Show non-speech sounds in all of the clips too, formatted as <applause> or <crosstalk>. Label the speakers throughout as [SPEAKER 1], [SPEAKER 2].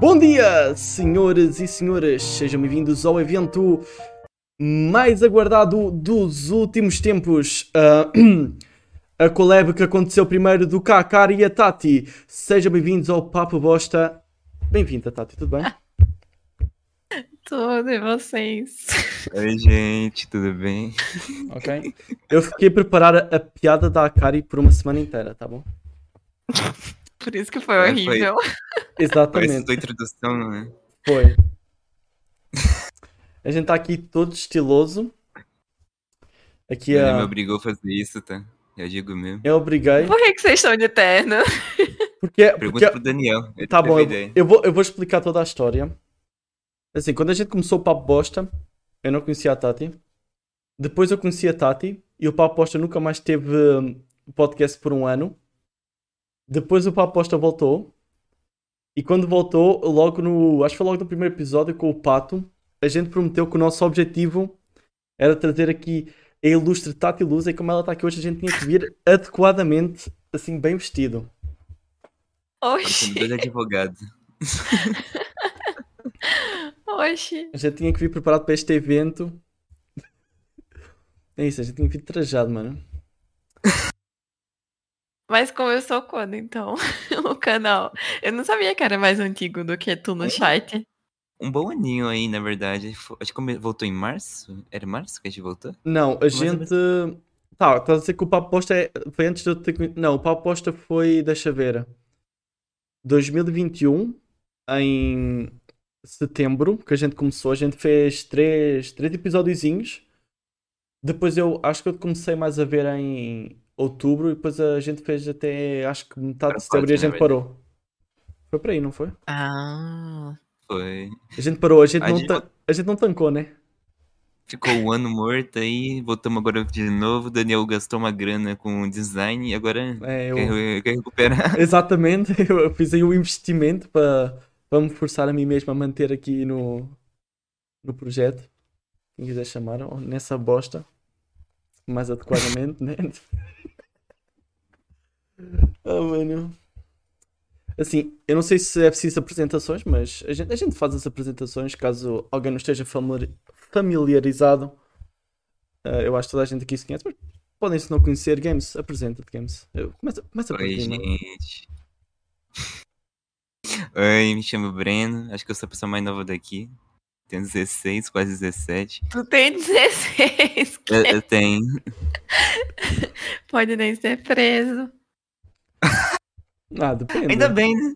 [SPEAKER 1] Bom dia, senhoras e senhores, sejam bem-vindos ao evento mais aguardado dos últimos tempos. Ah, <clears throat> a collab que aconteceu primeiro do Kakar e a Tati. Sejam bem-vindos ao Papo Bosta. Bem-vinda, Tati, tudo bem?
[SPEAKER 2] Tudo e vocês? <laughs>
[SPEAKER 3] Oi, gente, tudo bem?
[SPEAKER 1] Ok. Eu fiquei a preparar a piada da Akari por uma semana inteira, tá bom?
[SPEAKER 2] Por isso que foi
[SPEAKER 3] É, foi.
[SPEAKER 2] horrível.
[SPEAKER 3] Foi essa
[SPEAKER 1] Exatamente.
[SPEAKER 3] sua introdução, né?
[SPEAKER 1] Foi. A gente tá aqui todo estiloso. Aqui
[SPEAKER 3] Ele me
[SPEAKER 1] a...
[SPEAKER 3] obrigou a fazer isso, tá? Eu digo mesmo.
[SPEAKER 1] eu obriguei.
[SPEAKER 2] Por que, que vocês estão de terno?
[SPEAKER 1] Porque, é, porque
[SPEAKER 3] Pergunta pro Daniel. ele
[SPEAKER 1] tá
[SPEAKER 3] teve
[SPEAKER 1] bom, eu,
[SPEAKER 3] ideia.
[SPEAKER 1] eu vou, eu vou explicar toda a história. Assim, quando a gente começou o Papo Bosta, eu não conhecia a Tati. Depois eu conheci a Tati e o Papo Bosta nunca mais teve hum, podcast por um ano. Depois o Papo Bosta voltou. E quando voltou, logo no. Acho que foi logo no primeiro episódio com o Pato, a gente prometeu que o nosso objetivo era trazer aqui a ilustre Tati Luz e como ela está aqui hoje, a gente tinha que vir <laughs> adequadamente, assim, bem vestido.
[SPEAKER 3] Somos
[SPEAKER 2] Oxi,
[SPEAKER 3] dois advogados.
[SPEAKER 2] oxi.
[SPEAKER 1] A gente tinha que vir preparado para este evento. É isso, a gente tinha que vir trajado, mano.
[SPEAKER 2] Mas começou quando, então? <laughs> o canal. Eu não sabia que era mais antigo do que tu no chat.
[SPEAKER 3] Um bom aninho aí, na verdade. Fo- Acho que come- voltou em março? Era março que a gente voltou?
[SPEAKER 1] Não, a
[SPEAKER 3] Mais ou
[SPEAKER 1] gente. Tá, estás a dizer que o Papo Posta é... foi antes de eu ter. conhe- Não, o Papo Posta foi, deixa ver. 2021, em setembro, que a gente começou. A gente fez três, três episódiozinhos. Depois eu acho que eu comecei mais a ver em outubro. E depois a gente fez até acho que metade
[SPEAKER 3] Era
[SPEAKER 1] de setembro e a
[SPEAKER 3] quase, na
[SPEAKER 1] gente parou. Foi para aí, não foi?
[SPEAKER 2] Ah.
[SPEAKER 3] Foi.
[SPEAKER 1] A gente parou, a gente,
[SPEAKER 3] A
[SPEAKER 1] não,
[SPEAKER 3] gente-
[SPEAKER 1] tan- a gente não tancou, né?
[SPEAKER 3] Ficou um ano morto aí, voltamos agora de novo. O Daniel gastou uma grana com o design e agora
[SPEAKER 1] É, eu-
[SPEAKER 3] quer, re- quer recuperar.
[SPEAKER 1] <laughs> Exatamente, eu fiz aí o investimento para para me forçar a mim mesmo a manter aqui no, no projeto, quem quiser chamar, ou nessa bosta, mais adequadamente, <laughs> né? Ah, mano. Assim, eu não sei se é preciso apresentações, mas a gente, a gente faz as apresentações caso alguém não esteja famili- familiarizado. Ah, eu acho que toda a gente aqui se conhece, mas podem se não conhecer. Games, apresenta-te, Games. Eu- Começa, começa por
[SPEAKER 3] Oi,
[SPEAKER 1] ti, mano.
[SPEAKER 3] gente. Oi, me chamo Breno. Acho que eu sou a pessoa mais nova daqui. Tenho 16, quase 17.
[SPEAKER 2] Tu tem 16. que
[SPEAKER 3] Eu, eu tenho.
[SPEAKER 2] Pode nem ser preso.
[SPEAKER 1] Ah, depende.
[SPEAKER 3] Ainda bem, né?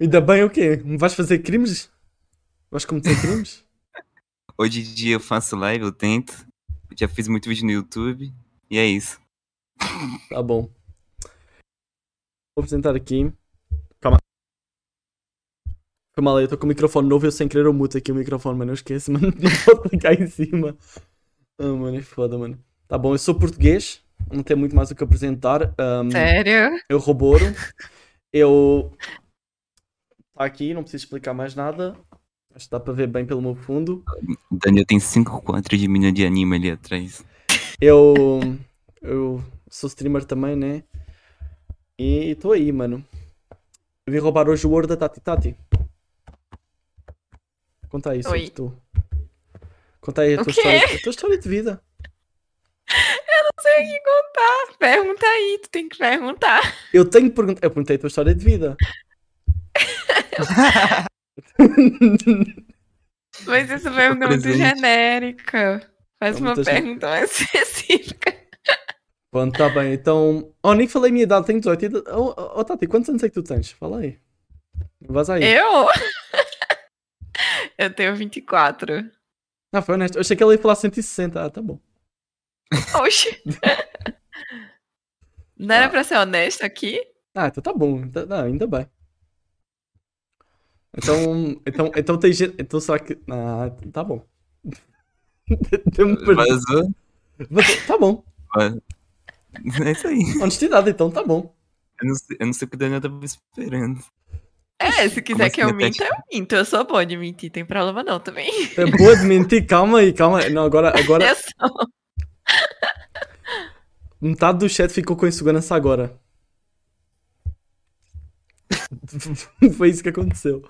[SPEAKER 1] Ainda bem o quê? Vais fazer crimes? Vais cometer crimes?
[SPEAKER 3] Hoje em dia eu faço live, eu tento. Já fiz muito vídeo no YouTube. E é isso.
[SPEAKER 1] tá bom. Vou apresentar aqui. Calma. Foi mal, eu estou com o microfone novo e eu sem querer eu muto aqui o microfone, mano. Eu esqueço, <laughs> mano. Não pode clicar em cima. Ah, mano, é foda, mano. Tá bom, eu sou português. Não tenho muito mais o que apresentar. Ahm,
[SPEAKER 2] Sério?
[SPEAKER 1] Eu rouboro. Eu. Tá aqui, não preciso explicar mais nada. Acho que dá para ver bem pelo meu fundo.
[SPEAKER 3] O Daniel tem 5 4 de mina de anime ali atrás.
[SPEAKER 1] Eu. Eu sou streamer também, né? E estou aí, mano. Eu vim roubar hoje o ouro da Tati Tati. Conta aí sobre
[SPEAKER 2] Oi.
[SPEAKER 1] tu. Conta aí a
[SPEAKER 2] O
[SPEAKER 1] tua,
[SPEAKER 2] quê?
[SPEAKER 1] história, a tua história de vida.
[SPEAKER 2] Não sei o que contar. Pergunta aí, tu tem que perguntar.
[SPEAKER 1] Eu tenho que perguntar. Eu perguntei a tua história de vida.
[SPEAKER 2] Mas isso pergunta muito
[SPEAKER 3] presente.
[SPEAKER 2] genérica. Faz
[SPEAKER 1] É
[SPEAKER 2] uma
[SPEAKER 1] muita gente.
[SPEAKER 2] pergunta mais <laughs> específica.
[SPEAKER 1] Pronto, tá bem. Então. Oh, nem falei a minha idade, tenho 18. E- Oh, oh, oh, Tati, quantos anos é que tu tens? Fala aí. Vaz aí.
[SPEAKER 2] Eu? <laughs> Eu tenho 24.
[SPEAKER 1] Ah, foi honesto. Eu achei que ela ia falar 160. Ah, tá bom.
[SPEAKER 2] Oxi. <laughs> Não era pra ser honesto aqui?
[SPEAKER 1] Ah, então tá bom, tá- não, ainda bem. Então, então, então tem gente. Então será que. Ah, tá bom. <laughs> Deu-me perdi.
[SPEAKER 3] Vazou?
[SPEAKER 1] Mas Tá bom.
[SPEAKER 3] <laughs> É isso aí.
[SPEAKER 1] Honestidade, então tá bom.
[SPEAKER 3] Eu não sei, eu não sei o que o Daniel tava esperando.
[SPEAKER 2] É, se quiser
[SPEAKER 3] assim
[SPEAKER 2] que eu
[SPEAKER 3] repete?
[SPEAKER 2] minta, eu minto. Eu sou boa de mentir, tem problema não também.
[SPEAKER 1] É boa de mentir, calma aí, calma aí. Não, agora, agora
[SPEAKER 2] <laughs> Eu sou.
[SPEAKER 1] metade do chat ficou com insegurança agora. <laughs> Foi isso que aconteceu.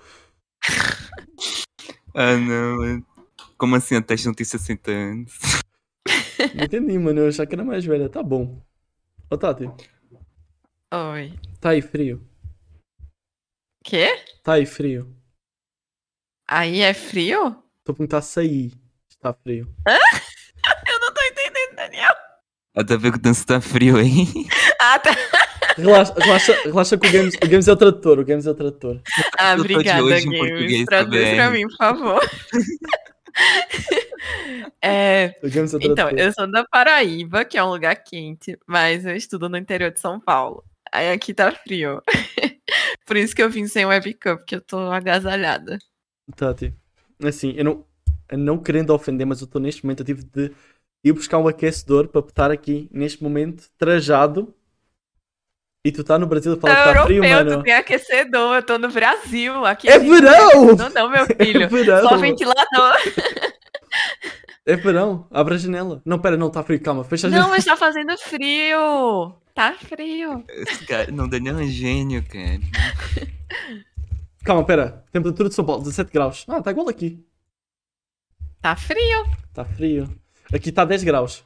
[SPEAKER 3] Ah, não. Como assim? A Tati não tem 60 anos.
[SPEAKER 1] Não entendi, mano. Eu achava que era mais velha. Tá bom. Ô, Tati,
[SPEAKER 2] Oi.
[SPEAKER 1] tá aí frio.
[SPEAKER 2] Quê?
[SPEAKER 1] Tá aí frio.
[SPEAKER 2] Aí é frio?
[SPEAKER 1] Tô a perguntar se aí está frio.
[SPEAKER 2] Eu não tô entendendo, Daniel.
[SPEAKER 3] Até ver que o tanto tá frio, hein?
[SPEAKER 2] Ah, tá.
[SPEAKER 1] Relaxa, relaxa, relaxa que o Games, o Games é o tradutor. O Games é o tradutor.
[SPEAKER 2] Ah,
[SPEAKER 3] Eu tô de
[SPEAKER 2] obrigada,
[SPEAKER 3] hoje em
[SPEAKER 2] Games.
[SPEAKER 3] português
[SPEAKER 2] Traduz
[SPEAKER 3] também.
[SPEAKER 2] pra mim, por favor. <laughs> É,
[SPEAKER 1] O Games é o
[SPEAKER 2] então,
[SPEAKER 1] tradutor.
[SPEAKER 2] eu sou da Paraíba, que é um lugar quente, mas eu estudo no interior de São Paulo. Aí aqui tá frio. <laughs> Por isso que eu vim sem webcam, porque eu tô agasalhada.
[SPEAKER 1] Tati, Tá assim, eu não, eu não querendo ofender, mas eu estou neste momento, eu tive de ir buscar um aquecedor para estar aqui, neste momento, trajado. E tu tá no Brasil a falar que tá frio,
[SPEAKER 2] europeu,
[SPEAKER 1] mano.
[SPEAKER 2] tu tem aquecedor, eu tô no Brasil. Aqui
[SPEAKER 1] É
[SPEAKER 2] a gente não
[SPEAKER 1] verão!
[SPEAKER 2] Não, não, meu
[SPEAKER 1] É
[SPEAKER 2] filho.
[SPEAKER 1] verão!
[SPEAKER 2] Só ventilador.
[SPEAKER 1] É verão! Abre a janela. Não, pera, não, tá frio, calma. Fecha a
[SPEAKER 2] Não,
[SPEAKER 1] janela.
[SPEAKER 2] mas tá fazendo frio. Tá frio.
[SPEAKER 3] Esse cara, não, Daniel é um gênio, cara.
[SPEAKER 1] Calma, pera. Temperatura de São Paulo, 17 graus. Ah, tá igual aqui.
[SPEAKER 2] Tá frio.
[SPEAKER 1] Tá frio. Aqui tá 10 graus.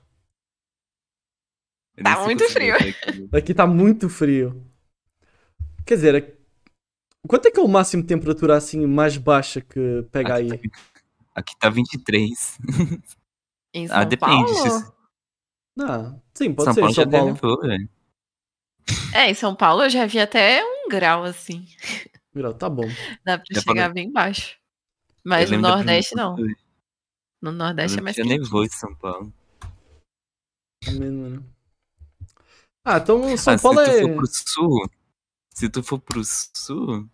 [SPEAKER 3] Eu
[SPEAKER 2] Tá
[SPEAKER 3] nem sei
[SPEAKER 2] muito
[SPEAKER 3] conseguir
[SPEAKER 2] frio.
[SPEAKER 3] ver aqui.
[SPEAKER 1] Aqui tá muito frio. Quer dizer, aqui- quanto é que é o máximo de temperatura assim mais baixa que
[SPEAKER 3] Ah,
[SPEAKER 1] pega aí?
[SPEAKER 3] é Aqui tá 23.
[SPEAKER 2] Em São
[SPEAKER 3] Ah, depende. se-
[SPEAKER 2] Paulo?
[SPEAKER 1] Ah, sim, pode
[SPEAKER 3] tipo, São
[SPEAKER 1] ser
[SPEAKER 3] Paulo já né?
[SPEAKER 1] São Paulo.
[SPEAKER 3] deve, pô, velho.
[SPEAKER 2] É, em São Paulo eu já vi até um grau, assim.
[SPEAKER 1] Grau, tá bom.
[SPEAKER 2] Dá pra
[SPEAKER 3] Já
[SPEAKER 2] chegar
[SPEAKER 3] falei.
[SPEAKER 2] bem baixo.
[SPEAKER 3] Eu
[SPEAKER 2] Mas no
[SPEAKER 3] lembro da
[SPEAKER 2] Nordeste,
[SPEAKER 3] primeira
[SPEAKER 2] não.
[SPEAKER 3] vez.
[SPEAKER 2] No
[SPEAKER 3] Eu
[SPEAKER 2] Nordeste é
[SPEAKER 3] lembro
[SPEAKER 2] mais
[SPEAKER 3] que Já
[SPEAKER 2] quente.
[SPEAKER 3] nevou em São Paulo.
[SPEAKER 1] Tá mesmo, né? Ah, então São
[SPEAKER 3] Ah,
[SPEAKER 1] Paulo
[SPEAKER 3] se tu
[SPEAKER 1] é.
[SPEAKER 3] for pro sul, se tu for pro sul,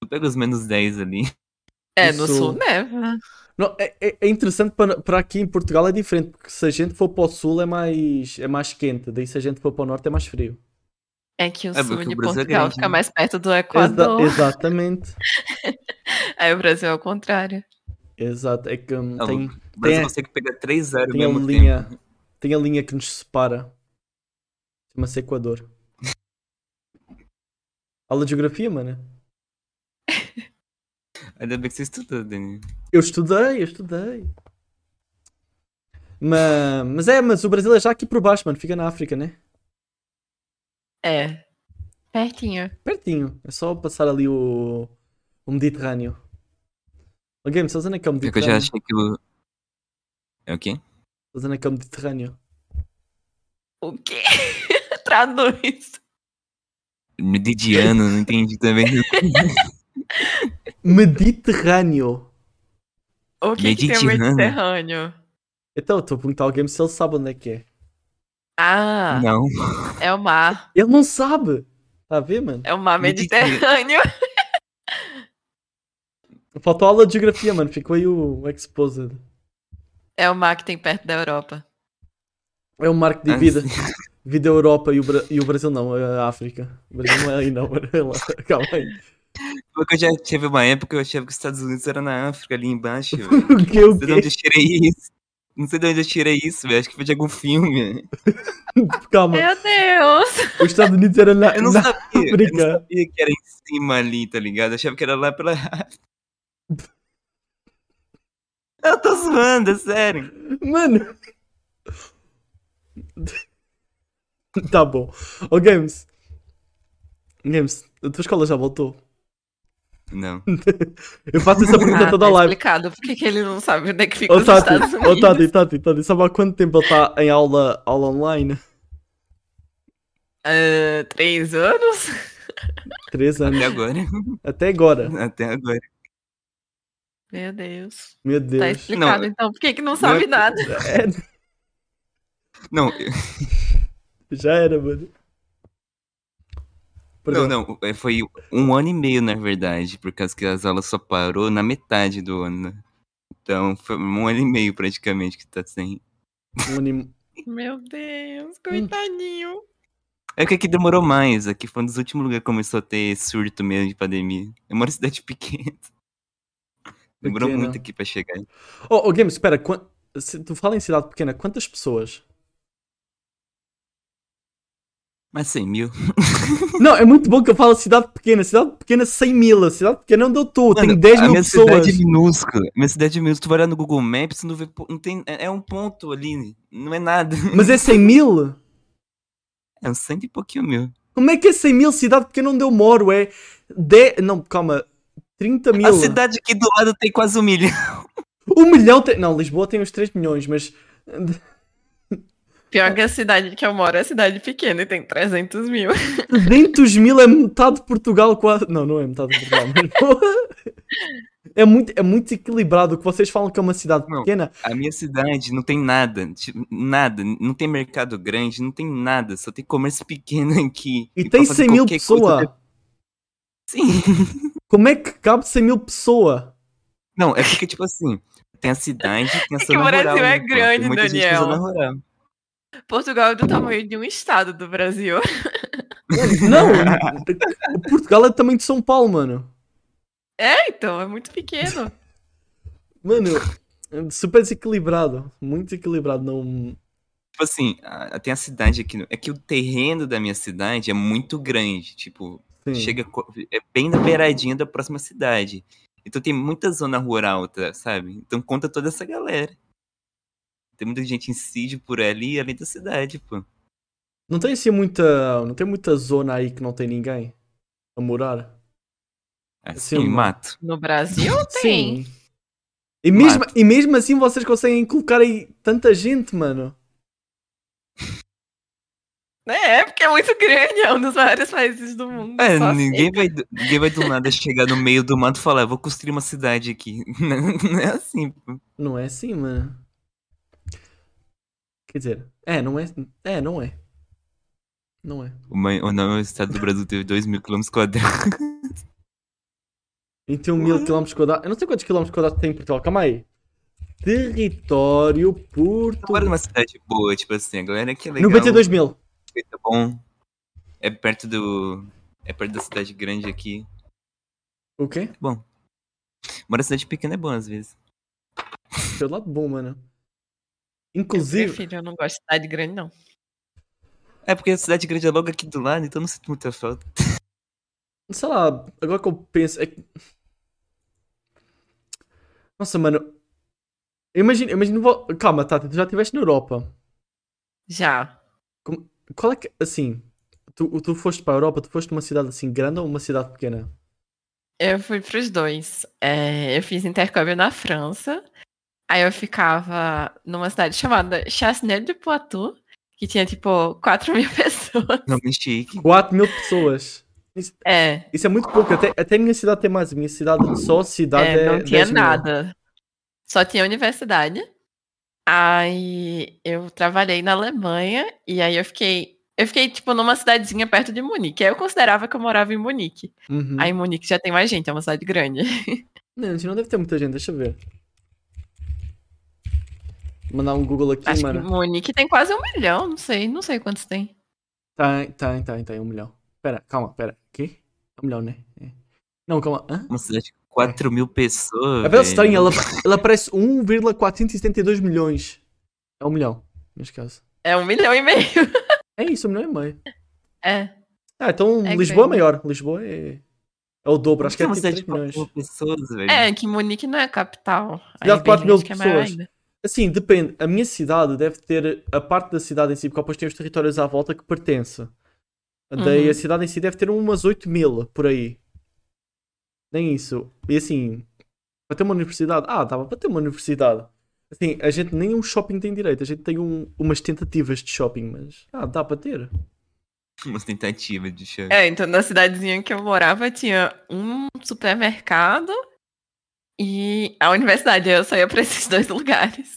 [SPEAKER 3] tu pega os menos 10 ali.
[SPEAKER 2] É, no
[SPEAKER 1] Isso.
[SPEAKER 2] Sul neva.
[SPEAKER 1] Não, é, é- é interessante para, para aqui em Portugal é diferente, porque se a gente for para o sul é mais, é mais quente, daí se a gente for para o norte é mais frio.
[SPEAKER 2] É que o
[SPEAKER 3] É,
[SPEAKER 2] Sul
[SPEAKER 3] porque o
[SPEAKER 2] de
[SPEAKER 3] Brasil é
[SPEAKER 2] Portugal
[SPEAKER 3] grande,
[SPEAKER 2] fica
[SPEAKER 3] né?
[SPEAKER 2] mais perto do
[SPEAKER 1] Exa-
[SPEAKER 2] Equador.
[SPEAKER 1] exatamente.
[SPEAKER 2] Aí o Brasil é o contrário.
[SPEAKER 1] Exato. É que hum,
[SPEAKER 3] Não,
[SPEAKER 1] tem,
[SPEAKER 3] O Brasil
[SPEAKER 1] Tem-
[SPEAKER 3] consegue pegar 3 áreas ao
[SPEAKER 1] tem a
[SPEAKER 3] mesmo
[SPEAKER 1] linha.
[SPEAKER 3] é tempo.
[SPEAKER 1] Tem a linha que nos separa. Chama-se Equador. Aula de geografia, mano?
[SPEAKER 3] Ainda bem que você estudou, Daniel.
[SPEAKER 1] Eu estudei, eu estudei. Mas, mas é, mas o Brasil é já aqui por baixo, mano. Fica na África, né?
[SPEAKER 2] É. Pertinho.
[SPEAKER 1] Pertinho. É só passar ali o, o Mediterrâneo. O game, sabes onde é que é o
[SPEAKER 3] É que eu já
[SPEAKER 1] Mediterrâneo?
[SPEAKER 3] achei que o. É o quê?
[SPEAKER 1] Sabes onde é que é o Mediterrâneo?
[SPEAKER 2] O quê? <laughs> Traduz.
[SPEAKER 3] Medidiano, não entendi também.
[SPEAKER 1] Mediterrâneo!
[SPEAKER 2] O que, que tem o
[SPEAKER 3] Mediterrâneo.
[SPEAKER 2] Mediterrâneo?
[SPEAKER 1] Então, eu estou a perguntar ao game se ele sabe onde é que é.
[SPEAKER 2] <laughs> Ah,
[SPEAKER 3] Não.
[SPEAKER 2] é o mar.
[SPEAKER 1] Ele não sabe! Está a ver, mano?
[SPEAKER 2] É o mar
[SPEAKER 3] Mediterrâneo.
[SPEAKER 2] Mediterrâneo.
[SPEAKER 1] Faltou aula de geografia, mano. Ficou aí o Exposed.
[SPEAKER 2] É o mar que tem perto da Europa.
[SPEAKER 1] É o marco
[SPEAKER 3] Ah,
[SPEAKER 1] de vida. <laughs> Vida é Europa e o, Bra- e o Brasil não, é a África. O Brasil não é aí, não. <laughs> é lá. Calma aí.
[SPEAKER 3] Porque eu já tive uma época que eu achava que os Estados Unidos era na África, ali embaixo, velho. Não
[SPEAKER 1] O que, o
[SPEAKER 3] sei de onde
[SPEAKER 1] quê?
[SPEAKER 3] eu tirei isso. Não sei de onde eu tirei isso, velho. Acho que foi de algum filme.
[SPEAKER 1] <laughs> Calma.
[SPEAKER 2] Meu Deus.
[SPEAKER 1] Os Estados Unidos eram na,
[SPEAKER 3] Eu não
[SPEAKER 1] na
[SPEAKER 3] sabia. Eu não
[SPEAKER 1] África.
[SPEAKER 3] sabia que era em cima ali, tá ligado? Eu achava que era lá pela. eu tô zoando, é sério.
[SPEAKER 1] <laughs> Mano. <laughs> Tá bom. Ô, Games. Games, a tua escola já voltou.
[SPEAKER 3] Não.
[SPEAKER 1] Eu faço essa pergunta
[SPEAKER 2] Ah,
[SPEAKER 1] toda
[SPEAKER 2] tá
[SPEAKER 1] a live.
[SPEAKER 2] explicado. Por que que ele não sabe onde é que fica
[SPEAKER 1] Ô,
[SPEAKER 2] os
[SPEAKER 1] Tati,
[SPEAKER 2] Estados
[SPEAKER 1] ô,
[SPEAKER 2] Unidos?
[SPEAKER 1] Tati, Tati, Tati, sabe há quanto tempo ele está em aula, aula online?
[SPEAKER 2] Ah, três anos?
[SPEAKER 1] Três anos.
[SPEAKER 3] Até agora. <laughs>
[SPEAKER 1] Até agora.
[SPEAKER 3] Até agora.
[SPEAKER 2] Meu Deus.
[SPEAKER 1] Meu
[SPEAKER 2] Tá
[SPEAKER 1] Deus.
[SPEAKER 2] explicado,
[SPEAKER 3] Não,
[SPEAKER 2] então. Por que, que não sabe nada?
[SPEAKER 1] É,
[SPEAKER 3] Não, eu-
[SPEAKER 1] já era, mano. Perdão.
[SPEAKER 3] não, não. é, Foi um ano e meio, na verdade, por causa que as aulas só parou na metade do ano. né? Então, foi um ano e meio praticamente que tá sem.
[SPEAKER 1] Um ano e-
[SPEAKER 2] Meu Deus, coitadinho.
[SPEAKER 3] É que aqui demorou mais. Aqui foi um dos últimos lugares que começou a ter surto mesmo de pandemia. Eu moro em cidade <laughs> pequena. <laughs> Demorou
[SPEAKER 1] Pequena.
[SPEAKER 3] muito aqui pra chegar.
[SPEAKER 1] Oh, oh, Game, espera, quan- se tu fala em cidade pequena, quantas pessoas?
[SPEAKER 3] Mas 100 mil.
[SPEAKER 1] <laughs> Não, é muito bom que eu falo cidade pequena. Cidade pequena 100 mil. Cidade pequena é onde eu estou. Tem 10
[SPEAKER 3] a
[SPEAKER 1] mil
[SPEAKER 3] minha
[SPEAKER 1] pessoas.
[SPEAKER 3] cidade é minúscula. Minha cidade é minúscula. Tu vai lá no Google Maps, não vê. po- Não tem, é é um ponto ali. Não é nada. <laughs>
[SPEAKER 1] Mas é 100 mil?
[SPEAKER 3] É uns cento e pouquinho mil.
[SPEAKER 1] Como é que é 100 mil cidade pequena onde eu moro? É 10... Não, calma. 30 mil.
[SPEAKER 3] A cidade aqui do lado tem quase um milhão.
[SPEAKER 1] Um milhão tem... Não, Lisboa tem uns 3 milhões, mas...
[SPEAKER 2] Pior que a cidade que eu moro é cidade pequena e tem 300 mil.
[SPEAKER 1] 300 mil é metade de Portugal quase. Não, não é metade de Portugal. mas- é, muito, é muito equilibrado. O que vocês falam que é uma cidade
[SPEAKER 3] Não.
[SPEAKER 1] pequena.
[SPEAKER 3] A minha cidade não tem nada. tipo, nada. Não tem mercado grande, não tem nada. Só tem comércio pequeno aqui.
[SPEAKER 1] E,
[SPEAKER 3] pra
[SPEAKER 1] tem
[SPEAKER 3] fazer
[SPEAKER 1] 100 mil
[SPEAKER 3] qualquer coisa, né?
[SPEAKER 1] pessoas.
[SPEAKER 3] Sim.
[SPEAKER 1] Como é que cabe 100 mil pessoas?
[SPEAKER 3] Não, é porque, tipo assim, tem a cidade, tem a
[SPEAKER 2] que
[SPEAKER 3] zona
[SPEAKER 2] o Brasil
[SPEAKER 3] rural,
[SPEAKER 2] <laughs> é
[SPEAKER 3] né, pô,
[SPEAKER 2] grande,
[SPEAKER 3] tem muita gente na
[SPEAKER 2] Daniel.
[SPEAKER 3] zona rural.
[SPEAKER 2] Portugal é do tamanho de um estado do Brasil. <laughs>
[SPEAKER 1] Não! o Portugal é do tamanho de São Paulo, mano.
[SPEAKER 2] É, então, é muito pequeno.
[SPEAKER 1] Mano, é super desequilibrado. Muito desequilibrado. Não...
[SPEAKER 3] Tipo assim, a- tem a cidade aqui. no- É que o terreno da minha cidade é muito grande. Tipo,
[SPEAKER 1] Sim.
[SPEAKER 3] chega co- é bem na beiradinha da próxima cidade. Então tem muita zona rural, tá- sabe? Então conta toda essa galera. Tem muita gente em sítio por ali, além da cidade, pô.
[SPEAKER 1] Não tem assim muita. Não tem muita zona aí que não tem ninguém a morar.
[SPEAKER 3] Assim,
[SPEAKER 1] Sim, mano.
[SPEAKER 3] mato.
[SPEAKER 2] No Brasil tem.
[SPEAKER 1] Sim. E mesmo,
[SPEAKER 3] Mato.
[SPEAKER 1] e mesmo assim vocês conseguem colocar aí tanta gente, mano.
[SPEAKER 2] É, porque é muito grande, é um dos maiores países do mundo.
[SPEAKER 3] É,
[SPEAKER 2] só assim.
[SPEAKER 3] ninguém vai, do- ninguém vai do nada chegar no meio do mato e falar, vou construir uma cidade aqui. <laughs> Não é assim, pô.
[SPEAKER 1] Não é assim, mano. Quer dizer, é, não é. É, não é. Não é.
[SPEAKER 3] O ma- o maior estado do Brasil teve 2 mil quilômetros quadrados.
[SPEAKER 1] 21 mil quilómetros quadrados. Eu não sei quantos quilómetros quadrados tem em Portugal, calma aí. Território
[SPEAKER 3] Agora é <laughs>
[SPEAKER 1] Portugal.
[SPEAKER 3] uma cidade boa, tipo assim, a galera que é legal.
[SPEAKER 1] 92 mil.
[SPEAKER 3] Tá bom. É perto do. É perto da cidade grande aqui.
[SPEAKER 1] O quê?
[SPEAKER 3] Morar em cidade pequena é bom às vezes.
[SPEAKER 1] Pelo lado bom, mano.
[SPEAKER 2] Meu
[SPEAKER 1] Inclusive.
[SPEAKER 2] filho, eu não gosto de cidade grande, não.
[SPEAKER 3] É porque a cidade grande é logo aqui do lado, então eu não sinto muita falta. é
[SPEAKER 1] sei lá, agora que eu penso. É... que- Nossa, mano. Eu imagino, eu imagino. vo- Calma, Tati, tu já estiveste na Europa.
[SPEAKER 2] Já.
[SPEAKER 1] Qual é que. Assim. Tu, tu foste para a Europa, tu foste numa cidade assim grande ou uma cidade pequena?
[SPEAKER 2] Eu fui pros dois. É, eu fiz intercâmbio na França. Aí eu ficava numa cidade chamada Chasseneuil-de-Poitou, que tinha, tipo, 4 mil <laughs> pessoas.
[SPEAKER 3] Realmente chique.
[SPEAKER 1] 4 mil pessoas. Isso,
[SPEAKER 2] É,
[SPEAKER 1] isso é muito pouco. Até, até a minha cidade tem mais. A minha cidade só cidade
[SPEAKER 2] É,
[SPEAKER 1] é.
[SPEAKER 2] não tinha
[SPEAKER 1] 10 mil.
[SPEAKER 2] nada. Só tinha universidade. Aí eu trabalhei na Alemanha e aí eu fiquei. Eu fiquei, tipo, numa cidadezinha perto de Munique. Aí eu considerava que eu morava em Munique.
[SPEAKER 1] Uhum.
[SPEAKER 2] Aí Munique já tem mais gente, é uma cidade grande.
[SPEAKER 1] Não, a gente não deve ter muita gente, deixa eu ver. Mandar um Google aqui,
[SPEAKER 2] Acho que
[SPEAKER 1] mano.
[SPEAKER 2] Munique tem quase um milhão, não sei, não sei quantos tem.
[SPEAKER 1] Tá, tá, tá, tá, é um milhão. Pera, calma, pera. Quê? É um milhão, né? É. Não, calma. Hã?
[SPEAKER 3] é Uma cidade com 4 mil pessoas.
[SPEAKER 1] É bem
[SPEAKER 3] velho.
[SPEAKER 1] estranha, ela, ela parece 1,472 milhões. É um milhão, neste caso.
[SPEAKER 2] É um milhão e meio.
[SPEAKER 1] É isso, um milhão e meio.
[SPEAKER 2] É.
[SPEAKER 1] Ah, então
[SPEAKER 2] É
[SPEAKER 1] Lisboa é
[SPEAKER 2] grande.
[SPEAKER 1] maior. Lisboa é, é o dobro, acho que é
[SPEAKER 3] uma
[SPEAKER 1] tipo
[SPEAKER 3] cidade
[SPEAKER 1] 3
[SPEAKER 3] com 4
[SPEAKER 1] milhões.
[SPEAKER 3] mil pessoas, velho.
[SPEAKER 2] É, que Munique não é a capital.
[SPEAKER 1] Cidade
[SPEAKER 2] Aí
[SPEAKER 1] de
[SPEAKER 2] vem
[SPEAKER 1] 4 mil
[SPEAKER 2] gente que é maior
[SPEAKER 1] pessoas.
[SPEAKER 2] ainda.
[SPEAKER 1] Assim, depende. A minha cidade deve ter a parte da cidade em si, porque depois tem os territórios à volta que pertence. Daí
[SPEAKER 2] Uhum.
[SPEAKER 1] a cidade em si deve ter umas 8 mil por aí. Nem isso. E assim, para ter uma universidade. Ah, dava para ter uma universidade. Assim, a gente nem um shopping tem direito. A gente tem um- umas tentativas de shopping, mas. Ah, dá para ter.
[SPEAKER 3] Uma tentativa de show.
[SPEAKER 2] É, então na cidadezinha que eu morava tinha um supermercado e a universidade. Aí Eu só ia pra <laughs> esses dois lugares.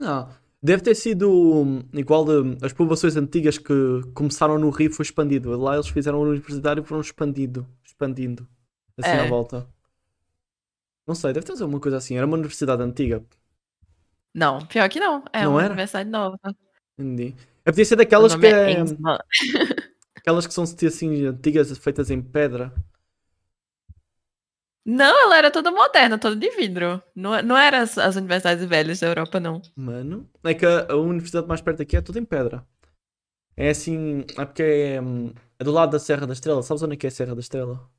[SPEAKER 1] Não. Ah, Deve ter sido hum, igual hum, as povoações antigas que começaram no Rio e foi expandido. Lá eles fizeram um universitário e foram expandido, expandindo. Assim
[SPEAKER 2] É.
[SPEAKER 1] à volta. Não sei, deve ter sido uma coisa assim. Era uma universidade antiga.
[SPEAKER 2] Não, pior que não. É
[SPEAKER 1] Não
[SPEAKER 2] uma
[SPEAKER 1] era?
[SPEAKER 2] universidade nova. O
[SPEAKER 1] Entendi. É podia ser daquelas que,
[SPEAKER 2] nome é
[SPEAKER 1] é,
[SPEAKER 2] Ensman.
[SPEAKER 1] aquelas que são assim antigas, feitas em pedra.
[SPEAKER 2] Não, ela era toda moderna, toda de vidro. Não, não eram as, as universidades velhas da Europa, não.
[SPEAKER 1] Mano, é que a, a universidade mais perto daqui é toda em pedra. É assim. É porque é, hum, é do lado da Serra da Estrela. Sabes onde é que é a Serra da Estrela?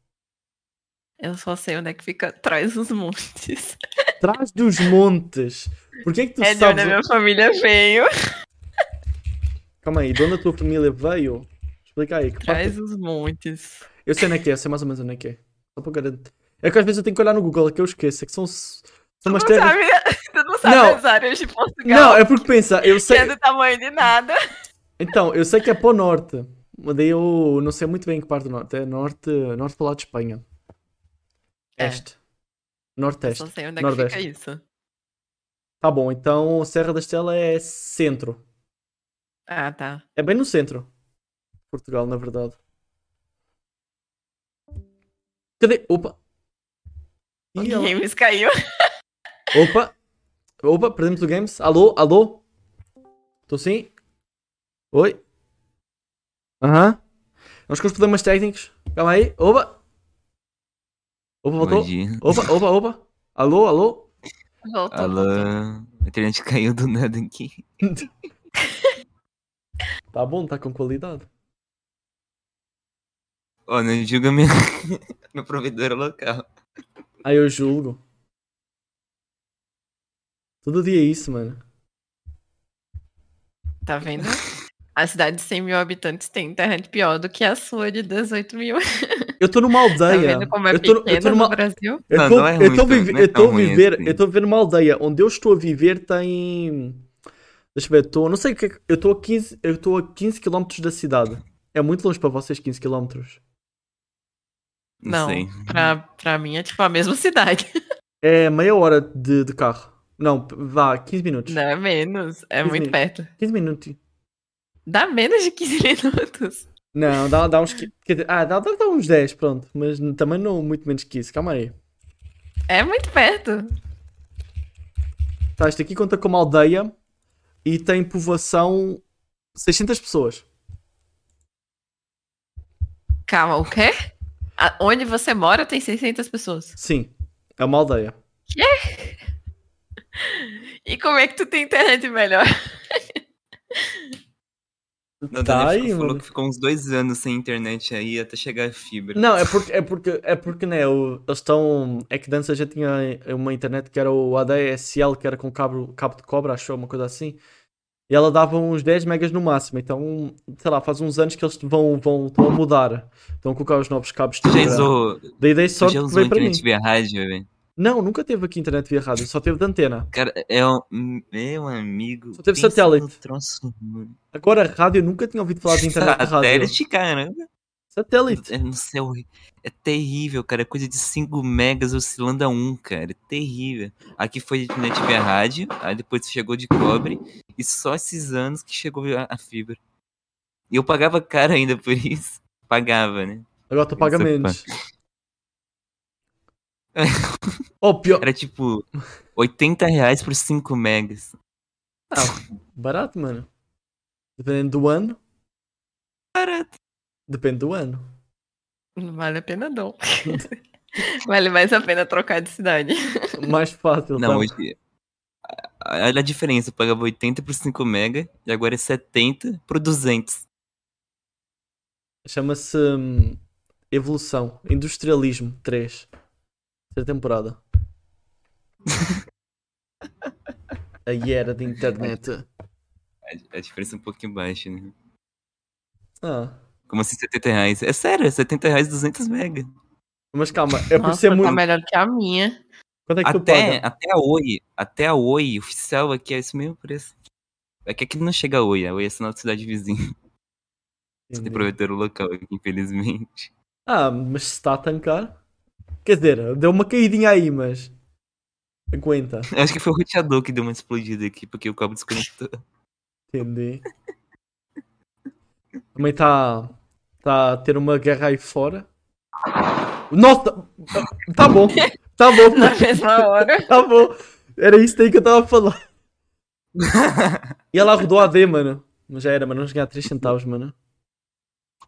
[SPEAKER 2] <laughs> Eu só sei onde é que fica atrás dos montes.
[SPEAKER 1] Trás dos montes. Porquê é que tu
[SPEAKER 2] é de onde
[SPEAKER 1] sabes.
[SPEAKER 2] a minha família veio.
[SPEAKER 1] Calma aí, de onde a tua família veio? Explica aí. Que parte...
[SPEAKER 2] Atrás dos montes.
[SPEAKER 1] Eu sei onde é que é, eu sei mais ou menos onde é que é. Só para garantir. É que às vezes eu tenho que olhar no Google, é que eu esqueço. É que são, são umas
[SPEAKER 2] tu,
[SPEAKER 1] terras.
[SPEAKER 2] sabe, <laughs> tu não sabe
[SPEAKER 1] Não.
[SPEAKER 2] as áreas de
[SPEAKER 1] Não,
[SPEAKER 2] Portugal.
[SPEAKER 1] é porque pensa, eu
[SPEAKER 2] <laughs> Que é
[SPEAKER 1] sei.
[SPEAKER 2] do tamanho de nada.
[SPEAKER 1] Então, eu sei que é para o norte. Mas daí eu não sei muito bem em que parte do norte. É norte, norte para lá de Espanha.
[SPEAKER 2] É.
[SPEAKER 1] Este.
[SPEAKER 2] Eu
[SPEAKER 1] Nordeste.
[SPEAKER 2] só sei onde é
[SPEAKER 1] Nordeste.
[SPEAKER 2] que fica isso.
[SPEAKER 1] Tá bom, então Serra da Estrela é centro.
[SPEAKER 2] Ah, tá.
[SPEAKER 1] É bem no centro. de Portugal, na verdade. Cadê? Opa!
[SPEAKER 2] O
[SPEAKER 1] Ih, ela-
[SPEAKER 2] Games caiu.
[SPEAKER 1] Opa! Opa, perdemos o Games. Alô, alô? Tô sim? Oi? Aham. Vamos com os problemas técnicos. Calma aí. Opa! Opa, voltou?
[SPEAKER 3] Imagina.
[SPEAKER 1] Opa, opa, opa. Alô, alô?
[SPEAKER 2] Voltou. voltou.
[SPEAKER 3] Alô. A internet <laughs> caiu do nada aqui.
[SPEAKER 1] Tá bom, tá com qualidade.
[SPEAKER 3] Ó, não julga minha... <laughs> meu provedor local.
[SPEAKER 1] Aí eu julgo. Todo dia é isso, mano.
[SPEAKER 2] Tá vendo? A cidade de 100 mil habitantes tem internet pior do que a sua de 18 mil.
[SPEAKER 1] Eu tô numa
[SPEAKER 2] Tá
[SPEAKER 1] aldeia.
[SPEAKER 2] vendo como é
[SPEAKER 1] eu tô, eu
[SPEAKER 2] pequena
[SPEAKER 1] tô numa,
[SPEAKER 2] no Brasil?
[SPEAKER 1] Eu
[SPEAKER 3] Não,
[SPEAKER 1] tô-
[SPEAKER 3] não é
[SPEAKER 1] eu
[SPEAKER 3] ruim
[SPEAKER 1] tô
[SPEAKER 3] tanto,
[SPEAKER 1] vive-
[SPEAKER 3] não é
[SPEAKER 1] eu tô
[SPEAKER 3] tão ruim
[SPEAKER 1] viver,
[SPEAKER 3] assim.
[SPEAKER 1] eu tô viver numa aldeia onde eu estou a viver tem Deixa eu ver, tô, não sei o que é que- eu estou a 15, eu estou a 15 km da cidade. É muito longe para vocês 15 km.
[SPEAKER 3] Não,
[SPEAKER 2] Não,
[SPEAKER 3] sei.
[SPEAKER 2] pra, pra mim é tipo a mesma cidade.
[SPEAKER 1] É meia hora de, de carro. Não, p- vá, 15 minutos.
[SPEAKER 2] Não é menos, é
[SPEAKER 1] Quinze
[SPEAKER 2] muito
[SPEAKER 1] minutos.
[SPEAKER 2] perto.
[SPEAKER 1] 15 minutos.
[SPEAKER 2] Dá menos de 15 <laughs> minutos.
[SPEAKER 1] Não, dá, dá uns qui- quer dizer, ah, dá, dá, dá uns 10, pronto, mas n- também não muito menos que isso. Calma aí.
[SPEAKER 2] É muito perto.
[SPEAKER 1] Tá, isto aqui conta como aldeia e tem povoação 600 pessoas.
[SPEAKER 2] Calma, o quê? A- onde você mora tem 600 pessoas.
[SPEAKER 1] Sim, é uma aldeia.
[SPEAKER 2] E como é que tu tem internet melhor?
[SPEAKER 3] Não,
[SPEAKER 1] Tá
[SPEAKER 3] Daniel
[SPEAKER 1] aí,
[SPEAKER 3] ficou- falou
[SPEAKER 1] mano.
[SPEAKER 3] que ficou uns dois anos sem internet aí até chegar a fibra.
[SPEAKER 1] Não, é porque, é porque, é porque né, o- eles estão. É que antes a gente tinha uma internet que era o ADSL, que era com cabo, cabo de cobra, achou uma coisa assim. E ela dava uns 10 megas no máximo. Então, sei lá, faz uns anos que eles vão, vão, estão a mudar. Estão a colocar os novos cabos de
[SPEAKER 3] Tu já
[SPEAKER 1] cobra.
[SPEAKER 3] usou, tu
[SPEAKER 1] Daí dei sorte
[SPEAKER 3] já
[SPEAKER 1] que
[SPEAKER 3] usou
[SPEAKER 1] veio para mim.
[SPEAKER 3] internet via rádio, velho?
[SPEAKER 1] Não, nunca teve aqui internet via rádio, só teve de antena.
[SPEAKER 3] Cara, é um... Meu amigo...
[SPEAKER 1] Só teve
[SPEAKER 3] pensa
[SPEAKER 1] satélite.
[SPEAKER 3] no Troço, mano.
[SPEAKER 1] Agora, rádio, eu nunca tinha ouvido falar de internet de rádio.
[SPEAKER 3] satélite, cara.
[SPEAKER 1] Satélite.
[SPEAKER 3] É, não sei, é horri- é terrível, cara. É coisa de 5 megas oscilando a 1, cara. É terrível. Aqui foi internet via rádio, aí depois chegou de cobre, e só esses anos que chegou a, a fibra. E eu pagava caro ainda por isso. Pagava, né?
[SPEAKER 1] Agora tu paga
[SPEAKER 3] Isso,
[SPEAKER 1] menos. Oh, pior.
[SPEAKER 3] Era tipo 80 reais por 5 megas.
[SPEAKER 1] Barato, mano. Dependendo do ano.
[SPEAKER 3] Barato.
[SPEAKER 1] Depende do ano. <laughs>
[SPEAKER 2] Não vale a pena, não. <laughs> vale mais a pena trocar de cidade.
[SPEAKER 1] Mais fácil.
[SPEAKER 3] Não,
[SPEAKER 1] tá?
[SPEAKER 3] hoje. a- a- Olha a diferença, eu pagava 80 por 5 mega e agora é 70 por 200.
[SPEAKER 1] Chama-se hum, Evolução. Industrialismo 3. Terceira
[SPEAKER 3] <laughs>
[SPEAKER 1] temporada. A era da internet.
[SPEAKER 3] A- A diferença é um pouquinho baixa, né?
[SPEAKER 1] Ah,
[SPEAKER 3] Como assim 70 reais? É sério, é 70 reais 200 mega.
[SPEAKER 1] mas calma, é por
[SPEAKER 2] Nossa,
[SPEAKER 1] ser
[SPEAKER 2] tá
[SPEAKER 1] muito.
[SPEAKER 2] melhor que a minha.
[SPEAKER 1] Quanto é que tu
[SPEAKER 3] Até,
[SPEAKER 1] paga?
[SPEAKER 3] até a Oi, até a Oi oficial aqui é esse mesmo preço. É que aqui não chega a Oi, a Oi é sinal de cidade vizinha. Você tem
[SPEAKER 1] Entendi.
[SPEAKER 3] provedor local aqui, infelizmente.
[SPEAKER 1] Ah, mas se está a tancar. Quer dizer, deu uma caidinha aí, mas. Aguenta.
[SPEAKER 3] Eu acho que foi o roteador que deu uma explodida aqui, porque o cabo desconectou.
[SPEAKER 1] Entendi. Também está tá a ter uma guerra aí fora. Nossa! Tá bom! Tá bom!
[SPEAKER 2] <laughs> Na mesma hora.
[SPEAKER 1] Tá bom. Era isso aí que eu tava falando. E ela rodou a D, mano. Mas já era, mano. Vamos ganhar 3 centavos, mano.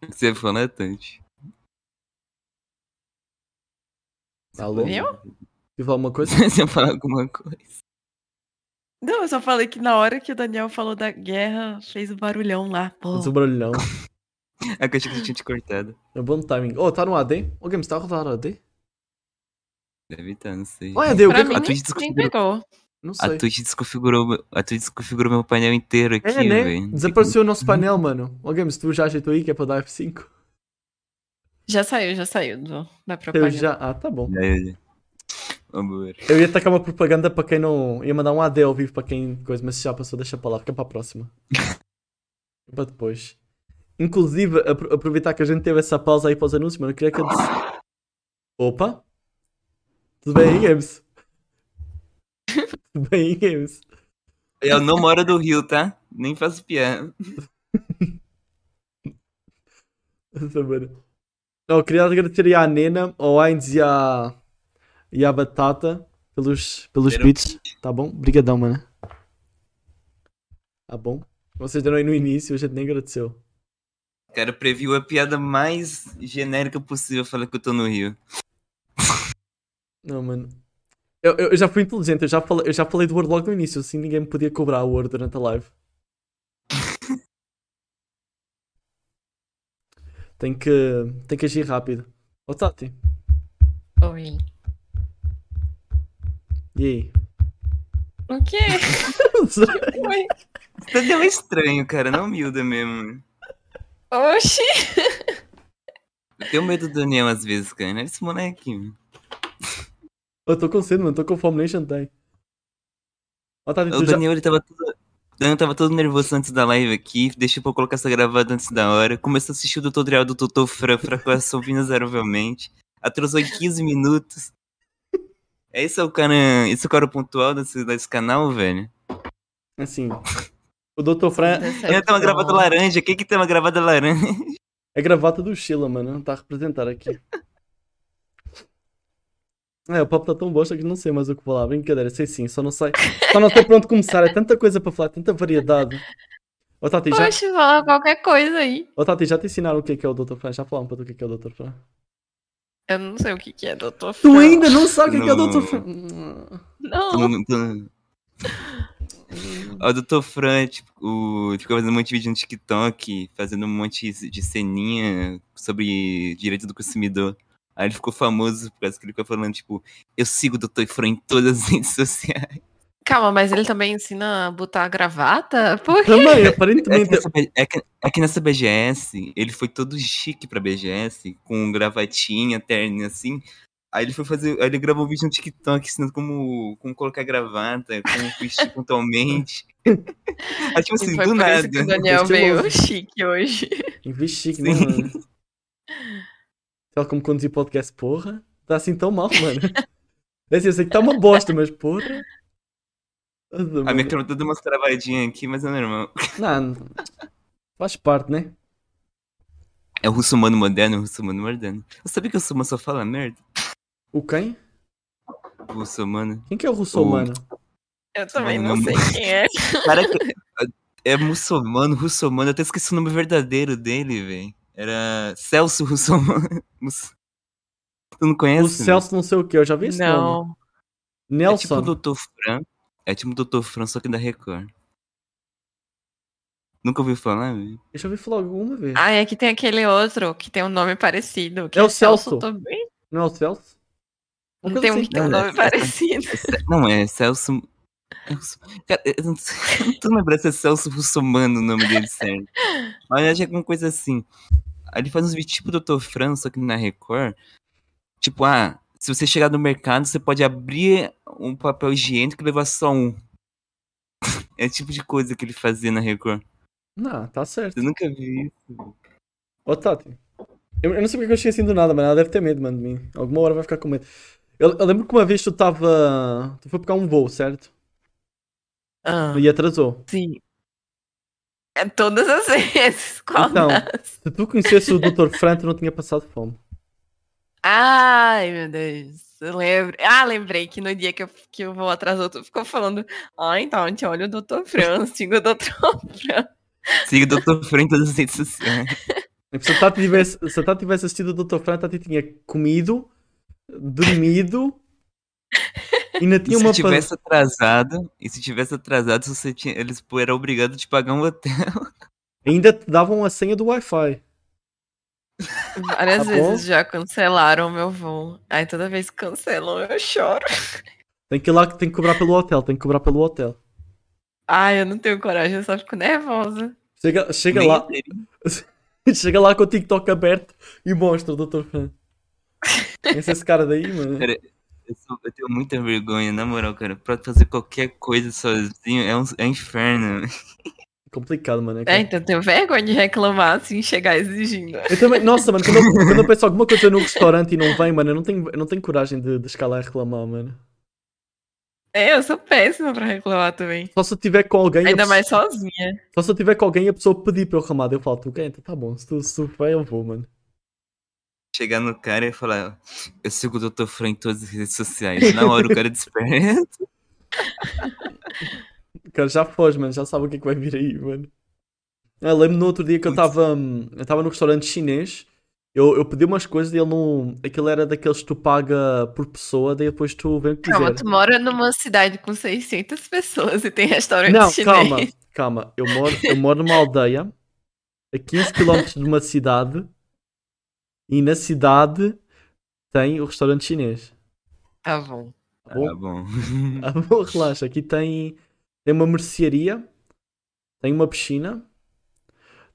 [SPEAKER 3] <laughs> Você é <laughs> fanatante.
[SPEAKER 1] Alô?
[SPEAKER 2] Viu?
[SPEAKER 1] Viu Tá alguma coisa?
[SPEAKER 3] Você ia falar alguma coisa.
[SPEAKER 2] Não, eu só falei que na hora que o Daniel falou da guerra, fez o barulhão lá. Pô.
[SPEAKER 1] Faz o um barulhão.
[SPEAKER 3] <laughs> É que eu achei que você tinha te cortado.
[SPEAKER 1] É bom timing. Oh, tá no AD? Ô, Games, tá rodando AD?
[SPEAKER 3] Deve estar, não sei.
[SPEAKER 1] Ó, AD, o que
[SPEAKER 2] pra
[SPEAKER 1] é
[SPEAKER 2] mim,
[SPEAKER 1] que...
[SPEAKER 3] a
[SPEAKER 2] nem,
[SPEAKER 3] Twitch descobriu.
[SPEAKER 2] nem pegou.
[SPEAKER 1] Não sei.
[SPEAKER 3] A Twitch desconfigurou, a Twitch desconfigurou meu painel inteiro aqui,
[SPEAKER 1] É, né?
[SPEAKER 3] velho.
[SPEAKER 1] Desapareceu o nosso painel, mano. Ô, Games, tu já ajeitou aí que é pra dar F5?
[SPEAKER 2] Já saiu, já saiu do, da
[SPEAKER 1] Eu
[SPEAKER 2] propaganda.
[SPEAKER 1] já... Ah, tá bom.
[SPEAKER 3] Aí, Vamos ver.
[SPEAKER 1] Eu ia tacar uma propaganda para quem não. ia mandar um AD ao vivo para quem. coisa, mas já passou, deixa para lá, fica para a próxima. Fica para depois. Inclusive, apro- aproveitar que a gente teve essa pausa aí para os anúncios, mano, eu queria que eu disse... Opa! Tudo bem, Games? Tudo bem, Games?
[SPEAKER 3] Eu não moro do Rio, tá? Nem faço piada.
[SPEAKER 1] Essa merda. Não, eu queria agradecer aí à Nena, ao Ainz e à, e à Batata pelos, pelos
[SPEAKER 3] Era-
[SPEAKER 1] beats. Tá bom? Obrigadão, mano. Tá bom? Vocês deram aí no início, a gente nem agradeceu.
[SPEAKER 3] Cara, previu a piada mais genérica possível falar que eu tô no Rio.
[SPEAKER 1] Não, mano. Eu, eu, eu já fui inteligente, eu já, falei, eu já falei do Word logo no início, assim ninguém me podia cobrar o Word durante a live. tem que, tem que agir rápido. Ó Tati,
[SPEAKER 2] Oi.
[SPEAKER 1] e aí? <laughs>
[SPEAKER 2] O quê? Oi.
[SPEAKER 3] Tá deu estranho, cara. Não humilda mesmo.
[SPEAKER 2] Oxi.
[SPEAKER 3] Eu tenho medo do Daniel às vezes, cara. Olha esse moleque. meu.
[SPEAKER 1] Eu tô com sede, mano. Tô com fome, nem jantei. Ó, Tati,
[SPEAKER 3] O
[SPEAKER 1] tu já...
[SPEAKER 3] Daniel, ele tava todo... o Daniel tava todo nervoso antes da live aqui. Deixou pra eu colocar essa gravada antes da hora. Começou a assistir o tutorial do Totô Fran, fracassou inexoravelmente. Atrasou em 15 minutos. Esse é o cara, esse é o cara pontual desse, desse canal, velho.
[SPEAKER 1] Assim, o Dr. Fran
[SPEAKER 2] É
[SPEAKER 3] Ainda tem uma gravata laranja. Quem que tem uma gravata laranja?
[SPEAKER 1] é gravata do Sheila, mano. Não tá a representar aqui. <laughs> É, o papo tá tão bosta que não sei mais o que falar. Brincadeira, sei sim. Só não sei. Só não tô pronto a começar. É tanta coisa para falar, tanta variedade. Ó, Tati, já,
[SPEAKER 2] Oxi, fala qualquer coisa aí.
[SPEAKER 1] ó, Tati, já te ensinaram o que é, que é o Dr. Fran? Já falaram para tu o que é, que é o Dr. Fran?
[SPEAKER 2] Eu não sei o que, que é, doutor.
[SPEAKER 1] Tu
[SPEAKER 2] Fran.
[SPEAKER 1] ainda não sabe o que é, que é o
[SPEAKER 3] Não.
[SPEAKER 1] Dr. Fran?
[SPEAKER 3] Tu
[SPEAKER 2] Não.
[SPEAKER 3] não- tu não- Ó, O Dr. Fran, tipo, o... ele ficou fazendo um monte de vídeo no TikTok, fazendo um monte de ceninha sobre direito do consumidor. Aí ele ficou famoso por causa que ele ficou falando, tipo, eu sigo o Dr. Fran em todas as redes sociais.
[SPEAKER 2] Calma, mas ele também ensina a botar a gravata? Por quê?
[SPEAKER 1] Também,
[SPEAKER 3] É que,
[SPEAKER 1] aparentemente.
[SPEAKER 3] nessa, B- é, que, é que nessa BGS, ele foi todo chique pra BGS, com gravatinha, terno assim. Aí ele foi fazer. Aí ele gravou um vídeo no TikTok ensinando como, como colocar gravata, como
[SPEAKER 2] <laughs>
[SPEAKER 3] vestir pontualmente. Aí, tipo assim,
[SPEAKER 2] E foi
[SPEAKER 3] do
[SPEAKER 2] por
[SPEAKER 3] nada.
[SPEAKER 2] isso
[SPEAKER 3] <laughs>
[SPEAKER 2] que o Daniel
[SPEAKER 1] Estiloso.
[SPEAKER 2] veio chique hoje. <laughs>
[SPEAKER 1] Investi que
[SPEAKER 3] Sim.
[SPEAKER 1] não, né, mano. Tal como conduzir podcast, porra. Tá assim tão mal, mano. É assim, eu sei que tá uma bosta, mas porra. Nossa,
[SPEAKER 3] A
[SPEAKER 1] mano.
[SPEAKER 3] minha câmera tá dando umas travadinhas aqui, mas é normal.
[SPEAKER 1] Não, faz parte, né?
[SPEAKER 3] É o russo humano moderno, é o russo humano moderno. Eu sabia que o russo humano só fala merda?
[SPEAKER 1] O quem?
[SPEAKER 3] O russo humano.
[SPEAKER 1] Quem que é o russomano?
[SPEAKER 2] Eu também
[SPEAKER 3] Não,
[SPEAKER 2] não sei quem é.
[SPEAKER 3] Cara, que- <laughs> é muçulmano, russo humano. Eu até esqueci o nome verdadeiro dele, velho. Era Celso russo humano. <laughs> Mus- Tu não conhece?
[SPEAKER 1] O Celso não sei o que, eu já vi esse nome.
[SPEAKER 2] Não.
[SPEAKER 3] né? É
[SPEAKER 1] Nelson.
[SPEAKER 3] tipo o Doutor Fran. É tipo o Doutor Fran, só que da Record. Nunca ouviu falar, velho?
[SPEAKER 1] Eu já vi falar alguma vez.
[SPEAKER 2] Ah, é que tem aquele outro que tem um nome parecido. que
[SPEAKER 1] É o Celso.
[SPEAKER 2] também.
[SPEAKER 1] Não é o Celso? Uma coisa
[SPEAKER 2] Não tem um
[SPEAKER 1] assim.
[SPEAKER 2] que tem um
[SPEAKER 3] Não, é
[SPEAKER 2] nome
[SPEAKER 3] Celso. <laughs>
[SPEAKER 2] parecido.
[SPEAKER 3] É Ce- Não, é Celso. Celso- Cara, eu não sei- <laughs> eu não tô lembrando se é Celso Russomano o nome dele certo. Mas eu acho que é alguma coisa assim. Aí Ele faz uns vídeos tipo Doutor Fran, só que na Record. Tipo, ah, se você chegar no mercado, você pode abrir um papel higiênico e levar só um. <laughs> É o tipo de coisa que ele fazia na Record.
[SPEAKER 1] Não, tá certo.
[SPEAKER 3] Eu nunca vi isso.
[SPEAKER 1] Ó, Tati. Eu, eu não sei porque eu cheguei assim do nada, mano. Ela deve ter medo, mano, de mim. Alguma hora vai ficar com medo. Eu, eu lembro que uma vez tu tava. Tu foi pegar um voo, certo?
[SPEAKER 2] Ah,
[SPEAKER 1] E atrasou.
[SPEAKER 2] sim. É todas as <laughs> vezes. Qual
[SPEAKER 1] Então.
[SPEAKER 2] das?
[SPEAKER 1] Se tu conhecesse o Dr. Fran, tu não tinha passado fome.
[SPEAKER 2] Ai, meu Deus. Eu lembro. Ah, lembrei que no dia que eu, que eu vou atrasou, tu ficou falando. Ah, então, te olha o Dr. Fran, siga o Dr. Fran.
[SPEAKER 3] Siga o Doutor Fran em todas as redes sociais.
[SPEAKER 1] Tipo, Se a Tati tivesse, se a Tati tivesse assistido o Dr. Fran, a Tati tinha comido, dormido Ainda
[SPEAKER 3] E
[SPEAKER 1] tinha
[SPEAKER 3] se
[SPEAKER 1] uma
[SPEAKER 3] tivesse atrasado, e se tivesse atrasado, você tinha, eles pô, era obrigado a te pagar um hotel.
[SPEAKER 1] Ainda te davam a senha do Wi-Fi.
[SPEAKER 2] Várias
[SPEAKER 1] Tá bom.
[SPEAKER 2] vezes já cancelaram o meu voo. Aí toda vez que cancelam, eu choro.
[SPEAKER 1] Tem que ir lá que tem que cobrar pelo hotel, tem que cobrar pelo hotel.
[SPEAKER 2] Ai, eu não tenho coragem, eu só fico nervosa.
[SPEAKER 1] Chega, chega
[SPEAKER 3] Nem
[SPEAKER 1] lá,
[SPEAKER 3] teria.
[SPEAKER 1] <laughs> chega lá com o TikTok aberto e mostra o Dr. Fran. Esse, esse cara daí, mano. É
[SPEAKER 3] Cara, Eu, sou- eu tenho muita vergonha, na moral, cara. Pra fazer qualquer coisa sozinho é um, é um inferno. <laughs>
[SPEAKER 1] Complicado, mano. é
[SPEAKER 2] É,
[SPEAKER 1] cara.
[SPEAKER 2] então eu tenho vergonha de reclamar assim, chegar exigindo.
[SPEAKER 1] Eu também, nossa, mano, quando eu, quando eu penso alguma coisa no restaurante e não vem, mano, eu não tenho, eu não tenho coragem de, de escalar e reclamar, mano.
[SPEAKER 2] É, eu sou péssima pra reclamar também.
[SPEAKER 1] Só se eu tiver com alguém. a
[SPEAKER 2] Ainda
[SPEAKER 1] pessoa-
[SPEAKER 2] mais sozinha.
[SPEAKER 1] Só se eu tiver com alguém e a pessoa pedir para eu reclamar, daí eu falo, tu quem? Então tá bom, se tu, se tu vai, eu vou, mano.
[SPEAKER 3] Chegar no cara e falar, eu sigo o Dr. Fran em todas as redes sociais. Na hora o cara desperta.
[SPEAKER 1] Cara, já foge, mano, já sabe o que é que vai vir aí, mano. Eu lembro no outro dia que eu
[SPEAKER 3] Putz.
[SPEAKER 1] estava eu estava no restaurante chinês, eu, eu pedi umas coisas e ele não. Aquilo era daqueles que tu paga por pessoa, daí depois tu vem o que
[SPEAKER 2] Calma,
[SPEAKER 1] quiser.
[SPEAKER 2] tu mora numa cidade com 600 pessoas e tem restaurante
[SPEAKER 1] Não,
[SPEAKER 2] chinês. <laughs>
[SPEAKER 1] calma, calma. Eu moro, eu moro numa aldeia a 15 km de uma cidade e na cidade tem o restaurante chinês.
[SPEAKER 2] Tá bom.
[SPEAKER 1] Tá bom?
[SPEAKER 3] <laughs> Tá
[SPEAKER 1] Ah,
[SPEAKER 3] bom.
[SPEAKER 1] <laughs> bom, relaxa, aqui tem, tem uma mercearia, tem uma piscina,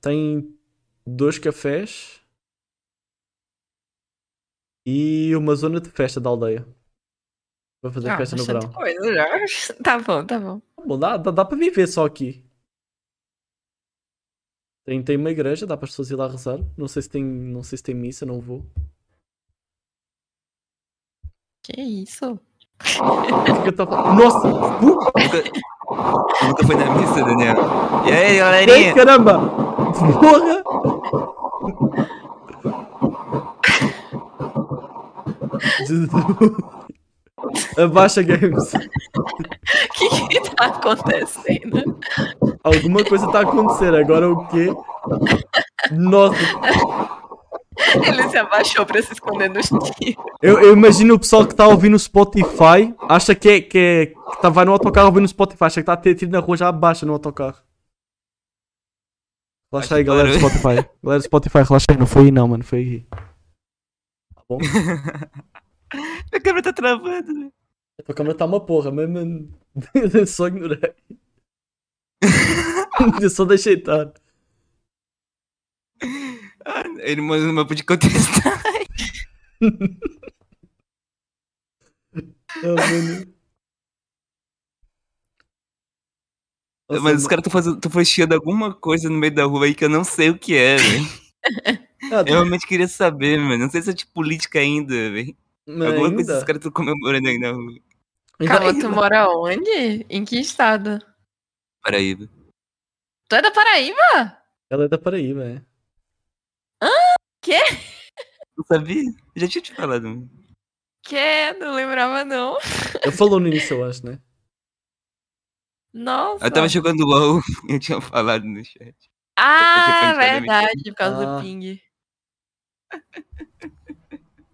[SPEAKER 1] tem dois cafés e uma zona de festa da aldeia. Para fazer
[SPEAKER 2] Ah,
[SPEAKER 1] festa no
[SPEAKER 2] bastante
[SPEAKER 1] verão.
[SPEAKER 2] coisa já. <laughs> Tá bom, tá bom.
[SPEAKER 1] Tá Bom, dá, dá, dá para viver só aqui. Tem, tem uma igreja, dá para as pessoas ir lá rezar. Não sei se tem, não sei se tem missa, não vou.
[SPEAKER 2] Que isso?
[SPEAKER 1] O que que eu tava falando? Nossa! Uh,
[SPEAKER 3] Nunca, nunca foi na missa, Daniel. E aí,
[SPEAKER 1] ei,
[SPEAKER 3] galerinha?
[SPEAKER 1] caramba! Porra! Jesus. Abaixa games.
[SPEAKER 2] O <laughs> que que tá acontecendo? <laughs>
[SPEAKER 1] Alguma coisa está a acontecer. Agora o quê? Nossa,
[SPEAKER 2] Ele se abaixou pra se esconder nos tiros.
[SPEAKER 1] Eu, eu imagino o pessoal que está a ouvir no Spotify, acha que é. Que é que tá, vai no autocarro ouvir no Spotify, acha que está a ter tiro na rua, já abaixa no autocarro. Relaxa aí,
[SPEAKER 3] que
[SPEAKER 1] galera do
[SPEAKER 3] barulho.
[SPEAKER 1] Spotify. Galera do Spotify, relaxa aí. Não foi aí, não, mano, foi aqui. Tá bom?
[SPEAKER 3] A câmera tá travando. né?
[SPEAKER 1] A tua câmera está uma porra, mas, <laughs> mano. só ignorei.
[SPEAKER 3] <laughs>
[SPEAKER 1] eu só deixei estar.
[SPEAKER 3] Ah, Ele manda no mapa de contestar.
[SPEAKER 1] Ah, mano. Nossa,
[SPEAKER 3] Mas os
[SPEAKER 1] mano.
[SPEAKER 3] caras estão fazendo, tão fechando alguma coisa no meio da rua aí que eu não sei o que é, velho.
[SPEAKER 1] Ah,
[SPEAKER 3] Eu realmente queria saber, mano. Não sei se é de política ainda, velho.
[SPEAKER 1] mas
[SPEAKER 3] Alguma coisa é
[SPEAKER 1] ainda- Então,
[SPEAKER 3] esses caras estão comemorando aí na rua.
[SPEAKER 1] ainda-
[SPEAKER 2] Calma, tu mora onde? Em que estado?
[SPEAKER 3] Paraíba.
[SPEAKER 2] Tu é da Paraíba?
[SPEAKER 1] Ela é da Paraíba, é.
[SPEAKER 3] Não sabia? Eu já tinha te falado. mano.
[SPEAKER 2] Que? é, Não lembrava, não.
[SPEAKER 1] Ele falou no início, eu acho, né?
[SPEAKER 2] Nossa.
[SPEAKER 3] Eu tava jogando LOL <laughs> e eu tinha falado no chat.
[SPEAKER 2] Ah,
[SPEAKER 3] Eu tinha pensado em
[SPEAKER 2] verdade, por causa
[SPEAKER 1] Ah.
[SPEAKER 2] do ping.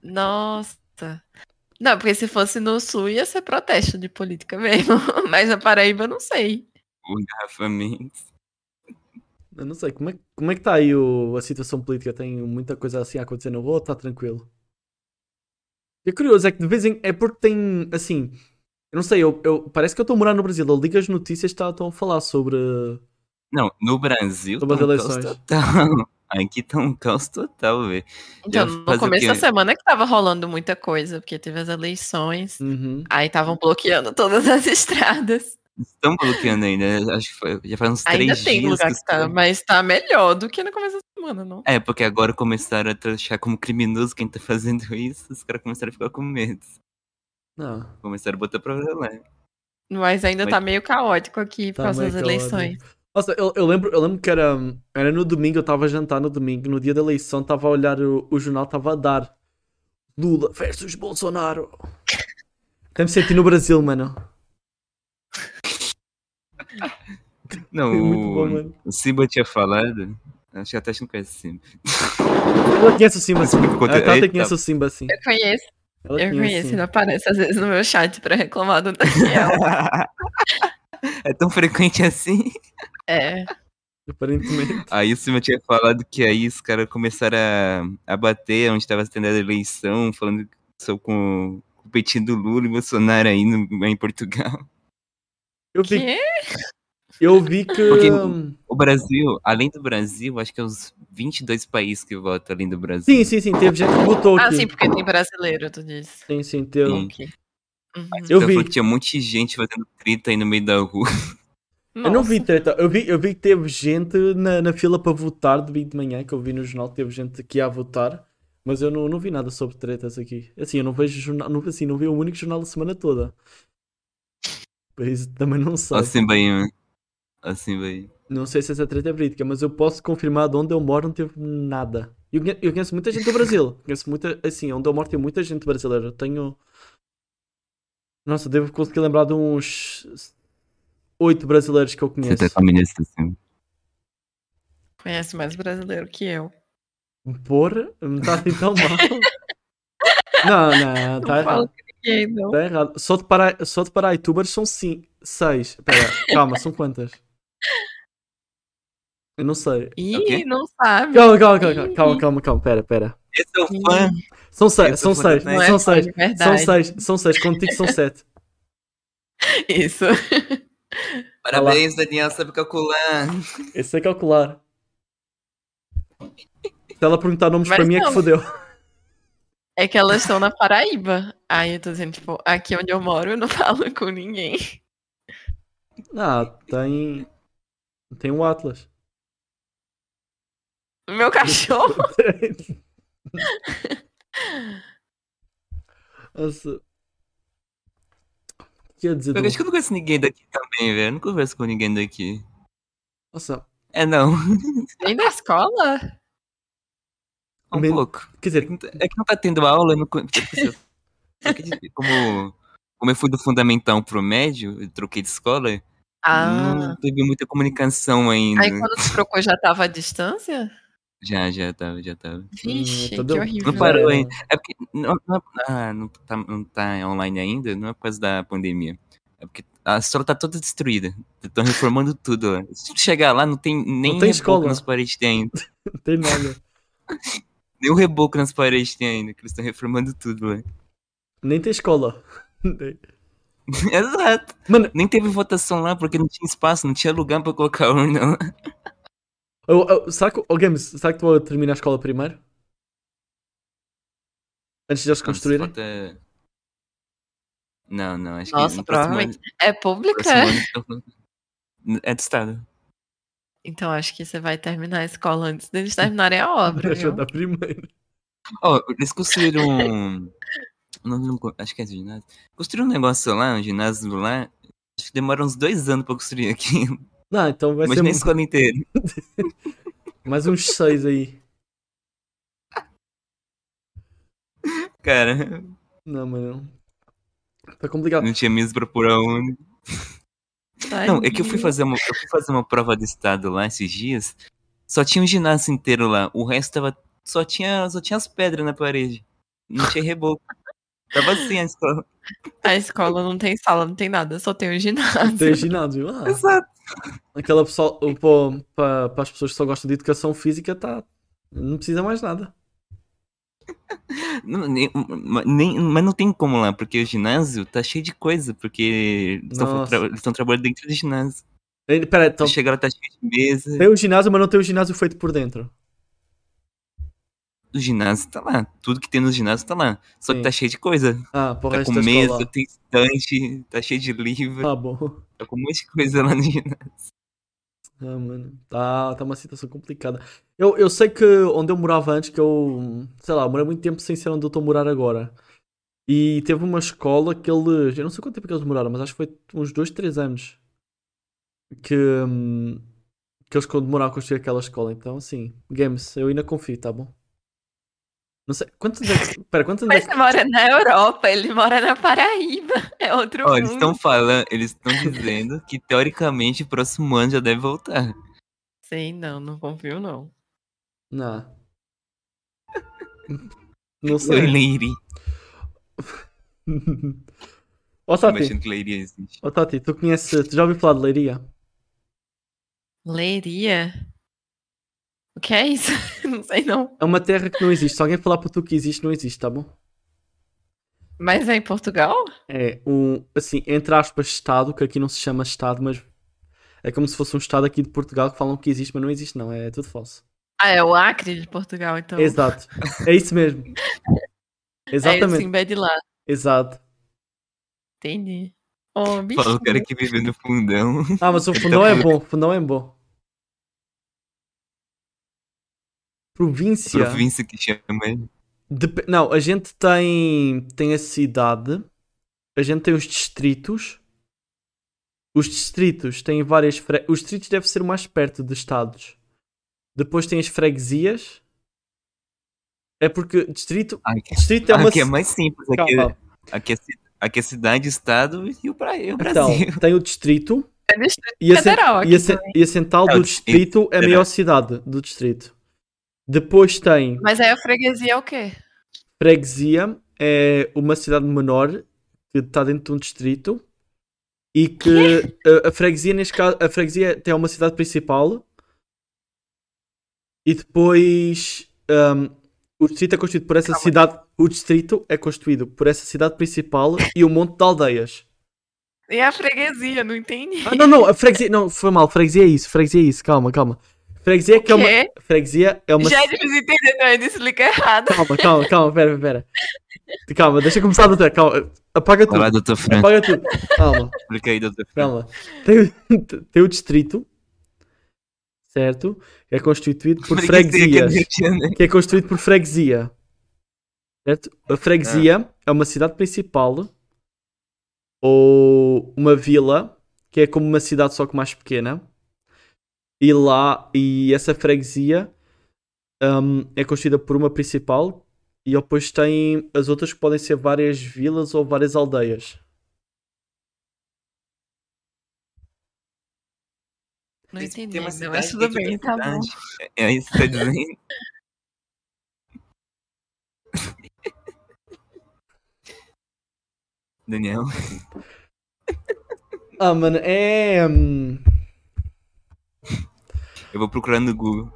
[SPEAKER 2] Nossa. Não, porque se fosse no sul ia ser protesto de política <laughs> mesmo. Mas na Paraíba eu não sei.
[SPEAKER 3] O Rafa Mendes.
[SPEAKER 1] Eu não sei, como é, como é que está aí o- a situação política? Tem muita coisa assim a acontecer no rolo, está tranquilo? E É curioso, é que de vez em... É porque tem, assim... Eu não sei, eu, eu- parece que eu estou a morar no Brasil. Eu ligo as notícias tá- estão a falar sobre...
[SPEAKER 3] Não, no Brasil
[SPEAKER 1] Sobre
[SPEAKER 3] tá um
[SPEAKER 1] as
[SPEAKER 3] caos
[SPEAKER 1] eleições.
[SPEAKER 3] total. <laughs> Aqui tá um caos total, velho.
[SPEAKER 2] Então,
[SPEAKER 3] Já
[SPEAKER 2] no
[SPEAKER 3] faz o
[SPEAKER 2] começo da
[SPEAKER 3] quê?
[SPEAKER 2] semana que tava rolando muita coisa, porque teve as eleições.
[SPEAKER 1] Uhum.
[SPEAKER 2] Aí estavam bloqueando todas as <laughs> estradas.
[SPEAKER 3] Estão bloqueando ainda. né? Acho que foi- já faz uns
[SPEAKER 2] Ainda
[SPEAKER 3] três
[SPEAKER 2] tem
[SPEAKER 3] dias.
[SPEAKER 2] lugar
[SPEAKER 3] os
[SPEAKER 2] que tá,
[SPEAKER 3] caras-
[SPEAKER 2] mas tá melhor do que no começo da semana, não?
[SPEAKER 3] É, porque agora começaram a achar como criminoso quem tá fazendo <laughs> isso. Os caras começaram a ficar com medo.
[SPEAKER 1] Não,
[SPEAKER 3] Começaram a botar pra lá.
[SPEAKER 2] Mas ainda
[SPEAKER 3] Mas-
[SPEAKER 2] tá meio caótico aqui
[SPEAKER 1] tá
[SPEAKER 2] por causa
[SPEAKER 1] meio
[SPEAKER 2] das
[SPEAKER 1] calado.
[SPEAKER 2] eleições.
[SPEAKER 1] Nossa, eu, eu lembro, eu lembro que era, era no domingo, eu estava a jantar no domingo, no dia da eleição, estava a olhar o, o jornal, estava a dar Lula versus Bolsonaro. Até me senti no Brasil, mano. <laughs>
[SPEAKER 3] Não,
[SPEAKER 1] Muito bom, né?
[SPEAKER 3] o,
[SPEAKER 1] mano.
[SPEAKER 3] o Simba tinha falado. Acho que até acho que não conhece o Simba.
[SPEAKER 1] Ela conhece o Simba, sim.
[SPEAKER 3] Simba ficou-
[SPEAKER 1] A Tata é
[SPEAKER 3] <laughs> Eita,
[SPEAKER 1] conhece o Simba, sim.
[SPEAKER 2] Eu conheço.
[SPEAKER 1] Ela
[SPEAKER 2] Eu
[SPEAKER 1] tinha,
[SPEAKER 2] conheço,
[SPEAKER 1] assim-
[SPEAKER 2] ele aparece às vezes no meu chat pra reclamar do
[SPEAKER 3] <laughs>
[SPEAKER 2] Daniel.
[SPEAKER 3] é tão frequente assim?
[SPEAKER 2] é.
[SPEAKER 1] Aparentemente.
[SPEAKER 3] Aí o Silva tinha falado que aí os caras começaram a, a bater onde estava tendo a eleição, falando que sou com competindo Lula e Bolsonaro aí no- em Portugal.
[SPEAKER 1] Eu vi,
[SPEAKER 2] Que?
[SPEAKER 1] eu vi que.
[SPEAKER 3] Porque-
[SPEAKER 1] hum,
[SPEAKER 3] O Brasil, além do Brasil, acho que é uns 22 países que votam além do Brasil.
[SPEAKER 1] Sim, sim, sim. Teve gente que botou
[SPEAKER 2] Ah,
[SPEAKER 1] aqui.
[SPEAKER 2] sim, porque tem brasileiro, tu disse.
[SPEAKER 1] Sim, sim, teve.
[SPEAKER 3] Sim.
[SPEAKER 2] Ok. Uhum.
[SPEAKER 1] Eu
[SPEAKER 3] Então,
[SPEAKER 1] vi.
[SPEAKER 3] falou que tinha um monte de gente fazendo treta aí no meio da rua.
[SPEAKER 1] Eu não
[SPEAKER 2] Nossa.
[SPEAKER 1] vi treta. Eu vi, eu vi que teve gente na, na fila para votar de bem de manhã, que eu vi no jornal, teve gente aqui a votar. Mas eu não, não vi nada sobre tretas aqui. Assim, eu não vejo jornal, não, assim, não vi o único jornal da semana toda. Por isso também não sei.
[SPEAKER 3] Assim, Bahia. Assim, Bahia.
[SPEAKER 1] Não sei se essa treta é verídica, mas eu posso confirmar de onde eu moro não teve nada. Eu, conhe- eu conheço muita gente do Brasil. Conheço muita. Assim, onde eu moro tem muita gente brasileira. Eu tenho. Nossa, devo conseguir lembrar de uns. Oito brasileiros que eu
[SPEAKER 3] Você
[SPEAKER 1] conheço.
[SPEAKER 3] tá família assim.
[SPEAKER 2] Conhece mais brasileiro que eu.
[SPEAKER 1] Porra, não tá assim tão
[SPEAKER 2] <laughs>
[SPEAKER 1] mal. não, não, tá
[SPEAKER 2] não falo
[SPEAKER 1] errado.
[SPEAKER 2] com ninguém, não.
[SPEAKER 1] Tá errado. Só de, para, só de paraitubas são sim, seis. Pera, calma, são quantas? Eu não sei.
[SPEAKER 2] Ih,
[SPEAKER 3] Ok.
[SPEAKER 2] não sabe.
[SPEAKER 1] Calma, calma, calma, calma, calma, calma, calma, pera, pera.
[SPEAKER 3] Eu sou é fã.
[SPEAKER 1] São
[SPEAKER 3] Eu
[SPEAKER 1] seis,
[SPEAKER 3] sou
[SPEAKER 1] são seis,
[SPEAKER 3] fã
[SPEAKER 1] são
[SPEAKER 3] da
[SPEAKER 2] Não é fã
[SPEAKER 1] seis.
[SPEAKER 2] de verdade.
[SPEAKER 1] São seis, são seis, contigo são sete.
[SPEAKER 2] <laughs> Isso.
[SPEAKER 3] Parabéns, Daniel, tá sabe calcular.
[SPEAKER 1] Esse é calcular. Se ela perguntar nomes
[SPEAKER 2] Mas
[SPEAKER 1] para mim é que
[SPEAKER 2] não.
[SPEAKER 1] fodeu.
[SPEAKER 2] É que elas estão na Paraíba. Aí eu tô dizendo, tipo, aqui onde eu moro eu não <laughs> falo com ninguém.
[SPEAKER 1] Ah, tem. Tem o Atlas. <laughs>
[SPEAKER 2] Meu cachorro.
[SPEAKER 1] Nossa. Que ia dizer
[SPEAKER 3] Eu
[SPEAKER 1] do-
[SPEAKER 3] acho que eu não conheço ninguém daqui também, velho. Eu não converso com ninguém daqui.
[SPEAKER 1] Nossa,
[SPEAKER 3] É, não.
[SPEAKER 2] Nem da escola?
[SPEAKER 3] Um
[SPEAKER 1] Men-
[SPEAKER 3] pouco.
[SPEAKER 1] quer
[SPEAKER 3] É
[SPEAKER 1] dizer,
[SPEAKER 3] que não tá- é que não tá tendo aula, eu <laughs> não con- tipo assim, eu- eu quis dizer, Como, como eu fui do fundamental pro médio, eu troquei de escola,
[SPEAKER 2] Ah.
[SPEAKER 3] não teve muita comunicação ainda.
[SPEAKER 2] Aí quando tu trocou já tava à distância?
[SPEAKER 3] Já, já tava, já tava.
[SPEAKER 2] Vixe,
[SPEAKER 1] tá
[SPEAKER 2] que
[SPEAKER 1] deu-
[SPEAKER 2] horrível.
[SPEAKER 3] Hum, Não parou,
[SPEAKER 1] é,
[SPEAKER 3] hein? É porque não, não, ah, não tá, não tá online ainda, não é por causa da pandemia. É porque a escola tá toda destruída. Estão reformando tudo. lá. Se tu chegar lá, não tem nem
[SPEAKER 1] tem
[SPEAKER 3] reboco
[SPEAKER 1] escola.
[SPEAKER 3] nas paredes tem ainda.
[SPEAKER 1] não tem nada.
[SPEAKER 3] Nem o reboco nas paredes tem ainda, que eles estão reformando tudo lá.
[SPEAKER 1] Nem tem escola. <laughs>
[SPEAKER 3] <laughs> Exato.
[SPEAKER 1] Mano-
[SPEAKER 3] nem teve votação lá porque não tinha espaço, não tinha lugar pra colocar urna lá.
[SPEAKER 1] Eu, eu, será que, oh, Games, será que tu vai terminar a escola primeiro? Antes de eles
[SPEAKER 3] Não, se
[SPEAKER 1] construírem?
[SPEAKER 3] falta- é- Não, não, acho
[SPEAKER 2] Nossa,
[SPEAKER 3] que. no próximo
[SPEAKER 2] provavelmente.
[SPEAKER 3] ano-
[SPEAKER 2] É pública?
[SPEAKER 3] próximo ano- É do Estado.
[SPEAKER 2] Então acho que você vai terminar a escola antes deles terminarem a obra,
[SPEAKER 1] <laughs> Deixa eu
[SPEAKER 2] viu?
[SPEAKER 1] dar primeiro.
[SPEAKER 3] Ó, eles construíram. um- <laughs> não, não, acho que é ginásio. Construíram um negócio lá, um ginásio lá. Acho que demora uns dois anos pra construir aqui.
[SPEAKER 1] Não, então vai
[SPEAKER 3] Mas nem a
[SPEAKER 1] ser
[SPEAKER 3] escola inteira.
[SPEAKER 1] mais uns seis aí.
[SPEAKER 3] Cara,
[SPEAKER 1] Não, mano. Tá complicado.
[SPEAKER 3] não tinha mesa pra pôr a urna.
[SPEAKER 2] Tá
[SPEAKER 3] Não, é que eu fui
[SPEAKER 2] Tadinho.
[SPEAKER 3] fazer uma, eu fui fazer uma prova do estado lá esses dias. Só tinha um ginásio inteiro lá. O resto tava. Só tinha, só tinha as pedras na parede. Não tinha reboco. Tava assim a
[SPEAKER 1] <laughs>
[SPEAKER 3] escola.
[SPEAKER 2] A escola não tem sala, não tem nada, só tem o
[SPEAKER 1] Tem
[SPEAKER 2] ginásio.
[SPEAKER 1] ginásio. Ah,
[SPEAKER 3] Exato.
[SPEAKER 1] aquela pessoal. Para as pessoas que só gostam de educação física, tá. Não precisa mais nada.
[SPEAKER 3] Não, nem- ma- nem- mas não tem como lá, porque o ginásio tá cheio de coisa, porque eles estão
[SPEAKER 1] Nossa.
[SPEAKER 3] tra eles tão trabalhando dentro do ginásio.
[SPEAKER 1] Eh, Pera, então.
[SPEAKER 3] Então, chegaram, tá cheio de mesa.
[SPEAKER 1] Tem o ginásio, mas não tem o ginásio feito por dentro.
[SPEAKER 3] O ginásio tá lá. Tudo que tem no ginásio tá lá. Só
[SPEAKER 1] Sim.
[SPEAKER 3] que tá cheio de coisa.
[SPEAKER 1] Ah, porra,
[SPEAKER 3] Tá
[SPEAKER 1] resto
[SPEAKER 3] com
[SPEAKER 1] da
[SPEAKER 3] mesa,
[SPEAKER 1] escola.
[SPEAKER 3] tem estante, tá cheio de livro,
[SPEAKER 1] Tá bom.
[SPEAKER 3] tá com um monte de coisa lá no ginásio.
[SPEAKER 1] Ah, mano. Tá, tá uma situação complicada. Eu, eu sei que onde eu morava antes, que eu. Sei lá, morei muito tempo sem ser onde eu estou a morar agora. E teve uma escola que eles. Eu não sei quanto tempo é que eles moraram, mas acho que foi uns dois três anos. Que. hum, Que eles demoraram a construir aquela escola. Então, assim. Games, eu ainda confio, tá bom? Não sei. Quantos anos é que. Pera, quantos anos é
[SPEAKER 2] Mas
[SPEAKER 1] que.
[SPEAKER 2] você mora na Europa, ele mora na Paraíba. <laughs> É outro
[SPEAKER 3] Ó, eles
[SPEAKER 2] mundo.
[SPEAKER 3] estão falando, eles estão dizendo que teoricamente o próximo ano já deve voltar.
[SPEAKER 2] Sei, não, não confio, não.
[SPEAKER 1] Não. Não
[SPEAKER 3] Eu
[SPEAKER 1] sei.
[SPEAKER 3] leiri.
[SPEAKER 1] Ó Tati,
[SPEAKER 3] Imagino que Leiria existe.
[SPEAKER 1] ó Tati, tu conheces, tu já ouviu falar de Leiria?
[SPEAKER 2] Leiria? O que é isso? <laughs> não sei não.
[SPEAKER 1] É uma terra que não existe. Se alguém falar para tu que existe, não existe, tá bom?
[SPEAKER 2] Mas é em Portugal?
[SPEAKER 1] É um, assim, entre aspas, Estado, que aqui não se chama Estado, mas é como se fosse um Estado aqui de Portugal que falam que existe, mas não existe, não. É tudo falso.
[SPEAKER 2] Ah, é o Acre de Portugal, então.
[SPEAKER 1] Exato. É isso mesmo.
[SPEAKER 2] É o
[SPEAKER 1] Exatamente.
[SPEAKER 2] Simbé de lá.
[SPEAKER 1] Exato.
[SPEAKER 2] Entendi. Oh, bicho.
[SPEAKER 3] Fala o cara que vive no fundão. <laughs>
[SPEAKER 1] Ah, mas o fundão é bom. Fundão é bom. Província.
[SPEAKER 3] Província que chama ele.
[SPEAKER 1] Dep- Não, a gente tem, tem a cidade, a gente tem os distritos. Os distritos têm várias. fre- Os distritos devem ser o mais perto de estados. Depois tem as freguesias. É porque distrito.
[SPEAKER 3] Aqui,
[SPEAKER 1] Distrito é uma.
[SPEAKER 3] aqui é
[SPEAKER 1] ci-
[SPEAKER 3] mais simples.
[SPEAKER 1] Calma,
[SPEAKER 3] Aqui,
[SPEAKER 1] calma.
[SPEAKER 3] é- aqui, é, ci- aqui é cidade, estado e o, pra- e o
[SPEAKER 1] Então,
[SPEAKER 3] Brasil.
[SPEAKER 1] tem o distrito.
[SPEAKER 2] É Distrito
[SPEAKER 1] E a, cen-
[SPEAKER 2] Federal aqui.
[SPEAKER 1] e a cen- e a central
[SPEAKER 3] É o
[SPEAKER 1] do
[SPEAKER 3] distrito
[SPEAKER 1] distrito é a
[SPEAKER 3] federal.
[SPEAKER 1] maior cidade do distrito. Depois tem.
[SPEAKER 2] Mas aí a freguesia é o quê?
[SPEAKER 1] Freguesia é uma cidade menor que está dentro de um distrito e que a, a freguesia neste caso a freguesia tem uma cidade principal e depois ahm, o distrito é constituído por essa
[SPEAKER 2] Calma.
[SPEAKER 1] cidade o distrito é constituído por essa cidade principal e um monte de aldeias
[SPEAKER 2] E a freguesia, não entendi.
[SPEAKER 1] ah não não a freguesia não foi mal freguesia é isso freguesia é isso calma calma freguesia é que é uma
[SPEAKER 2] Quê?
[SPEAKER 1] freguesia é uma
[SPEAKER 2] Já é difícil entender, não, eu disse liga errado.
[SPEAKER 1] calma calma calma pera pera calma deixa eu começar do calma apaga
[SPEAKER 3] <laughs> Vai
[SPEAKER 1] tudo
[SPEAKER 3] lá, doutor Franco.
[SPEAKER 1] Apaga tudo. Calma,
[SPEAKER 3] Explica aí, doutor Franco.
[SPEAKER 1] calma. É. Tem, o- tem o distrito, certo? Que é constituído por
[SPEAKER 3] Freguesia que é do Rio
[SPEAKER 1] freguesias.
[SPEAKER 3] de Janeiro.
[SPEAKER 1] Que é constituído por freguesia. Certo? A freguesia é uma cidade principal ou uma vila, que é como uma cidade só que mais pequena. E lá, e essa freguesia hum, é constituída por uma principal e depois tem as outras que podem ser várias vilas ou várias aldeias.
[SPEAKER 2] Não
[SPEAKER 3] Tem- tem
[SPEAKER 2] entendi,
[SPEAKER 3] uma
[SPEAKER 2] não,
[SPEAKER 3] cidade
[SPEAKER 2] mas tudo
[SPEAKER 3] dentro da
[SPEAKER 2] bem, tá bom.
[SPEAKER 3] cidade. É isso que tá
[SPEAKER 1] <laughs>
[SPEAKER 3] dizendo? Daniel.
[SPEAKER 1] Ah, mano, é. hum,
[SPEAKER 3] Eu vou procurar no Google.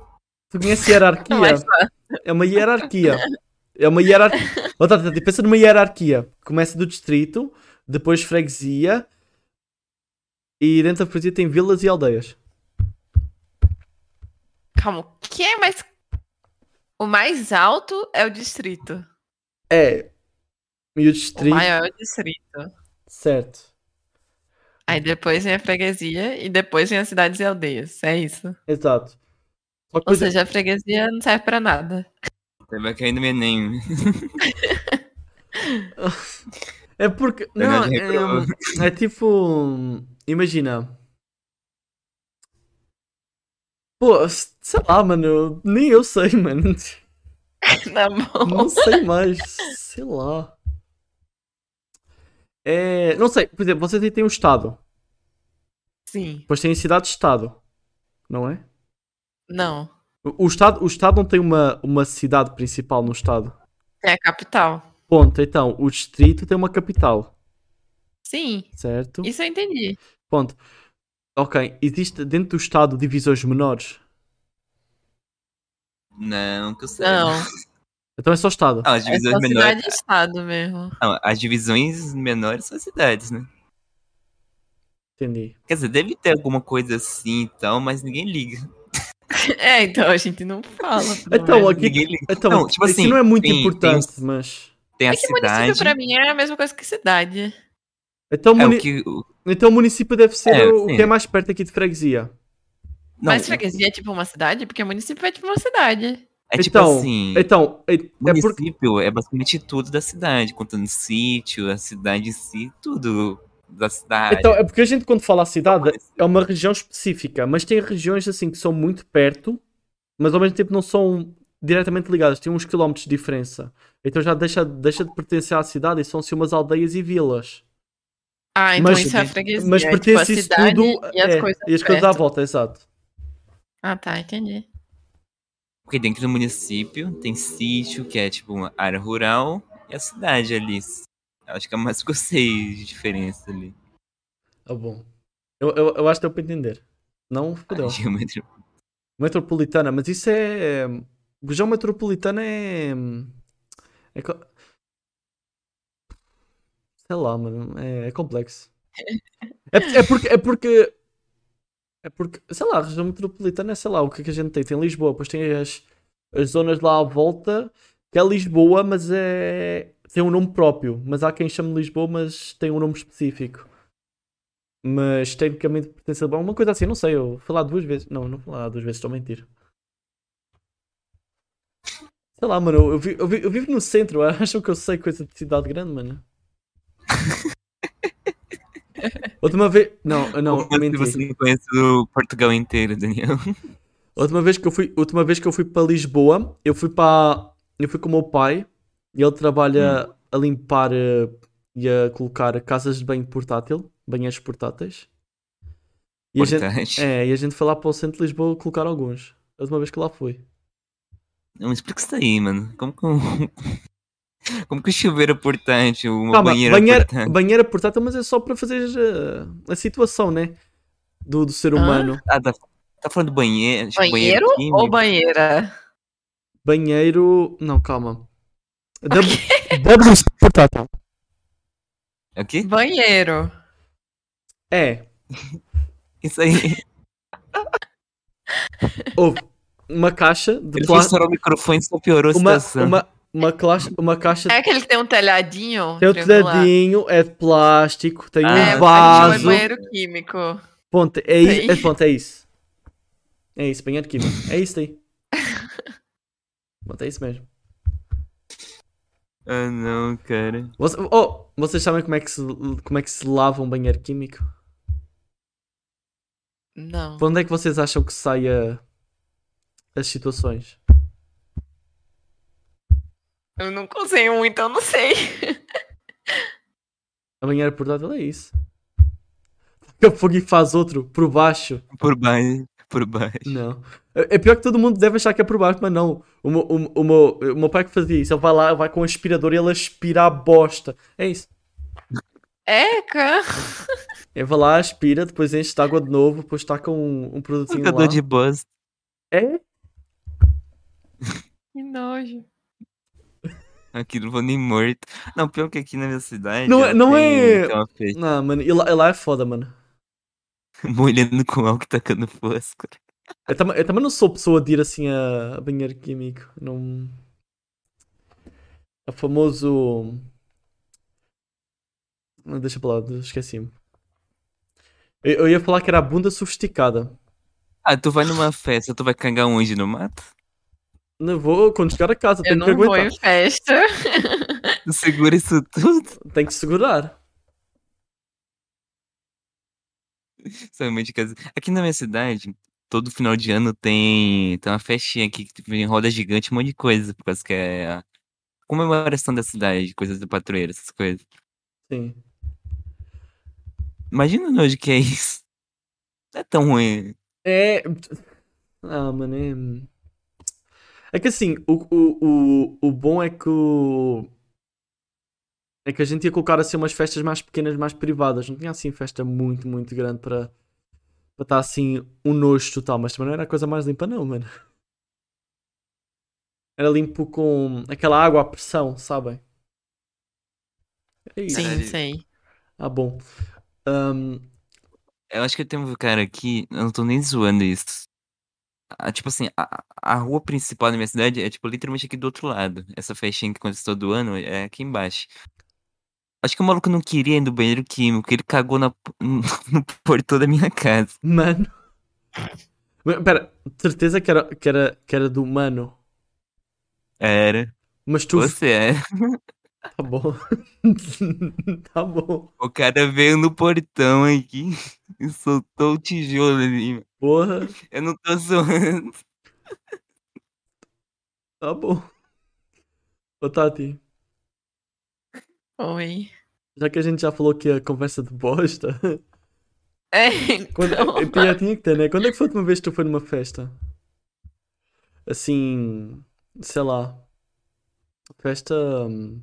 [SPEAKER 1] Tu conheces hierarquia?
[SPEAKER 2] Mas, ó,
[SPEAKER 1] É uma hierarquia. É uma hierarquia. <laughs> Oh, tá, tá, tá, pensa numa hierarquia. Começa do distrito, depois freguesia. E dentro da freguesia tem vilas e aldeias.
[SPEAKER 2] calma, o que é mais... O mais alto é o distrito.
[SPEAKER 1] É. E o
[SPEAKER 2] O
[SPEAKER 1] distrito.
[SPEAKER 2] maior é o distrito.
[SPEAKER 1] Certo.
[SPEAKER 2] Aí depois vem a freguesia e depois vem as cidades e aldeias, é isso.
[SPEAKER 1] Exato. Só que
[SPEAKER 2] Ou
[SPEAKER 3] é.
[SPEAKER 1] depois-
[SPEAKER 2] seja, a freguesia não serve pra nada. <laughs>
[SPEAKER 3] Você vai cair no Enem.
[SPEAKER 1] É porque. Não,
[SPEAKER 3] Daniel já
[SPEAKER 1] é,
[SPEAKER 3] reclamou.
[SPEAKER 1] é tipo. Imagina. Pô, sei lá, mano. Nem eu sei, mano.
[SPEAKER 2] Na mão.
[SPEAKER 1] Não sei mais. Sei lá. É, não sei, por exemplo, vocês aí têm um estado.
[SPEAKER 2] Sim.
[SPEAKER 1] Depois tem a cidade-estado. Não é?
[SPEAKER 2] Não.
[SPEAKER 1] O, o estado, o estado não tem uma, uma cidade principal no estado.
[SPEAKER 2] É a capital.
[SPEAKER 1] Ponto. Então, o distrito tem uma capital.
[SPEAKER 2] Sim.
[SPEAKER 1] Certo?
[SPEAKER 2] Isso eu entendi.
[SPEAKER 1] Ponto. Ok. Existe dentro do estado divisões menores?
[SPEAKER 3] Não, que eu sei.
[SPEAKER 2] Não.
[SPEAKER 1] Então é só estado.
[SPEAKER 3] Ah, as
[SPEAKER 2] É
[SPEAKER 3] divisões
[SPEAKER 2] só
[SPEAKER 3] menores.
[SPEAKER 2] cidade e estado mesmo.
[SPEAKER 3] Não, as divisões menores são as cidades, né?
[SPEAKER 1] Entendi.
[SPEAKER 3] Quer dizer, deve ter alguma coisa assim e tal, mas ninguém liga.
[SPEAKER 2] É, então a gente não fala. pelo
[SPEAKER 1] Então,
[SPEAKER 2] menos.
[SPEAKER 1] aqui-
[SPEAKER 3] Ninguém liga.
[SPEAKER 1] Então,
[SPEAKER 3] Não, tipo
[SPEAKER 1] isso
[SPEAKER 3] assim,
[SPEAKER 1] não é muito
[SPEAKER 3] tem- tem
[SPEAKER 1] importante, mas.
[SPEAKER 3] Tem a
[SPEAKER 2] É que município
[SPEAKER 3] cidade.
[SPEAKER 2] pra mim é a mesma coisa que cidade.
[SPEAKER 1] Então,
[SPEAKER 3] É
[SPEAKER 1] muni-
[SPEAKER 3] o que. o-
[SPEAKER 1] então o município deve ser
[SPEAKER 3] É,
[SPEAKER 1] o, o
[SPEAKER 3] sim.
[SPEAKER 1] que é mais perto aqui de freguesia.
[SPEAKER 3] Não,
[SPEAKER 2] Mas freguesia é tipo uma cidade? Porque município é tipo uma cidade.
[SPEAKER 3] é tipo
[SPEAKER 1] então,
[SPEAKER 3] assim.
[SPEAKER 1] Então, é, é porque.
[SPEAKER 3] Município é, basicamente tudo da cidade, contando sítio, a cidade em si, tudo da cidade.
[SPEAKER 1] Então, é porque a gente quando fala cidade
[SPEAKER 3] Mas-
[SPEAKER 1] é uma região específica, mas tem regiões assim que são muito perto, mas ao mesmo tempo não são diretamente ligadas, têm uns quilómetros de diferença. Então já deixa, deixa de pertencer à cidade e são se umas aldeias e vilas.
[SPEAKER 2] Ah, então
[SPEAKER 1] Mas-
[SPEAKER 2] isso é a freguesia.
[SPEAKER 1] mas
[SPEAKER 2] é, tipo, a
[SPEAKER 1] pertence isso
[SPEAKER 2] cidade
[SPEAKER 1] tudo
[SPEAKER 2] E as
[SPEAKER 1] é,
[SPEAKER 2] coisas
[SPEAKER 1] e as coisas à
[SPEAKER 2] perto.
[SPEAKER 1] volta, exato.
[SPEAKER 2] Ah, tá, entendi.
[SPEAKER 3] Porque dentro do município tem sítio, que é tipo uma área rural, e a cidade ali, Acho que é mais que eu sei de diferença ali.
[SPEAKER 1] Ah, bom. Eu, eu, eu acho que deu para entender. Não, fodeu.
[SPEAKER 2] <laughs>
[SPEAKER 3] A geometria-
[SPEAKER 1] Metropolitana, mas isso é. Região metropolitana é. é co- Sei lá, mano. É, é complexo. É, é porque. É porque. É porque. Sei lá, a região metropolitana é, sei lá, o que é que a gente tem? Tem Lisboa, depois tem as, as zonas lá à volta, que é Lisboa, mas é. Tem um nome próprio. Mas há quem chame Lisboa, mas tem um nome específico. Mas tecnicamente pertence a Lisboa. Uma coisa assim, não sei. Eu fui lá duas vezes. Não, não fui lá duas vezes, estou a mentir. Sei lá, mano. Eu, eu, vi- eu vi- eu vivo no centro. <laughs> Acham que eu sei coisa de cidade grande, mano? Última vez. Não, eu não,
[SPEAKER 3] Como assim
[SPEAKER 1] menti.
[SPEAKER 3] Você não conhece o Portugal inteiro, Daniel.
[SPEAKER 1] Última vez que eu fui, última vez que eu fui para Lisboa, eu fui para, eu fui com o meu pai e ele trabalha
[SPEAKER 3] Hum.
[SPEAKER 1] a limpar eh, e a colocar casas de banho portátil, banheiros portáteis. E a gente,
[SPEAKER 3] Importante.
[SPEAKER 1] é, e a gente foi lá para o centro de Lisboa colocar alguns. A última vez que lá fui.
[SPEAKER 3] Não, explica isso tá aí, mano. Como que um... <laughs> Como que o chuveiro é portátil, uma
[SPEAKER 1] Calma,
[SPEAKER 3] banheira
[SPEAKER 1] banheira,
[SPEAKER 3] portátil?
[SPEAKER 1] banheira portátil, mas é só para fazer eh, a, situação, né? Do, do ser
[SPEAKER 2] Ah.
[SPEAKER 1] humano.
[SPEAKER 3] Ah, tá, tá falando banheiro? tipo,
[SPEAKER 2] Banheiro
[SPEAKER 3] químico?
[SPEAKER 2] ou banheira?
[SPEAKER 1] Banheiro. Não, calma.
[SPEAKER 2] O
[SPEAKER 1] Double,
[SPEAKER 2] quê?
[SPEAKER 1] double portátil.
[SPEAKER 3] É o quê?
[SPEAKER 2] Banheiro.
[SPEAKER 1] É, <laughs>
[SPEAKER 3] Isso aí.
[SPEAKER 1] houve uma caixa de
[SPEAKER 3] Ele
[SPEAKER 1] plástico.
[SPEAKER 3] estourou o microfone e só piorou a
[SPEAKER 1] uma,
[SPEAKER 3] situação.
[SPEAKER 1] uma, uma, caixa, uma caixa
[SPEAKER 2] É aquele que tem um telhadinho?
[SPEAKER 1] tem o
[SPEAKER 2] triangular?
[SPEAKER 1] dedinho, é de plástico, tem
[SPEAKER 3] Ah,
[SPEAKER 2] É,
[SPEAKER 1] um
[SPEAKER 2] o que
[SPEAKER 1] vaso.
[SPEAKER 2] chama de banheiro químico.
[SPEAKER 1] Ponto, é, isso,
[SPEAKER 2] Tem.
[SPEAKER 1] é, ponto, é isso. É isso, banheiro químico. É isso
[SPEAKER 2] <laughs>
[SPEAKER 1] aí. Ponto, é isso mesmo.
[SPEAKER 3] Ah, não, cara.
[SPEAKER 1] Você- oh, vocês sabem como é, que se, como é que se lava um banheiro químico?
[SPEAKER 2] Não.
[SPEAKER 1] Para onde é que vocês acham que saia as situações?
[SPEAKER 2] Eu não usei um, então não sei.
[SPEAKER 1] A banheira portátil é isso. Fica fogo e faz outro por baixo.
[SPEAKER 3] Por baixo, por baixo.
[SPEAKER 1] Não. É é pior que todo mundo deve achar que é por baixo, mas não. O meu, o, meu- o meu, o meu pai que fazia isso, ele vai lá, vai com o aspirador e ele aspira a bosta. É isso.
[SPEAKER 2] Eca!
[SPEAKER 1] Ele vai lá, aspira, depois enche de água de novo, depois está com um, um produtinho lá.
[SPEAKER 3] Jogador de bosta.
[SPEAKER 1] É?
[SPEAKER 2] Que nojo.
[SPEAKER 3] Aqui não vou nem morto. Não, pior que aqui na minha cidade.
[SPEAKER 1] Não é-
[SPEAKER 3] ela
[SPEAKER 1] não
[SPEAKER 3] tem-
[SPEAKER 1] é-
[SPEAKER 3] tem uma festa
[SPEAKER 1] Não, mano, e lá, e lá é foda, mano.
[SPEAKER 3] <laughs> molhando com álcool e tacando fósforo.
[SPEAKER 1] Eu, tam eu também não sou pessoa de ir assim a, a banheiro químico. Não. A famoso. Não, Deixa pra lá, esqueci-me. Eu, eu ia falar que era a bunda sofisticada.
[SPEAKER 3] Ah, tu vai numa festa, tu vai cagar onde no mato?
[SPEAKER 1] Não vou, quando chegar a casa,
[SPEAKER 2] Eu
[SPEAKER 1] tenho que
[SPEAKER 2] não vou
[SPEAKER 1] aguentar.
[SPEAKER 2] em festa.
[SPEAKER 3] Tu segura isso tudo? <laughs>
[SPEAKER 1] Tem que segurar.
[SPEAKER 3] Somente casa. Aqui na minha cidade, todo final de ano tem, tem uma festinha aqui que tem roda gigante, um monte de coisa, por causa que é a comemoração da cidade, coisas do patroeiro, essas coisas.
[SPEAKER 1] Sim.
[SPEAKER 3] Imagina hoje que é isso. Não é tão ruim.
[SPEAKER 1] É. Ah, mano, é. É que assim, o, o, o, o bom é que o. É que a gente ia colocar assim umas festas mais pequenas, mais privadas. Não tinha assim festa muito, muito grande para para estar assim um nojo total. Mas também não era a coisa mais limpa, não, mano. Era limpo com aquela água à pressão, sabem? É isso.
[SPEAKER 2] Sim,
[SPEAKER 3] Caralho.
[SPEAKER 2] sim.
[SPEAKER 1] Ah, bom. Ahm,
[SPEAKER 3] Eu acho que tem um cara aqui, eu não tô nem zoando isso. Ah, tipo assim, a, a rua principal da minha cidade é, tipo, literalmente aqui do outro lado. Essa festinha que acontece todo ano é aqui embaixo. Acho que o maluco não queria ir no banheiro químico, ele cagou na, po- <laughs> no portão da minha casa.
[SPEAKER 1] Mano. Mas, Pera, certeza que era, que era, que era do mano.
[SPEAKER 3] Era.
[SPEAKER 1] Mas tu.
[SPEAKER 3] Você é. era.
[SPEAKER 1] <laughs> Tá bom. <laughs> tá bom.
[SPEAKER 3] O cara veio no portão aqui e soltou o tijolo ali.
[SPEAKER 1] Porra,
[SPEAKER 3] Eu não tô zoando.
[SPEAKER 1] tá bom. Ô Tati,
[SPEAKER 2] Oi.
[SPEAKER 1] já que a gente já falou que a conversa de bosta. <laughs>
[SPEAKER 2] É,
[SPEAKER 1] Quando,
[SPEAKER 2] então,
[SPEAKER 1] eu tinha, tinha que ter, né? Quando é que foi a última vez que tu foi numa festa? Assim. Sei lá. Festa. hum,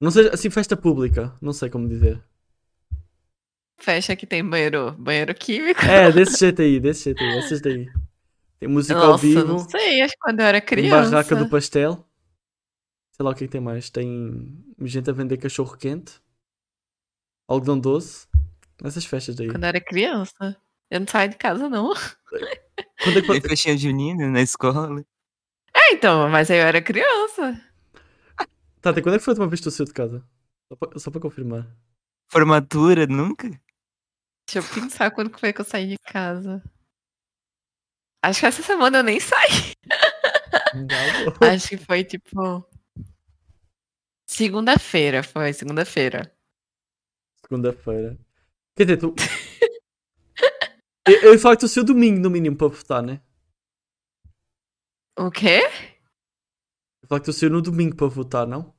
[SPEAKER 1] Não seja assim, festa pública. Não sei como dizer.
[SPEAKER 2] Fecha que tem banheiro, banheiro químico.
[SPEAKER 1] É, desse jeito aí, desse jeito aí, essas daí. Tem música ao
[SPEAKER 2] Nossa,
[SPEAKER 1] vivo,
[SPEAKER 2] não sei, acho que quando eu era
[SPEAKER 1] tem
[SPEAKER 2] criança.
[SPEAKER 1] barraca do pastel. Sei lá o que, é que tem mais. Tem gente a vender cachorro quente, algodão doce. Essas festas daí.
[SPEAKER 2] Quando é eu era criança. Eu não saio de casa, não. <laughs> Ah,
[SPEAKER 1] Quando é que-
[SPEAKER 3] Tem festinha de menina na escola.
[SPEAKER 2] É, então, mas aí eu era criança.
[SPEAKER 1] Tá, até quando é que foi a última vez que tu saiu de casa? Só pra, só pra confirmar.
[SPEAKER 3] Formatura, nunca?
[SPEAKER 2] Deixa eu pensar quando que foi que eu saí de casa. Acho que essa semana eu nem saí. Acho que foi tipo. Segunda-feira, foi segunda-feira.
[SPEAKER 1] Segunda-feira. Quer dizer, tu. eu, eu falo que tu saiu domingo, no mínimo, para votar, né?
[SPEAKER 2] O quê?
[SPEAKER 1] Eu falo que tu saiu no domingo para votar, não?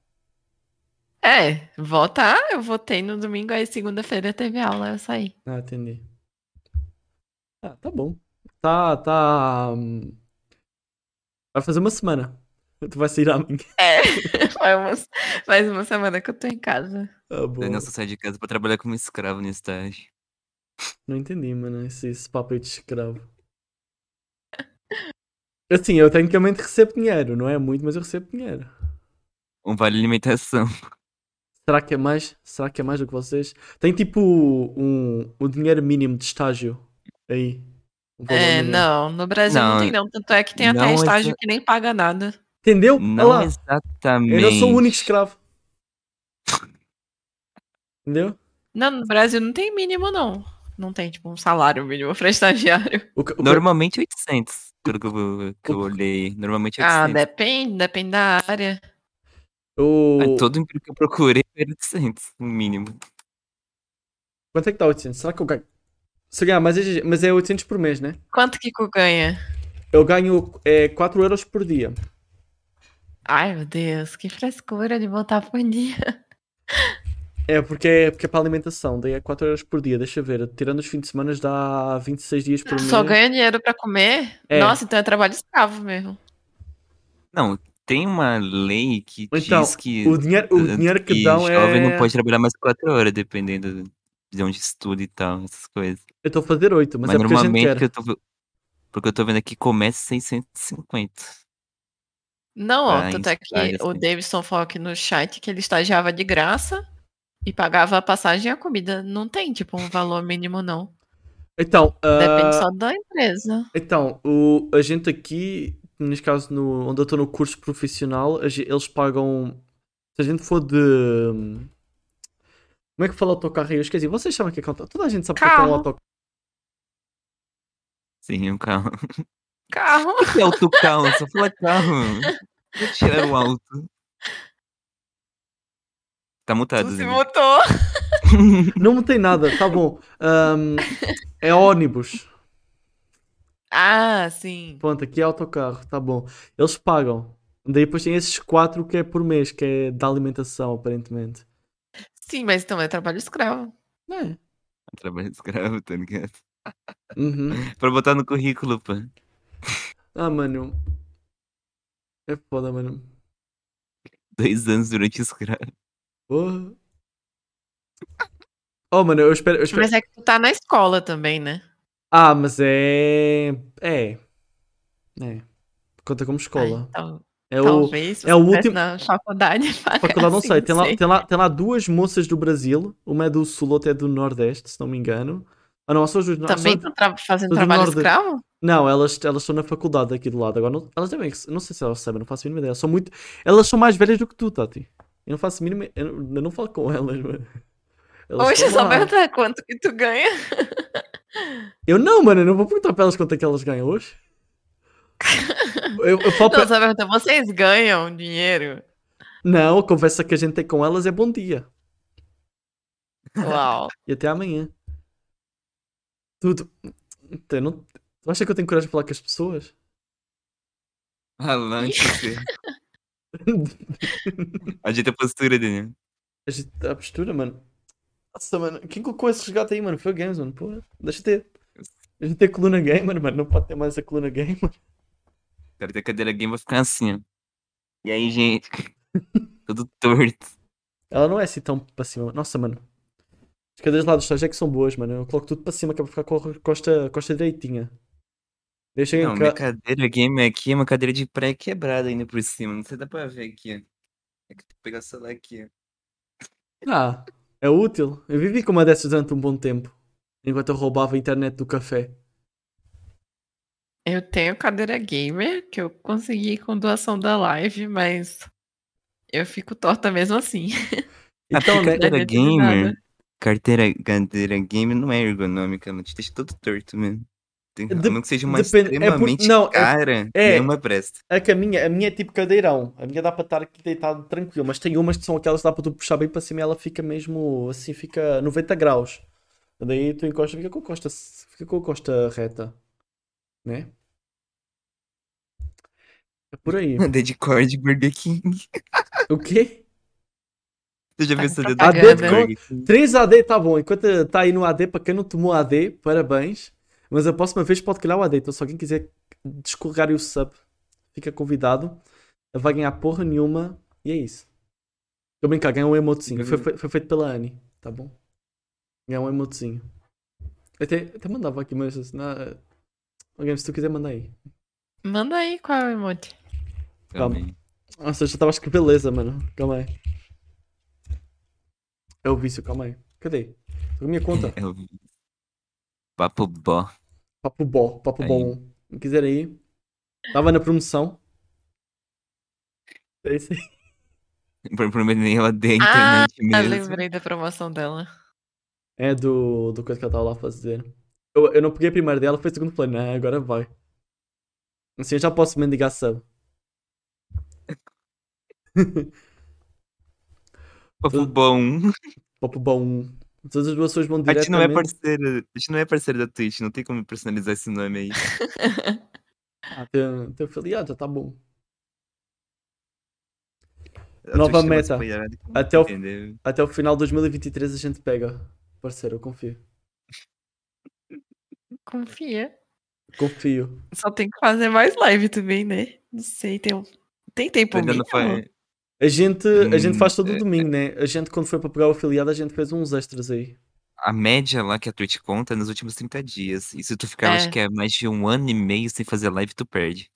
[SPEAKER 2] É, votar, eu votei no domingo, aí segunda-feira teve aula, eu saí.
[SPEAKER 1] Ah, entendi. Ah, tá bom. Tá, tá. hum, Vai fazer uma semana. <laughs> Tu vai sair amanhã.
[SPEAKER 2] É, <laughs> faz uma, faz uma semana que eu tô em casa.
[SPEAKER 1] Ah, boa.
[SPEAKER 3] Daniel só sai de casa pra trabalhar como escravo no estágio.
[SPEAKER 1] Não entendi, mano, esse, esse papo aí de escravo. <laughs> Assim, eu tecnicamente recebo dinheiro, não é muito, mas eu recebo dinheiro.
[SPEAKER 3] Um vale alimentação.
[SPEAKER 1] Será que é mais? Será que é mais do que vocês? Tem tipo um, um dinheiro mínimo de estágio aí. Um valor
[SPEAKER 2] É,
[SPEAKER 1] mínimo.
[SPEAKER 2] não, no Brasil não,
[SPEAKER 3] Não,
[SPEAKER 2] tem não. Tanto é que tem até
[SPEAKER 3] não
[SPEAKER 2] estágio
[SPEAKER 3] exa-
[SPEAKER 2] que nem paga nada.
[SPEAKER 1] Entendeu? <laughs> Olha
[SPEAKER 3] Não
[SPEAKER 1] lá,
[SPEAKER 3] exatamente.
[SPEAKER 1] eu não sou o único escravo. Entendeu?
[SPEAKER 2] Não, no Brasil não tem mínimo, não. Não tem, tipo, um salário mínimo pra <laughs> estagiário.
[SPEAKER 1] O, que- o que-
[SPEAKER 3] Normalmente 800, pelo que eu, que eu olhei. Normalmente
[SPEAKER 2] Ah,
[SPEAKER 1] né,
[SPEAKER 3] 800.
[SPEAKER 2] depende, depende da área.
[SPEAKER 1] o-
[SPEAKER 3] Ah, Todo emprego que eu procurei era 800, no mínimo.
[SPEAKER 1] Quanto é que dá 800? Será que eu ganho? Se eu ganhar, mas é, mas é 800 por mês, né?
[SPEAKER 2] Quanto que tu ganha?
[SPEAKER 1] Eu ganho é, 4 euros por dia.
[SPEAKER 2] Ai, meu Deus, que frescura de botar por dia.
[SPEAKER 1] É, porque é, porque é para alimentação, daí é 4 euros por dia, deixa eu ver. Tirando os fins de semana dá 26 dias por
[SPEAKER 2] Tu
[SPEAKER 1] mês.
[SPEAKER 2] só ganha dinheiro pra comer?
[SPEAKER 1] É.
[SPEAKER 2] Nossa, então é trabalho escravo mesmo.
[SPEAKER 3] Não, tem uma lei que
[SPEAKER 1] Então,
[SPEAKER 3] diz que eh,
[SPEAKER 1] O dinheiro, o dinheiro que dão
[SPEAKER 3] jovem
[SPEAKER 1] é.
[SPEAKER 3] não pode trabalhar mais 4 horas, dependendo de onde estuda e tal, essas coisas.
[SPEAKER 1] Eu estou a fazer 8, mas,
[SPEAKER 3] Mas,
[SPEAKER 1] é porque a gente
[SPEAKER 3] normalmente,
[SPEAKER 1] quer.
[SPEAKER 3] que eu tô, ve- porque eu tô vendo aqui, começa 650.
[SPEAKER 2] Não, ó,
[SPEAKER 3] Ah,
[SPEAKER 2] tanto é que
[SPEAKER 3] estágio,
[SPEAKER 2] o
[SPEAKER 3] assim.
[SPEAKER 2] Davidson falou aqui no chat que ele estagiava de graça e pagava a passagem e a comida. Não tem, tipo, um valor mínimo, não.
[SPEAKER 1] Então,
[SPEAKER 2] Depende
[SPEAKER 1] ah,
[SPEAKER 2] só da empresa.
[SPEAKER 1] então o, a gente aqui, neste caso, no, onde eu estou no curso profissional, a ge- eles pagam. Se a gente for de. Como é que fala autocarro aí? Eu esqueci. Vocês sabem o que é que é auto- Toda a gente sabe o que é que é um
[SPEAKER 2] Carro.
[SPEAKER 1] autocarro.
[SPEAKER 3] Sim, um carro.
[SPEAKER 2] Carro.
[SPEAKER 3] O que é autocarro? Só fala carro. Vou tirar o alto. Tá mutado,
[SPEAKER 2] Tu <laughs> se
[SPEAKER 3] Zé.
[SPEAKER 2] mutou.
[SPEAKER 1] Não me tem nada, tá bom. Ahm, é ônibus.
[SPEAKER 2] Ah, sim.
[SPEAKER 1] Pronto, aqui é autocarro, tá bom. Eles pagam. Daí depois tem esses 4 que é por mês, que é da alimentação, aparentemente.
[SPEAKER 2] Sim, mas então é trabalho escravo.
[SPEAKER 1] É.
[SPEAKER 3] Trabalho escravo, tá ligado?
[SPEAKER 1] Uhum.
[SPEAKER 3] Pra botar no currículo, pô.
[SPEAKER 1] Ah, mano. É foda, mano.
[SPEAKER 3] Dois anos durante escravo.
[SPEAKER 1] Oh, oh mano, eu espero, eu espero.
[SPEAKER 2] Mas é que tu tá na escola também, né?
[SPEAKER 1] Ah, mas é. É. É. Conta como
[SPEAKER 2] Ah,
[SPEAKER 1] escola.
[SPEAKER 2] então,
[SPEAKER 1] É o.
[SPEAKER 2] talvez
[SPEAKER 1] é o
[SPEAKER 2] você tivesse
[SPEAKER 1] último- <laughs>
[SPEAKER 2] na faculdade. assim,
[SPEAKER 1] Faculdade,
[SPEAKER 2] <laughs>
[SPEAKER 1] não
[SPEAKER 2] pagasse,
[SPEAKER 1] sei. Tem lá, tem, lá, tem lá duas moças do Brasil. Uma é do Sul, outra é do Nordeste, se não me engano. Ah, não, são as duas. não,
[SPEAKER 2] Também
[SPEAKER 1] são-
[SPEAKER 2] estão tra fazendo
[SPEAKER 1] sou do
[SPEAKER 2] trabalho
[SPEAKER 1] norte.
[SPEAKER 2] escravo?
[SPEAKER 1] Não, elas, elas estão na faculdade aqui do lado. Agora, não, elas também. Não sei se elas sabem, não faço a mínima ideia. São muito. Elas são mais velhas do que tu, Tati. Eu não faço a mínima. Eu não, eu não falo com elas, mano. Elas
[SPEAKER 2] Hoje
[SPEAKER 1] estão
[SPEAKER 2] eu só
[SPEAKER 1] lá.
[SPEAKER 2] perguntar tá, quanto que tu ganha.
[SPEAKER 1] Eu não, mano, eu não vou perguntar pra elas quanto é que elas ganham hoje. Eu, eu falo
[SPEAKER 2] Não,
[SPEAKER 1] pra...
[SPEAKER 2] só perguntar, vocês
[SPEAKER 1] <laughs>
[SPEAKER 2] ganham dinheiro?
[SPEAKER 1] Não, a conversa que a gente tem com elas é bom dia.
[SPEAKER 2] Uau.
[SPEAKER 1] E até amanhã. Tudo. Então, Eu não... Tu acha que eu tenho coragem de falar com as pessoas?
[SPEAKER 3] Alan, que você. Ajeita a postura, Daniel.
[SPEAKER 1] A gente- A postura, mano. Nossa, mano, quem colocou esse resgate aí, mano? Foi o Games, mano. Porra, deixa eu ter. Deixa eu ter coluna gamer, mano. Não pode ter mais a coluna gamer.
[SPEAKER 3] O cara tem cadeira game vai ficar assim, ó. E aí, gente? Todo torto.
[SPEAKER 1] Ela não é assim tão para cima. Nossa, mano. As cadeiras lá dos estágio é que são boas, mano. Eu coloco tudo para cima, que é para ficar com a costa, costa direitinha. Deixa
[SPEAKER 3] Não,
[SPEAKER 1] em
[SPEAKER 3] minha
[SPEAKER 1] ca...
[SPEAKER 3] cadeira game aqui é uma cadeira de pré quebrada ainda por cima. Não sei dá pra ver aqui. ó. É que tem que pegar o celular aqui. ó.
[SPEAKER 1] Ah, é útil. Eu vivi com uma dessas durante um bom tempo. Enquanto eu roubava a internet do café.
[SPEAKER 2] Eu tenho cadeira gamer, que eu consegui com doação da live, mas eu fico torta mesmo assim. <laughs>
[SPEAKER 3] Ah, porque
[SPEAKER 1] Então, né?
[SPEAKER 3] cadeira
[SPEAKER 2] Não é
[SPEAKER 3] gamer.
[SPEAKER 2] nada.
[SPEAKER 3] Carteira, cadeira gamer não é ergonômica, mano. Te deixa todo torto mesmo. Tem, a
[SPEAKER 1] Dep-
[SPEAKER 3] não que seja uma
[SPEAKER 1] depende- é por-
[SPEAKER 3] extremamente
[SPEAKER 1] não, é-
[SPEAKER 3] cara,
[SPEAKER 1] é. <laughs>
[SPEAKER 3] nenhuma presta.
[SPEAKER 1] É que a minha, a minha é tipo cadeirão. A minha dá para estar aqui deitado tranquilo, mas tem umas que são aquelas que dá para tu puxar bem para cima e ela fica mesmo assim, fica 90 graus. Daí tu encosta, fica com a costa, fica com a costa reta, né? É por
[SPEAKER 3] <laughs>
[SPEAKER 1] aí.
[SPEAKER 3] Deadcore de Burger King. <laughs>
[SPEAKER 1] o quê?
[SPEAKER 3] Você já
[SPEAKER 2] Tá com
[SPEAKER 3] viu essa
[SPEAKER 2] propaganda.
[SPEAKER 3] deadcore de
[SPEAKER 1] Ah,
[SPEAKER 3] Burger King?
[SPEAKER 1] 3 AD tá bom. Enquanto tá aí no AD, para quem não tomou AD, parabéns. Mas a próxima vez pode criar o AD. Então, se alguém quiser descorregar o sub, fica convidado. Não vai ganhar porra nenhuma. E é isso. Tô a brincar, ganha um emotezinho. Foi, foi- foi feito pela Anne, tá bom? Ganhar um emotezinho. Eu até, até mandava aqui, mas. assim, Na... Alguém, se tu quiser, mandar aí.
[SPEAKER 2] Manda aí qual é o emote.
[SPEAKER 3] Calma aí.
[SPEAKER 1] Nossa, eu já tava acho que beleza, mano. Calma aí. É o vício, calma aí. Cadê? Tô com a minha conta.
[SPEAKER 3] É o Papo bó. <laughs>
[SPEAKER 1] Papo bom, papo
[SPEAKER 3] Aí.
[SPEAKER 1] bom. Quem quiser aí. Tava na promoção. É isso aí.
[SPEAKER 3] Por primeiro nem ela dei a
[SPEAKER 2] Ah,
[SPEAKER 3] internet
[SPEAKER 1] tá
[SPEAKER 2] Ah,
[SPEAKER 3] mesmo.
[SPEAKER 2] lembrei da promoção dela. <laughs>
[SPEAKER 1] É do, do coisa que ela tava lá fazer. Eu, eu não peguei a primeira dela, foi o segundo plano. Ah, agora vai. Assim eu já posso mendigar sub.
[SPEAKER 3] Papo bom.
[SPEAKER 1] Papo bom. Todas as doações vão
[SPEAKER 3] A gente não é
[SPEAKER 1] diretamente.
[SPEAKER 3] parceiro. A gente não é parceiro da Twitch, não tem como personalizar esse nome aí.
[SPEAKER 1] Ah, teu, teu afiliado, já tá bom.
[SPEAKER 3] A
[SPEAKER 1] Nova
[SPEAKER 3] Twitch tem mais
[SPEAKER 1] meta.
[SPEAKER 3] apoiado que-
[SPEAKER 1] Até o-
[SPEAKER 3] entendeu?
[SPEAKER 1] Até o final de 2023 a gente pega. Parceiro, eu confio.
[SPEAKER 2] Confia.
[SPEAKER 1] Confio.
[SPEAKER 2] Só tem que fazer mais live também, né? Não sei, tem, um... tem tempo
[SPEAKER 3] Ainda não
[SPEAKER 2] mínimo?
[SPEAKER 3] foi-
[SPEAKER 1] A gente, a gente
[SPEAKER 3] Hum,
[SPEAKER 1] faz todo
[SPEAKER 3] é-
[SPEAKER 1] domingo, né? A gente, quando foi para pegar o afiliado, a gente fez uns extras aí.
[SPEAKER 3] A média lá que a Twitch conta é nos últimos 30 dias. E se tu ficar, acho
[SPEAKER 2] É.
[SPEAKER 3] que é mais de um ano e meio sem fazer live, tu perde.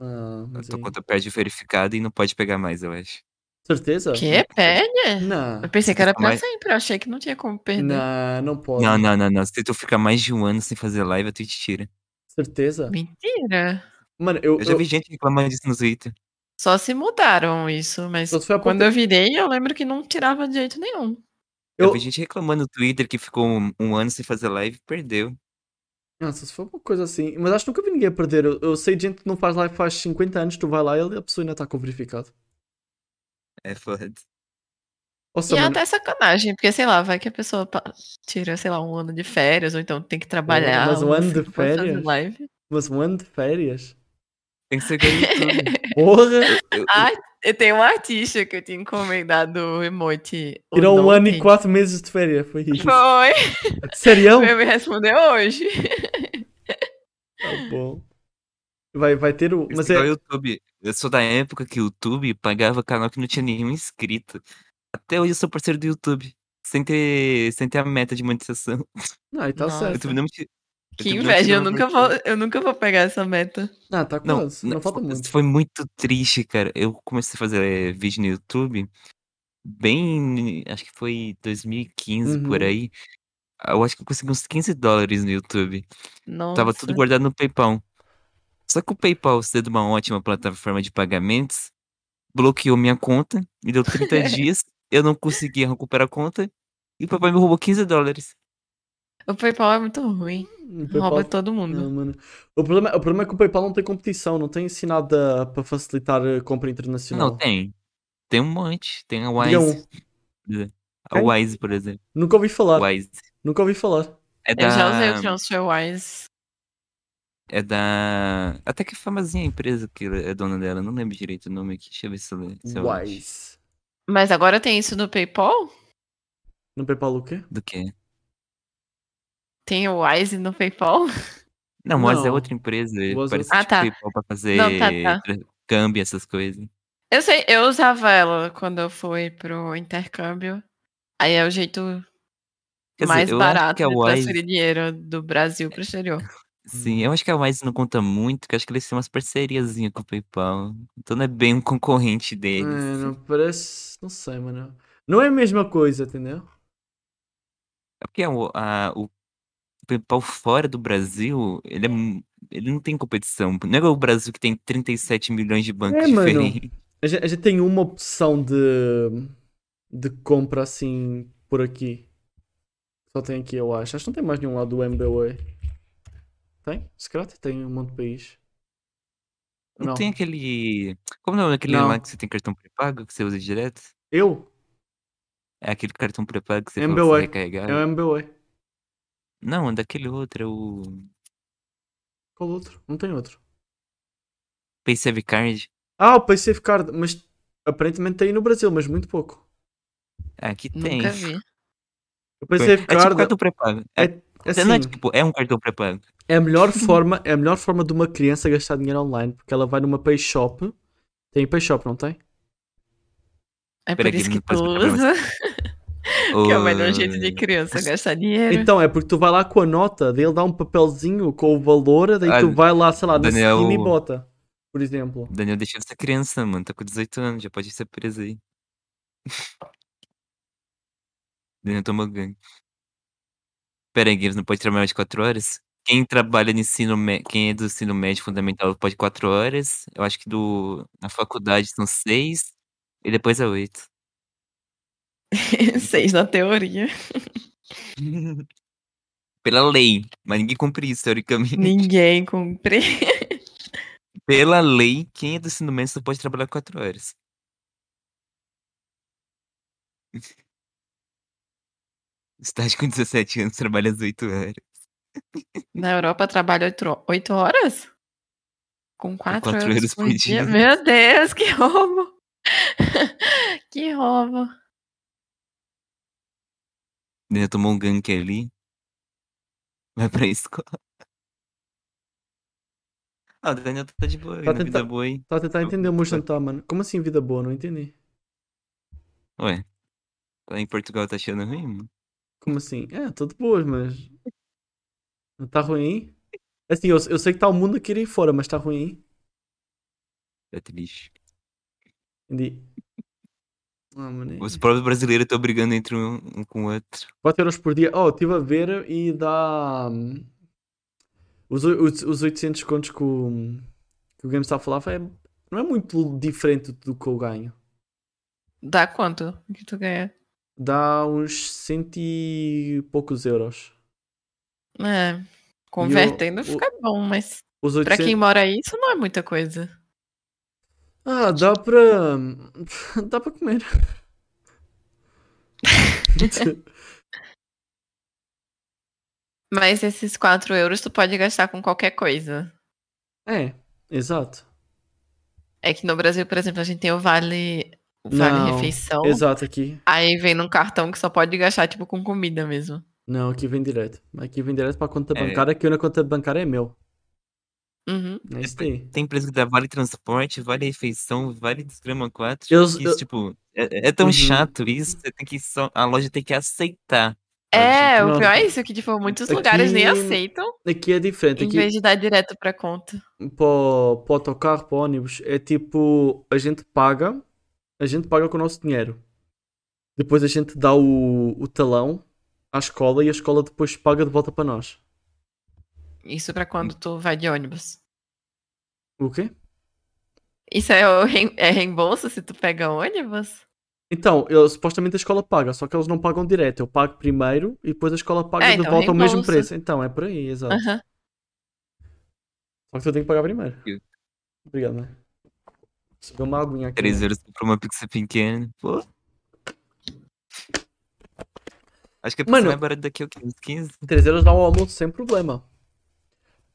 [SPEAKER 1] Ah,
[SPEAKER 3] A
[SPEAKER 1] mas
[SPEAKER 3] tua
[SPEAKER 1] aí-
[SPEAKER 3] conta perde o verificado e não pode pegar mais, eu acho.
[SPEAKER 1] Certeza?
[SPEAKER 2] Que? Perde?
[SPEAKER 1] Não.
[SPEAKER 2] Eu pensei que era pra
[SPEAKER 3] Mas-
[SPEAKER 2] sempre, eu achei que não tinha como perder.
[SPEAKER 1] Não, não pode.
[SPEAKER 3] Não, não, não, não. Se tu ficar mais de um ano sem fazer live, a Twitch tira.
[SPEAKER 1] Certeza?
[SPEAKER 2] Mentira.
[SPEAKER 1] Mano, eu,
[SPEAKER 3] Eu já
[SPEAKER 1] eu-
[SPEAKER 3] vi gente reclamando disso no Twitter.
[SPEAKER 2] Só se mudaram isso, mas
[SPEAKER 1] Só se foi a
[SPEAKER 2] quando
[SPEAKER 1] ponta-
[SPEAKER 2] eu virei, eu lembro que não tirava de jeito nenhum.
[SPEAKER 3] Eu,
[SPEAKER 1] eu-
[SPEAKER 3] vi gente reclamando no Twitter que ficou um, um ano sem fazer live e perdeu.
[SPEAKER 1] Nossa, se foi uma coisa assim. Mas acho que nunca vi ninguém perder. Eu, eu sei de gente que não faz live faz 50 anos, tu vai lá e a pessoa ainda está com verificado.
[SPEAKER 3] É foda.
[SPEAKER 1] Nossa,
[SPEAKER 2] e é
[SPEAKER 1] mano,
[SPEAKER 2] até sacanagem, porque sei lá, vai que a pessoa pa- tira, sei lá, um ano de férias, ou então tem que trabalhar.
[SPEAKER 1] mas um
[SPEAKER 2] ou
[SPEAKER 1] ano de
[SPEAKER 2] não pode fazer
[SPEAKER 1] férias?
[SPEAKER 2] Live.
[SPEAKER 1] mas um ano de férias.
[SPEAKER 3] Tem que ser ganho tudo.
[SPEAKER 1] Porra!
[SPEAKER 3] Eu-
[SPEAKER 1] Ah,
[SPEAKER 2] Ai, eu tenho um artista que eu tinha encomendado o emote. o
[SPEAKER 1] Tirou um ano e
[SPEAKER 2] Dolphin.
[SPEAKER 1] quatro Então meses de férias. Foi isso.
[SPEAKER 2] Foi,
[SPEAKER 1] Serião?
[SPEAKER 2] ele me respondeu hoje.
[SPEAKER 1] Tá bom. Vai, vai ter o.
[SPEAKER 3] eu-
[SPEAKER 1] Mas
[SPEAKER 3] igual
[SPEAKER 1] é.
[SPEAKER 3] YouTube. Eu sou da época que o YouTube pagava canal que não tinha nenhum inscrito. Até hoje eu sou parceiro do YouTube. Sem ter, sem ter a meta de monetização.
[SPEAKER 1] Não, aí tá
[SPEAKER 2] Nossa.
[SPEAKER 3] O
[SPEAKER 1] certo.
[SPEAKER 3] YouTube não me ti- o
[SPEAKER 2] Que
[SPEAKER 3] YouTube não me
[SPEAKER 2] inveja, eu
[SPEAKER 3] tirou
[SPEAKER 2] nunca,
[SPEAKER 3] porque-
[SPEAKER 2] vou, eu nunca vou pegar essa meta.
[SPEAKER 1] Ah, tá
[SPEAKER 3] Não,
[SPEAKER 1] quase. Não,
[SPEAKER 3] não,
[SPEAKER 1] falta
[SPEAKER 3] fo-
[SPEAKER 1] muito.
[SPEAKER 3] Foi muito triste, cara. Eu comecei a fazer eh, vídeo no YouTube bem. Acho que foi 2015 por
[SPEAKER 1] Uhum.
[SPEAKER 3] aí. Eu acho que eu consegui uns 15 dólares no YouTube.
[SPEAKER 2] Nossa.
[SPEAKER 3] Tava tudo guardado no PayPal. Só que o PayPal, sendo uma ótima plataforma de pagamentos, bloqueou minha conta, me deu
[SPEAKER 1] <laughs>
[SPEAKER 3] 30 dias, eu não conseguia recuperar a conta e o papai me roubou 15 dólares.
[SPEAKER 2] O PayPal é muito ruim.
[SPEAKER 1] O PayPal-
[SPEAKER 2] Rouba todo mundo.
[SPEAKER 1] Não, mano. O problema, o problema é que o PayPal não tem competição, não tem assim nada para facilitar a compra internacional.
[SPEAKER 3] Não, tem. Tem um monte. Tem a
[SPEAKER 1] Diga um.
[SPEAKER 3] Wise. A
[SPEAKER 1] Quem?
[SPEAKER 3] Wise, por exemplo.
[SPEAKER 1] Nunca ouvi falar.
[SPEAKER 3] Wise.
[SPEAKER 1] Nunca ouvi falar.
[SPEAKER 3] É
[SPEAKER 2] Eu já usei
[SPEAKER 3] da-
[SPEAKER 2] o TransferWise.
[SPEAKER 3] É da. Até que famosinha a empresa que ela é dona dela, não lembro direito o nome aqui. Deixa eu ver se eu le- se eu acho.
[SPEAKER 1] Wise.
[SPEAKER 2] Mas agora tem isso no PayPal?
[SPEAKER 1] No PayPal o quê?
[SPEAKER 3] Do que?
[SPEAKER 2] Tem o Wise no PayPal? <laughs>
[SPEAKER 3] Não, Wise é
[SPEAKER 1] Não.
[SPEAKER 3] outra empresa.
[SPEAKER 1] Wise é
[SPEAKER 3] Parece
[SPEAKER 2] outra- Ah,
[SPEAKER 3] tipo
[SPEAKER 2] tá.
[SPEAKER 3] PayPal pra fazer
[SPEAKER 2] Não, tá, tá.
[SPEAKER 3] tra- câmbio, essas coisas.
[SPEAKER 2] Eu sei, eu usava ela quando eu fui pro intercâmbio. Aí é o jeito
[SPEAKER 3] Quer dizer,
[SPEAKER 2] mais
[SPEAKER 3] eu acho
[SPEAKER 2] barato
[SPEAKER 3] que a
[SPEAKER 2] de
[SPEAKER 3] Wise- É,
[SPEAKER 2] transferir dinheiro do Brasil pro exterior.
[SPEAKER 3] Sim, eu acho que a Wise não conta muito, porque eu acho que eles têm umas parceriazinhas com o PayPal. Então não é bem um concorrente deles.
[SPEAKER 1] Mano, É, parece. Não sei, mano. Não é a mesma coisa, entendeu?
[SPEAKER 3] É porque a, o- a- o PayPal fora do Brasil, ele, é, mu- ele não tem competição. Não é igual o Brasil que tem 37 milhões de bancos
[SPEAKER 1] É, mano.
[SPEAKER 3] diferentes.
[SPEAKER 1] A gente, a gente tem uma opção de. de compra assim por aqui. Só tem aqui, eu acho. Acho que não tem mais nenhum lado do MBWay. é. Tem? Se calhar até tem em um monte de país.
[SPEAKER 3] Não,
[SPEAKER 1] Não.
[SPEAKER 3] tem aquele. Como não é aquele
[SPEAKER 1] Não.
[SPEAKER 3] lá que você tem cartão pré-pago que você usa direto?
[SPEAKER 1] Eu?
[SPEAKER 3] É aquele cartão pré-pago que você falou que
[SPEAKER 1] MBWay.
[SPEAKER 3] você recarregava?
[SPEAKER 1] É o MBWay.
[SPEAKER 3] Não, é daquele outro, é o
[SPEAKER 1] Qual outro? Não tem outro.
[SPEAKER 3] PaySave Card.
[SPEAKER 1] Ah, o Pacific Card, mas aparentemente tem no Brasil, mas muito pouco.
[SPEAKER 3] Ah, aqui tem.
[SPEAKER 2] Nunca
[SPEAKER 1] O
[SPEAKER 2] vi.
[SPEAKER 3] É
[SPEAKER 1] Pacific
[SPEAKER 3] tipo um
[SPEAKER 1] Card
[SPEAKER 3] cartão pré-pago.
[SPEAKER 1] é-
[SPEAKER 3] É,
[SPEAKER 1] assim,
[SPEAKER 3] não é, tipo, é um cartão pré-pago.
[SPEAKER 1] é a melhor forma, é a melhor forma de uma criança gastar dinheiro online, porque ela vai numa Pay Shop. Tem Pay Shop, não tem?
[SPEAKER 2] É por
[SPEAKER 3] Peraí,
[SPEAKER 2] isso
[SPEAKER 3] que
[SPEAKER 2] que
[SPEAKER 3] me
[SPEAKER 2] tu
[SPEAKER 3] passa pra
[SPEAKER 2] usa, <laughs> que é o melhor
[SPEAKER 3] Ô,
[SPEAKER 2] jeito de criança gastar
[SPEAKER 3] <laughs>
[SPEAKER 2] dinheiro.
[SPEAKER 1] Então, é porque tu vai lá com a nota, daí ele dá um papelzinho com o valor, daí
[SPEAKER 3] Ah,
[SPEAKER 1] tu vai lá, sei lá, no
[SPEAKER 3] Daniel-
[SPEAKER 1] Steam e bota, por exemplo.
[SPEAKER 3] Daniel, deixa de ser criança, mano. Tá com 18 anos, já pode ser preso aí. Daniel tomou gangue. Pera aí, Games, não pode trabalhar mais de 4 horas? Quem trabalha no ensino médio, quem é do ensino médio fundamental pode 4 horas. Eu acho que do na faculdade são 6 e depois é 8.
[SPEAKER 2] Seis na teoria.
[SPEAKER 3] Pela lei, mas ninguém cumpre isso, teoricamente.
[SPEAKER 2] Ninguém cumpre.
[SPEAKER 3] Pela lei, quem é do ensino médio só pode trabalhar 4 horas. <laughs> Estágio com 17 anos, trabalha às 8 horas.
[SPEAKER 2] Na Europa trabalha oito ho- oito horas? Com quatro
[SPEAKER 3] quatro
[SPEAKER 2] euros,
[SPEAKER 3] euros
[SPEAKER 2] por
[SPEAKER 3] por
[SPEAKER 2] dia.
[SPEAKER 3] dia.
[SPEAKER 2] Meu Deus, que roubo! <laughs> que roubo.
[SPEAKER 3] Né, tomou um gank ali. Vai pra escola. Ah, o Daniel tá de boa, aí,
[SPEAKER 1] Tá
[SPEAKER 3] na vida
[SPEAKER 1] tenta-
[SPEAKER 3] boa aí.
[SPEAKER 1] Tá a tentar
[SPEAKER 3] Eu-
[SPEAKER 1] entender o meu jantar, mano. Como assim vida boa? Não entendi.
[SPEAKER 3] Ué, lá em Portugal tá achando ruim, mano?
[SPEAKER 1] Como assim? É, tudo boas, mas. Não tá ruim? Assim, eu, eu sei que tá o mundo a querer ir fora, mas tá ruim.
[SPEAKER 3] Tá triste.
[SPEAKER 1] Entendi. <laughs> Ah, mano.
[SPEAKER 3] Os próprios brasileiros estão brigando entre um, um com o outro.
[SPEAKER 1] 4 euros por dia. Oh, eu estive a ver e dá. hum, Os, oi- os, os 800 contos que o, que o GameStop falava é, não é muito diferente do que eu ganho.
[SPEAKER 2] Dá quanto que tu ganha?
[SPEAKER 1] Dá uns cento e poucos euros.
[SPEAKER 2] É, convertendo
[SPEAKER 1] o-
[SPEAKER 2] fica bom, mas
[SPEAKER 1] Os
[SPEAKER 2] pra
[SPEAKER 1] 800...
[SPEAKER 2] quem mora aí, isso não é muita coisa.
[SPEAKER 1] Ah, dá para. hum, <laughs> dá para comer.
[SPEAKER 2] Mas esses quatro euros tu pode gastar com qualquer coisa.
[SPEAKER 1] é, exato.
[SPEAKER 2] É que no Brasil, por exemplo, a gente tem o Vale, o vale
[SPEAKER 1] Não,
[SPEAKER 2] Refeição.
[SPEAKER 1] Exato, aqui.
[SPEAKER 2] Aí vem num cartão que só pode gastar, tipo, com comida mesmo.
[SPEAKER 1] Não, aqui vem direto. Aqui vem direto para a conta
[SPEAKER 3] É.
[SPEAKER 1] bancária, que eu na conta bancária é meu.
[SPEAKER 2] Uhum.
[SPEAKER 1] É isso aí.
[SPEAKER 3] Tem empresa que dá vale transporte, vale refeição, vale desgrama 4.
[SPEAKER 1] Eu-
[SPEAKER 3] que isso,
[SPEAKER 1] eu-
[SPEAKER 3] tipo, é, é tão
[SPEAKER 1] Uhum.
[SPEAKER 3] chato isso, você tem que só, a loja tem que aceitar.
[SPEAKER 2] É,
[SPEAKER 1] Não.
[SPEAKER 2] o pior é isso, que tipo, muitos lugares nem
[SPEAKER 1] Aqui-
[SPEAKER 2] aceitam,
[SPEAKER 1] Aqui é diferente.
[SPEAKER 2] em
[SPEAKER 1] Aqui,
[SPEAKER 2] vez de dar direto pra conta.
[SPEAKER 1] para o autocarro, para o ônibus, é tipo, a gente paga, a gente paga com o nosso dinheiro. Depois a gente dá o, o talão à escola e a escola depois paga de volta para nós.
[SPEAKER 2] Isso pra quando tu vai de ônibus.
[SPEAKER 1] O quê?
[SPEAKER 2] Isso é, o rem- é reembolso se tu pega ônibus?
[SPEAKER 1] Então, eu, supostamente a escola paga, só que eles não pagam direto. Eu pago primeiro e depois a escola paga
[SPEAKER 2] É,
[SPEAKER 1] de
[SPEAKER 2] então, Ah.
[SPEAKER 1] volta ao mesmo
[SPEAKER 2] reembolso.
[SPEAKER 1] preço. Então, é por aí, exato.
[SPEAKER 2] Aham.
[SPEAKER 1] Só que tu tem que pagar primeiro.
[SPEAKER 3] Eu-
[SPEAKER 1] Obrigado, né? Deixa eu beber uma aguinha aqui.
[SPEAKER 3] 3 euros pra uma pizza pequena. Pô. Acho que a pizza
[SPEAKER 1] Mano-
[SPEAKER 3] mais barata daqui é o quê? Uns 15?
[SPEAKER 1] 3 euros dá um almoço sem problema.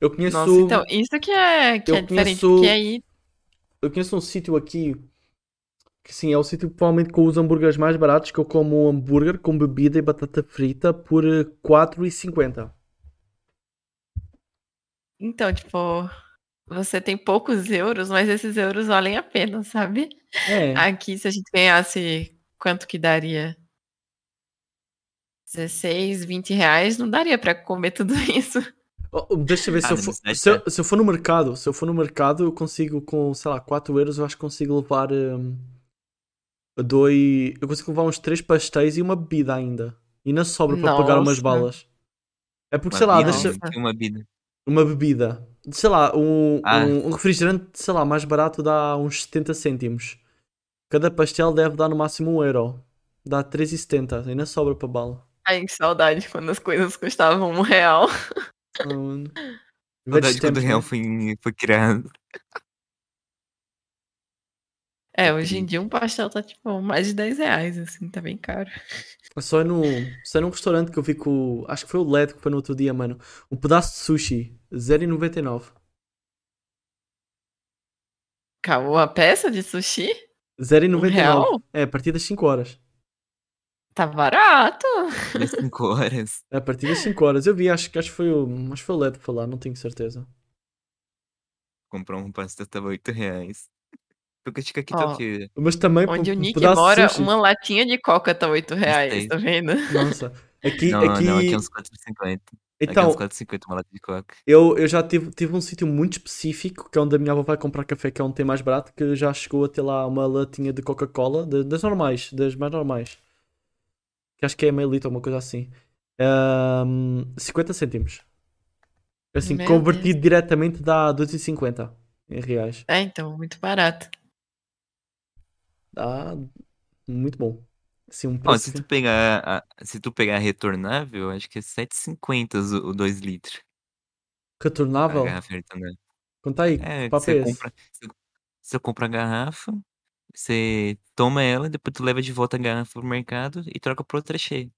[SPEAKER 1] Eu conheço.
[SPEAKER 2] Nossa, então, isso que é, que
[SPEAKER 1] Eu
[SPEAKER 2] é diferente,
[SPEAKER 1] conheço-
[SPEAKER 2] porque aí
[SPEAKER 1] Eu conheço um sítio aqui que sim, é o sítio provavelmente com os hambúrgueres mais baratos que eu como um hambúrguer com bebida e batata frita por eh, 4,50.
[SPEAKER 2] Então, tipo, você tem poucos euros, mas esses euros valem a pena, sabe?
[SPEAKER 1] É.
[SPEAKER 2] Aqui, se a gente ganhasse, quanto que daria? 16, 20 reais, não daria pra comer tudo <laughs> isso.
[SPEAKER 1] Oh, oh, Deixa eu ver, se,
[SPEAKER 3] Ah,
[SPEAKER 1] eu for,
[SPEAKER 3] mas aí
[SPEAKER 1] se, eu,
[SPEAKER 3] tá.
[SPEAKER 1] se eu for no mercado, se eu for no mercado, eu consigo com, sei lá, 4 euros, eu acho que consigo levar hum, dois, eu consigo levar uns 3 pastéis e uma bebida ainda. E não sobra para pagar umas
[SPEAKER 2] Nossa.
[SPEAKER 1] balas. É porque, sei lá,
[SPEAKER 2] bebida.
[SPEAKER 1] deixa
[SPEAKER 2] Nossa.
[SPEAKER 3] assim, Uma bida.
[SPEAKER 1] uma bebida. Sei lá, um,
[SPEAKER 3] Ah.
[SPEAKER 1] um, um refrigerante, sei lá, mais barato dá uns 70 cêntimos. Cada pastel deve dar no máximo 1 euro. Dá 3,70, ainda sobra para bala.
[SPEAKER 2] Ai, que saudade quando as coisas custavam um real.
[SPEAKER 1] Ah, mano.
[SPEAKER 3] Quando,
[SPEAKER 1] Velhos
[SPEAKER 3] quando o
[SPEAKER 1] tempos,
[SPEAKER 3] real
[SPEAKER 1] né?
[SPEAKER 3] foi, foi criado.
[SPEAKER 2] É, hoje em dia um pastel tá tipo mais de 10 reais, assim, tá bem caro.
[SPEAKER 1] Só no, só num restaurante que eu vi com. Acho que foi o LED que foi no outro dia, mano. Um pedaço de sushi, 0,99.
[SPEAKER 2] Acabou a peça de sushi? Um
[SPEAKER 1] 0,99.
[SPEAKER 2] real?
[SPEAKER 1] É, a partir das 5 horas.
[SPEAKER 2] Tá barato.
[SPEAKER 3] Deu 5 horas.
[SPEAKER 1] É, a partir das 5 horas. Eu vi, acho, que- acho que foi o. Acho que foi o LED que foi lá, não tenho certeza.
[SPEAKER 3] Comprar um pastel tava 8 reais. Porque acho que aqui tá
[SPEAKER 2] Ó,
[SPEAKER 3] o quê?
[SPEAKER 1] Mas também
[SPEAKER 2] Onde
[SPEAKER 1] um-
[SPEAKER 2] o
[SPEAKER 1] um
[SPEAKER 2] Nick
[SPEAKER 1] pedaço de
[SPEAKER 2] mora,
[SPEAKER 1] sushi-
[SPEAKER 2] uma latinha de coca tá 8 reais,
[SPEAKER 3] sei.
[SPEAKER 2] tá vendo?
[SPEAKER 1] Nossa. Aqui.
[SPEAKER 3] Não,
[SPEAKER 1] aqui...
[SPEAKER 3] não, aqui é uns 4,50. aqui é
[SPEAKER 1] Então,
[SPEAKER 3] uns 4,50 uma lata de coca.
[SPEAKER 1] eu, eu já tive, tive um sítio muito específico, que é onde a minha avó vai comprar café, que é onde tem mais barato, que já chegou a ter lá uma latinha de Coca-Cola, da- das normais, das mais normais. Que acho que é meio litro, uma coisa assim. Ahm, 50 cêntimos. Assim,
[SPEAKER 2] Meu
[SPEAKER 1] convertido diretamente dá 2,50 em reais.
[SPEAKER 2] É, então, muito barato.
[SPEAKER 1] Dá muito bom. Assim, um
[SPEAKER 3] Ó,
[SPEAKER 1] preço.
[SPEAKER 3] se tu pegar, a, se tu pegar a retornável, acho que é 7,50 o 2 litros.
[SPEAKER 2] Tá
[SPEAKER 3] A
[SPEAKER 1] retornável.
[SPEAKER 3] garrafa retornável.
[SPEAKER 1] Conta aí,
[SPEAKER 3] É,
[SPEAKER 1] que
[SPEAKER 2] Tipo
[SPEAKER 3] que
[SPEAKER 1] papo
[SPEAKER 3] você
[SPEAKER 1] é esse?
[SPEAKER 3] compra, você, você compra a garrafa, você toma ela, depois tu leva de volta a garrafa pro mercado e troca por outra cheia.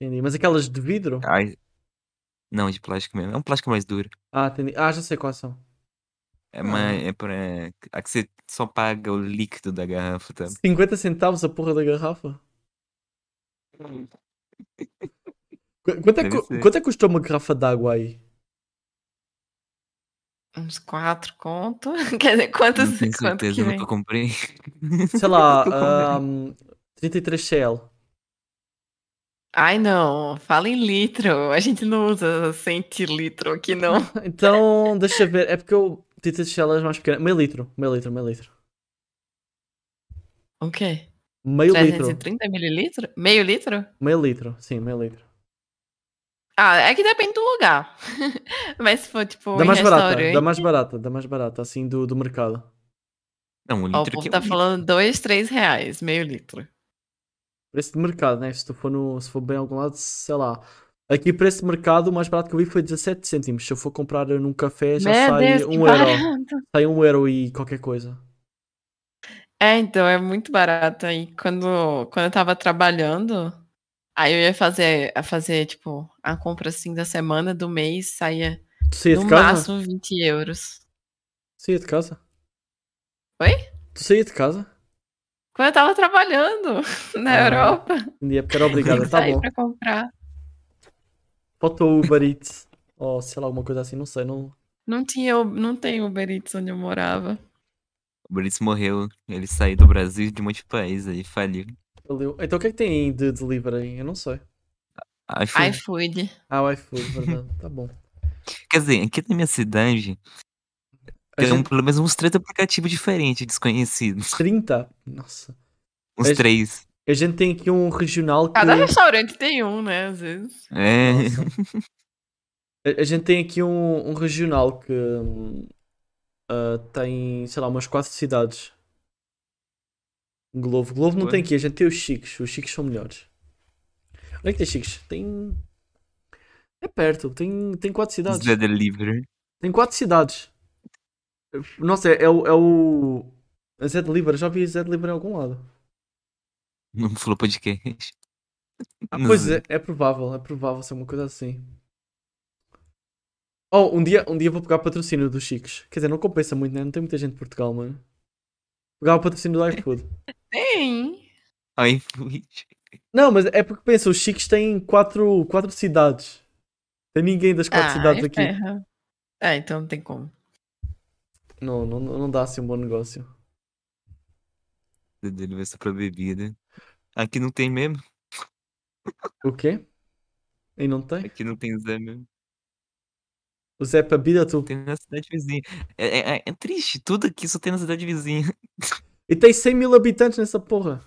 [SPEAKER 1] Entendi. Mas aquelas de vidro?
[SPEAKER 3] Ai, não, de plástico mesmo. É um plástico mais duro.
[SPEAKER 1] Ah, entendi. Ah, já sei quais são.
[SPEAKER 3] É, mais, é pra, a que você só paga o líquido da garrafa, tá?
[SPEAKER 1] 50 centavos a porra da garrafa? Qu- Quanto é,
[SPEAKER 3] Deve
[SPEAKER 1] que,
[SPEAKER 3] ser.
[SPEAKER 1] quanto é que custou uma garrafa d'água aí?
[SPEAKER 2] Uns 4 conto. <laughs> Quer dizer, quantos, <laughs>
[SPEAKER 3] Não tenho
[SPEAKER 2] quanto que
[SPEAKER 3] certeza,
[SPEAKER 2] vem?
[SPEAKER 3] nunca comprei. <laughs>
[SPEAKER 1] Sei lá, ahm, 33 CL.
[SPEAKER 2] Ai, não, fala em litro. A gente não usa centilitro
[SPEAKER 1] <laughs>
[SPEAKER 2] aqui, não.
[SPEAKER 1] Então, deixa eu ver. É porque eu. 33 CL é mais pequena. Meio litro, meio litro, meio litro.
[SPEAKER 2] O quê?
[SPEAKER 1] Meio litro,
[SPEAKER 2] 330 mililitros? Meio litro?
[SPEAKER 1] meio litro, sim, meio litro.
[SPEAKER 2] Ah, é que depende do lugar. <laughs> Mas se for, tipo,
[SPEAKER 1] Da
[SPEAKER 2] em
[SPEAKER 1] mais barata,
[SPEAKER 2] restaurante...
[SPEAKER 1] da mais barata, da mais barata, assim, do, do mercado.
[SPEAKER 2] Ó,
[SPEAKER 3] Não, um
[SPEAKER 2] o
[SPEAKER 3] litro
[SPEAKER 2] povo
[SPEAKER 3] que é
[SPEAKER 2] tá
[SPEAKER 3] um litro.
[SPEAKER 2] falando 2, 3 reais, meio litro.
[SPEAKER 1] Preço de mercado, né? Se tu for, no, se for bem a algum lado, sei lá. Aqui, preço de mercado, o mais barato que eu vi foi 17 cêntimos. Se eu for comprar num café, já
[SPEAKER 2] Meu
[SPEAKER 1] sai
[SPEAKER 2] Deus, que
[SPEAKER 1] 1 euro.
[SPEAKER 2] barato.
[SPEAKER 1] Sai 1 euro e qualquer coisa.
[SPEAKER 2] É, então, é muito barato. Aí, quando, quando eu tava trabalhando, aí eu ia fazer, a fazer, tipo, a compra, assim, da semana, do mês, saía
[SPEAKER 1] Tu saía
[SPEAKER 2] no
[SPEAKER 1] de casa?
[SPEAKER 2] máximo 20 euros.
[SPEAKER 1] Saía de casa?
[SPEAKER 2] Oi?
[SPEAKER 1] Tu saía de casa?
[SPEAKER 2] Quando eu tava trabalhando <laughs> na
[SPEAKER 1] Ah,
[SPEAKER 2] Europa,
[SPEAKER 1] Entendi, é porque era obrigada, tá
[SPEAKER 2] saí
[SPEAKER 1] bom.
[SPEAKER 2] pra comprar.
[SPEAKER 1] Faltou o Uber Eats. Ou sei lá, alguma coisa assim, não sei. Não...
[SPEAKER 2] Não tinha, Ub- não tem Uber Eats onde eu morava.
[SPEAKER 3] O Brits morreu. Ele saiu do Brasil e de um monte de país aí, faliu.
[SPEAKER 1] valeu. Então o que é que tem aí de delivery? Eu não sei.
[SPEAKER 3] iFood.
[SPEAKER 2] iFood.
[SPEAKER 1] Ah, o iFood, verdade. tá bom.
[SPEAKER 3] Quer dizer, aqui na minha cidade
[SPEAKER 1] A
[SPEAKER 3] tem um
[SPEAKER 1] gente...
[SPEAKER 3] pelo menos uns três aplicativos diferentes, desconhecidos.
[SPEAKER 1] 30? Nossa.
[SPEAKER 3] Uns
[SPEAKER 1] Mas-
[SPEAKER 3] três.
[SPEAKER 1] A gente tem aqui um regional que.
[SPEAKER 2] Cada restaurante tem um, né? Às vezes.
[SPEAKER 3] É. <laughs>
[SPEAKER 1] Nossa. A- A gente tem aqui um, um regional que hum, ah, tem, sei lá, umas quatro cidades. Globo. Globo não
[SPEAKER 3] Boa.
[SPEAKER 1] tem aqui, a gente tem os Chiques. Os Chiques são melhores. Onde é que tem Chiques? Tem. É perto, tem, tem quatro
[SPEAKER 3] Os
[SPEAKER 1] cidades.
[SPEAKER 3] da Delivery.
[SPEAKER 1] Tem quatro cidades. Nossa, é, é o. É o... A Zé de Libra, já vi Zé de Libra em algum lado.
[SPEAKER 3] Não falou podcast.
[SPEAKER 1] Ah,
[SPEAKER 3] Não
[SPEAKER 1] pois
[SPEAKER 3] sei.
[SPEAKER 1] é, é provável, é provável ser uma coisa assim. Oh, um dia, um dia vou pegar patrocínio dos Chicos. Quer dizer, não compensa muito, né? Não tem muita gente de Portugal, mano. Pegar o patrocínio do iFood.
[SPEAKER 2] Tem.
[SPEAKER 3] iFood.
[SPEAKER 1] Não, mas é porque pensa, os Chicos têm quatro, quatro cidades. Tem ninguém das quatro
[SPEAKER 2] Ah,
[SPEAKER 1] cidades
[SPEAKER 2] é
[SPEAKER 1] aqui.
[SPEAKER 2] ferra. É, então não tem como.
[SPEAKER 1] Não, não, não dá assim um bom negócio.
[SPEAKER 3] O dele vai ser é pra bebida. Aqui não tem mesmo?
[SPEAKER 1] O quê? E não tem?
[SPEAKER 3] Aqui não tem Zé mesmo.
[SPEAKER 1] O Zé pra vida tu.
[SPEAKER 3] Tem na cidade vizinha. É, é- é triste, tudo aqui só tem na cidade vizinha.
[SPEAKER 1] E tem 100 mil habitantes nessa porra.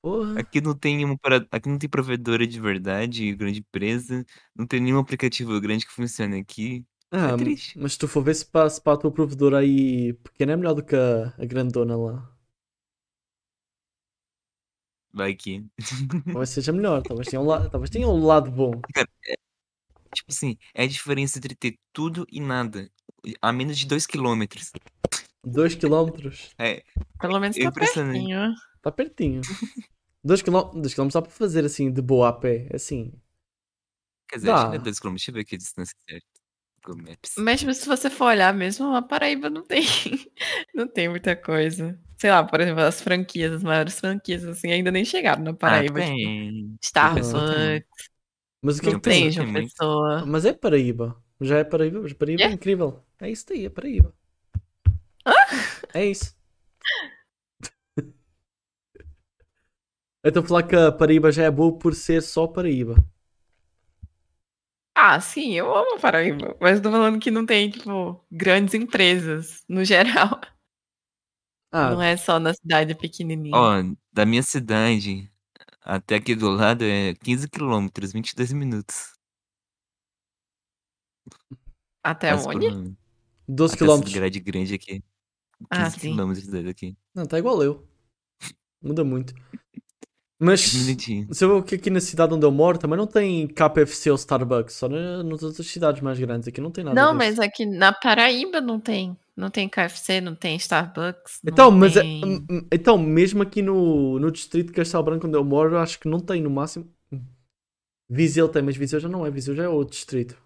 [SPEAKER 1] Porra.
[SPEAKER 3] Aqui não tem uma para- aqui não tem provedora de verdade, grande empresa. Não tem nenhum aplicativo grande que funcione aqui.
[SPEAKER 1] Ah,
[SPEAKER 3] triste.
[SPEAKER 1] mas se tu for ver se para, se para a tua provedora aí pequena é melhor do que a, a grandona lá.
[SPEAKER 3] Vai aqui.
[SPEAKER 1] Talvez seja melhor, talvez tenha um, la... talvez tenha um lado bom.
[SPEAKER 3] Tipo assim, é a diferença entre ter tudo e nada. A menos de 2 quilômetros.
[SPEAKER 1] 2 km.
[SPEAKER 2] Pelo menos
[SPEAKER 3] É
[SPEAKER 2] tá
[SPEAKER 3] impressionante.
[SPEAKER 2] pertinho.
[SPEAKER 1] Está tá pertinho. 2 km, dois km dá para fazer assim de boa a pé, assim.
[SPEAKER 3] Quer dizer, acho que
[SPEAKER 1] Dá.
[SPEAKER 3] não é 2 quilômetros. Deixa eu ver aqui a distância certa. Google Maps. Ah,
[SPEAKER 2] Mas tipo, se você for olhar mesmo, a Paraíba não tem. <laughs> Não tem muita coisa. Sei lá, por exemplo, as franquias, as maiores franquias, assim, ainda nem chegaram na Paraíba.
[SPEAKER 3] Ah,
[SPEAKER 2] tipo,
[SPEAKER 3] tem.
[SPEAKER 2] Starbucks,
[SPEAKER 1] Mas o que é
[SPEAKER 2] não
[SPEAKER 1] que
[SPEAKER 3] tem.
[SPEAKER 2] tem,
[SPEAKER 1] tem?
[SPEAKER 2] João
[SPEAKER 3] muito.
[SPEAKER 2] Pessoa.
[SPEAKER 1] Mas é Paraíba. Já é Paraíba, mas Paraíba é
[SPEAKER 2] É?
[SPEAKER 1] incrível. É isso daí, é Paraíba. É isso. <laughs> Eu estou a Então falar que a Paraíba já é boa por ser só Paraíba.
[SPEAKER 2] Ah, sim, eu amo a Paraíba. Mas eu tô falando que não tem, tipo, grandes empresas, no geral.
[SPEAKER 1] Ah,
[SPEAKER 2] Não é só na cidade pequenininha.
[SPEAKER 3] Ó, da minha cidade até aqui do lado é 15 quilômetros, 22 minutos.
[SPEAKER 2] Até
[SPEAKER 3] Mas
[SPEAKER 2] É onde?
[SPEAKER 3] por-
[SPEAKER 1] 12
[SPEAKER 3] até essa
[SPEAKER 1] km.
[SPEAKER 3] grade grande aqui. 15
[SPEAKER 2] Ah, sim.
[SPEAKER 3] quilômetros <laughs> daqui.
[SPEAKER 1] Não, tá igual eu. Muda muito. Mas se
[SPEAKER 3] Minutinho.
[SPEAKER 1] eu ver que aqui na cidade onde eu moro também não tem KFC ou Starbucks, só na- nas outras cidades mais grandes. Aqui não tem nada.
[SPEAKER 2] Não,
[SPEAKER 1] disso.
[SPEAKER 2] mas aqui na Paraíba não tem. Não tem KFC, não tem Starbucks. não
[SPEAKER 1] Então, mas é-
[SPEAKER 2] tem-
[SPEAKER 1] hum, hum, então, mesmo aqui no, no distrito de Castelo Branco onde eu moro, acho que não tem no máximo. Hum. Viseu tem, mas Viseu já não é, Viseu já é outro distrito.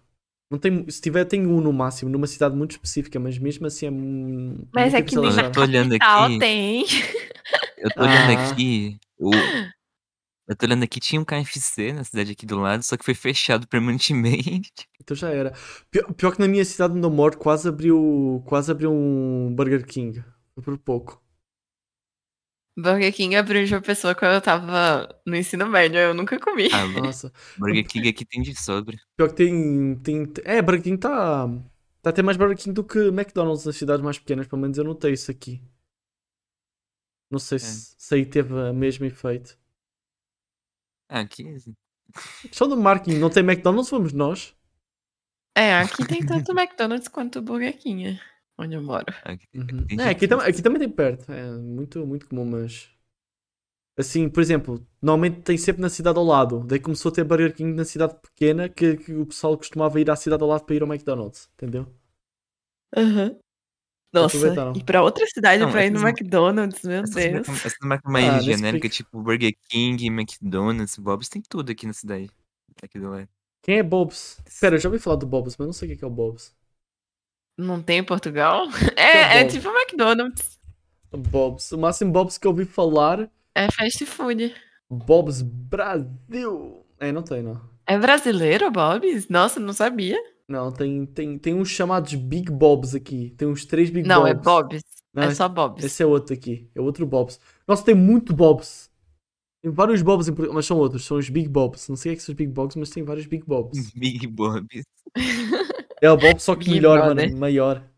[SPEAKER 1] Não tem, se tiver, tem um no máximo, numa cidade muito específica, mas mesmo assim é. mu-
[SPEAKER 2] Mas
[SPEAKER 1] muito
[SPEAKER 2] é que
[SPEAKER 1] difícil
[SPEAKER 2] nem
[SPEAKER 1] arranjar.
[SPEAKER 2] na
[SPEAKER 3] Eu tô olhando
[SPEAKER 2] capital
[SPEAKER 3] aqui.
[SPEAKER 2] Tá, tem.
[SPEAKER 3] Eu tô olhando
[SPEAKER 1] Ah.
[SPEAKER 3] aqui. o-
[SPEAKER 2] Ah.
[SPEAKER 3] Eu tô olhando aqui, tinha um KFC na cidade aqui do lado, só que foi fechado permanentemente. <laughs>
[SPEAKER 1] Então já era. Pior, pior que na minha cidade onde eu moro, quase abriu, quase abriu um Burger King. Foi Por pouco.
[SPEAKER 2] Burger King abriu de uma pessoa quando eu tava no ensino médio, eu nunca comi.
[SPEAKER 3] Ah,
[SPEAKER 1] Nossa.
[SPEAKER 3] Burger King aqui tem de sobra.
[SPEAKER 1] Pior que tem. tem é, Burger King está. Está até mais Burger King do que McDonald's nas cidades mais pequenas. Pelo menos eu notei isso aqui. Não sei se, se aí teve o mesmo efeito.
[SPEAKER 3] Ah, aqui.
[SPEAKER 1] Questão do marketing, não tem McDonald's, vamos nós.
[SPEAKER 2] É, aqui tem tanto McDonald's quanto Burger King, onde eu moro.
[SPEAKER 3] aqui tem-
[SPEAKER 1] Uhum.
[SPEAKER 3] tem
[SPEAKER 1] É,
[SPEAKER 3] de
[SPEAKER 1] aqui, tam-
[SPEAKER 3] tudo.
[SPEAKER 1] aqui também tem perto. É muito, muito comum, mas. Assim, por exemplo, normalmente tem sempre na cidade ao lado. Daí começou a ter Burger King na cidade pequena que, que o pessoal costumava ir à cidade ao lado para ir ao McDonald's, entendeu?
[SPEAKER 2] Aham. Nossa,
[SPEAKER 1] Aproveitaram.
[SPEAKER 2] e pra outra cidade
[SPEAKER 3] Não,
[SPEAKER 2] pra ir no
[SPEAKER 3] essas-
[SPEAKER 2] McDonald's, meu
[SPEAKER 3] Essas
[SPEAKER 2] Deus.
[SPEAKER 3] marcas, essas marcas mais
[SPEAKER 1] um Ah, nesse
[SPEAKER 3] genéricas,
[SPEAKER 1] pique.
[SPEAKER 3] tipo Burger King, McDonald's, Bob's, tem tudo aqui na cidade. Aqui do lado.
[SPEAKER 1] Quem é Bob's? Pera, eu já ouvi falar do Bob's, mas não sei o que é, que é o Bob's.
[SPEAKER 2] Não tem em <laughs> Portugal? É, é
[SPEAKER 1] bom.
[SPEAKER 2] tipo McDonald's.
[SPEAKER 1] Bob's. O máximo Bob's que eu ouvi falar.
[SPEAKER 2] É fast food.
[SPEAKER 1] Bob's Brasil! É, não tem, não.
[SPEAKER 2] É brasileiro, Bob's? Nossa, não sabia.
[SPEAKER 1] Não, tem, tem, tem uns chamados Big Bob's aqui. Tem uns três Big
[SPEAKER 2] não,
[SPEAKER 1] Bob's.
[SPEAKER 2] é Bob's.
[SPEAKER 1] Não,
[SPEAKER 2] é só Bob's.
[SPEAKER 1] Esse é outro aqui. É outro Bobs. Nossa, tem muito Bobs. Tem vários Bobs, em Portugal, mas são outros. São os Big Bobs. Não sei o que é que são os Big Bobs, mas tem vários Big Bobs.
[SPEAKER 3] <laughs> Big Bob's.
[SPEAKER 1] É o Bob só que
[SPEAKER 2] Big
[SPEAKER 1] melhor,
[SPEAKER 2] Brother.
[SPEAKER 1] mano. Maior.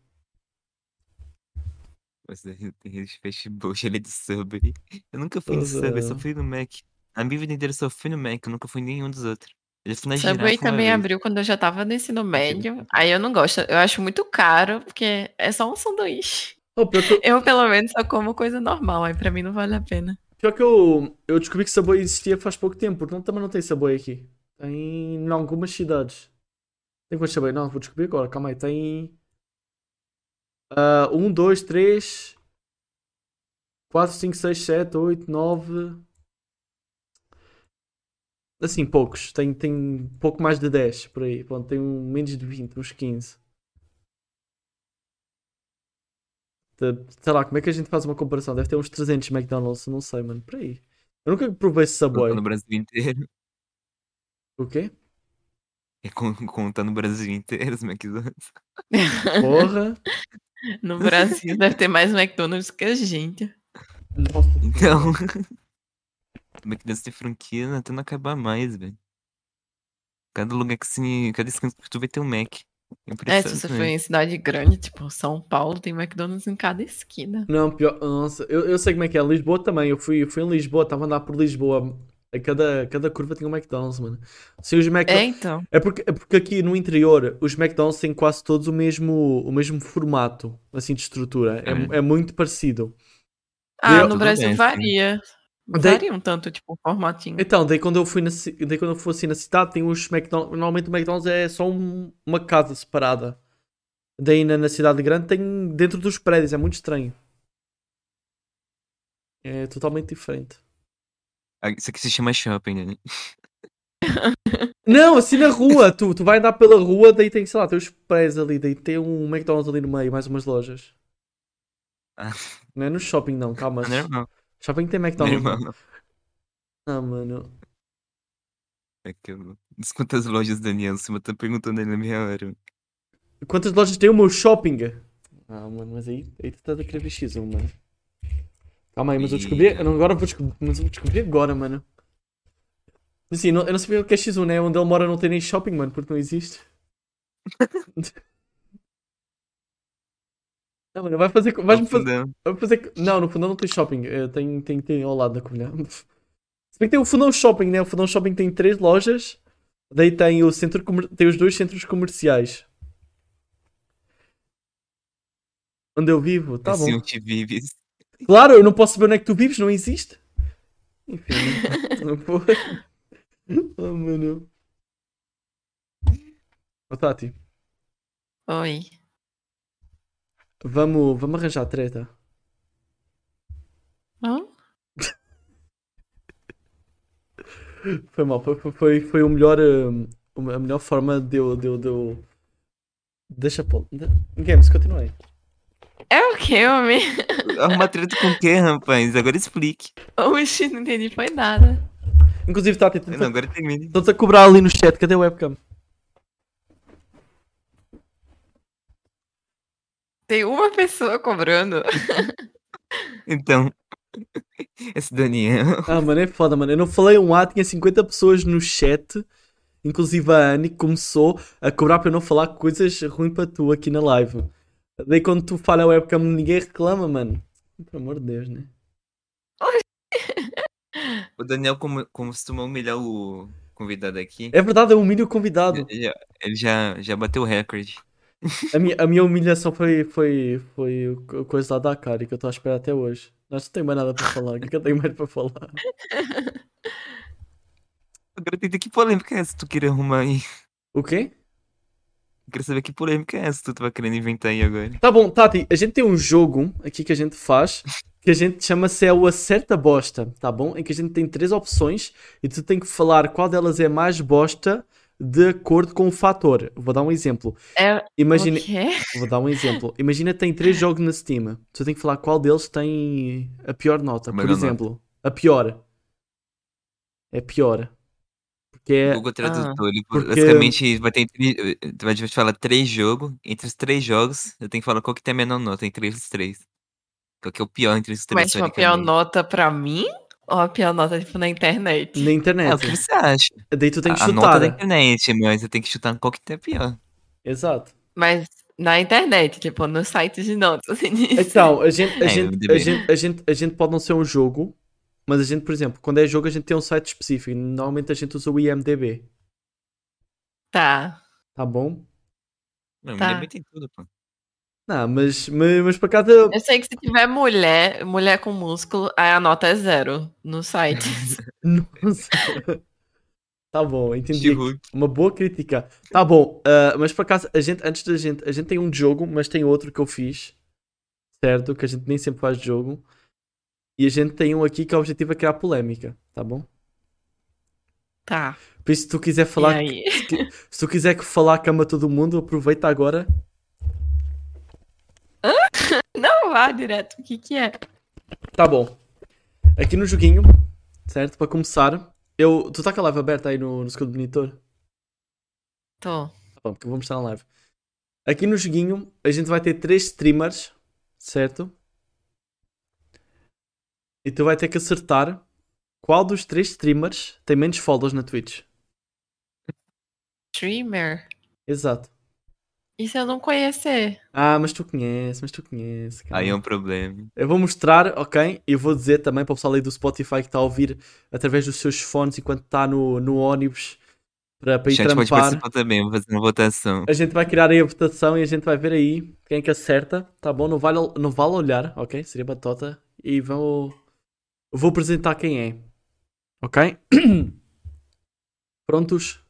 [SPEAKER 3] Nossa, Tem rede de festival, ele é de Subway. Eu nunca fui no
[SPEAKER 1] Toda-
[SPEAKER 3] Subway, só fui no Mac. A minha vida inteira só fui no Mac, eu nunca fui em nenhum dos outros. Eu já fui na
[SPEAKER 2] Subway
[SPEAKER 3] Girafa uma
[SPEAKER 2] também
[SPEAKER 3] vez.
[SPEAKER 2] abriu quando eu já tava no ensino médio.
[SPEAKER 3] Girafa.
[SPEAKER 2] Aí eu não gosto. Eu acho muito caro, porque é só um sanduíche.
[SPEAKER 1] Oh, pior que, eu,
[SPEAKER 2] Eu, pelo menos, só como coisa normal. Aí pra mim não vale a pena.
[SPEAKER 1] pior que eu, eu descobri que Subway existia faz pouco tempo, porque não, também não tem Subway aqui. Tem em algumas cidades. Tem quantos Subway? Não, vou descobrir agora. Calma aí. Tem... ah, um, dois, três... Quatro, cinco, seis, sete, oito, nove... Assim, poucos. Tem, tem pouco mais de 10 por aí. Pronto, tem um, menos de 20, uns 15. Te- Sei lá, como é que a gente faz uma comparação? Deve ter uns 300 McDonald's, não sei, mano. Por aí. Eu nunca provei esse
[SPEAKER 3] Colocou
[SPEAKER 1] Subway.
[SPEAKER 3] No Brasil inteiro.
[SPEAKER 1] O quê?
[SPEAKER 3] <laughs> É con- contar no Brasil inteiro os McDonald's.
[SPEAKER 1] Porra.
[SPEAKER 2] No
[SPEAKER 3] <laughs>
[SPEAKER 2] Brasil deve ter mais McDonald's que a gente.
[SPEAKER 1] Nossa.
[SPEAKER 3] Então. <laughs> McDonald's tem franquia né, até não acabar mais, velho. Cada lugar que se. Cada escanto que tu vai ter um Mac.
[SPEAKER 2] É, se você
[SPEAKER 3] Impressionante. né?
[SPEAKER 2] for em cidade grande, tipo São Paulo, tem McDonald's em cada esquina.
[SPEAKER 1] Não, pior. Nossa, eu, eu sei como é que é. Lisboa também. Eu fui, fui em Lisboa, estava a andar por Lisboa. A cada, cada curva tinha um McDonald's, mano. Se os Mac...
[SPEAKER 2] É, então.
[SPEAKER 1] É porque, é porque aqui no interior os McDonald's têm quase todos o mesmo, o mesmo formato, assim, de estrutura. É,
[SPEAKER 3] Uhum.
[SPEAKER 1] é muito parecido.
[SPEAKER 2] Ah,
[SPEAKER 1] Eu-
[SPEAKER 2] no
[SPEAKER 3] Tudo
[SPEAKER 2] Brasil
[SPEAKER 3] bem, sim.
[SPEAKER 2] varia.
[SPEAKER 1] Daí-
[SPEAKER 2] Varia um tanto, tipo, o formatinho.
[SPEAKER 1] Então, daí quando eu fui na, ci- daí quando eu fui assim na cidade, tem os McDonald's. Normalmente o McDonald's é só um- uma casa separada. Daí na, na cidade grande tem dentro dos prédios, é muito estranho. É totalmente diferente.
[SPEAKER 3] Ah, Isso aqui se chama shopping, né?
[SPEAKER 1] Não, assim na rua, tu, tu vai andar pela rua, daí tem, sei lá, tem os prédios ali, daí tem um McDonald's ali no meio, mais umas lojas.
[SPEAKER 3] Ah.
[SPEAKER 1] Não é no shopping não, calma.
[SPEAKER 3] Ah, Normal.
[SPEAKER 1] Shopping tem McDonald's.
[SPEAKER 3] Normal.
[SPEAKER 1] Ah, mano.
[SPEAKER 3] É que eu... Diz quantas lojas, Daniel, você tá perguntando aí na minha hora.
[SPEAKER 1] Quantas lojas tem o meu shopping? Ah, mano, mas aí, aí tu tá a querer X1, mano. Calma aí, mas eu descobri. Eu não, agora eu vou descobrir. Mas eu vou descobrir agora, mano. Assim, não- eu não sabia o que é X1, né? Onde ele mora não tem nem shopping, mano, porque não existe. Não, mano, vai fazer. co- Vais-me fazer.
[SPEAKER 3] Fundão.
[SPEAKER 1] Vai fazer... co- Não, no fundão não tem shopping. eh, Tem, tem, tem ao lado da Covilhã. Se bem que tem o fundão shopping, né? O fundão shopping tem três lojas. Daí tem, o centro comer- tem os dois centros comerciais. Onde eu vivo, tá
[SPEAKER 3] assim
[SPEAKER 1] bom.
[SPEAKER 3] onde vives.
[SPEAKER 1] Claro, eu não posso saber onde é que tu vives, não existe. Enfim, né? não vou. Oh, mano. Ô, Tati,
[SPEAKER 2] Oi.
[SPEAKER 1] vamos, vamos arranjar treta.
[SPEAKER 2] Hã?
[SPEAKER 1] Foi mal, foi, foi- foi, foi o melhor, hum, a melhor forma de eu, de eu, de eu... Deixa pô... de- Games, continua aí.
[SPEAKER 2] É o que, homem? <laughs>
[SPEAKER 3] Arruma treta com o quê, rapaz? Agora explique.
[SPEAKER 2] O X não entendi foi nada.
[SPEAKER 1] Inclusive, Tati,
[SPEAKER 3] Ah, Não,
[SPEAKER 1] estão-te
[SPEAKER 3] agora termine.
[SPEAKER 1] a cobrar ali no chat, cadê a webcam?
[SPEAKER 2] Tem uma pessoa cobrando.
[SPEAKER 3] Então. <laughs> Esse Daniel.
[SPEAKER 1] Ah, mano, é foda, mano. Eu não falei um A, tinha 50 pessoas no chat. Inclusive a Annie começou a cobrar para eu não falar coisas ruins para tu aqui na live. Daí quando tu fala a webcam, ninguém reclama, mano. Pelo amor de Deus, né?
[SPEAKER 3] O Daniel como, costuma humilhar o convidado aqui.
[SPEAKER 1] É verdade, eu humilho o convidado.
[SPEAKER 3] Ele já, ele já, já bateu o recorde.
[SPEAKER 1] A minha, a minha humilhação foi, foi, foi o co- coisa lá da cara que eu estou à espera até hoje. Nós não tem mais nada para falar. O que é que eu tenho mais para falar?
[SPEAKER 3] Agora tem que polêmica é essa que tu queria arrumar aí.
[SPEAKER 1] O quê?
[SPEAKER 3] Eu queria saber que polêmica é essa que tu tava querendo inventar aí agora.
[SPEAKER 1] Tá bom, Tati, a gente tem um jogo aqui que a gente faz que a gente chama-se é o Acerta Bosta, tá bom? Em que a gente tem três opções e tu tem que falar qual delas é mais bosta de acordo com o fator. Vou dar um exemplo.
[SPEAKER 2] É,
[SPEAKER 1] Imagina,
[SPEAKER 2] O quê?
[SPEAKER 1] Vou dar um exemplo. Imagina que tem três jogos na Steam. Tu tem que falar qual deles tem a pior nota.
[SPEAKER 3] A
[SPEAKER 1] Por
[SPEAKER 3] melhor
[SPEAKER 1] exemplo, a pior. É pior. Porque é.
[SPEAKER 3] Google Tradutor, ele
[SPEAKER 1] porque-
[SPEAKER 3] basicamente vai ter. entre- Tu vai te falar três jogos. Entre os três jogos, eu tenho que falar qual que tem a menor nota entre os três. Qual que é o pior entre os três?
[SPEAKER 2] Mas tipo, a pior
[SPEAKER 3] teoricamente.
[SPEAKER 2] nota pra mim? Ou a pior nota, tipo, na internet?
[SPEAKER 1] na
[SPEAKER 3] É, o que
[SPEAKER 1] internet.
[SPEAKER 3] você acha?
[SPEAKER 1] Daí tu tem que
[SPEAKER 3] a, a
[SPEAKER 1] chutar.
[SPEAKER 3] nota da internet, mas eu tenho que chutar qual que tem a pior.
[SPEAKER 1] Exato.
[SPEAKER 2] Mas na internet, tipo, no site de notas. assim,
[SPEAKER 1] Então, a gente, a,
[SPEAKER 3] É,
[SPEAKER 1] gente, a,
[SPEAKER 3] MDB.
[SPEAKER 1] gente, a, gente, a gente pode não ser um jogo, mas a gente, por exemplo, quando é jogo, a gente tem um site específico. Normalmente a gente usa o IMDB.
[SPEAKER 2] Tá.
[SPEAKER 1] Tá bom?
[SPEAKER 3] Não,
[SPEAKER 2] Tá.
[SPEAKER 3] tá. bem tem tudo, pô.
[SPEAKER 1] Não, mas, mas, mas para cada.
[SPEAKER 2] <laughs> Eu sei que se tiver mulher, mulher com músculo, aí a nota é zero no site.
[SPEAKER 1] Nossa. <laughs> tá bom, entendi.
[SPEAKER 3] She-Hulk.
[SPEAKER 1] Uma boa crítica. Tá bom, ah, mas por acaso, a gente, antes da gente, a gente tem um jogo, mas tem outro que eu fiz, certo? Que a gente nem sempre faz jogo. E a gente tem um aqui que o objetivo é criar polémica, tá bom?
[SPEAKER 2] <laughs> Tá.
[SPEAKER 1] Por isso, se tu quiser
[SPEAKER 2] E
[SPEAKER 1] falar,
[SPEAKER 2] aí?
[SPEAKER 1] se tu quiser que falar a cama todo mundo, aproveita agora.
[SPEAKER 2] Não vá direto. O que que é?
[SPEAKER 1] Tá bom. Aqui no joguinho, certo? Para começar, eu. Tu tá com a live aberta aí no, no escudo do monitor?
[SPEAKER 2] Tô.
[SPEAKER 1] Tá bom, porque eu vou mostrar na live. Aqui no joguinho, a gente vai ter três streamers, certo? E tu vai ter que acertar qual dos três streamers tem menos followers na Twitch.
[SPEAKER 2] Streamer?
[SPEAKER 1] Exato.
[SPEAKER 2] E se eu não conhecer?
[SPEAKER 1] Ah, mas tu conheces, mas tu conheces. cara.
[SPEAKER 3] Aí é um problema.
[SPEAKER 1] Eu vou mostrar, ok? E vou dizer também para o pessoal aí do Spotify que está a ouvir através dos seus fones enquanto está no, no ônibus para, para
[SPEAKER 3] O
[SPEAKER 1] ir
[SPEAKER 3] chat pode
[SPEAKER 1] trampar.
[SPEAKER 3] participar também, vou fazer uma votação.
[SPEAKER 1] A gente vai criar aí a votação e a gente vai ver aí quem que acerta, tá bom? Não vale, não vale olhar, ok? Seria batota. E vou, vou apresentar quem é, ok? <clears throat> Prontos?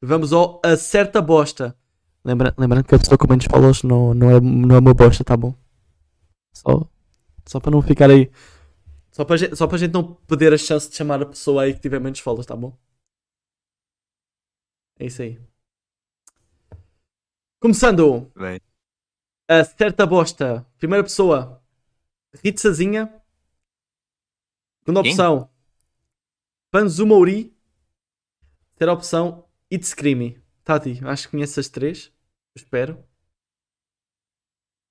[SPEAKER 1] Vamos ao Acerta Bosta. Lembra, lembrando que a pessoa com menos follows não, não, é, não é uma bosta, tá bom? Só, só para não ficar aí. Só para, a gente, só para a gente não perder a chance de chamar a pessoa aí que tiver menos follows, tá bom? É isso aí. Começando!
[SPEAKER 3] Vai.
[SPEAKER 1] a certa bosta. Primeira pessoa, Ritzazinha. Segunda
[SPEAKER 3] Quem?
[SPEAKER 1] opção, Panzumouri. Terceira opção, It's Creamy. Tati, acho que conheces as três. Espero.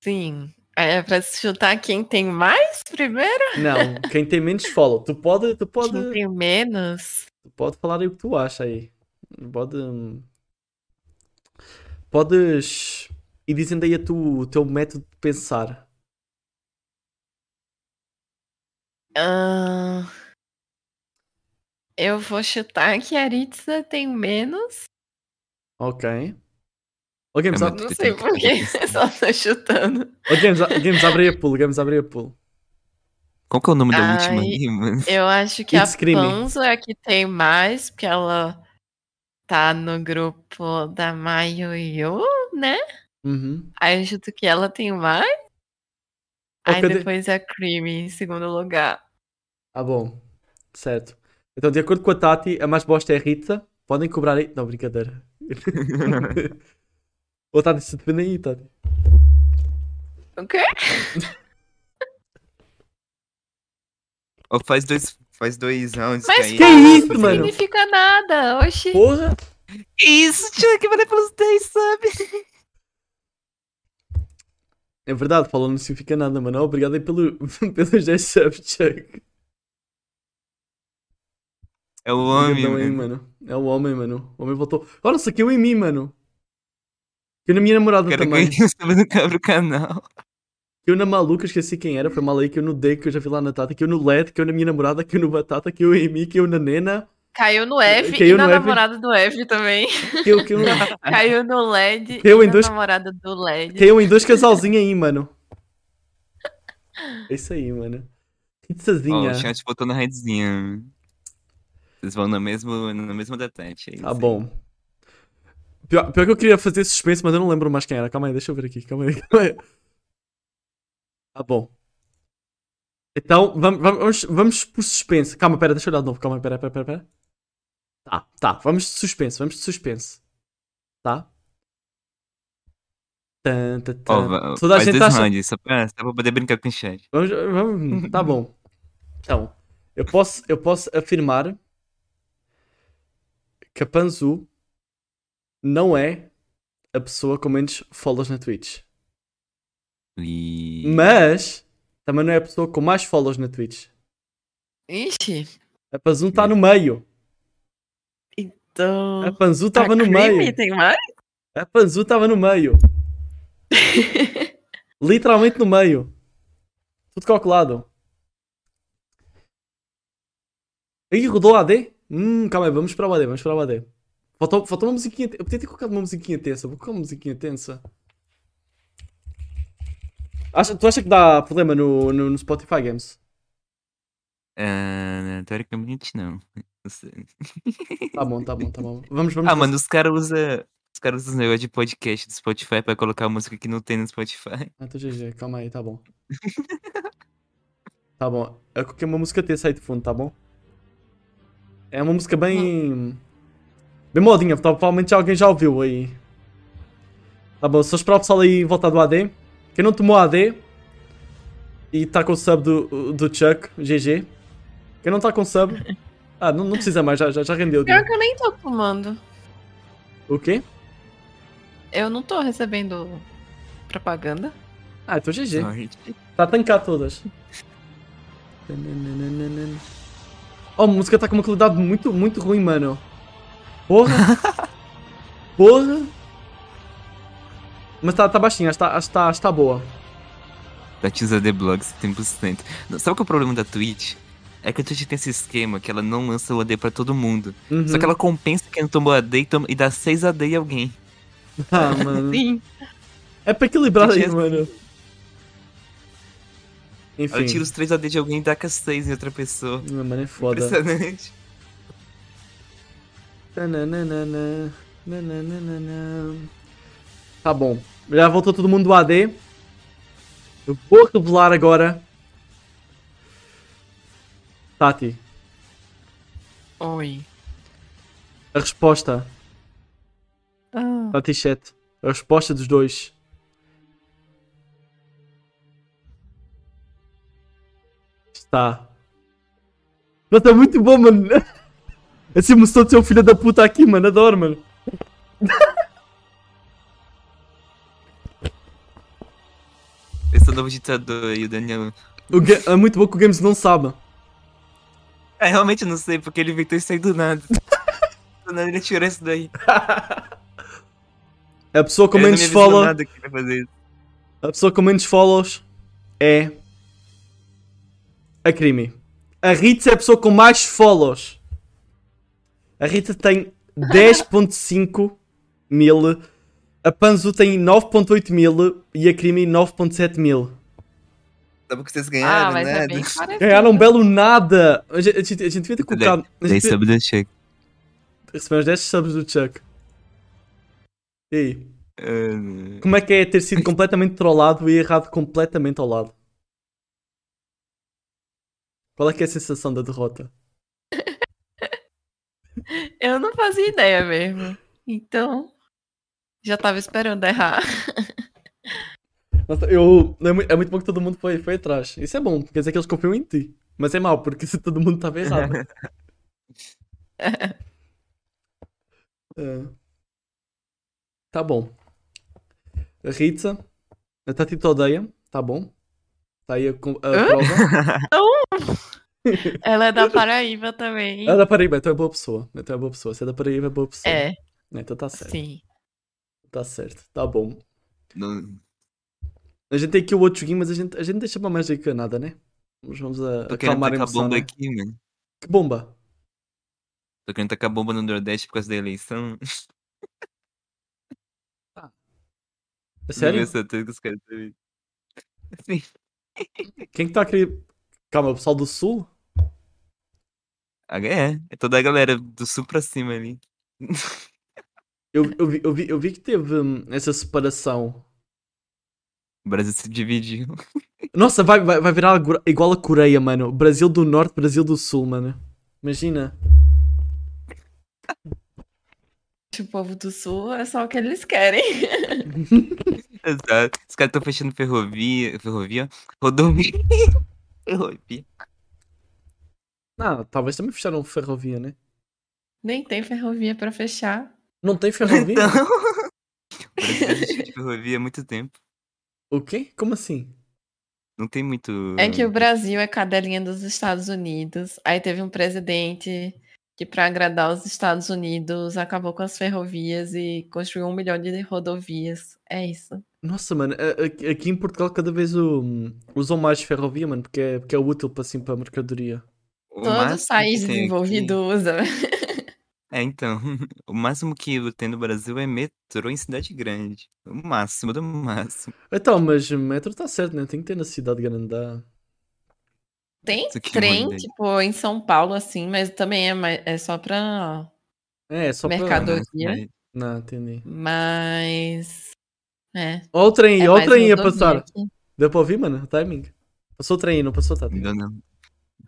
[SPEAKER 2] Sim. É pra chutar quem tem mais primeiro?
[SPEAKER 1] Não, quem tem menos follow. Tu pode, tu pode,
[SPEAKER 2] Quem tem menos?
[SPEAKER 1] tu pode falar aí o que tu acha aí. Pode, hum, podes ir dizendo aí a tu- o teu método de pensar.
[SPEAKER 2] Ahn, Eu vou chutar que a Aritza tem menos.
[SPEAKER 1] Ok. Ô Games,
[SPEAKER 3] É
[SPEAKER 1] ab-
[SPEAKER 3] muito-
[SPEAKER 2] Não
[SPEAKER 3] Eu
[SPEAKER 2] sei
[SPEAKER 3] tenho que
[SPEAKER 2] porquê, <laughs>
[SPEAKER 3] fazer isso.
[SPEAKER 2] só tô chutando.
[SPEAKER 1] ô, Games, a- Games, abre a pool, Games, abre a pool.
[SPEAKER 3] Qual que é o nome da última
[SPEAKER 2] Ai.
[SPEAKER 3] aí, mano?
[SPEAKER 2] Eu acho que
[SPEAKER 1] It's
[SPEAKER 2] a
[SPEAKER 1] creamy.
[SPEAKER 2] Panzo é a que tem mais, porque ela tá no grupo da Maioyo, né?
[SPEAKER 1] Uhum.
[SPEAKER 2] Aí eu chuto que ela tem mais. Aí
[SPEAKER 1] cadê-
[SPEAKER 2] depois a Creamy em segundo lugar.
[SPEAKER 1] Ah, bom. Certo. Então, de acordo com a Tati, a mais bosta é a Rita. Podem cobrar aí. Não,
[SPEAKER 3] <laughs>
[SPEAKER 1] brincadeira. Ô, Tati, se defende aí, Tati.
[SPEAKER 2] O quê?
[SPEAKER 3] Ó, faz dois, faz dois rounds.
[SPEAKER 2] Mas
[SPEAKER 3] aí- é
[SPEAKER 1] que isso,
[SPEAKER 2] Não
[SPEAKER 1] mano?
[SPEAKER 2] significa nada. Oxi.
[SPEAKER 1] Porra!
[SPEAKER 3] Que isso, tio, que valeu pelos 10 subs.
[SPEAKER 1] É verdade, falou não significa nada, mano. Obrigado aí pelo, <laughs> pelos 10 subs, Chuck.
[SPEAKER 3] É o homem,
[SPEAKER 1] Obrigadão aí,
[SPEAKER 3] mano.
[SPEAKER 1] mano. É o homem, mano. O homem voltou. Olha, só caiu em mim, mano. Caiu na minha namorada
[SPEAKER 3] O cara
[SPEAKER 1] também.
[SPEAKER 3] ganhou <laughs> sub no cabra canal.
[SPEAKER 1] Caiu na maluca, esqueci quem era. Foi mal aí que eu no D, que eu já vi lá na Tati. Caiu no LED, caiu na minha namorada, caiu no Batata, caiu em mim, caiu na Nena.
[SPEAKER 2] Caiu no F
[SPEAKER 1] Caiu
[SPEAKER 2] e na
[SPEAKER 1] no F.
[SPEAKER 2] namorada do F também.
[SPEAKER 1] Caiu, caiu,
[SPEAKER 2] <laughs> Caiu no LED
[SPEAKER 1] Caiu
[SPEAKER 2] e
[SPEAKER 1] em
[SPEAKER 2] na
[SPEAKER 1] dois-
[SPEAKER 2] namorada do LED.
[SPEAKER 1] Caiu em um dois casalzinhos aí, mano. É isso aí, mano.
[SPEAKER 3] Ó,
[SPEAKER 1] Pizzazinha.
[SPEAKER 3] o chat botou na redzinha. Vocês vão na mesma, na mesma da Tati. é isso
[SPEAKER 1] ah,
[SPEAKER 3] aí.
[SPEAKER 1] bom. Pior, pior que eu queria fazer suspense, mas eu não lembro mais quem era. Calma aí, deixa eu ver aqui. Calma aí. <laughs> Calma aí. Ah, bom. Então, vamos, vamos, vamos por suspense. Calma, pera, deixa eu olhar de novo. Calma, pera, pera, pera, pera. Tá, tá. Vamos de suspense, vamos de suspense. Tá? Tan, tan,
[SPEAKER 3] Ó,
[SPEAKER 1] tan.
[SPEAKER 3] va-
[SPEAKER 1] tá. Toda a
[SPEAKER 3] faz
[SPEAKER 1] gente
[SPEAKER 3] dois
[SPEAKER 1] acha-
[SPEAKER 3] rounds, só pra, só pra poder brincar com o chat.
[SPEAKER 1] Vamos, vamos, tá bom. Então, eu posso, eu posso afirmar que a Panzu não é a pessoa com menos follows na Twitch.
[SPEAKER 3] E...
[SPEAKER 1] Mas também não é a pessoa com mais follows na Twitch.
[SPEAKER 2] Ixi.
[SPEAKER 1] A Panzu está no meio.
[SPEAKER 2] Então.
[SPEAKER 1] A Panzu
[SPEAKER 2] a
[SPEAKER 1] estava no
[SPEAKER 2] Creamy
[SPEAKER 1] meio.
[SPEAKER 2] tem mais?
[SPEAKER 1] A Panzu estava no meio. Literalmente no meio. Tudo calculado. Ih, rodou a AD? Hum, calma aí, vamos para o AD, vamos para o AD. Faltou, faltou uma musiquinha. te- Eu podia ter colocado uma musiquinha tensa. Vou colocar uma musiquinha tensa. Acha- tu acha que dá problema no, no, no Spotify Games?
[SPEAKER 3] Ah, teoricamente não. Não sei.
[SPEAKER 1] Tá bom, tá bom, tá bom. Vamos, vamos.
[SPEAKER 3] Ah, mano, os caras usam. Os caras usam os negócio de podcast do Spotify pra colocar música que não tem no Spotify.
[SPEAKER 1] Ah, tô GG, calma aí, tá bom. tá bom. Eu coloquei uma música tensa aí de fundo, tá bom? É uma música bem. bem modinha, tá, provavelmente alguém já ouviu aí. Tá bom, só esperar o pessoal aí voltar do AD. Quem não tomou AD e tá com o sub do, do Chuck, GG. Quem não tá com sub. Ah, não, não precisa mais, já, já, já rendeu.
[SPEAKER 2] Pior
[SPEAKER 1] Digo.
[SPEAKER 2] que eu nem tô tomando.
[SPEAKER 1] O quê?
[SPEAKER 2] Eu não tô recebendo propaganda.
[SPEAKER 1] Ah, então GG.
[SPEAKER 3] <laughs> Sorry.
[SPEAKER 1] Tá a tancar todas. Oh, a música tá com uma qualidade muito, muito ruim, mano.
[SPEAKER 3] <laughs>
[SPEAKER 1] Porra! Porra! Mas tá, tá baixinha, acho que tá, acho que tá, acho que tá boa.
[SPEAKER 3] Tatiza The Blogs 100%. Não, Sabe qual é o problema da Twitch? É que a Twitch tem esse esquema que ela não lança o AD pra todo mundo.
[SPEAKER 1] Uhum.
[SPEAKER 3] Só que ela compensa quem não tomou AD e, toma- e dá 6 AD em alguém.
[SPEAKER 1] Ah,
[SPEAKER 3] <laughs>
[SPEAKER 1] mano.
[SPEAKER 2] Sim.
[SPEAKER 1] É pra equilibrar aí,
[SPEAKER 3] Gente,
[SPEAKER 1] mano.
[SPEAKER 3] Ela tira
[SPEAKER 1] Enfim.
[SPEAKER 3] os 3 AD de alguém e dá 6 em outra pessoa.
[SPEAKER 1] Não, mano, é foda.
[SPEAKER 3] Impressionante.
[SPEAKER 1] Tananana, nananana. Tá bom. Já voltou todo mundo do AD. Eu vou revelar agora. Tati,
[SPEAKER 2] Oi.
[SPEAKER 1] a resposta.
[SPEAKER 2] Ah,
[SPEAKER 1] Tati Chat. A resposta dos dois. Está. Nossa, é muito bom, mano. Essa emoção de ser um filho da puta aqui, mano. Adoro, mano.
[SPEAKER 3] Esse é o novo ditador aí, o Daniel.
[SPEAKER 1] O Ga- é muito bom que o Games não sabe.
[SPEAKER 3] É, realmente eu não sei, porque ele inventou isso aí do nada. <laughs> do nada ele tirou isso daí.
[SPEAKER 1] A pessoa com
[SPEAKER 3] Ele não
[SPEAKER 1] menos
[SPEAKER 3] me avisou
[SPEAKER 1] follow,
[SPEAKER 3] nada que ele vai fazer isso.
[SPEAKER 1] a pessoa com menos follows é a crime. A Ritz é a pessoa com mais follows. A Rita tem 10.5 mil, a Panzu tem 9.8 mil e a crime 9.7 mil.
[SPEAKER 3] Sabe o que vocês
[SPEAKER 2] ah
[SPEAKER 3] ganharam, né?
[SPEAKER 2] mas
[SPEAKER 3] nada.
[SPEAKER 2] é bem parecido.
[SPEAKER 1] Ganharam um belo nada. A gente, a gente, a gente devia ter colocado. a gente
[SPEAKER 3] Daí
[SPEAKER 1] devia-
[SPEAKER 3] sabe do cheque.
[SPEAKER 1] Recebemos 10 subs do Chuck. E aí? Como é que é ter sido completamente trollado e errado completamente ao lado? Qual é que é a sensação da derrota?
[SPEAKER 2] Eu não fazia ideia mesmo. Então, já tava esperando errar.
[SPEAKER 1] Nossa, eu, é, mu- é muito bom que todo mundo foi, foi atrás. Isso é bom, quer dizer que eles confiam em ti. Mas é mau, porque se todo mundo estava <laughs> errado. É. Tá bom. A Ritza, a Tati te odeia, tá bom. Tá aí a, con- a
[SPEAKER 2] Hã?
[SPEAKER 1] prova.
[SPEAKER 2] <laughs> <laughs> Ela é da Paraíba também.
[SPEAKER 1] Ah, da Paraíba, então é boa pessoa. Então é boa pessoa. Se é da Paraíba, é boa pessoa.
[SPEAKER 2] É,
[SPEAKER 1] Então tá certo.
[SPEAKER 2] sim.
[SPEAKER 1] Tá certo, tá bom.
[SPEAKER 3] Não,
[SPEAKER 1] A gente tem aqui o outro joguinho, mas a gente, a gente deixa pra mais dica nada, né? Vamos, vamos a,
[SPEAKER 3] tô
[SPEAKER 1] a
[SPEAKER 3] querendo
[SPEAKER 1] calmar a
[SPEAKER 3] tacar
[SPEAKER 1] emoção.
[SPEAKER 3] bomba
[SPEAKER 1] né?
[SPEAKER 3] aqui, mano.
[SPEAKER 1] Que bomba!
[SPEAKER 3] Tô querendo tacar bomba no Nordeste por causa da eleição. <laughs>
[SPEAKER 1] É sério?
[SPEAKER 3] Essa coisa que os caras têm. Assim,
[SPEAKER 1] Quem que tá a querer. Calma, o pessoal do Sul?
[SPEAKER 3] a- é, é toda a galera do sul pra cima ali.
[SPEAKER 1] Eu, eu, vi, eu, vi, eu vi que teve hum, essa separação.
[SPEAKER 3] O Brasil se dividiu. <laughs>
[SPEAKER 1] Nossa, vai, vai, vai virar agora- igual a Coreia, mano. Brasil do Norte, Brasil do Sul, mano. Imagina.
[SPEAKER 2] O povo do Sul é só o que eles querem. <laughs>
[SPEAKER 3] Exato. Os caras estão fechando ferrovia. Ferrovia? Rodovia. <laughs> ferrovia.
[SPEAKER 1] Não, Ah, talvez também fecharam ferrovia, né?
[SPEAKER 2] Nem tem ferrovia pra fechar.
[SPEAKER 1] Não tem ferrovia?
[SPEAKER 3] Então. <laughs> O Brasil existe de ferrovia há muito tempo.
[SPEAKER 1] O quê? Como assim?
[SPEAKER 3] Não tem muito.
[SPEAKER 2] É que o Brasil é cadelinha dos Estados Unidos. Aí teve um presidente que, pra agradar os Estados Unidos, acabou com as ferrovias e construiu um milhão de rodovias. É isso.
[SPEAKER 1] Nossa, mano, a- a- aqui em Portugal cada vez o, hum, usam mais ferrovia, mano, porque é, porque é útil para, assim, para a mercadoria.
[SPEAKER 3] O
[SPEAKER 2] Todo
[SPEAKER 3] máximo que
[SPEAKER 2] país
[SPEAKER 3] tem aqui-
[SPEAKER 2] desenvolvido usa.
[SPEAKER 3] É, então. <laughs> O máximo que tem no Brasil é metrô em cidade grande. O máximo do máximo.
[SPEAKER 1] Então, mas o metro está certo, né? Tem que ter na cidade grande da.
[SPEAKER 2] Tem
[SPEAKER 3] Isso aqui é uma
[SPEAKER 2] trem,
[SPEAKER 3] ideia.
[SPEAKER 2] tipo, em São Paulo, assim, mas também é, mai- é só pra
[SPEAKER 1] É, é só
[SPEAKER 3] Não,
[SPEAKER 2] Mercado-
[SPEAKER 1] para.
[SPEAKER 3] não,
[SPEAKER 2] Rodovia?
[SPEAKER 3] cidade-
[SPEAKER 1] Não, entendi.
[SPEAKER 2] Mas. É.
[SPEAKER 1] Ó o trem,
[SPEAKER 2] é
[SPEAKER 1] ó o
[SPEAKER 2] mais
[SPEAKER 1] trem a
[SPEAKER 2] rodovia
[SPEAKER 1] passar.
[SPEAKER 2] aqui.
[SPEAKER 1] Deu para ouvir, mano? O timing. Passou o trem, não tá passou, Tati?
[SPEAKER 3] Não, não.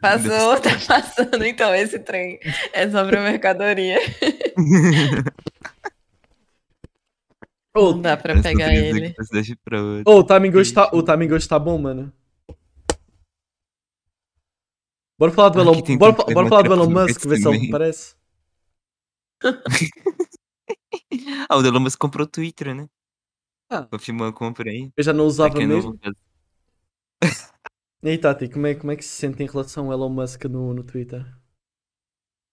[SPEAKER 2] Passou, <laughs> tá passando então esse trem. É só pra
[SPEAKER 3] <laughs>
[SPEAKER 2] mercadoria.
[SPEAKER 1] Oh,
[SPEAKER 2] Não dá pra
[SPEAKER 3] Essa
[SPEAKER 2] pegar
[SPEAKER 3] brisa
[SPEAKER 2] ele.
[SPEAKER 3] É que você deixa pra outra.
[SPEAKER 1] oh, o timing hoje tá, o timing hoje tá bom, mano. Bora falar do
[SPEAKER 3] Aqui
[SPEAKER 1] Elon,
[SPEAKER 3] tem
[SPEAKER 1] bora,
[SPEAKER 3] tanto
[SPEAKER 1] fa- bora falar do
[SPEAKER 3] tema
[SPEAKER 1] Elon
[SPEAKER 3] que eu
[SPEAKER 1] Musk, ver se ele
[SPEAKER 3] também.
[SPEAKER 1] aparece.
[SPEAKER 3] Ah, o Delomas comprou o Twitter, né?
[SPEAKER 1] Ah.
[SPEAKER 3] Confirmou a compra aí.
[SPEAKER 1] Eu já não
[SPEAKER 3] Pra
[SPEAKER 1] usava
[SPEAKER 3] quem é
[SPEAKER 1] mesmo.
[SPEAKER 3] novo, faz-
[SPEAKER 1] E aí, Tati, como é, como é que se sente em relação ao Elon Musk no, no Twitter?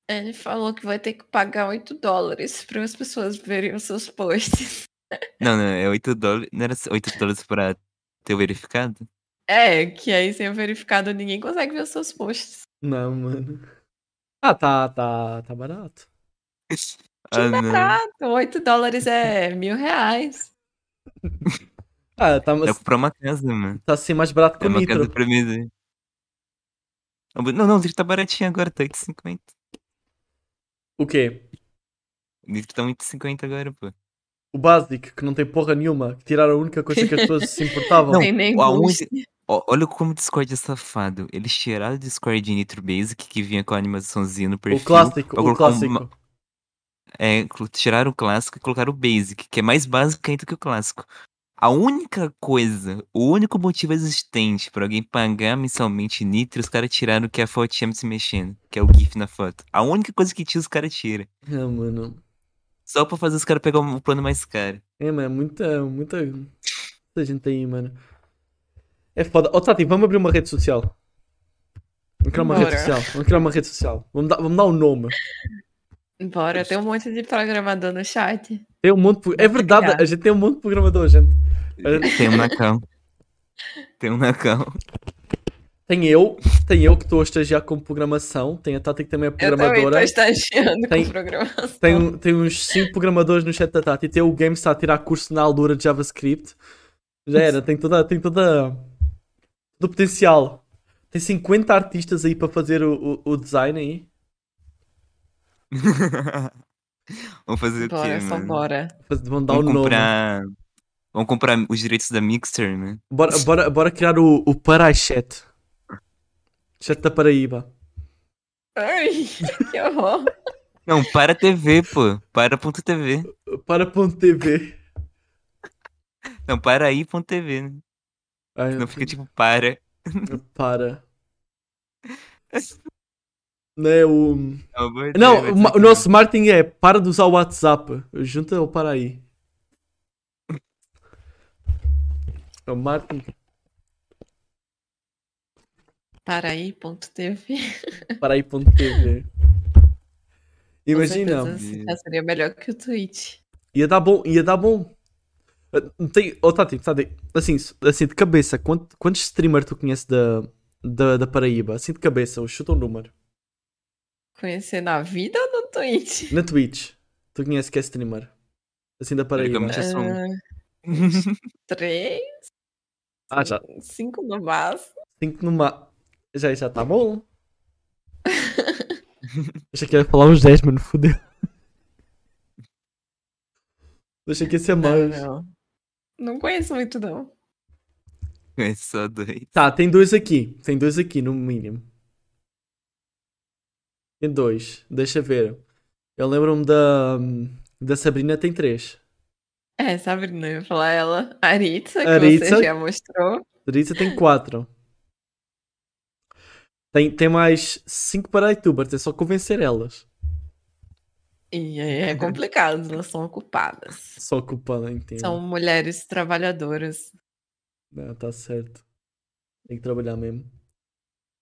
[SPEAKER 2] Ele falou que vai ter que pagar 8 dólares para as pessoas verem os seus posts. <laughs>
[SPEAKER 3] Não, não, é 8 dólares. Não era 8 dólares pra ter o verificado?
[SPEAKER 2] É, que aí sem o verificado ninguém consegue ver os seus posts.
[SPEAKER 1] Não, mano. Ah, tá, tá, tá barato.
[SPEAKER 2] Que
[SPEAKER 3] Ah, não.
[SPEAKER 2] barato! 8 dólares é mil reais.
[SPEAKER 1] Ah, tá,
[SPEAKER 3] Dá
[SPEAKER 1] mas,
[SPEAKER 3] pra É comprar uma casa, mano.
[SPEAKER 1] tá assim mais barato que
[SPEAKER 3] É
[SPEAKER 1] o
[SPEAKER 3] uma casa
[SPEAKER 1] Nitro.
[SPEAKER 3] pra mim. Não, não, o Nitro tá baratinho agora, tá 8,50.
[SPEAKER 1] O quê?
[SPEAKER 3] O Nitro tá 8,50 agora, pô.
[SPEAKER 1] O básico, que não tem porra nenhuma, que tiraram a única coisa que as pessoas
[SPEAKER 3] <laughs>
[SPEAKER 1] se importavam.
[SPEAKER 3] Não,
[SPEAKER 2] Tem nem
[SPEAKER 3] a
[SPEAKER 2] gosto.
[SPEAKER 3] Ó, olha como o Discord é safado. Eles tiraram o Discord de Nitro Basic, que vinha com a animaçãozinha no perfil.
[SPEAKER 1] o clássico,
[SPEAKER 3] pra
[SPEAKER 1] o
[SPEAKER 3] colocar
[SPEAKER 1] clássico.
[SPEAKER 3] uma- é, cl- tiraram o clássico e colocaram o Basic, que é mais básico ainda que o clássico. A única coisa, o único motivo existente pra alguém pagar mensalmente Nitro, os caras tiraram que é a fotinha se mexendo, que é o GIF na foto. A única coisa que tinha, os caras tiram.
[SPEAKER 1] Ah, mano.
[SPEAKER 3] Só pra fazer os caras pegar um plano mais caro.
[SPEAKER 1] É, mano, é muita, muita, muita gente aí, mano. É foda. Ó, Tati, vamos abrir uma rede social. Vamos criar uma rede
[SPEAKER 2] Bora.
[SPEAKER 1] social. Vamos criar uma rede social. Vamos dar, vamos dar um nome.
[SPEAKER 2] Bora, tem um monte de programador no chat.
[SPEAKER 1] Tem um monte de... pro- É verdade,
[SPEAKER 2] criar.
[SPEAKER 1] a gente tem um monte de programador, gente. Olha-
[SPEAKER 3] Tem um Nacão. Tem um Nacão.
[SPEAKER 1] Tem eu, tem eu que estou a estagiar com programação, tem a Tati que também é
[SPEAKER 2] Eu também tô
[SPEAKER 1] programadora,
[SPEAKER 2] estagiando
[SPEAKER 1] Tem-
[SPEAKER 2] com programação.
[SPEAKER 1] tem, um- tem uns 5 programadores no chat da Tati, tem o Games a tirar curso na altura de JavaScript. Já era, tem toda, tem toda todo o potencial. Tem 50 artistas aí para fazer o, o, o design aí,
[SPEAKER 3] <laughs> Vamos fazer o
[SPEAKER 2] Bora,
[SPEAKER 3] quê,
[SPEAKER 2] só
[SPEAKER 3] mano?
[SPEAKER 2] bora.
[SPEAKER 1] Faz- vão dar o
[SPEAKER 3] Vamos
[SPEAKER 1] nome.
[SPEAKER 3] comprar... Vamos comprar os direitos da Mixer, né?
[SPEAKER 1] Bora, bora, bora criar o, o Paraixete. Chat da Paraíba.
[SPEAKER 2] Ai, que horror.
[SPEAKER 3] Não, para TV, pô. Para.tv.
[SPEAKER 1] Para.tv.
[SPEAKER 3] Não, para aí.tv, né?
[SPEAKER 1] Ai,
[SPEAKER 3] Não fica tipo para.
[SPEAKER 1] Para. Não é o.
[SPEAKER 3] Pelo amor de
[SPEAKER 1] Não,
[SPEAKER 3] Deus, assim.
[SPEAKER 1] o ma-
[SPEAKER 3] vai
[SPEAKER 1] o nosso marketing é para de usar o WhatsApp. Junta ou para aí. É o marketing
[SPEAKER 2] Paraí.tv.
[SPEAKER 1] para aí.tv.
[SPEAKER 2] Com
[SPEAKER 1] Imagina,
[SPEAKER 2] certeza, essa assim, "Ah, Seria melhor que o Twitch.
[SPEAKER 1] ia dar bom, ia dar bom. Ah, não Tem, oh, Tati, Tati, assim, assim, de cabeça, quant- quantos streamers tu conheces da, da, da Paraíba? Assim de cabeça, chuta um número.
[SPEAKER 2] Conhecer na vida ou no Twitch?
[SPEAKER 1] Na Twitch, tu conheces que é streamer? Assim da Paraíba.
[SPEAKER 3] Teoricamente é só um.
[SPEAKER 2] Ah,
[SPEAKER 3] ter.
[SPEAKER 2] três,
[SPEAKER 1] Ah, já.
[SPEAKER 2] cinco no máximo.
[SPEAKER 1] Cinco numa. Já, já tá
[SPEAKER 2] <laughs>
[SPEAKER 1] bom? Achei que ia falar uns 10, mano, fodeu. Achei que ia ser mais.
[SPEAKER 2] Não, não. Não conheço muito, não.
[SPEAKER 3] <laughs> É só dois.
[SPEAKER 1] Tá, tem dois aqui. Tem dois aqui, no mínimo. Tem dois. Deixa ver. Eu lembro-me da. Da Sabrina tem três.
[SPEAKER 2] É, Sabrina, eu ia falar ela. Aritza, que
[SPEAKER 1] Aritza.
[SPEAKER 2] você já mostrou.
[SPEAKER 1] Sabrina tem quatro. Tem, tem mais cinco para youtubers, é só convencer elas.
[SPEAKER 2] E aí
[SPEAKER 3] Uhum.
[SPEAKER 2] é complicado, elas são ocupadas.
[SPEAKER 1] Só culpada, entendo.
[SPEAKER 2] São mulheres trabalhadoras.
[SPEAKER 1] Não, tá certo. Tem que trabalhar mesmo.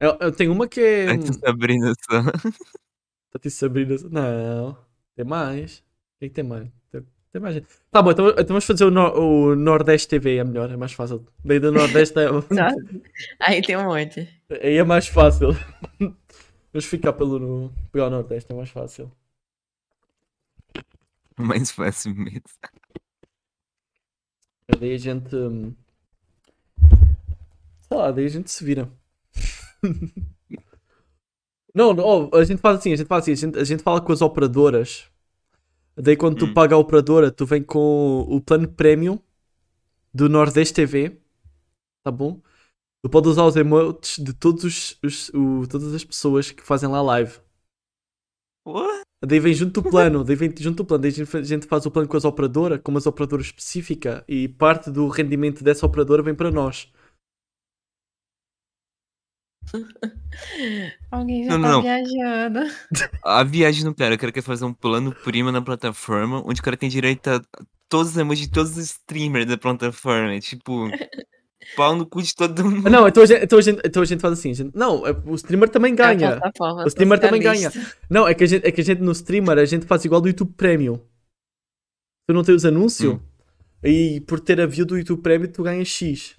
[SPEAKER 1] Eu, eu tenho uma que é. tá
[SPEAKER 3] Ai, tu Sabrina tá só. <laughs>
[SPEAKER 1] Tati Sabrina. assim. Não. Tem mais. Tem que ter mais. Tem, tem mais gente. Tá bom, então, então vamos fazer o, Nor- o Nordeste TV, é melhor, é mais fácil. Daí do Nordeste é,
[SPEAKER 2] Já- Aí tem um monte.
[SPEAKER 1] aí é mais fácil. <laughs> Vamos ficar pelo. no- pegar o Nordeste, é mais fácil.
[SPEAKER 3] Mais fácil mesmo.
[SPEAKER 1] Daí a gente. hum, Sei lá, daí a gente se vira. <laughs> não, não, oh, a gente faz assim, a gente faz assim, a gente, a gente fala com as operadoras. Daí quando tu
[SPEAKER 3] Hum.
[SPEAKER 1] paga a operadora, tu vem com o plano premium do Nordeste TV. Tá bom? Tu pode usar os emotes de todos os, os- o- todas as pessoas que fazem lá live.
[SPEAKER 3] Porra.
[SPEAKER 1] Daí vem junto do plano, daí vem junto do plano, daí a gente fa- a gente faz o plano com as operadoras, com umas operadoras específicas e parte do rendimento dessa operadora vem para nós.
[SPEAKER 2] Alguém já
[SPEAKER 3] Não,
[SPEAKER 2] tá
[SPEAKER 3] não.
[SPEAKER 2] viajando.
[SPEAKER 3] A viagem do cara, o cara quer fazer um plano prima na plataforma, onde o cara tem direito a todos os emojis de todos os streamers da plataforma. É
[SPEAKER 1] <laughs>
[SPEAKER 3] tipo, pau no cu de todo mundo.
[SPEAKER 1] Não, então a gente, então a gente, então a gente faz assim. a gente- não, é- o streamer também
[SPEAKER 2] É a
[SPEAKER 1] ganha.
[SPEAKER 2] plataforma
[SPEAKER 1] O streamer também ganha.
[SPEAKER 2] capitalista.
[SPEAKER 1] Não, é que, a gente, é que a gente no streamer, a gente faz igual do YouTube Premium. Tu não tem os anúncios e por ter a view do YouTube Premium tu ganha X.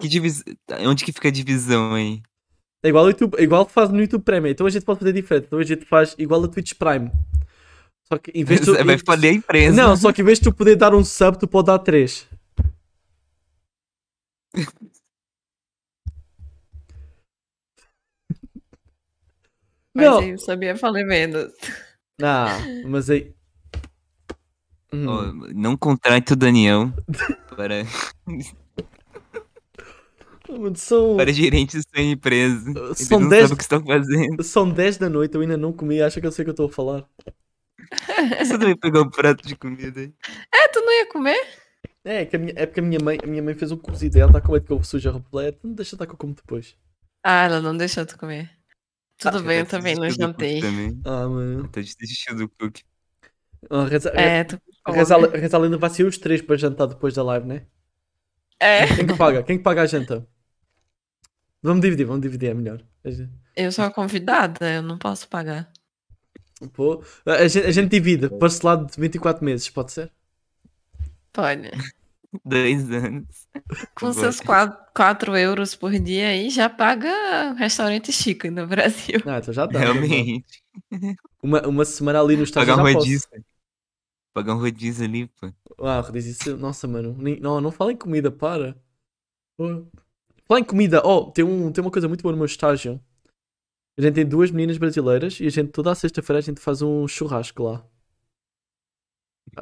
[SPEAKER 3] Que divis... Onde que fica a divisão aí?
[SPEAKER 1] É igual, ao YouTube, é igual faz no YouTube Premium. Então a gente pode fazer diferente. Então a gente faz igual a Twitch Prime. Só que em vez de tu,
[SPEAKER 3] <laughs> Vai falir a empresa.
[SPEAKER 1] Não, só que em vez de tu poder dar um sub, tu pode dar três.
[SPEAKER 2] Mas
[SPEAKER 1] Não.
[SPEAKER 2] aí eu sabia falar menos.
[SPEAKER 1] Não, mas aí. Hum.
[SPEAKER 3] Ó, não contrate
[SPEAKER 1] <laughs>
[SPEAKER 3] o Daniel para,
[SPEAKER 1] Mano, São,
[SPEAKER 3] para gerente de sua empresa. Eles
[SPEAKER 1] são
[SPEAKER 3] não
[SPEAKER 1] 10
[SPEAKER 3] sabem o que estão fazendo.
[SPEAKER 1] são 10 da noite, eu ainda não comi, acha que eu sei o que eu estou a falar.
[SPEAKER 3] Você também pegou um prato de comida aí.
[SPEAKER 2] É, tu não ia comer?
[SPEAKER 1] É, que a minha- é porque a minha mãe, a minha mãe fez um cozido e ela está com medo que eu suja a roupa dela. Então deixa estar que eu como depois.
[SPEAKER 2] Ah, ela não deixou tu comer. Tudo
[SPEAKER 3] Já
[SPEAKER 2] bem, eu
[SPEAKER 3] tá
[SPEAKER 2] também não
[SPEAKER 3] desistiu do cookie
[SPEAKER 2] jantei.
[SPEAKER 3] Também.
[SPEAKER 1] Ah, mano.
[SPEAKER 3] Tá desistindo do cookie.
[SPEAKER 1] Ah, reza,
[SPEAKER 2] É, tu
[SPEAKER 1] reza, reza a lenda, vai ser os três para jantar depois da live, né?
[SPEAKER 2] É,
[SPEAKER 1] Quem que paga? Quem que paga a janta? Vamos dividir, vamos dividir, é melhor. A gente,
[SPEAKER 2] eu sou a convidada, eu não posso pagar.
[SPEAKER 1] pô, a gente, a gente divide, parcelado de 24 meses, pode ser?
[SPEAKER 3] <laughs>
[SPEAKER 2] Pode.
[SPEAKER 3] Dois anos.
[SPEAKER 2] <laughs> Com
[SPEAKER 3] Boa.
[SPEAKER 2] seus 4 euros por dia aí, já paga restaurante chique no Brasil.
[SPEAKER 1] Ah, então já
[SPEAKER 2] né?
[SPEAKER 1] dá. já dá.
[SPEAKER 3] Realmente.
[SPEAKER 1] Uma, uma semana ali no estágio
[SPEAKER 3] É Pagar um
[SPEAKER 1] já posso.
[SPEAKER 3] rodízio. Pagar um rodízio ali, pô.
[SPEAKER 1] Ah, diz isso. Nossa, mano. nem- Não, não fala em comida, para. Oh. Fala em comida. Oh, tem, um, tem uma coisa muito boa no meu estágio. A gente tem duas meninas brasileiras e a gente, toda a sexta-feira, a gente faz um churrasco lá.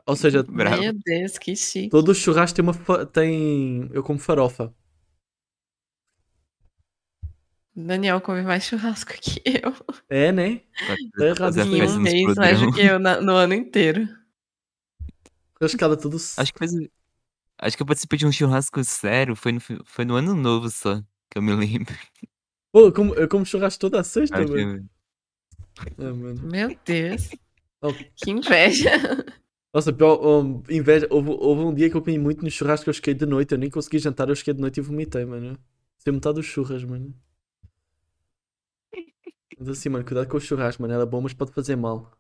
[SPEAKER 1] Ou seja,
[SPEAKER 3] Bravo.
[SPEAKER 2] Meu Deus, que chique.
[SPEAKER 1] todo churrasco tem uma. fa- Tem. Eu como farofa.
[SPEAKER 2] Daniel come mais churrasco que eu.
[SPEAKER 1] É, né?
[SPEAKER 3] Pra
[SPEAKER 1] errado
[SPEAKER 3] fazer a
[SPEAKER 1] isso. faz
[SPEAKER 2] Em um
[SPEAKER 3] festa
[SPEAKER 1] uns
[SPEAKER 3] nos
[SPEAKER 2] mês mais
[SPEAKER 3] podrão.
[SPEAKER 2] do que eu na- no ano inteiro.
[SPEAKER 1] Rascada tudo. s-
[SPEAKER 3] Acho que faz. um, Acho que eu participei de um churrasco sério, foi no, fi- foi no ano novo só, que eu me lembro.
[SPEAKER 1] Pô, eu como, eu como churrasco toda a sexta,
[SPEAKER 3] Acho que- é.
[SPEAKER 1] mano. Ah, mano.
[SPEAKER 2] Meu
[SPEAKER 1] <laughs>
[SPEAKER 2] Deus.
[SPEAKER 1] Oh.
[SPEAKER 2] Que inveja.
[SPEAKER 1] Nossa, pior, hum, inveja. Houve, houve um dia que eu comi muito no churrasco que eu cheguei de noite. Eu nem consegui jantar, eu cheguei de noite e vomitei, mano. Sem metade dos churras, mano. Mas assim, mano, cuidado com o churrasco, mano. Era bom, mas pode fazer mal.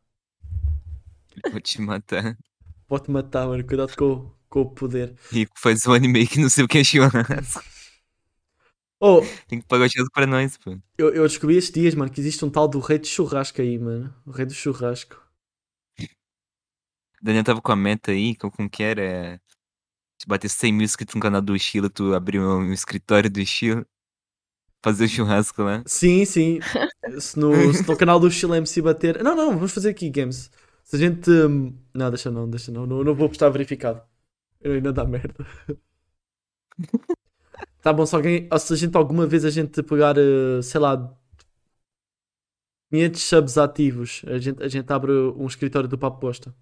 [SPEAKER 3] Vou te matar.
[SPEAKER 1] Pode matar, mano. Cuidado com, o- com o poder.
[SPEAKER 3] Rico, faz um anime que não sei o que é churrasco.
[SPEAKER 1] Oh,
[SPEAKER 3] Tem que pagar o churrasco pra nós, pô.
[SPEAKER 1] eu, eu descobri estes dias, mano, que existe um tal do rei de churrasco aí, mano. O rei do churrasco.
[SPEAKER 3] O Daniel tava com a meta aí, que como que era? É, Se bater 100 mil inscritos no canal do Chile, tu abrir um, um escritório do Chile, fazer o churrasco lá.
[SPEAKER 1] Sim, sim. Se no, se no canal do Chile MC bater. Não, não, vamos fazer aqui games. Se a gente. hum, Não, deixa não, deixa não. Não, não vou postar verificado. Eu ainda dá merda. Tá bom, se alguém. Ou se a gente alguma vez a gente pegar, eh, sei lá. 500 subs ativos, a gente, a gente abre um escritório do Papo Posta.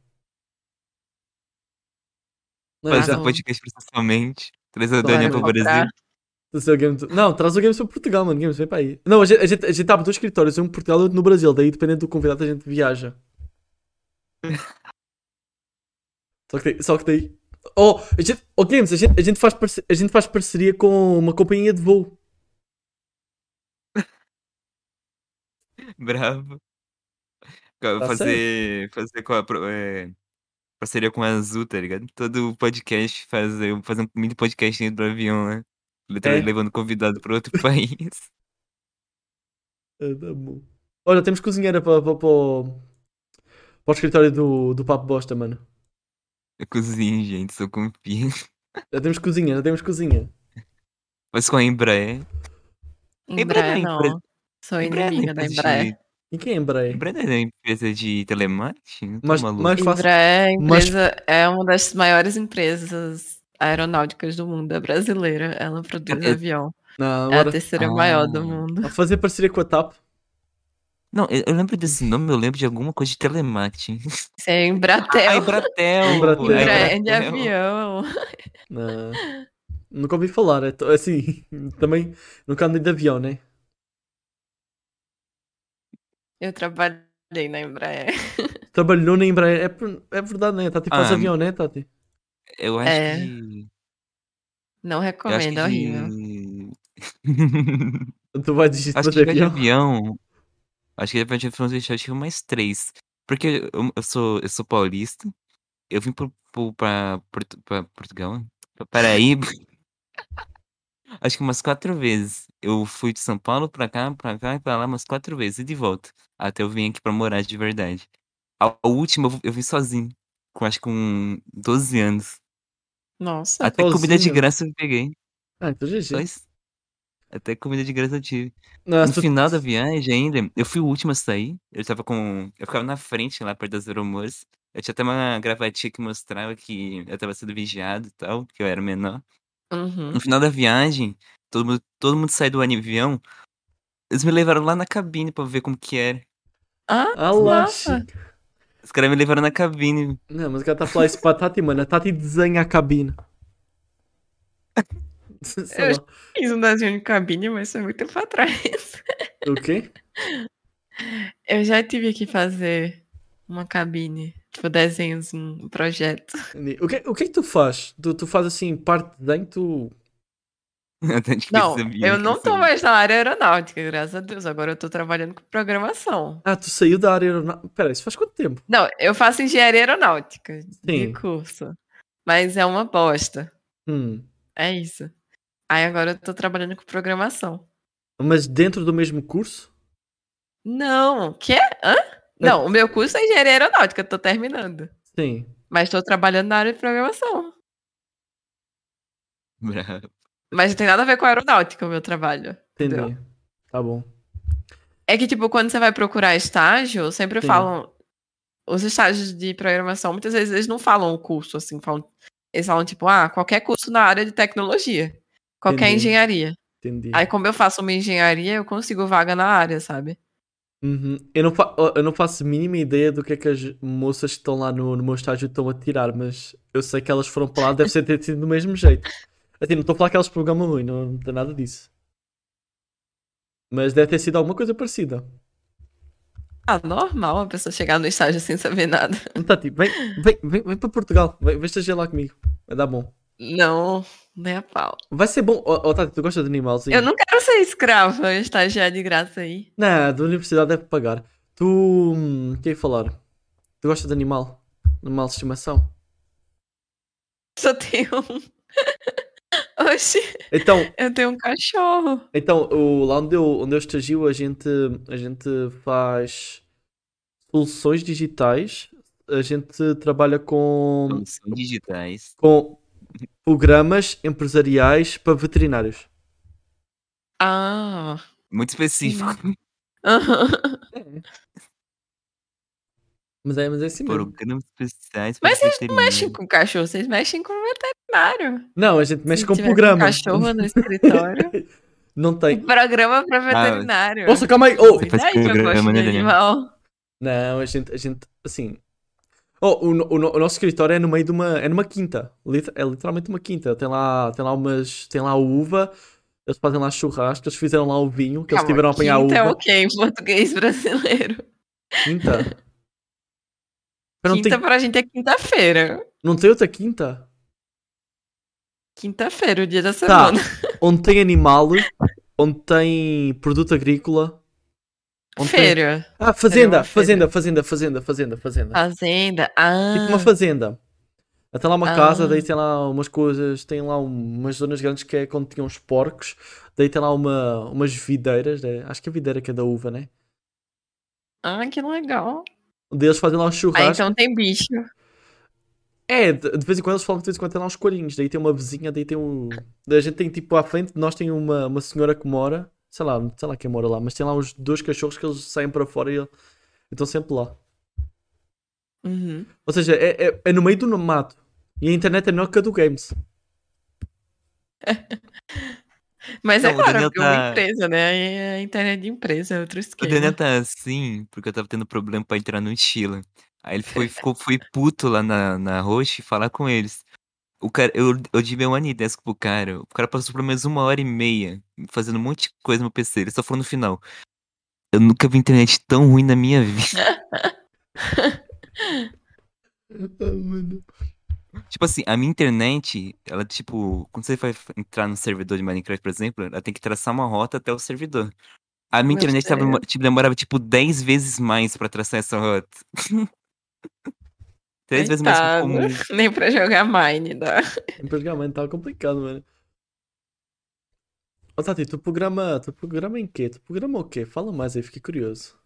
[SPEAKER 1] Não, é já.
[SPEAKER 3] Fazer um
[SPEAKER 2] não.
[SPEAKER 3] podcast processualmente. Trazer o
[SPEAKER 1] Claro,
[SPEAKER 3] Daniel pro
[SPEAKER 2] comprar.
[SPEAKER 3] Brasil. <laughs>
[SPEAKER 1] Trazer o Games- Não, traz o Games para Portugal, mano. Games, vem para aí. Não, a gente, a gente, a gente abre dois escritórios, um em Portugal e outro no Brasil. Daí, dependendo do convidado, a gente viaja. só que daí. Só que daí... Oh, a gente, oh, Games, a gente, a, gente faz parce- a gente faz parceria com uma companhia de voo.
[SPEAKER 3] Bravo.
[SPEAKER 1] Tá
[SPEAKER 3] fazer fazer com a, pro- é, parceria com a Azul, tá ligado? Todo podcast fazer, fazer um mini podcast dentro do avião, né? Literalmente
[SPEAKER 1] É.
[SPEAKER 3] levando convidado pra outro <laughs> país.
[SPEAKER 1] Ah, tá bom. Olha, temos cozinheira para, para, para, o... para o escritório do, do Papo Bosta, mano.
[SPEAKER 3] Eu cozinho, gente, só confio.
[SPEAKER 1] Já temos cozinha, já temos cozinha.
[SPEAKER 3] Mas com a Embraer.
[SPEAKER 2] Embraer não.
[SPEAKER 3] empresa-
[SPEAKER 2] Sou
[SPEAKER 3] Embraer não é
[SPEAKER 2] inimiga da
[SPEAKER 3] empresa
[SPEAKER 2] Embraer.
[SPEAKER 3] de-
[SPEAKER 1] E quem é Embraer?
[SPEAKER 3] Embraer não é empresa de telemarketing? Não tô
[SPEAKER 1] Mas-
[SPEAKER 3] maluco.
[SPEAKER 1] mas- fácil.
[SPEAKER 2] Embraer é
[SPEAKER 1] Mas-
[SPEAKER 2] empresa- é uma das maiores empresas aeronáuticas do mundo, é brasileira. Ela produz
[SPEAKER 3] É-
[SPEAKER 2] avião.
[SPEAKER 1] Não,
[SPEAKER 2] É a
[SPEAKER 1] agora.
[SPEAKER 2] terceira
[SPEAKER 3] Ah.
[SPEAKER 2] maior do mundo.
[SPEAKER 1] A fazer parceria com a TAP.
[SPEAKER 3] Não, eu, eu lembro desse nome, eu lembro de alguma coisa de telemarketing.
[SPEAKER 2] Isso <laughs> é
[SPEAKER 3] A
[SPEAKER 2] Embratel.
[SPEAKER 3] Embratel. pô,
[SPEAKER 1] Embratel.
[SPEAKER 3] a
[SPEAKER 2] Embraer de
[SPEAKER 3] Embratel. é
[SPEAKER 2] avião.
[SPEAKER 1] Não. <laughs> Nunca ouvi falar, é to- assim, também nunca andei de avião, né?
[SPEAKER 2] Eu trabalhei na Embraer.
[SPEAKER 1] Trabalhou na Embraer. É, por- é verdade, né? Tati faz
[SPEAKER 3] Ah,
[SPEAKER 1] avião, né, Tati?
[SPEAKER 3] Eu acho
[SPEAKER 2] É,
[SPEAKER 3] que.
[SPEAKER 2] Não
[SPEAKER 3] Eu acho que
[SPEAKER 2] recomendo, é horrível.
[SPEAKER 3] de-
[SPEAKER 1] Tu vais desistir
[SPEAKER 3] acho
[SPEAKER 1] de
[SPEAKER 3] que
[SPEAKER 1] fazer
[SPEAKER 3] de
[SPEAKER 1] avião.
[SPEAKER 3] avião. Acho que de avião de França eu acho que mais três. Porque eu, eu sou, eu sou paulista. Eu vim pro, pro, pra, Portu- pra Portugal. Pra Paraíba. <laughs> acho que umas quatro vezes. Eu fui de São Paulo pra cá, pra cá e pra lá umas quatro vezes. E de volta. Até eu vim aqui pra morar de verdade. A, a última eu, eu vim sozinho. Com acho que com 12 anos.
[SPEAKER 2] Nossa.
[SPEAKER 3] Até comida de
[SPEAKER 1] sozinho?
[SPEAKER 3] graça eu peguei.
[SPEAKER 1] Ah, então GG.
[SPEAKER 3] Dois. Até comida de graça eu tive.
[SPEAKER 1] Não, é
[SPEAKER 3] No
[SPEAKER 1] tu-
[SPEAKER 3] final da viagem ainda, eu fui o último a sair. Eu tava com. Eu ficava na frente lá, perto das aeromoças. Eu tinha até uma gravatinha que mostrava que eu tava sendo vigiado e tal, que eu era menor.
[SPEAKER 2] Uhum.
[SPEAKER 3] No final da viagem, todo mundo, todo mundo saiu do avião. Eles me levaram lá na cabine pra ver como que era.
[SPEAKER 2] Ah,
[SPEAKER 1] Ah lá,
[SPEAKER 2] nossa.
[SPEAKER 1] chique.
[SPEAKER 3] Os caras me levaram na cabine. <laughs>
[SPEAKER 1] Não, mas o cara tá a falar isso pra Tati, mano. A Tati desenha a cabine. <laughs> Sei
[SPEAKER 2] Eu-
[SPEAKER 1] lá.
[SPEAKER 2] fiz um desenho de cabine, mas foi muito pra trás. <laughs>
[SPEAKER 1] O quê?
[SPEAKER 2] Eu já tive que fazer uma cabine, tipo, desenhos, um projeto.
[SPEAKER 1] O que, o que é que tu faz? Tu, tu faz assim, parte de dentro, tu.
[SPEAKER 3] Até de que
[SPEAKER 2] Não,
[SPEAKER 3] eles sabiam
[SPEAKER 2] eu
[SPEAKER 3] que
[SPEAKER 2] não tô
[SPEAKER 3] sabiam.
[SPEAKER 2] mais na área aeronáutica, graças a Deus. Agora eu tô trabalhando com programação.
[SPEAKER 1] Ah, tu saiu da área aeronáutica. Pera, isso faz quanto tempo?
[SPEAKER 2] Não, eu faço engenharia aeronáutica
[SPEAKER 1] Sim.
[SPEAKER 2] de curso. Mas é uma bosta.
[SPEAKER 1] Hum.
[SPEAKER 2] É isso. Aí agora eu tô trabalhando com programação.
[SPEAKER 1] Mas dentro do mesmo curso?
[SPEAKER 2] Não, quê? Hã? Não, o meu curso é engenharia aeronáutica, eu tô terminando.
[SPEAKER 1] Sim.
[SPEAKER 2] Mas tô trabalhando na área de programação.
[SPEAKER 3] Bravo.
[SPEAKER 2] Mas não tem nada a ver com aeronáutica o meu trabalho.
[SPEAKER 1] Entendi.
[SPEAKER 2] Entendeu?
[SPEAKER 1] Tá bom.
[SPEAKER 2] É que, tipo, quando você vai procurar estágio, sempre
[SPEAKER 1] Sim.
[SPEAKER 2] falam. Os estágios de programação, muitas vezes eles não falam o curso, assim, falam, eles falam, tipo, ah, qualquer curso na área de tecnologia. Qualquer
[SPEAKER 1] Entendi.
[SPEAKER 2] engenharia.
[SPEAKER 1] Entendi.
[SPEAKER 2] Aí, como eu faço uma engenharia, eu consigo vaga na área, sabe?
[SPEAKER 1] Uhum. Eu, não fa- eu não faço a mínima ideia do que é que as moças que estão lá no, no meu estágio estão a tirar, mas eu sei que elas foram para lá, deve ser ter sido do mesmo jeito. Assim, não estou a falar que elas programam ruim, não, não tem nada disso. Mas deve ter sido alguma coisa parecida.
[SPEAKER 2] Ah, normal uma pessoa chegar no estágio sem saber nada.
[SPEAKER 1] Então, Tati, vem, vem, vem, vem para Portugal, vem, vem estagiar lá comigo. Vai dar bom.
[SPEAKER 2] Não, nem a pau.
[SPEAKER 1] Vai ser bom. Oh, Tati, tu gosta de animalzinho?
[SPEAKER 2] Eu não quero ser escrava, eu estagiar de graça aí.
[SPEAKER 1] Não, da universidade deve pagar. Tu. hum, O que é que falar? Tu gosta de animal? Animal de estimação?
[SPEAKER 2] Só tenho um. <laughs> Oxi,
[SPEAKER 1] Então,
[SPEAKER 2] eu tenho um cachorro.
[SPEAKER 1] Então, o- lá onde eu, onde eu estagio, a gente, a gente faz soluções digitais, a gente trabalha com,
[SPEAKER 3] São digitais.
[SPEAKER 1] com programas empresariais para veterinários.
[SPEAKER 2] Ah.
[SPEAKER 3] Muito específico.
[SPEAKER 1] Mas é, mas é assim mesmo.
[SPEAKER 3] Programas especiais.
[SPEAKER 2] Mas
[SPEAKER 3] vocês não
[SPEAKER 2] mexem com cachorro, vocês mexem com veterinário.
[SPEAKER 1] Não, a gente mexe
[SPEAKER 2] Se
[SPEAKER 1] com
[SPEAKER 2] tiver
[SPEAKER 1] programa.
[SPEAKER 2] cachorro no escritório.
[SPEAKER 1] <laughs> Não <laughs> tem.
[SPEAKER 2] programa pra
[SPEAKER 3] mas-
[SPEAKER 2] veterinário.
[SPEAKER 1] Nossa, calma aí. Oh,
[SPEAKER 3] Você Ah, faz
[SPEAKER 2] Verdade, eu gosto
[SPEAKER 3] programa, né,
[SPEAKER 2] de
[SPEAKER 3] Daniel?
[SPEAKER 2] animal.
[SPEAKER 1] Não, a gente, a gente assim. Oh, o, no- o, no- o nosso escritório é no meio de uma, é numa quinta, Lit- é literalmente uma quinta. Tem lá, tem lá umas, tem lá uva, eles fazem lá churrasco, eles fizeram lá o vinho, que eles
[SPEAKER 2] Calma,
[SPEAKER 1] tiveram a apanhar a uva.
[SPEAKER 2] quinta é ok em português brasileiro.
[SPEAKER 1] Quinta. Mas não,
[SPEAKER 2] quinta
[SPEAKER 1] tem,
[SPEAKER 2] pra gente é quinta-feira.
[SPEAKER 1] não tem outra quinta?
[SPEAKER 2] Quinta-feira, o dia da
[SPEAKER 1] Tá.
[SPEAKER 2] semana.
[SPEAKER 1] Onde tem animal, onde tem produto agrícola. onde tem-
[SPEAKER 2] Feira.
[SPEAKER 1] Ah, fazenda,
[SPEAKER 2] uma
[SPEAKER 1] fazenda, fazenda, fazenda, fazenda, fazenda.
[SPEAKER 2] Fazenda. Ah.
[SPEAKER 1] Tipo uma fazenda. Até lá uma
[SPEAKER 2] Ah.
[SPEAKER 1] casa, daí tem lá umas coisas, tem lá um, umas zonas grandes que é quando tinham os porcos, daí tem lá uma, umas videiras, né? acho que a videira que é da uva, né?
[SPEAKER 2] Ah, que legal.
[SPEAKER 1] Onde eles fazem lá um
[SPEAKER 2] Ah,
[SPEAKER 1] churrasco.
[SPEAKER 2] então tem bicho.
[SPEAKER 1] É, de de vez em quando eles falam que de vez em quando tem lá uns corinhos, daí tem uma vizinha, daí tem um. A gente tem tipo à frente de nós tem uma, uma senhora que mora, sei lá, sei lá quem mora lá, mas tem lá uns dois cachorros que eles saem para fora e e estão sempre lá.
[SPEAKER 2] Uhum.
[SPEAKER 1] Ou seja, é, é, é no meio do mato. E a internet é noca do games.
[SPEAKER 2] Mas é
[SPEAKER 3] Não, o
[SPEAKER 2] claro,
[SPEAKER 3] Daniel
[SPEAKER 2] porque é uma
[SPEAKER 3] tá-
[SPEAKER 2] empresa, né? Aí é internet de empresa, é outro
[SPEAKER 3] O
[SPEAKER 2] esquema.
[SPEAKER 3] Daniel tá assim, porque eu tava tendo problema pra entrar no Mochila. Aí ele foi, ficou, foi puto lá na, na Roche falar com eles. O cara, eu, eu dei meu Anidesk né, pro cara. O cara passou pelo menos uma hora e meia fazendo um monte de coisa no PC. Ele só falou no final. Eu nunca vi internet tão ruim na minha <laughs> vida.
[SPEAKER 1] Ah, mano.
[SPEAKER 3] tipo assim, a minha internet, ela tipo, quando você vai entrar no servidor de Minecraft, por exemplo, ela tem que traçar uma rota até o servidor. A minha
[SPEAKER 2] Meu
[SPEAKER 3] internet tava,
[SPEAKER 2] Deus.
[SPEAKER 3] tipo, demorava tipo 10 vezes mais pra traçar essa rota. <laughs> 10 vezes mais que o comum.
[SPEAKER 2] Coitado. <laughs> Nem pra jogar Mine, dá.
[SPEAKER 1] O programamento tá complicado, mano. Ô Tati, tu programa, tu programa em quê? Tu programa o quê? Fala mais aí, fiquei curioso.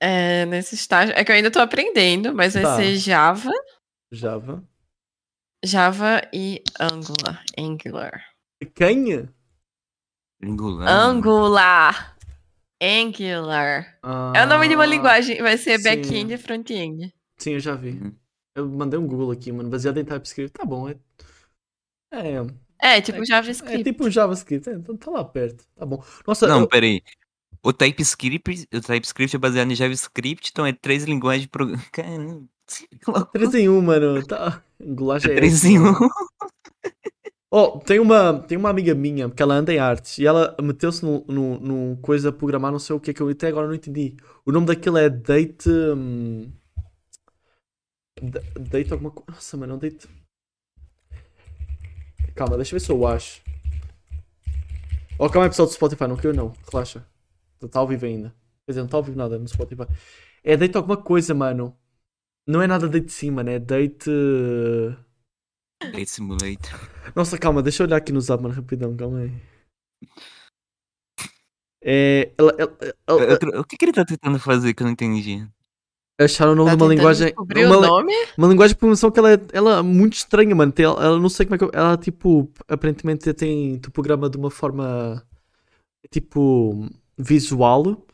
[SPEAKER 2] É, nesse estágio. É que eu ainda tô aprendendo, mas vai
[SPEAKER 1] Tá.
[SPEAKER 2] ser Java,
[SPEAKER 1] Java.
[SPEAKER 2] Java e Angular. Angular.
[SPEAKER 1] Quem?
[SPEAKER 3] Angular.
[SPEAKER 1] Ah.
[SPEAKER 2] Angular. Angular. É o nome
[SPEAKER 3] Ah.
[SPEAKER 2] de uma linguagem. Vai ser
[SPEAKER 1] Ah, sim.
[SPEAKER 2] back-end e front-end.
[SPEAKER 1] Sim, eu já vi.
[SPEAKER 3] Uhum.
[SPEAKER 1] Eu mandei um Google aqui, mano, baseado em TypeScript. Tá bom, é. É,
[SPEAKER 2] É, tipo
[SPEAKER 1] É-
[SPEAKER 2] JavaScript.
[SPEAKER 1] é tipo um JavaScript, é, então tá lá perto. Tá bom. Nossa,
[SPEAKER 3] Não,
[SPEAKER 1] eu-
[SPEAKER 3] peraí. O TypeScript, o TypeScript é baseado em JavaScript, então é três linguagens de programa. <laughs> Caramba. que louco.
[SPEAKER 1] três em um, mano. Tá. <laughs> Angular já é.
[SPEAKER 3] Três em um.
[SPEAKER 1] Oh, tem uma, tem uma amiga minha que ela anda em artes e ela meteu-se num, num, num coisa a programar, não sei o que, que eu até agora não entendi. O nome daquilo é Date. hum, Da- Date alguma coisa. Nossa, mano, é um Date. Calma, deixa eu ver se eu acho. Oh, calma aí, pessoal do Spotify, não caiu não, relaxa. Tá ao vivo ainda. Quer dizer, não tá ao vivo nada no Spotify. É Date alguma coisa, mano. Não é nada Date sim, mano, é Date. eh,
[SPEAKER 3] Date Simulator.
[SPEAKER 1] nossa, calma, deixa eu olhar aqui no zap, mano, rapidão, calma aí. É. Ela, ela, ela-
[SPEAKER 3] Eu- eu- O que, que ele tá tentando fazer que eu não entendi?
[SPEAKER 1] acharam o nome
[SPEAKER 2] Tá
[SPEAKER 1] de uma
[SPEAKER 2] tentando
[SPEAKER 1] linguagem.
[SPEAKER 2] Descobrir
[SPEAKER 1] uma,
[SPEAKER 2] o
[SPEAKER 1] li-
[SPEAKER 2] nome?
[SPEAKER 1] uma linguagem de programação que ela é, ela é muito estranha, mano. Tem- ela, ela não sei como é que. eu- Ela, tipo, aparentemente tem. Tu programa de uma forma. Tipo. visual.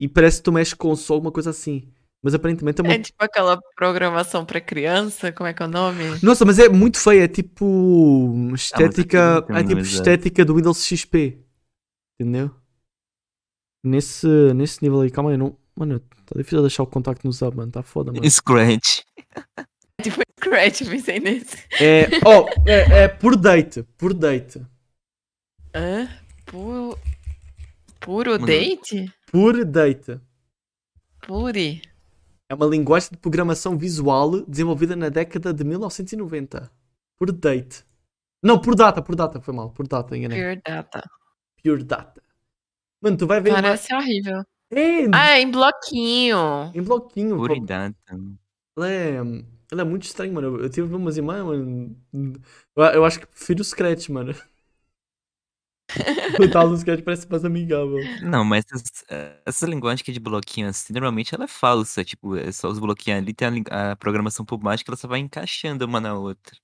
[SPEAKER 1] E parece que tu mexe com o som, alguma coisa assim. Mas aparentemente é uma.
[SPEAKER 2] É tipo aquela programação pra criança, como é que é
[SPEAKER 1] <laughs>
[SPEAKER 2] o nome?
[SPEAKER 1] Nossa, mas é muito feia. É tipo.
[SPEAKER 3] Ah, aquilo não
[SPEAKER 1] Estética.
[SPEAKER 3] tem
[SPEAKER 1] é
[SPEAKER 3] nome
[SPEAKER 1] tipo
[SPEAKER 3] exato.
[SPEAKER 1] estética do Windows XP. Entendeu? Nesse, nesse nível aí, calma aí, não. Mano, tá difícil deixar o contacto no zap, mano. Tá foda,
[SPEAKER 3] <laughs>
[SPEAKER 1] mano.
[SPEAKER 3] Scratch.
[SPEAKER 2] É tipo Scratch, pensei nesse.
[SPEAKER 1] É. Oh, é, é por date. Por date.
[SPEAKER 2] Hã? Puro. Puro
[SPEAKER 3] Mano.
[SPEAKER 2] date?
[SPEAKER 1] Por date.
[SPEAKER 2] Puri.
[SPEAKER 1] É uma linguagem de programação visual desenvolvida na década de 1990. Por date. Não, por data, por data, foi mal. Por data, enganei.
[SPEAKER 2] Pure data.
[SPEAKER 1] Pure data. Mano, tu vai ver. uma-
[SPEAKER 2] Parece horrível.
[SPEAKER 1] É,
[SPEAKER 2] Ah, é em bloquinho.
[SPEAKER 1] em bloquinho, pô.
[SPEAKER 3] Puridata.
[SPEAKER 1] Ela é, ela é muito estranha, mano. Eu, eu tive umas imagens, mano. Eu, eu acho que prefiro o Scratch, mano. o tal do Scratch parece mais amigável.
[SPEAKER 3] Não, mas essas- eh, essa linguagem que é de bloquinho assim, normalmente ela é falsa. Tipo, é só os bloquinhos ali, tem a lin- a, programação por baixo que ela só vai encaixando uma na outra.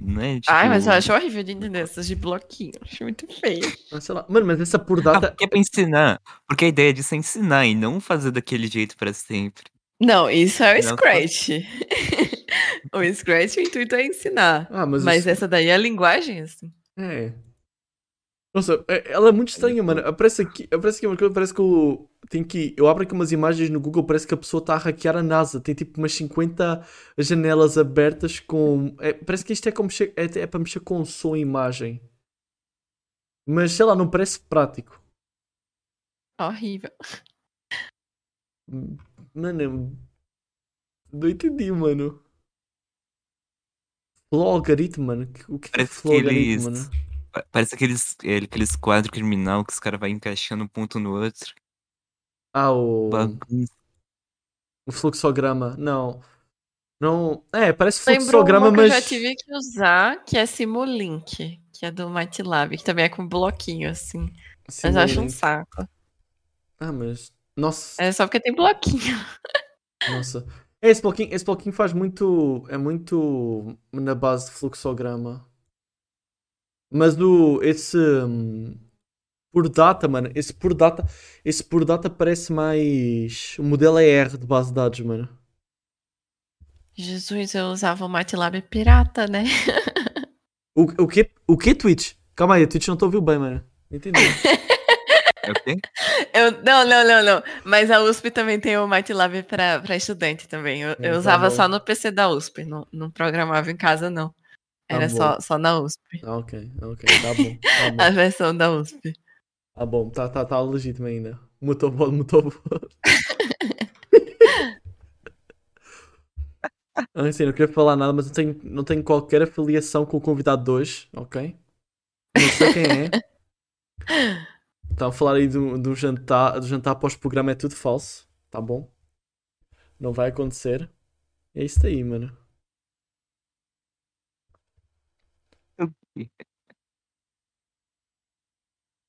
[SPEAKER 3] Não é tipo.
[SPEAKER 2] Ai, mas eu acho horrível de entender essas de bloquinho. Acho muito feio.
[SPEAKER 1] Mas Ah, sei lá. Mano, mas essa por
[SPEAKER 3] Ah,
[SPEAKER 1] data.
[SPEAKER 3] porque é pra ensinar. Porque a ideia disso é ensinar e não fazer daquele jeito pra sempre.
[SPEAKER 2] Não, isso é o
[SPEAKER 3] Não,
[SPEAKER 2] Scratch. <laughs> o Scratch, o intuito é ensinar.
[SPEAKER 1] Ah, mas.
[SPEAKER 2] Mas,
[SPEAKER 1] o-
[SPEAKER 2] essa daí é a linguagem, assim.
[SPEAKER 1] É. Nossa, é- ela é muito estranha, mano. Aparece aqui, aparece aqui uma coisa, parece que eu. Tem que. Eu abro aqui umas imagens no Google, parece que a pessoa está a hackear a NASA. Tem tipo umas 50 janelas abertas com. é, parece que isto é, como mexer, é, é para mexer com som e imagem. Mas sei lá, não parece prático.
[SPEAKER 2] Horrível.
[SPEAKER 1] Mano, eu não entendi, mano. Flow algoritmo, mano. Que- O que que é
[SPEAKER 3] Parece
[SPEAKER 2] tipo
[SPEAKER 1] flow
[SPEAKER 3] que eles-
[SPEAKER 1] algoritmo, mano?
[SPEAKER 2] né?
[SPEAKER 3] Pa- Parece aqueles, eh, aqueles quadros criminal que os caras vão encaixando um ponto no outro.
[SPEAKER 1] Ah, o,
[SPEAKER 3] Bagunça.
[SPEAKER 1] o fluxograma. Não. Não. É, parece
[SPEAKER 2] Lembrou
[SPEAKER 1] fluxograma,
[SPEAKER 2] uma que eu
[SPEAKER 1] mas.
[SPEAKER 2] já tive que usar, que é Simulink, que é do MATLAB, que também é com bloquinho, assim. Mas eu acho um
[SPEAKER 1] Simulink.
[SPEAKER 2] saco.
[SPEAKER 1] Ah, mas. Nossa,
[SPEAKER 2] É só porque tem bloquinho. <laughs>
[SPEAKER 1] nossa. É, esse bloquinho, esse bloquinho faz muito. É muito na base de fluxograma. Mas do. Esse. hum, Por data, mano. Esse por data. Esse por data parece mais. O modelo é R de base de dados, mano.
[SPEAKER 2] Jesus, eu usava o MATLAB pirata, né?
[SPEAKER 1] O, o que o que Twitch? Calma aí, a Twitch não tô ouvindo bem, mano.
[SPEAKER 2] <laughs>
[SPEAKER 1] Entendi.
[SPEAKER 3] É o quê?
[SPEAKER 2] Eu, não, não, não, não. Mas a USP também tem o MATLAB para estudante também. Eu,
[SPEAKER 3] É,
[SPEAKER 2] eu
[SPEAKER 1] tá
[SPEAKER 2] usava
[SPEAKER 1] bom.
[SPEAKER 2] só no PC da USP, não, não programava em casa, não.
[SPEAKER 1] Tá
[SPEAKER 2] Era só, só na USP.
[SPEAKER 1] Ah, ok, ok, tá bom. Tá
[SPEAKER 2] A
[SPEAKER 1] bom,
[SPEAKER 2] versão da USP.
[SPEAKER 1] Ah, tá, bom. tá, tá, tá legítimo ainda. <laughs> Motoboy, motoboy. Ah, Assim, não queria falar nada, mas não tenho, não tenho qualquer afiliação com o convidado de hoje, ok? Não sei quem é. Então, falar aí do, do jantar, do jantar pós-programa é tudo falso, tá bom? Não vai acontecer. É isso aí, mano.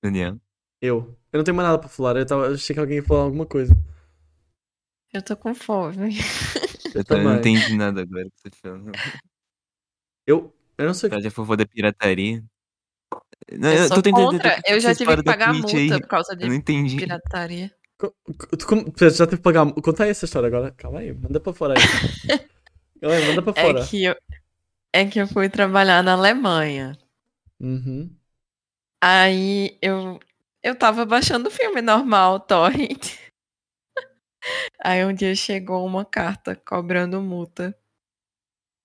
[SPEAKER 3] Daniel.
[SPEAKER 1] Eu. Eu não tenho mais nada para falar, eu tava, achei que alguém ia falar alguma coisa.
[SPEAKER 2] Eu tô com fome.
[SPEAKER 3] Eu também não
[SPEAKER 1] também.
[SPEAKER 3] entendi nada agora que você tá falou.
[SPEAKER 1] Eu, eu não sei o que.
[SPEAKER 3] Tá, já favor da pirataria. Não,
[SPEAKER 2] Eu, sou
[SPEAKER 3] tentando
[SPEAKER 2] contra.
[SPEAKER 3] entender por
[SPEAKER 2] Eu já
[SPEAKER 3] vocês
[SPEAKER 2] tive
[SPEAKER 3] param
[SPEAKER 2] que
[SPEAKER 3] da
[SPEAKER 2] pagar a
[SPEAKER 3] Twitch
[SPEAKER 2] multa
[SPEAKER 3] aí.
[SPEAKER 2] por causa
[SPEAKER 3] Eu não
[SPEAKER 2] de
[SPEAKER 3] entendi.
[SPEAKER 2] pirataria.
[SPEAKER 1] Co- co- tu como- Pera, já teve que pagar. Conta aí essa história agora. Calma aí, manda para fora aí.
[SPEAKER 2] <laughs>
[SPEAKER 1] Calma aí, manda para fora.
[SPEAKER 2] É que, eu, é que eu fui trabalhar na Alemanha.
[SPEAKER 1] Uhum.
[SPEAKER 2] Aí eu, eu tava baixando o filme normal, Torrent. <laughs> Aí um dia chegou uma carta cobrando multa,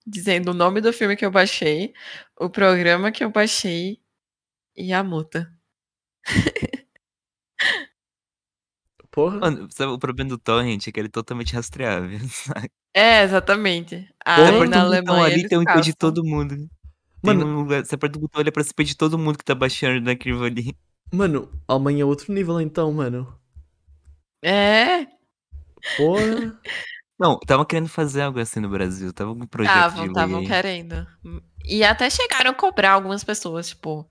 [SPEAKER 2] dizendo o nome do filme que eu baixei, o programa que eu baixei e a multa.
[SPEAKER 1] Porra.
[SPEAKER 3] Mano, sabe, o problema do Torrent é que ele é totalmente rastreável. <laughs>
[SPEAKER 2] É, exatamente.
[SPEAKER 3] Você
[SPEAKER 2] Aí
[SPEAKER 3] aperta
[SPEAKER 2] na
[SPEAKER 3] um botão
[SPEAKER 2] Alemanha
[SPEAKER 3] ali,
[SPEAKER 2] eles
[SPEAKER 3] tem um IP de
[SPEAKER 2] caçam.
[SPEAKER 3] todo mundo. Tem
[SPEAKER 1] Mano,
[SPEAKER 3] um lugar, você aperta o botão, olha pra cima de todo mundo que tá baixando naquilo ali.
[SPEAKER 1] mano, Alemanha é outro nível então, mano.
[SPEAKER 2] É,
[SPEAKER 1] <laughs> Porra.
[SPEAKER 3] Não, tava querendo fazer algo assim no Brasil. Tava com um projeto
[SPEAKER 2] estavam,
[SPEAKER 3] de
[SPEAKER 2] estavam
[SPEAKER 3] lei. aí.
[SPEAKER 2] querendo. E até chegaram a cobrar algumas pessoas, tipo,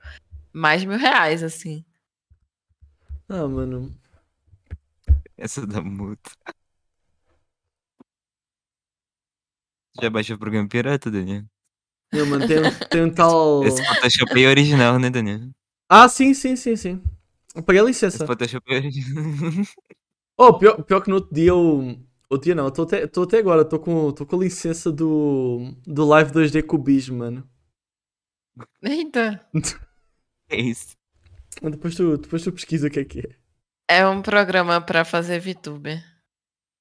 [SPEAKER 2] mais de mil reais, assim.
[SPEAKER 1] Ah, mano.
[SPEAKER 3] Essa da multa. Já baixou o programa pirata, Daniel?
[SPEAKER 1] Não, mano, tem, tem <laughs> um tal.
[SPEAKER 3] Esse Photoshop aí é original,
[SPEAKER 2] <laughs>
[SPEAKER 3] né, Daniel?
[SPEAKER 1] Ah, sim, sim, sim, sim. Eu paguei a
[SPEAKER 3] Esse
[SPEAKER 1] licença.
[SPEAKER 3] Photoshop é original.
[SPEAKER 1] Oh, pior, pior que no outro dia eu. Outro dia não, eu tô até, tô até agora, tô com, tô com a licença do. do Live 2D Cubismo, mano.
[SPEAKER 2] Eita.
[SPEAKER 3] É isso.
[SPEAKER 1] Mas Depois tu, depois tu pesquisa o que é que é.
[SPEAKER 2] É um programa pra fazer VTuber.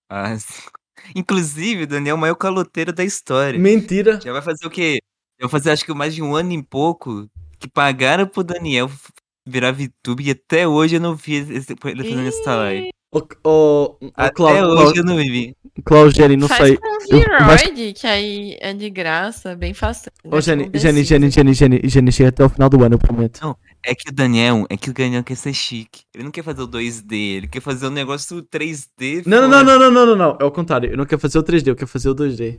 [SPEAKER 3] Ah, sim. <laughs> Inclusive, o Daniel é o maior caloteiro da história.
[SPEAKER 1] Mentira!
[SPEAKER 3] Já vai fazer o quê? Eu vou fazer acho que mais de um ano e pouco que pagaram pro Daniel f- virar VTube e até hoje eu não vi esse- ele fazendo esse live.
[SPEAKER 1] Ô, ô, ô,
[SPEAKER 3] Até
[SPEAKER 1] Oh, Clau-
[SPEAKER 3] hoje eu não vi.
[SPEAKER 1] Clau- Clau Geri, não
[SPEAKER 2] Faz
[SPEAKER 1] sei.
[SPEAKER 2] com
[SPEAKER 1] eu-
[SPEAKER 2] Heroid, que aí é de graça, bem fácil.
[SPEAKER 1] Ô, Jenny,
[SPEAKER 2] Como
[SPEAKER 1] Jenny,
[SPEAKER 2] decide.
[SPEAKER 1] Jenny, Jenny, Jenny, Jenny, chega até o final do ano, eu prometo.
[SPEAKER 3] É que o Daniel, é que o Daniel quer ser chique. Ele não quer fazer o 2D, ele quer fazer um negócio 3D.
[SPEAKER 1] Não, não, não,
[SPEAKER 3] foda.
[SPEAKER 1] não, não, não, não, não. É o contrário. Eu não quero fazer o 3D, eu quero fazer o 2D.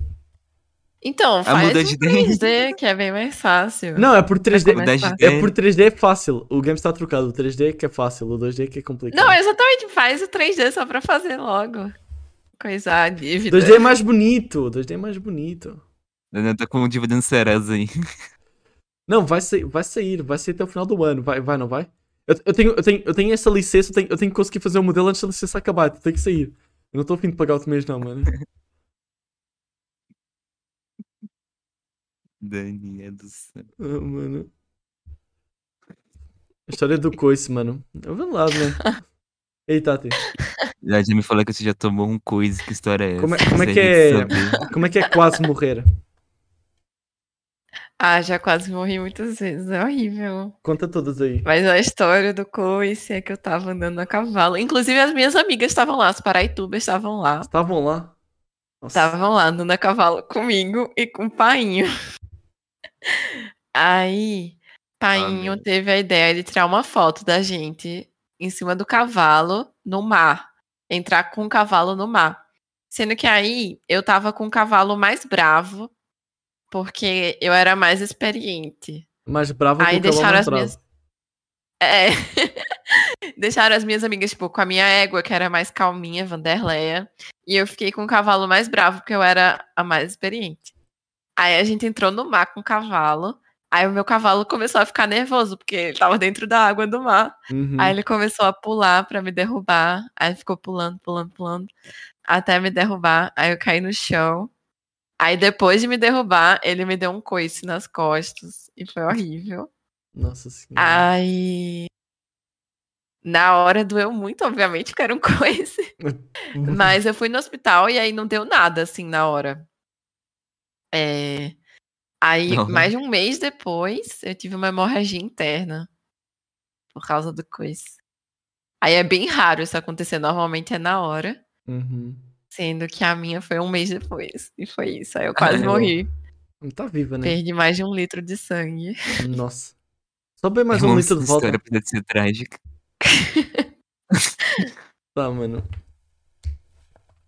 [SPEAKER 2] Então, faz
[SPEAKER 3] muda
[SPEAKER 2] um
[SPEAKER 3] de
[SPEAKER 2] 3D, que é bem mais fácil.
[SPEAKER 1] Não, é por 3D.
[SPEAKER 2] Vai
[SPEAKER 3] Mudar Tipo, de
[SPEAKER 2] É
[SPEAKER 1] É
[SPEAKER 3] ideia.
[SPEAKER 1] por 3D é fácil. O game está trocado. O 3D é que é fácil, o 2D é que é complicado.
[SPEAKER 2] Não, exatamente, faz o 3D só pra fazer logo. Coisar a dívida.
[SPEAKER 1] 2D é mais bonito. 2D é mais bonito.
[SPEAKER 3] O Daniel tá com um dívida no Serasa aí. <laughs>
[SPEAKER 1] Não, vai sair, vai sair, vai sair até o final do ano. Vai, vai, não vai? Eu, eu tenho, eu, tenho, eu tenho essa licença, eu tenho, eu tenho que conseguir fazer o modelo antes da licença acabar. Tem que sair. Eu não estou afim de pagar outro mês, não, mano.
[SPEAKER 3] Daniel do céu.
[SPEAKER 1] Ah, mano. A história do coice, mano. Eu vou lá, mano.
[SPEAKER 2] <laughs>
[SPEAKER 1] Ei, Tati.
[SPEAKER 3] Já, já me falou que você já tomou um coisa, que história é
[SPEAKER 1] Como é-
[SPEAKER 3] essa?
[SPEAKER 1] como é
[SPEAKER 3] Gostaria
[SPEAKER 1] que
[SPEAKER 3] de
[SPEAKER 1] é?
[SPEAKER 3] saber.
[SPEAKER 1] Como é que é quase morrer?
[SPEAKER 2] Ah, já quase morri muitas vezes, é horrível.
[SPEAKER 1] Conta todas aí.
[SPEAKER 2] Mas a história do coice é que eu tava andando a cavalo. Inclusive, as minhas amigas estavam lá, as paraitubas estavam lá.
[SPEAKER 1] Estavam lá? Nossa.
[SPEAKER 2] Estavam lá andando a cavalo comigo e com o Painho. Aí, Painho
[SPEAKER 3] meu.
[SPEAKER 2] teve a ideia de tirar uma foto da gente em cima do cavalo no mar. Entrar com o cavalo no mar. Sendo que aí eu tava com o cavalo mais bravo, porque eu era mais experiente.
[SPEAKER 1] Mais brava
[SPEAKER 2] Aí
[SPEAKER 1] que o cavalo
[SPEAKER 2] deixaram as
[SPEAKER 1] bravo.
[SPEAKER 2] minhas. É. <laughs> Deixaram as minhas amigas, tipo, com a minha égua, que era mais calminha, Vanderleia. E eu fiquei com o cavalo mais bravo, porque eu era a mais experiente. Aí a gente entrou no mar com o cavalo. Aí o meu cavalo começou a ficar nervoso, porque ele tava dentro da água do mar.
[SPEAKER 1] Uhum.
[SPEAKER 2] Aí ele começou a pular pra me derrubar. Aí ficou pulando, pulando, pulando. Até me derrubar. Aí eu caí no chão. Aí depois de me derrubar, ele me deu um coice nas costas. E foi horrível. Ah,
[SPEAKER 1] Nossa senhora.
[SPEAKER 2] Aí. Na hora doeu muito, obviamente, porque era um <laughs> coice.
[SPEAKER 1] Uhum.
[SPEAKER 2] Mas eu fui no hospital e aí não deu nada, assim, na hora. É, Aí,
[SPEAKER 3] Não.
[SPEAKER 2] mais de um mês depois, eu tive uma hemorragia interna. Por causa do coice. Aí é bem raro isso acontecer, normalmente é na hora.
[SPEAKER 1] Uhum.
[SPEAKER 2] Sendo que a minha foi um mês depois. E foi isso. Aí eu quase
[SPEAKER 3] Ah,
[SPEAKER 2] morri.
[SPEAKER 1] Tá viva, né?
[SPEAKER 2] Perdi mais de um litro de sangue. <laughs>
[SPEAKER 1] Nossa. Só bem mais
[SPEAKER 3] É
[SPEAKER 1] um
[SPEAKER 3] uma
[SPEAKER 1] litro de volta.
[SPEAKER 3] história precisa ser <laughs> trágica.
[SPEAKER 1] Tá, mano.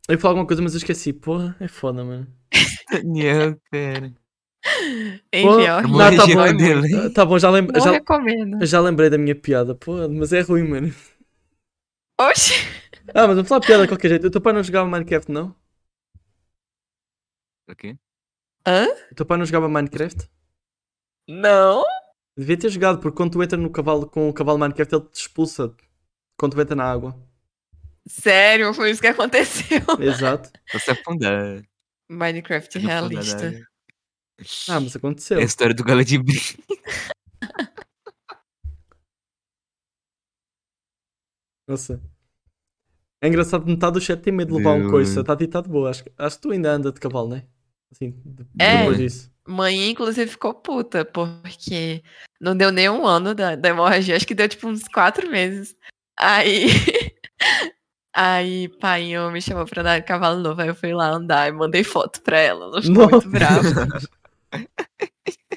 [SPEAKER 1] Eu ia falar alguma coisa, mas eu esqueci. Porra, é foda, mano.
[SPEAKER 3] Daniel, cara.
[SPEAKER 1] Pô,
[SPEAKER 2] Enfim, é
[SPEAKER 3] Eu
[SPEAKER 2] horrível.
[SPEAKER 1] Não,
[SPEAKER 3] vou
[SPEAKER 1] tá
[SPEAKER 3] reger
[SPEAKER 1] bom,
[SPEAKER 3] com
[SPEAKER 1] é
[SPEAKER 3] delay.
[SPEAKER 1] Tá- Tá bom, já, lem...
[SPEAKER 2] Não
[SPEAKER 1] já...
[SPEAKER 2] recomendo.
[SPEAKER 1] já lembrei da minha piada. Porra, mas é ruim, mano.
[SPEAKER 2] Oxi,
[SPEAKER 1] Ah, mas vamos falar piada de qualquer jeito. O teu pai não jogava Minecraft, não?
[SPEAKER 3] Ok?
[SPEAKER 1] O teu pai não jogava Minecraft?
[SPEAKER 2] não.
[SPEAKER 1] Devia ter jogado, porque quando tu entra no cavalo com o cavalo Minecraft, ele te expulsa. Quando tu entra na água.
[SPEAKER 2] Sério, foi isso que aconteceu. <laughs>
[SPEAKER 1] Exato.
[SPEAKER 3] Pra se afundar.
[SPEAKER 2] Minecraft
[SPEAKER 3] no fundo da
[SPEAKER 2] realista.
[SPEAKER 3] água.
[SPEAKER 1] Ah, mas aconteceu.
[SPEAKER 3] É a história do Galo de Brim.
[SPEAKER 1] Nossa. É engraçado, metade do chat tem medo de levar um
[SPEAKER 3] Eu-
[SPEAKER 1] coice. Tá de tá de boa. Acho, que- acho que tu ainda anda de cavalo, né? Assim, de-
[SPEAKER 2] É.
[SPEAKER 1] depois disso.
[SPEAKER 2] Mãe, inclusive, ficou puta, porque não deu nem um ano da, da hemorragia, acho que deu tipo uns quatro meses. Aí. <laughs> Aí, painho me chamou pra andar de cavalo novo, aí eu fui lá andar e mandei foto pra ela. Ela ficou
[SPEAKER 1] Nossa.
[SPEAKER 2] muito brava.
[SPEAKER 3] <laughs>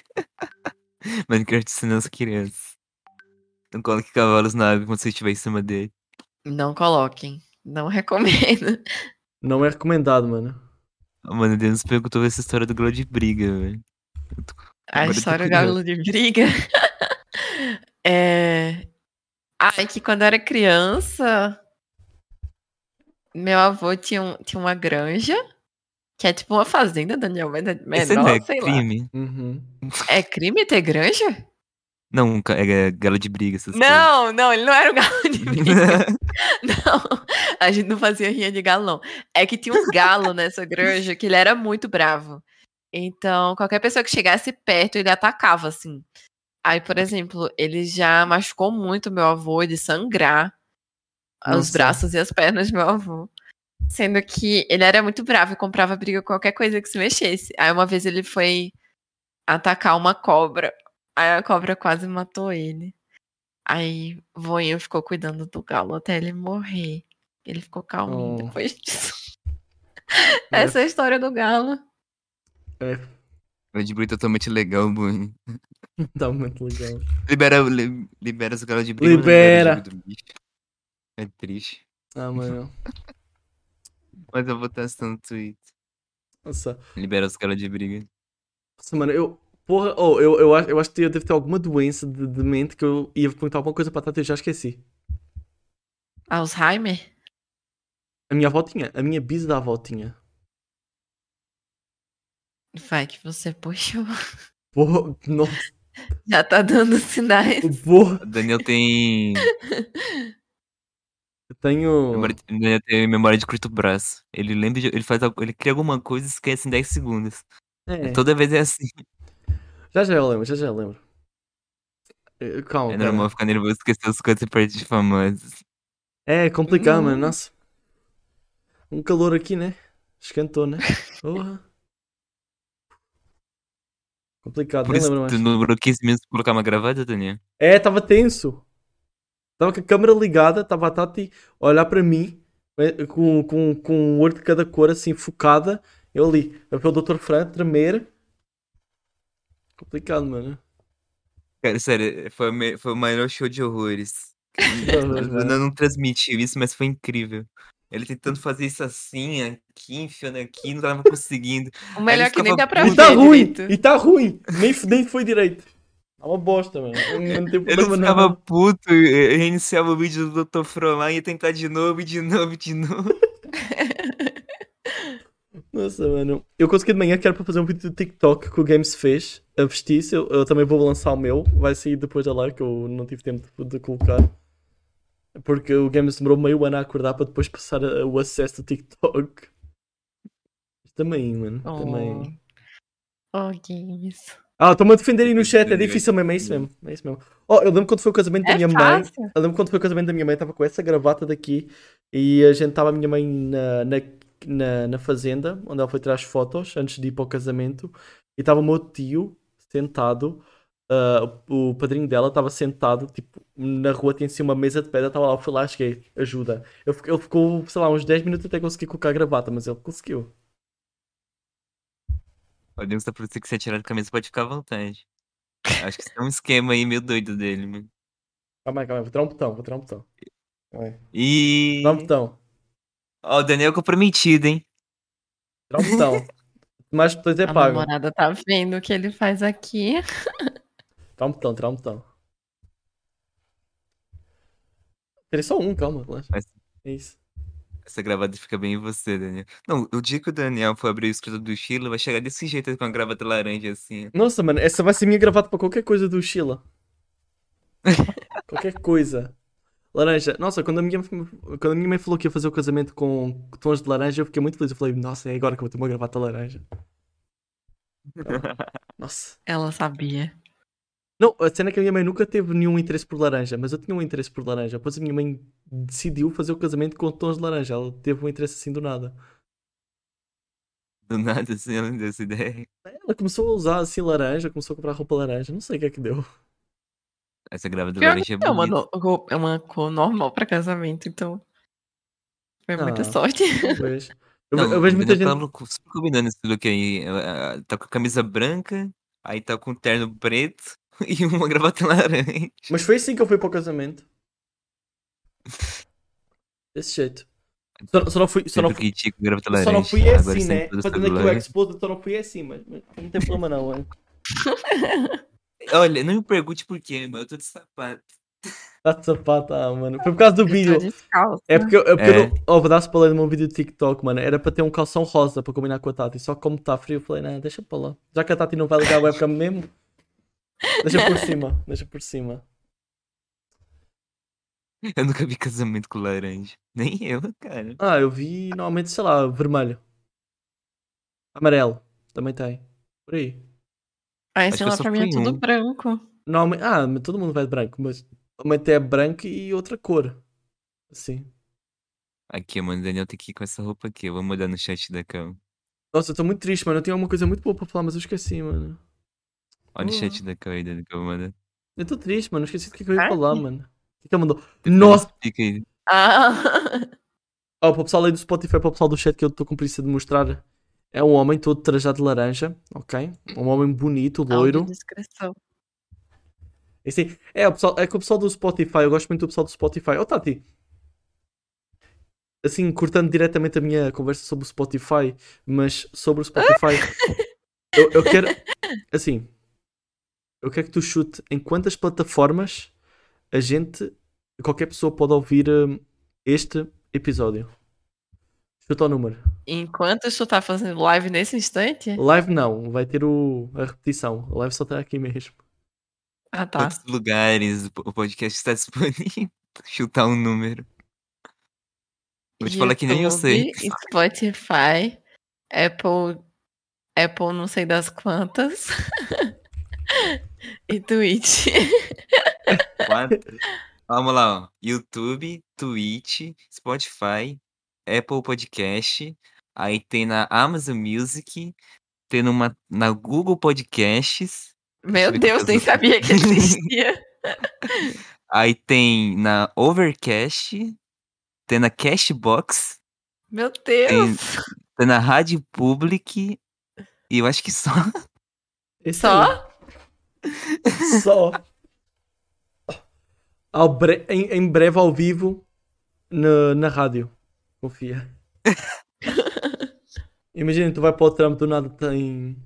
[SPEAKER 3] Minecraft ensinando as crianças. Não coloque cavalos na água quando você estiver em cima dele.
[SPEAKER 2] Não coloquem. Não <laughs> recomendo.
[SPEAKER 1] Não é recomendado, mano.
[SPEAKER 3] Ah, Mano, Deus nos perguntou essa história do Galo de Briga, velho.
[SPEAKER 2] A
[SPEAKER 3] Agora eu tô
[SPEAKER 2] história do
[SPEAKER 3] curioso.
[SPEAKER 2] galo de briga. <laughs> é. Ai, que quando eu era criança, meu avô tinha, um- tinha uma granja, que é tipo uma fazenda, Daniel, mas é
[SPEAKER 3] Esse não
[SPEAKER 2] menor,
[SPEAKER 3] é
[SPEAKER 2] sei lá.
[SPEAKER 3] crime?
[SPEAKER 1] Uhum.
[SPEAKER 2] É crime ter granja?
[SPEAKER 3] Não, ca- é Galo de Briga, essas
[SPEAKER 2] <laughs> Não, não, ele não era o galo
[SPEAKER 3] <laughs>
[SPEAKER 2] de briga.
[SPEAKER 3] coisas.
[SPEAKER 2] <laughs> Não, a gente não fazia rinha de galo, não. É que tinha um galo nessa granja que ele era muito bravo. Então, qualquer pessoa que chegasse perto, ele atacava, assim. Aí, por exemplo, ele já machucou muito meu avô de sangrar os
[SPEAKER 1] Nossa.
[SPEAKER 2] braços e as pernas do meu avô. Sendo que ele era muito bravo e comprava briga com qualquer coisa que se mexesse. Aí uma vez ele foi atacar uma cobra. Aí a cobra quase matou ele. Aí voinho ficou cuidando do galo até ele morrer. Ele ficou calminho
[SPEAKER 1] Oh.
[SPEAKER 2] depois <laughs> disso. Essa é a história do galo.
[SPEAKER 3] Galo de Briga é totalmente legal, mano.
[SPEAKER 1] Tá muito legal.
[SPEAKER 3] Libera, li- libera os Galo de Briga. mas
[SPEAKER 1] Libera.
[SPEAKER 3] o jogo do bicho. É triste.
[SPEAKER 1] Ah, mano.
[SPEAKER 3] Mas eu vou testar no Twitter.
[SPEAKER 1] Nossa.
[SPEAKER 3] Libera os Galo de Briga.
[SPEAKER 1] Nossa, mano, eu. Porra, oh, eu, eu, acho, eu acho que eu devo ter alguma doença de, de mente que eu ia perguntar alguma coisa pra Tata e eu já esqueci.
[SPEAKER 2] Alzheimer?
[SPEAKER 1] A minha avó tinha. A minha bisavó tinha.
[SPEAKER 2] Vai que você puxou. <laughs>
[SPEAKER 1] Porra, <laughs> nossa,
[SPEAKER 2] Já tá dando sinais.
[SPEAKER 1] porra.
[SPEAKER 3] O Daniel
[SPEAKER 1] <laughs>
[SPEAKER 3] tem.
[SPEAKER 1] Eu tenho.
[SPEAKER 3] memória- O Daniel tem memória de curto braço. Ele lembra de. Ele, faz, al- ele cria alguma coisa e esquece em 10 segundos.
[SPEAKER 1] É,
[SPEAKER 3] Toda vez é assim.
[SPEAKER 1] já já eu lembro, já já eu lembro. Eh, Calma,
[SPEAKER 3] É
[SPEAKER 1] cara.
[SPEAKER 3] normal ficar nervoso, esquecer os coisas e partes famosas.
[SPEAKER 1] É complicado, mano.
[SPEAKER 2] Hum.
[SPEAKER 1] Nossa. Um calor aqui, né? Esquentou,
[SPEAKER 3] <laughs>
[SPEAKER 1] né? Porra. Complicado,
[SPEAKER 3] Por
[SPEAKER 1] nem
[SPEAKER 3] isso,
[SPEAKER 1] lembro mais.
[SPEAKER 3] tu não demorou 15 minutos pra colocar uma gravada, Daniel?
[SPEAKER 1] É, tava tenso. Tava com a câmera ligada, tava a Tati a olhar para mim, eh, com, com, com o olho de cada cor assim, focada. Eu ali, a ver o Dr. Fran tremer. Complicado, mano.
[SPEAKER 3] Cara, sério, foi, o me- foi o maior show
[SPEAKER 1] <laughs>
[SPEAKER 3] de horrores. O
[SPEAKER 1] Horror, mano.
[SPEAKER 3] Daniel não transmitiu isso, mas foi incrível. Ele tentando fazer isso assim, aqui, enfiando aqui, não tava conseguindo.
[SPEAKER 2] O melhor é
[SPEAKER 3] ele
[SPEAKER 2] que nem
[SPEAKER 3] ficava
[SPEAKER 2] dá pra
[SPEAKER 1] E
[SPEAKER 2] ver
[SPEAKER 3] puto.
[SPEAKER 1] tá ruim,
[SPEAKER 2] direito.
[SPEAKER 1] e tá ruim. Nem, f- nem foi direito. É uma bosta, mano. Eu Não tem
[SPEAKER 3] Ele
[SPEAKER 1] problema não.
[SPEAKER 3] ficava puto, e- e reiniciava o vídeo do Dr. Fran lá, ia tentar de novo, e de novo, e de <laughs> novo.
[SPEAKER 1] Nossa, mano. Eu consegui de manhã que era para fazer um vídeo do TikTok que o Games fez, a vestir-se. Eu, eu também vou lançar o meu. Vai sair depois da live, que eu não tive tempo de, de colocar. Porque o Games demorou meio ano a acordar para depois passar a- o acesso do TikTok. Também, mano. Também.
[SPEAKER 2] Oh. oh, games.
[SPEAKER 1] Ah, estão-me a defender aí no
[SPEAKER 3] Depois
[SPEAKER 1] chat. É
[SPEAKER 3] de-
[SPEAKER 1] difícil mesmo, é isso mesmo. É isso mesmo. Oh, eu lembro quando foi o casamento da
[SPEAKER 2] É
[SPEAKER 1] minha mãe.
[SPEAKER 2] fácil.
[SPEAKER 1] Eu lembro quando foi o casamento da minha mãe, estava com essa gravata daqui e a gente estava a minha mãe na, na, na, na fazenda, onde ela foi tirar as fotos antes de ir para o casamento, e estava o meu tio sentado ah, o padrinho dela estava sentado, tipo, na rua tinha assim uma mesa de pedra, estava lá, eu fui lá, cheguei, ajuda. Eu fi- ele ficou, sei lá, uns 10 minutos até conseguir colocar a gravata, mas ele conseguiu.
[SPEAKER 3] Podemos estar produzindo tá que você tirar a camisa pode ficar à vontade. Acho que isso é um esquema aí meio doido dele, né? mano.
[SPEAKER 1] Calma aí, calma aí, vou tirar um botão, vou tirar um botão. Calma aí.
[SPEAKER 3] E.
[SPEAKER 1] Tirar um botão,
[SPEAKER 3] Ó, o Daniel é comprometido, hein?
[SPEAKER 1] tirar um botão. Mais botões é
[SPEAKER 2] a
[SPEAKER 1] pago.
[SPEAKER 2] namorada tá vendo o que ele faz aqui.
[SPEAKER 1] Tirar um botão, tirar um botão. Tirei só um, calma, relaxa.
[SPEAKER 3] Mas-
[SPEAKER 1] É isso.
[SPEAKER 3] Essa gravata fica bem em você, Daniel. Não, o dia que o Daniel for abrir o escritório do Chile, vai chegar desse jeito com a gravata laranja assim.
[SPEAKER 1] Nossa, mano, essa vai ser minha gravata para qualquer coisa do Sheila. qualquer coisa. Laranja. Nossa, quando a, minha, quando a minha mãe falou que ia fazer o casamento com tons de laranja, eu fiquei muito feliz. Eu falei, nossa, é agora que eu vou ter uma gravata laranja.
[SPEAKER 3] <laughs>
[SPEAKER 1] Nossa.
[SPEAKER 2] Ela sabia.
[SPEAKER 1] Não, a cena é que a minha mãe nunca teve nenhum interesse por laranja, mas eu tinha um interesse por laranja. Depois a minha mãe decidiu fazer o casamento com tons de laranja. Ela teve um interesse assim do nada.
[SPEAKER 3] Do nada, assim, ela me deu essa ideia.
[SPEAKER 1] Ela começou a usar assim laranja, começou a comprar roupa laranja. Não sei o que é que deu.
[SPEAKER 3] Essa gravata
[SPEAKER 2] Pior
[SPEAKER 3] laranja
[SPEAKER 2] que
[SPEAKER 3] é
[SPEAKER 2] não,
[SPEAKER 3] bonita.
[SPEAKER 2] uma, no- é uma cor normal pra casamento, então. Foi muita
[SPEAKER 1] Ah.
[SPEAKER 2] sorte. <laughs>
[SPEAKER 1] Talvez. Eu,
[SPEAKER 3] Não,
[SPEAKER 1] eu vejo
[SPEAKER 3] o
[SPEAKER 1] muita
[SPEAKER 3] Daniel tá
[SPEAKER 1] gente.
[SPEAKER 3] louco, super combinando esse look aí. Ela, ah, Tá com camisa branca, aí tá com terno preto <laughs> e uma gravata laranja.
[SPEAKER 1] Mas foi assim que eu fui para o
[SPEAKER 3] <laughs>
[SPEAKER 1] casamento. Desse jeito. Só, só não fui. Só não
[SPEAKER 3] Sempre
[SPEAKER 1] fui...
[SPEAKER 3] que tinha com gravata
[SPEAKER 1] Só não
[SPEAKER 3] é laranja.
[SPEAKER 1] fui
[SPEAKER 3] Agora
[SPEAKER 1] assim, né?
[SPEAKER 3] sempre todas
[SPEAKER 1] Fazendo aqui o
[SPEAKER 3] laranja.
[SPEAKER 1] Exposed, só não fui assim, mas mas não tem problema não, hein?
[SPEAKER 3] Olha, não me pergunte por quê, mas eu tô de sapato. <laughs>
[SPEAKER 1] Tá de sapato, ah, mano. Foi por causa do vídeo.
[SPEAKER 2] Tá descalço.
[SPEAKER 1] É porque, eu- é porque
[SPEAKER 3] É.
[SPEAKER 1] eu não. Oh, vou dar spoiler de um vídeo do TikTok, mano. Era para ter um calção rosa para combinar com a Tati. Só que como tá frio, eu falei, não, deixa para lá. Já que a Tati não vai ligar a webcam mesmo, deixa por cima, deixa por cima.
[SPEAKER 3] Eu nunca vi casamento com laranja. <laughs> Nem eu, cara.
[SPEAKER 1] Ah, eu vi normalmente, sei lá, vermelho. Amarelo. Também tem. Por aí.
[SPEAKER 2] Aí, sei
[SPEAKER 3] Acho que eu
[SPEAKER 2] lá,
[SPEAKER 3] só
[SPEAKER 2] pra mim é
[SPEAKER 3] fui
[SPEAKER 2] tudo
[SPEAKER 3] um.
[SPEAKER 2] branco.
[SPEAKER 1] Normalmente, ah, mas todo mundo vai de branco, mas normalmente é branco e outra cor. Assim.
[SPEAKER 3] Aqui, mano, o Daniel tem que ir com essa roupa aqui. Eu vou mandar no chat da cama.
[SPEAKER 1] Nossa, eu tô muito triste, mano. Eu tinha uma coisa muito boa para falar, mas eu esqueci, mano.
[SPEAKER 3] Olha o
[SPEAKER 1] Boa.
[SPEAKER 3] chat da cama aí, Daniel, que eu vou mandar.
[SPEAKER 1] Eu tô triste, mano. Eu Esqueci do que, que eu ia
[SPEAKER 2] Ah,
[SPEAKER 1] falar,
[SPEAKER 2] sim.
[SPEAKER 1] mano. O que que eu mandou? Nossa!
[SPEAKER 3] Fica aí.
[SPEAKER 2] <laughs> Ah,
[SPEAKER 1] Ó, para o pessoal aí do Spotify, para o pessoal do chat que eu estou com preguiça de mostrar, é um homem todo trajado de laranja, ok? Um homem bonito,
[SPEAKER 2] É
[SPEAKER 1] loiro.
[SPEAKER 2] Autodescrição.
[SPEAKER 1] Esse aí- é, o pessoal, é que o pessoal do Spotify, eu gosto muito do pessoal do Spotify. Ó, Tati, assim, cortando diretamente a minha conversa sobre o Spotify, mas sobre o Spotify, eu, eu quero, assim, eu quero que tu chute em quantas plataformas a gente, qualquer pessoa pode ouvir hum, este episódio. Chuta o número.
[SPEAKER 2] Enquanto isso tá fazendo live nesse instante?
[SPEAKER 1] Live não, vai ter o, a repetição. A live só tá aqui mesmo.
[SPEAKER 2] Ah, tá.
[SPEAKER 3] Quantos lugares o po- o podcast está <laughs> disponível? Chutar um número. Vou te falar que nem eu sei.
[SPEAKER 2] YouTube, Spotify, Apple, Apple não sei das quantas. <laughs> e Twitch.
[SPEAKER 3] Quatro. Vamos lá, ó. YouTube, Twitch, Spotify, Apple Podcast. Aí tem na Amazon Music, tem numa, na Google Podcasts.
[SPEAKER 2] Meu
[SPEAKER 3] ver que
[SPEAKER 2] Deus,
[SPEAKER 3] as
[SPEAKER 2] nem
[SPEAKER 3] outras-
[SPEAKER 2] sabia
[SPEAKER 3] <laughs>
[SPEAKER 2] que existia.
[SPEAKER 3] Aí tem na Overcast, tem na Cashbox,
[SPEAKER 2] Meu Deus.
[SPEAKER 3] tem na Rádio Public. E eu acho que só. <laughs>
[SPEAKER 1] Esse aí,
[SPEAKER 2] Só?
[SPEAKER 1] Só. Ao bre- em, em breve ao vivo na, na rádio. Confia. Imagina, tu vai para o trampo do nada, tem,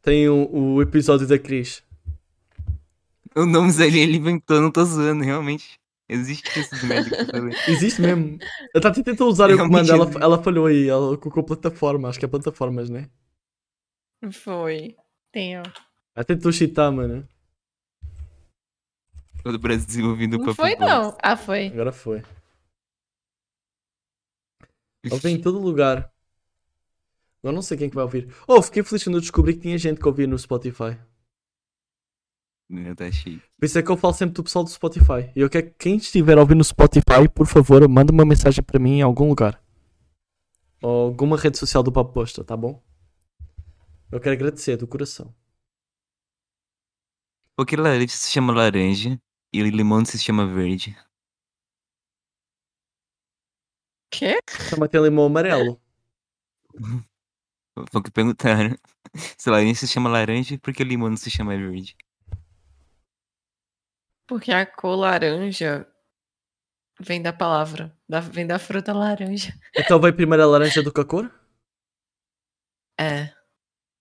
[SPEAKER 1] tem o, o episódio da Cris.
[SPEAKER 3] O nome Zé ele inventou, não tô zoando, realmente. Existe esses merda
[SPEAKER 2] <laughs>
[SPEAKER 3] que eu falei.
[SPEAKER 1] Existe mesmo. Eu estava tentando usar o
[SPEAKER 3] Realmente
[SPEAKER 1] comando, ela,
[SPEAKER 3] existe.
[SPEAKER 1] ela falhou aí, ela colocou plataforma, acho que é plataformas, né?
[SPEAKER 2] Foi. Tem, ó.
[SPEAKER 1] Ela tentou cheatar, mano.
[SPEAKER 3] Todo o Brasil ouvindo o
[SPEAKER 2] Não
[SPEAKER 3] Papo
[SPEAKER 2] foi,
[SPEAKER 3] Box.
[SPEAKER 2] não. Ah, foi.
[SPEAKER 1] Agora foi. Ela vem em todo lugar. Agora não sei quem que vai ouvir. Oh, fiquei feliz quando eu descobri que tinha gente que ouvia no Spotify.
[SPEAKER 3] Não, tá cheio.
[SPEAKER 1] Por isso é que eu falo sempre do pessoal do Spotify. E eu quero que quem estiver a ouvir no Spotify, por favor, manda uma mensagem para mim em algum lugar. Ou alguma rede social do Papo Posta, tá bom? Eu quero agradecer do coração.
[SPEAKER 3] Porque laranja se chama laranja e limão se chama verde.
[SPEAKER 2] Quê?
[SPEAKER 1] Chama até limão amarelo.
[SPEAKER 3] Foi o que perguntaram. <laughs> Se laranja se chama laranja, por que limão se chama verde?
[SPEAKER 2] Porque a cor laranja vem da palavra, da- vem da fruta laranja.
[SPEAKER 1] Então vai primeiro a laranja do que a cor?
[SPEAKER 2] É.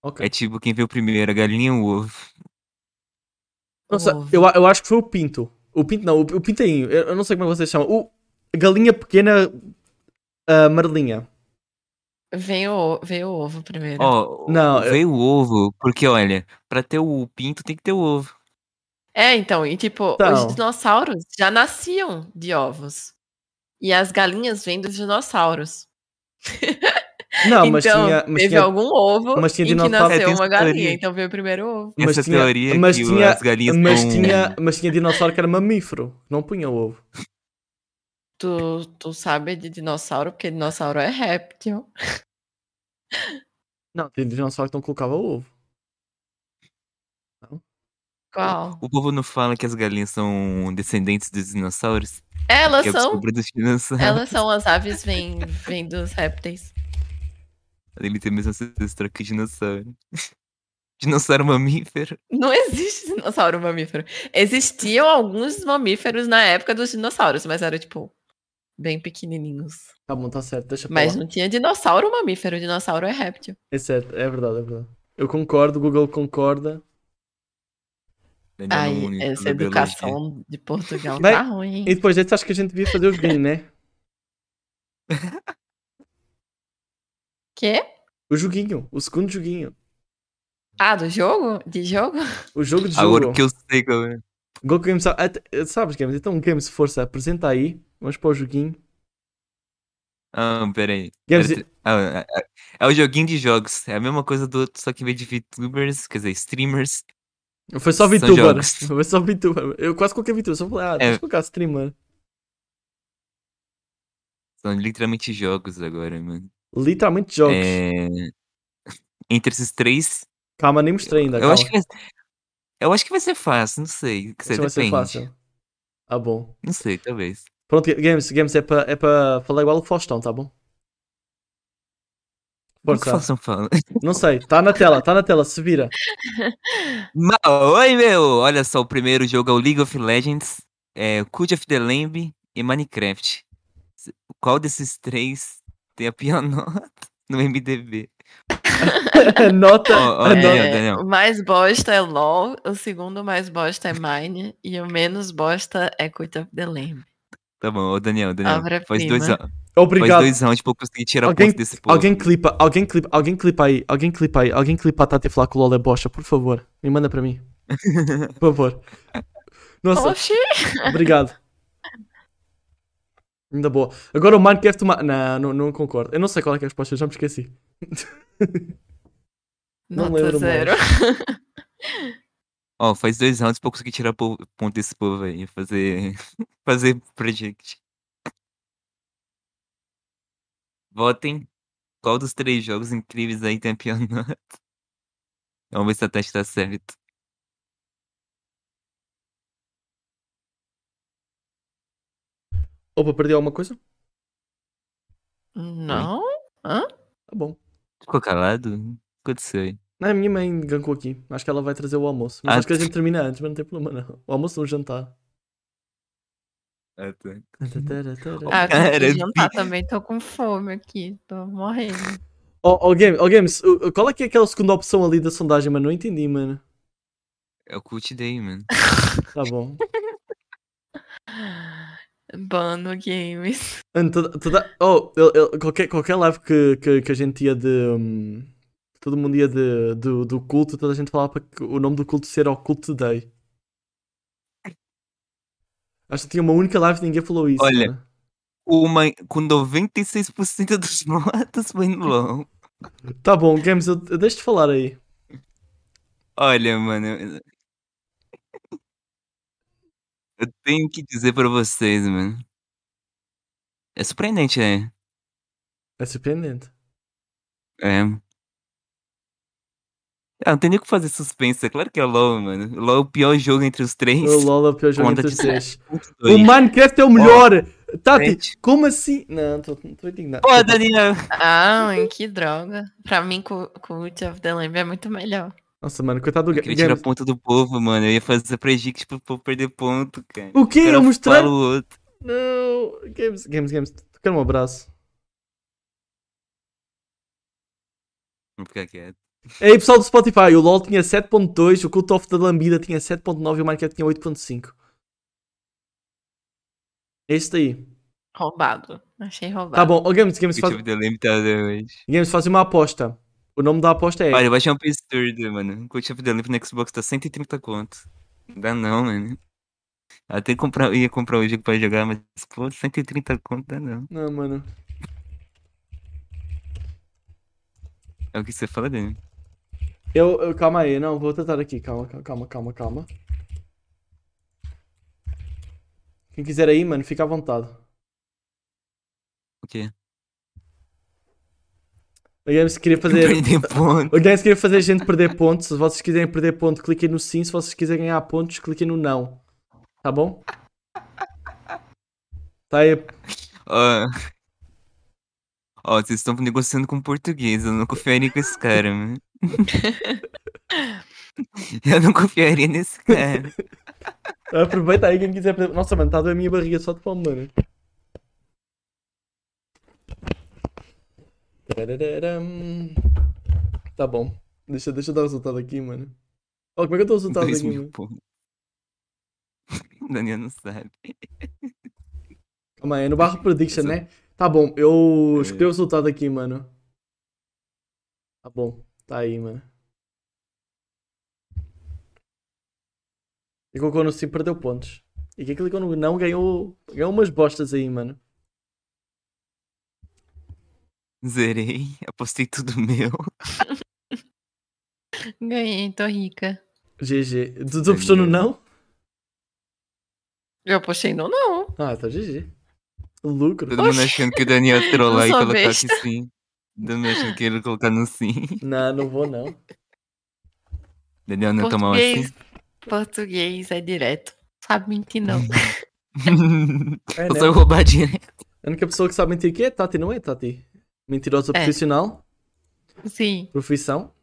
[SPEAKER 1] Ok.
[SPEAKER 3] É tipo quem veio primeiro, a galinha ou o ovo.
[SPEAKER 1] Nossa,
[SPEAKER 2] ovo.
[SPEAKER 1] eu, a- eu acho que foi o Pinto. O Pinto não, o, o Pintainho. Eu, eu não sei como é vocês chamam. O a Galinha Pequena ah, Marlinha.
[SPEAKER 2] Vem o, vem o ovo primeiro.
[SPEAKER 3] Ó,
[SPEAKER 1] Não, eu-
[SPEAKER 3] veio o ovo, porque olha, pra ter o pinto tem que ter o ovo.
[SPEAKER 2] É, então, e tipo,
[SPEAKER 1] Então.
[SPEAKER 2] os dinossauros já nasciam de ovos. E as galinhas vêm dos dinossauros.
[SPEAKER 1] Não, mas
[SPEAKER 2] então,
[SPEAKER 1] tinha. Mas
[SPEAKER 2] teve
[SPEAKER 1] tinha
[SPEAKER 2] algum ovo
[SPEAKER 1] mas tinha
[SPEAKER 2] em que
[SPEAKER 1] dinossauro.
[SPEAKER 3] É,
[SPEAKER 2] nasceu
[SPEAKER 3] tem
[SPEAKER 2] uma
[SPEAKER 3] essa teoria.
[SPEAKER 2] galinha, então veio o primeiro ovo.
[SPEAKER 1] Mas
[SPEAKER 3] Essa
[SPEAKER 1] tinha-
[SPEAKER 3] teoria é
[SPEAKER 1] mas
[SPEAKER 3] que
[SPEAKER 1] tinha-
[SPEAKER 3] as galinhas
[SPEAKER 2] tipo
[SPEAKER 1] mas,
[SPEAKER 3] são-
[SPEAKER 1] tinha, mas tinha dinossauro que era mamífero. Não punha ovo.
[SPEAKER 2] Tu, tu sabe de dinossauro, porque dinossauro é réptil.
[SPEAKER 1] Não, tinha dinossauro que não colocava ovo.
[SPEAKER 2] Qual?
[SPEAKER 3] O povo não fala que as galinhas são descendentes dos dinossauros?
[SPEAKER 2] Elas
[SPEAKER 3] que é o
[SPEAKER 2] são.
[SPEAKER 3] descobrimento dos dinossauros.
[SPEAKER 2] Elas são as aves vêm vêm dos répteis.
[SPEAKER 3] Ele tem a mesma ancestra que dinossauro. <laughs> Dinossauro mamífero?
[SPEAKER 2] Não existe dinossauro mamífero. Existiam alguns mamíferos na época dos dinossauros, mas eram, tipo, bem pequenininhos.
[SPEAKER 1] Tá bom, tá certo, deixa pra
[SPEAKER 2] Mas
[SPEAKER 1] lá.
[SPEAKER 2] não tinha dinossauro mamífero, dinossauro é réptil.
[SPEAKER 1] É certo, é verdade, é verdade. Eu concordo, o Google concorda.
[SPEAKER 3] Daniel
[SPEAKER 2] Ai,
[SPEAKER 3] não entende
[SPEAKER 2] essa
[SPEAKER 3] da biologia.
[SPEAKER 2] educação de Portugal
[SPEAKER 1] Vai-
[SPEAKER 2] tá ruim.
[SPEAKER 1] E depois desse acho que a gente devia fazer o joguinho, né?
[SPEAKER 2] Quê?
[SPEAKER 1] O joguinho, o segundo joguinho.
[SPEAKER 2] Ah, do jogo? De jogo?
[SPEAKER 1] O jogo de jogo.
[SPEAKER 3] Agora que eu sei, é. galera.
[SPEAKER 1] Go Games, ah, até- sabes, Games? Então, Games, força, apresenta aí. Vamos para o joguinho.
[SPEAKER 3] Ah, peraí.
[SPEAKER 1] Games,
[SPEAKER 3] Era- ah, ah, é o joguinho de jogos. É a mesma coisa do outro, só que em vez de VTubers, quer dizer, streamers.
[SPEAKER 1] foi só
[SPEAKER 3] são
[SPEAKER 1] VTuber. <laughs>
[SPEAKER 3] jogos. É.
[SPEAKER 1] Foi só VTuber. Eu quase coloquei VTuber. Só falei, ah, deixa eu colocar streamer.
[SPEAKER 3] São literalmente jogos agora, mano.
[SPEAKER 1] Literalmente jogos.
[SPEAKER 3] É, Entre esses três,
[SPEAKER 1] Calma, nem mostrei ainda.
[SPEAKER 3] eu
[SPEAKER 1] calma.
[SPEAKER 3] acho, que vai... eu acho que vai ser fácil, não sei. Quer dizer,
[SPEAKER 1] Isso vai ser
[SPEAKER 3] depende.
[SPEAKER 1] fácil. Ah, bom.
[SPEAKER 3] Não sei, talvez.
[SPEAKER 1] Pronto, Games, Games é para é pra falar igual o Faustão, tá bom?
[SPEAKER 3] O que
[SPEAKER 1] Força.
[SPEAKER 3] façam fala?
[SPEAKER 1] Não sei, tá na tela, tá na tela, se vira. <laughs>
[SPEAKER 3] Ma- Oi, meu! Olha só, o primeiro jogo é o League of Legends, é, Cult of the Lamb e Minecraft. S- Qual desses três tem a pior <laughs> nota no MDB?
[SPEAKER 1] Nota.
[SPEAKER 3] Ó, ó,
[SPEAKER 1] a
[SPEAKER 3] Daniel,
[SPEAKER 2] É,
[SPEAKER 3] Daniel.
[SPEAKER 2] o mais bosta é LOL, o segundo mais bosta é Mine, e o menos bosta é Cult of the Lamb.
[SPEAKER 3] Tá bom, ô Daniel, Daniel.
[SPEAKER 2] Obra-prima.
[SPEAKER 3] Faz dois, rou- faz
[SPEAKER 1] Obrigado.
[SPEAKER 3] dois rounds pra eu conseguir tirar
[SPEAKER 1] Alguém-
[SPEAKER 3] ponto desse povo.
[SPEAKER 1] Alguém clipa, alguém clipa, alguém clipa aí, alguém clipa aí, alguém clipa a Tati falar que o LOL é bosta, por favor. Me manda para
[SPEAKER 3] <laughs>
[SPEAKER 1] mim. Por favor. Nossa,
[SPEAKER 2] Oxi!
[SPEAKER 1] obrigado. Ainda boa. Agora o Minecraft. ma- Não, não, não concordo. Eu não sei qual é, que é a resposta, eu já me esqueci. Não
[SPEAKER 2] Nota
[SPEAKER 1] lembro mais.
[SPEAKER 2] zero.
[SPEAKER 3] Ó, faz dois rounds pra eu conseguir tirar po- ponto desse povo aí. Fazer. <laughs> fazer project. Votem. Qual dos três jogos incríveis aí tem a pior <laughs> nota? Vamos ver se a teste tá certo.
[SPEAKER 1] Opa, perdi alguma coisa?
[SPEAKER 2] Não?
[SPEAKER 1] Tá bom.
[SPEAKER 3] Ficou calado? O que aconteceu aí?
[SPEAKER 1] Não, a minha mãe gancou aqui. Acho que ela vai trazer o almoço. Mas
[SPEAKER 3] Ah,
[SPEAKER 1] acho que a gente termina antes, mas não tem problema não. O almoço ou o jantar.
[SPEAKER 3] Ah, tá.
[SPEAKER 2] Ah, eu tenho
[SPEAKER 3] Cara,
[SPEAKER 2] que jantar também, tô com fome aqui, tô morrendo.
[SPEAKER 1] Ó, oh, Games, ó, Games, o- o- qual é que é aquela segunda opção ali da sondagem, mano? Não entendi, mano.
[SPEAKER 3] É o Cult Day, mano.
[SPEAKER 1] Tá
[SPEAKER 3] <laughs>
[SPEAKER 1] bom.
[SPEAKER 2] Bano games.
[SPEAKER 1] Mano, toda- toda- oh, eu- eu- qualquer, qualquer live que, que, que a gente ia de. hum, todo mundo ia de, do, do culto, toda a gente falava para que o nome do culto ser o culto day. Acho que tinha uma única live que ninguém falou isso. né?
[SPEAKER 3] Olha.
[SPEAKER 1] mano.
[SPEAKER 3] Uma, com 96% dos <laughs> votos foi no LOL.
[SPEAKER 1] Tá bom, Games, eu, eu deixo-te falar aí.
[SPEAKER 3] Olha, mano. eu- Eu tenho que dizer pra vocês, mano. É surpreendente, né?
[SPEAKER 1] É surpreendente.
[SPEAKER 3] É. Ah, não tem nem o que fazer suspense. É claro que é LOL, mano. LOL é o pior jogo entre os três.
[SPEAKER 1] O LOL é o pior jogo
[SPEAKER 3] Conta
[SPEAKER 1] entre os
[SPEAKER 3] de-
[SPEAKER 1] três.
[SPEAKER 3] Ponto
[SPEAKER 1] O
[SPEAKER 3] dois. Oh,
[SPEAKER 1] Minecraft é o melhor! Tati,
[SPEAKER 3] Gente.
[SPEAKER 1] como assim? Não, estou indignado.
[SPEAKER 3] <laughs> Pô, Daniel!
[SPEAKER 2] Ai, Ah, que droga. Pra mim, Cu- Cult of the Lamb é muito melhor.
[SPEAKER 1] Nossa, mano, coitado do
[SPEAKER 3] Eu
[SPEAKER 1] Ga-
[SPEAKER 3] queria tirar
[SPEAKER 1] Games.
[SPEAKER 3] ponto do povo, mano. Eu ia fazer predict pro povo perder ponto, cara.
[SPEAKER 1] O que?
[SPEAKER 3] Era
[SPEAKER 1] Eu
[SPEAKER 3] um
[SPEAKER 1] mostrar?
[SPEAKER 3] para o outro.
[SPEAKER 1] Não! Games, Games, Games, tu quer um abraço?
[SPEAKER 3] Vou ficar quieto.
[SPEAKER 1] Ei, pessoal do Spotify, o LoL tinha 7.2, o Cult of the Lambida tinha 7.9 e o Minecraft tinha 8.5. É isso daí.
[SPEAKER 2] Roubado. Achei roubado.
[SPEAKER 1] Tá bom, Ô, Games, Games,
[SPEAKER 3] Deixa
[SPEAKER 1] faz,
[SPEAKER 3] eu ver lembro tá hoje.
[SPEAKER 1] Games, faz uma aposta. O nome da aposta é.
[SPEAKER 3] Olha, eu achei um absurdo, mano. O Coach of the Lamp no Xbox tá 130 conto. Não dá não, mano. Até comprar, ia comprar o jogo pra jogar, mas, pô, 130 conto dá não.
[SPEAKER 1] Não, mano.
[SPEAKER 3] É o que você fala dele.
[SPEAKER 1] Eu, eu- calma aí, não, vou tentar aqui. Calma, calma, calma, calma, calma. Quem quiser aí, mano, fica à vontade.
[SPEAKER 3] O quê?
[SPEAKER 1] O Games queria fazer.
[SPEAKER 3] <laughs> Perder ponto.
[SPEAKER 1] O Games queria fazer a gente perder pontos. Se vocês quiserem perder ponto, cliquem no sim. Se vocês quiserem ganhar pontos, cliquem no não. Tá bom? Tá aí.
[SPEAKER 3] Ó. Ó, vocês estão negociando com português. Eu não confiaria com esse cara, mano. <laughs> eu não confiaria nesse cara.
[SPEAKER 1] Aproveita aí quem quiser perder. Nossa, mano, tá a doer a minha barriga só de pão, mano. Tarararam. Tá bom. Deixa, deixa eu dar o resultado aqui, mano. Ó, como é que eu dou o resultado
[SPEAKER 3] 3
[SPEAKER 1] aqui,
[SPEAKER 3] mil
[SPEAKER 1] mano?
[SPEAKER 3] <laughs> pontos. O Daniel não sabe.
[SPEAKER 1] Calma aí, é no barra prediction,
[SPEAKER 3] Essa-
[SPEAKER 1] né? Tá bom, eu
[SPEAKER 3] É.
[SPEAKER 1] escolhi o resultado aqui, mano. Tá bom, tá aí, mano. E colocou no sim, perdeu pontos. E quem clicou no não ganhou, ganhou umas bostas aí, mano.
[SPEAKER 3] Zerei. Apostei tudo meu.
[SPEAKER 2] Ganhei, tô rica.
[SPEAKER 1] GG. Tu, tu apostou no não?
[SPEAKER 2] Eu postei no não.
[SPEAKER 1] Ah, tá GG. Lucro.
[SPEAKER 3] Todo mundo achando que o Daniel
[SPEAKER 2] <laughs>
[SPEAKER 3] ia trollar e
[SPEAKER 2] sou
[SPEAKER 3] colocasse
[SPEAKER 2] besta.
[SPEAKER 3] sim. Todo mundo achando que ele assim. ia colocar no sim.
[SPEAKER 1] Não, não vou não.
[SPEAKER 3] <laughs> Daniel não tomou assim.
[SPEAKER 2] <laughs> Português, português é direto. Sabe mentir,
[SPEAKER 3] <laughs>
[SPEAKER 2] não.
[SPEAKER 1] É,
[SPEAKER 3] Eu <laughs> sou
[SPEAKER 1] né?
[SPEAKER 3] <laughs> roubadinha.
[SPEAKER 1] A única pessoa que sabe mentir aqui é Tati, não é Tati? Mentirosa
[SPEAKER 2] É.
[SPEAKER 1] profissional,
[SPEAKER 2] Sim.
[SPEAKER 1] profissão.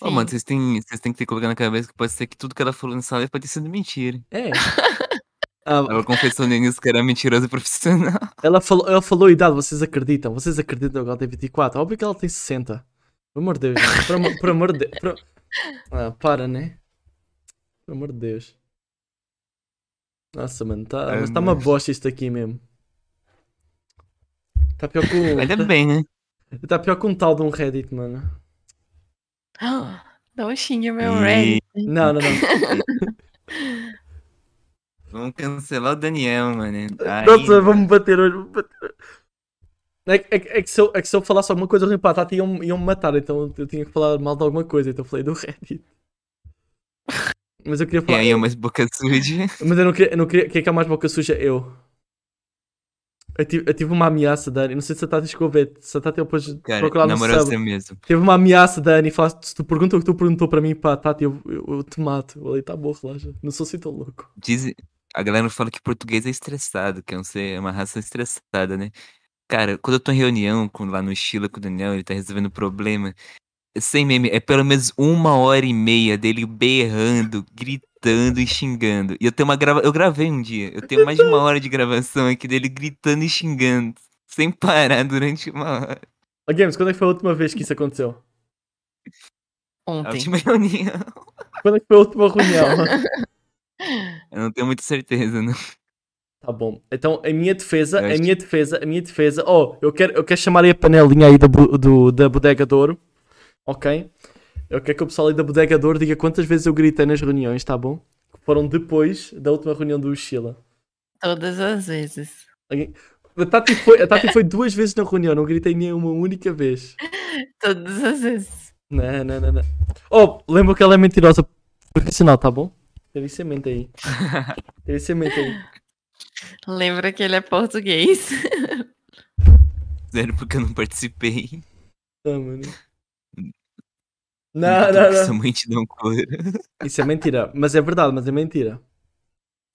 [SPEAKER 3] Ô, mano, vocês têm, vocês têm que ter que colocar na cabeça que pode ser que tudo que ela falou nessa live pode ter sido mentira.
[SPEAKER 1] É. Ah,
[SPEAKER 3] Ela confessou no início que era mentirosa <laughs> profissional.
[SPEAKER 1] Ela falou, ela falou a idade, vocês acreditam? Vocês acreditam que ela tem 24? Óbvio que ela tem 60. Pelo amor de Deus, gente. Por amor- por amor de Deus. Ah, para, né? Pelo amor de Deus. Nossa, mano, tá,
[SPEAKER 3] Ai,
[SPEAKER 1] mas tá uma
[SPEAKER 3] mas-
[SPEAKER 1] bosta isto aqui mesmo. Tá pior que um,
[SPEAKER 3] Ainda bem, né?
[SPEAKER 1] tá, tá pior que um tal de um Reddit, mano.
[SPEAKER 2] Ah, Não xinga meu
[SPEAKER 3] E-
[SPEAKER 2] Reddit.
[SPEAKER 1] Não, não, não.
[SPEAKER 3] Vamos cancelar o Daniel, mano. <laughs> Aí,
[SPEAKER 1] Nossa, vamos bater hoje. vamos bater hoje. É, que- é que- é que se eu, é que se eu falasse alguma coisa ruim para a Tata, iam, iam me matar. Então eu tinha que falar mal de alguma coisa. Então eu falei do Reddit. Mas eu queria
[SPEAKER 3] E
[SPEAKER 1] falar.
[SPEAKER 3] aí é mais boca suja.
[SPEAKER 1] Mas eu não queria. Eu não queria quem é que é mais boca suja? Eu. Eu tive, eu tive uma ameaça da Annie. Não sei se a Tata chegou a ver. Se a Tata depois
[SPEAKER 3] Cara,
[SPEAKER 1] procurar
[SPEAKER 3] na
[SPEAKER 1] no
[SPEAKER 3] moral,
[SPEAKER 1] sub.
[SPEAKER 3] você mesmo.
[SPEAKER 1] Teve uma ameaça da Annie. Fala, se tu pergunta o que tu perguntou para mim, para a Tata, eu, eu, eu te mato. Eu falei, tá bom, relaxa. Não sou assim tão louco.
[SPEAKER 3] Diz... A galera fala que português é estressado, que é um ser- é uma raça estressada, né? Cara, quando eu tô em reunião com, lá no Chile com o Daniel, ele tá resolvendo problema. Sem meme, é pelo menos uma hora e meia dele berrando, gritando e xingando. E eu tenho uma grava... Eu gravei um dia. Eu tenho mais de uma hora de gravação aqui dele gritando e xingando. Sem parar durante uma hora.
[SPEAKER 1] Ó, Games, quando é que foi a última vez que isso aconteceu?
[SPEAKER 3] A
[SPEAKER 2] Ontem.
[SPEAKER 3] última <laughs> reunião.
[SPEAKER 1] Quando é que foi a última reunião?
[SPEAKER 3] Eu não tenho muita certeza, não. <laughs>
[SPEAKER 1] Tá bom. Então, a minha defesa,
[SPEAKER 3] Eu
[SPEAKER 1] a
[SPEAKER 3] acho
[SPEAKER 1] minha defesa, a minha defesa. Oh, eu quero, eu quero chamar aí a panelinha aí da, bu- do, da Bodega de Ouro. Ok? Eu quero que o pessoal aí da Bodega de Ouro diga quantas vezes eu gritei nas reuniões, tá bom? Que foram depois da última reunião do Ushila.
[SPEAKER 2] Todas as vezes.
[SPEAKER 1] A Tati foi, a Tati foi duas vezes na reunião, não gritei nenhuma única vez.
[SPEAKER 2] Todas as vezes.
[SPEAKER 1] Não, não, não, não. Oh, lembra que ela é mentirosa profissional, tá bom? Teve isso em mente aí. Teve isso em mente aí.
[SPEAKER 2] Lembra que ele é português. <laughs>
[SPEAKER 3] <laughs> Sério, porque eu não participei.
[SPEAKER 1] Tá, mano. Não,
[SPEAKER 3] Tudo
[SPEAKER 1] né? não,
[SPEAKER 3] Então, que
[SPEAKER 1] não.
[SPEAKER 3] Sua mãe te dá um couro.
[SPEAKER 1] Isso é mentira. Mas é verdade, mas é mentira.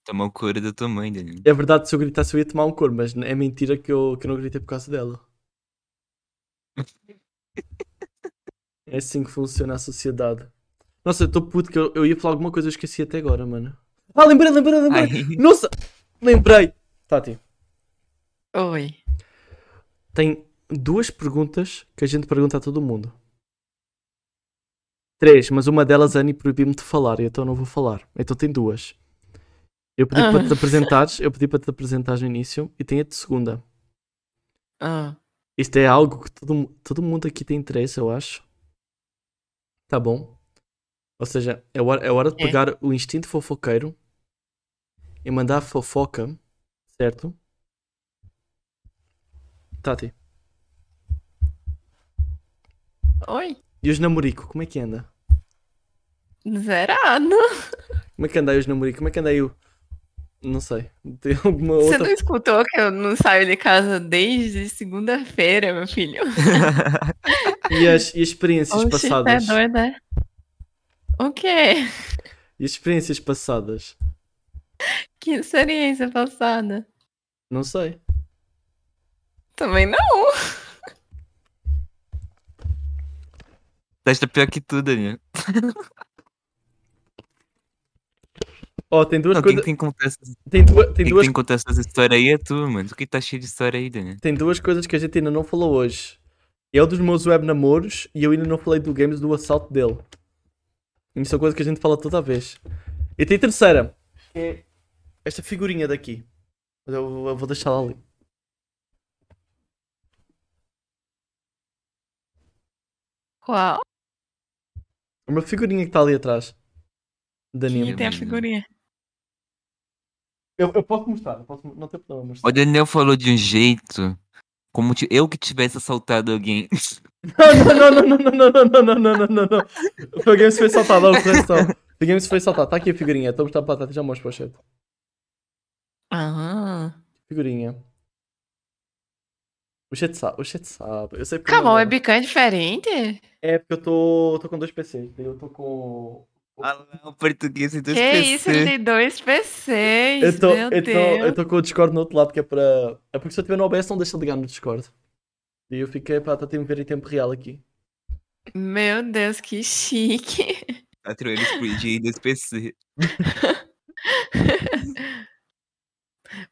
[SPEAKER 3] Toma o couro da tua mãe, Danilo.
[SPEAKER 1] É verdade, se eu gritasse eu ia tomar um cor, mas é mentira que eu, que eu não gritei por causa dela. É assim que funciona a sociedade. Nossa, eu tô puto que eu, eu ia falar alguma coisa eu esqueci até agora, mano. Ah, lembrei, lembrei, lembrei.
[SPEAKER 3] Ai.
[SPEAKER 1] Nossa, lembrei. Tati,
[SPEAKER 2] Oi.
[SPEAKER 1] tem duas perguntas que a gente pergunta a todo mundo. Três, mas uma delas a Annie proibiu-me de falar, e então não vou falar. Então tem duas. Eu pedi
[SPEAKER 2] Ah.
[SPEAKER 1] para te apresentares, eu pedi para te apresentares no início e tem a de segunda.
[SPEAKER 2] Ah,
[SPEAKER 1] Isto é algo que todo, mu- todo mundo aqui tem interesse, eu acho. Tá bom. Ou seja, é hora, é hora de
[SPEAKER 2] É.
[SPEAKER 1] pegar o instinto fofoqueiro e mandar a fofoca, certo? Tati.
[SPEAKER 2] oi.
[SPEAKER 1] E os namorico, como é que anda?
[SPEAKER 2] Zerado.
[SPEAKER 1] Como é que anda aí os namorico? Como é que anda aí o... Não sei. Tem alguma
[SPEAKER 2] Você
[SPEAKER 1] outra...
[SPEAKER 2] não escutou que eu não saio de casa desde segunda-feira, meu filho?
[SPEAKER 1] E as, e as experiências
[SPEAKER 2] Oxe,
[SPEAKER 1] passadas?
[SPEAKER 2] Tá doida? é? O quê?
[SPEAKER 1] E as experiências passadas?
[SPEAKER 2] Que experiência passada?
[SPEAKER 1] Não sei.
[SPEAKER 2] Também não.
[SPEAKER 3] Tá tá pior que <laughs> tu, Danilo.
[SPEAKER 1] Ó, Oh, tem duas
[SPEAKER 3] Não, quem
[SPEAKER 1] coisas...
[SPEAKER 3] tem que contar essas,
[SPEAKER 1] Tem, duas- tem
[SPEAKER 3] quem
[SPEAKER 1] duas
[SPEAKER 3] tem que contar essas histórias aí é tu, mano. Tu que tá cheio de história aí, Danilo.
[SPEAKER 1] tem duas coisas que a gente ainda não falou hoje. É o dos meus web namoros e eu ainda não falei do games do assalto dele. Isso é coisa que a gente fala toda vez. E tem a terceira, que é esta figurinha daqui. Mas Eu, eu vou deixá-la ali.
[SPEAKER 2] Qual?
[SPEAKER 1] É Uma figurinha que está ali atrás. Danilo.
[SPEAKER 2] Não tem a
[SPEAKER 3] menino.
[SPEAKER 2] figurinha.
[SPEAKER 1] Eu, eu posso mostrar, eu posso, não tem problema mostrar.
[SPEAKER 3] O Daniel falou de um jeito como se eu que tivesse assaltado alguém. <laughs>
[SPEAKER 1] Não, não, não, não, não, não, não, não, não, não, não, não. Foi o Games que foi saltado, não, correção. Foi o Games que foi saltado. Tá aqui a figurinha, estou a mostrar para a Tati, já mostro para o chat.
[SPEAKER 2] Ah.
[SPEAKER 1] Figurinha. O chat sabe, o chat sabe. Eu sei porque.
[SPEAKER 2] Calma, o
[SPEAKER 1] mandaram.
[SPEAKER 2] webcam é diferente?
[SPEAKER 1] É porque eu tô, tô com dois PCs. daí Eu tô com.
[SPEAKER 3] Ah, o português em dois
[SPEAKER 2] que
[SPEAKER 3] PC.
[SPEAKER 2] isso, ele tem dois PCs.
[SPEAKER 1] Eu tô, eu,
[SPEAKER 2] meu
[SPEAKER 1] tô,
[SPEAKER 2] Deus.
[SPEAKER 1] eu tô com o Discord no outro lado, que é para. É porque se eu tiver no OBS, não deixa de ligar no Discord. E eu fiquei, pá, tá tendo ver em tempo real aqui.
[SPEAKER 2] Meu Deus, que chique.
[SPEAKER 3] Quatro euros por dia em dois PC.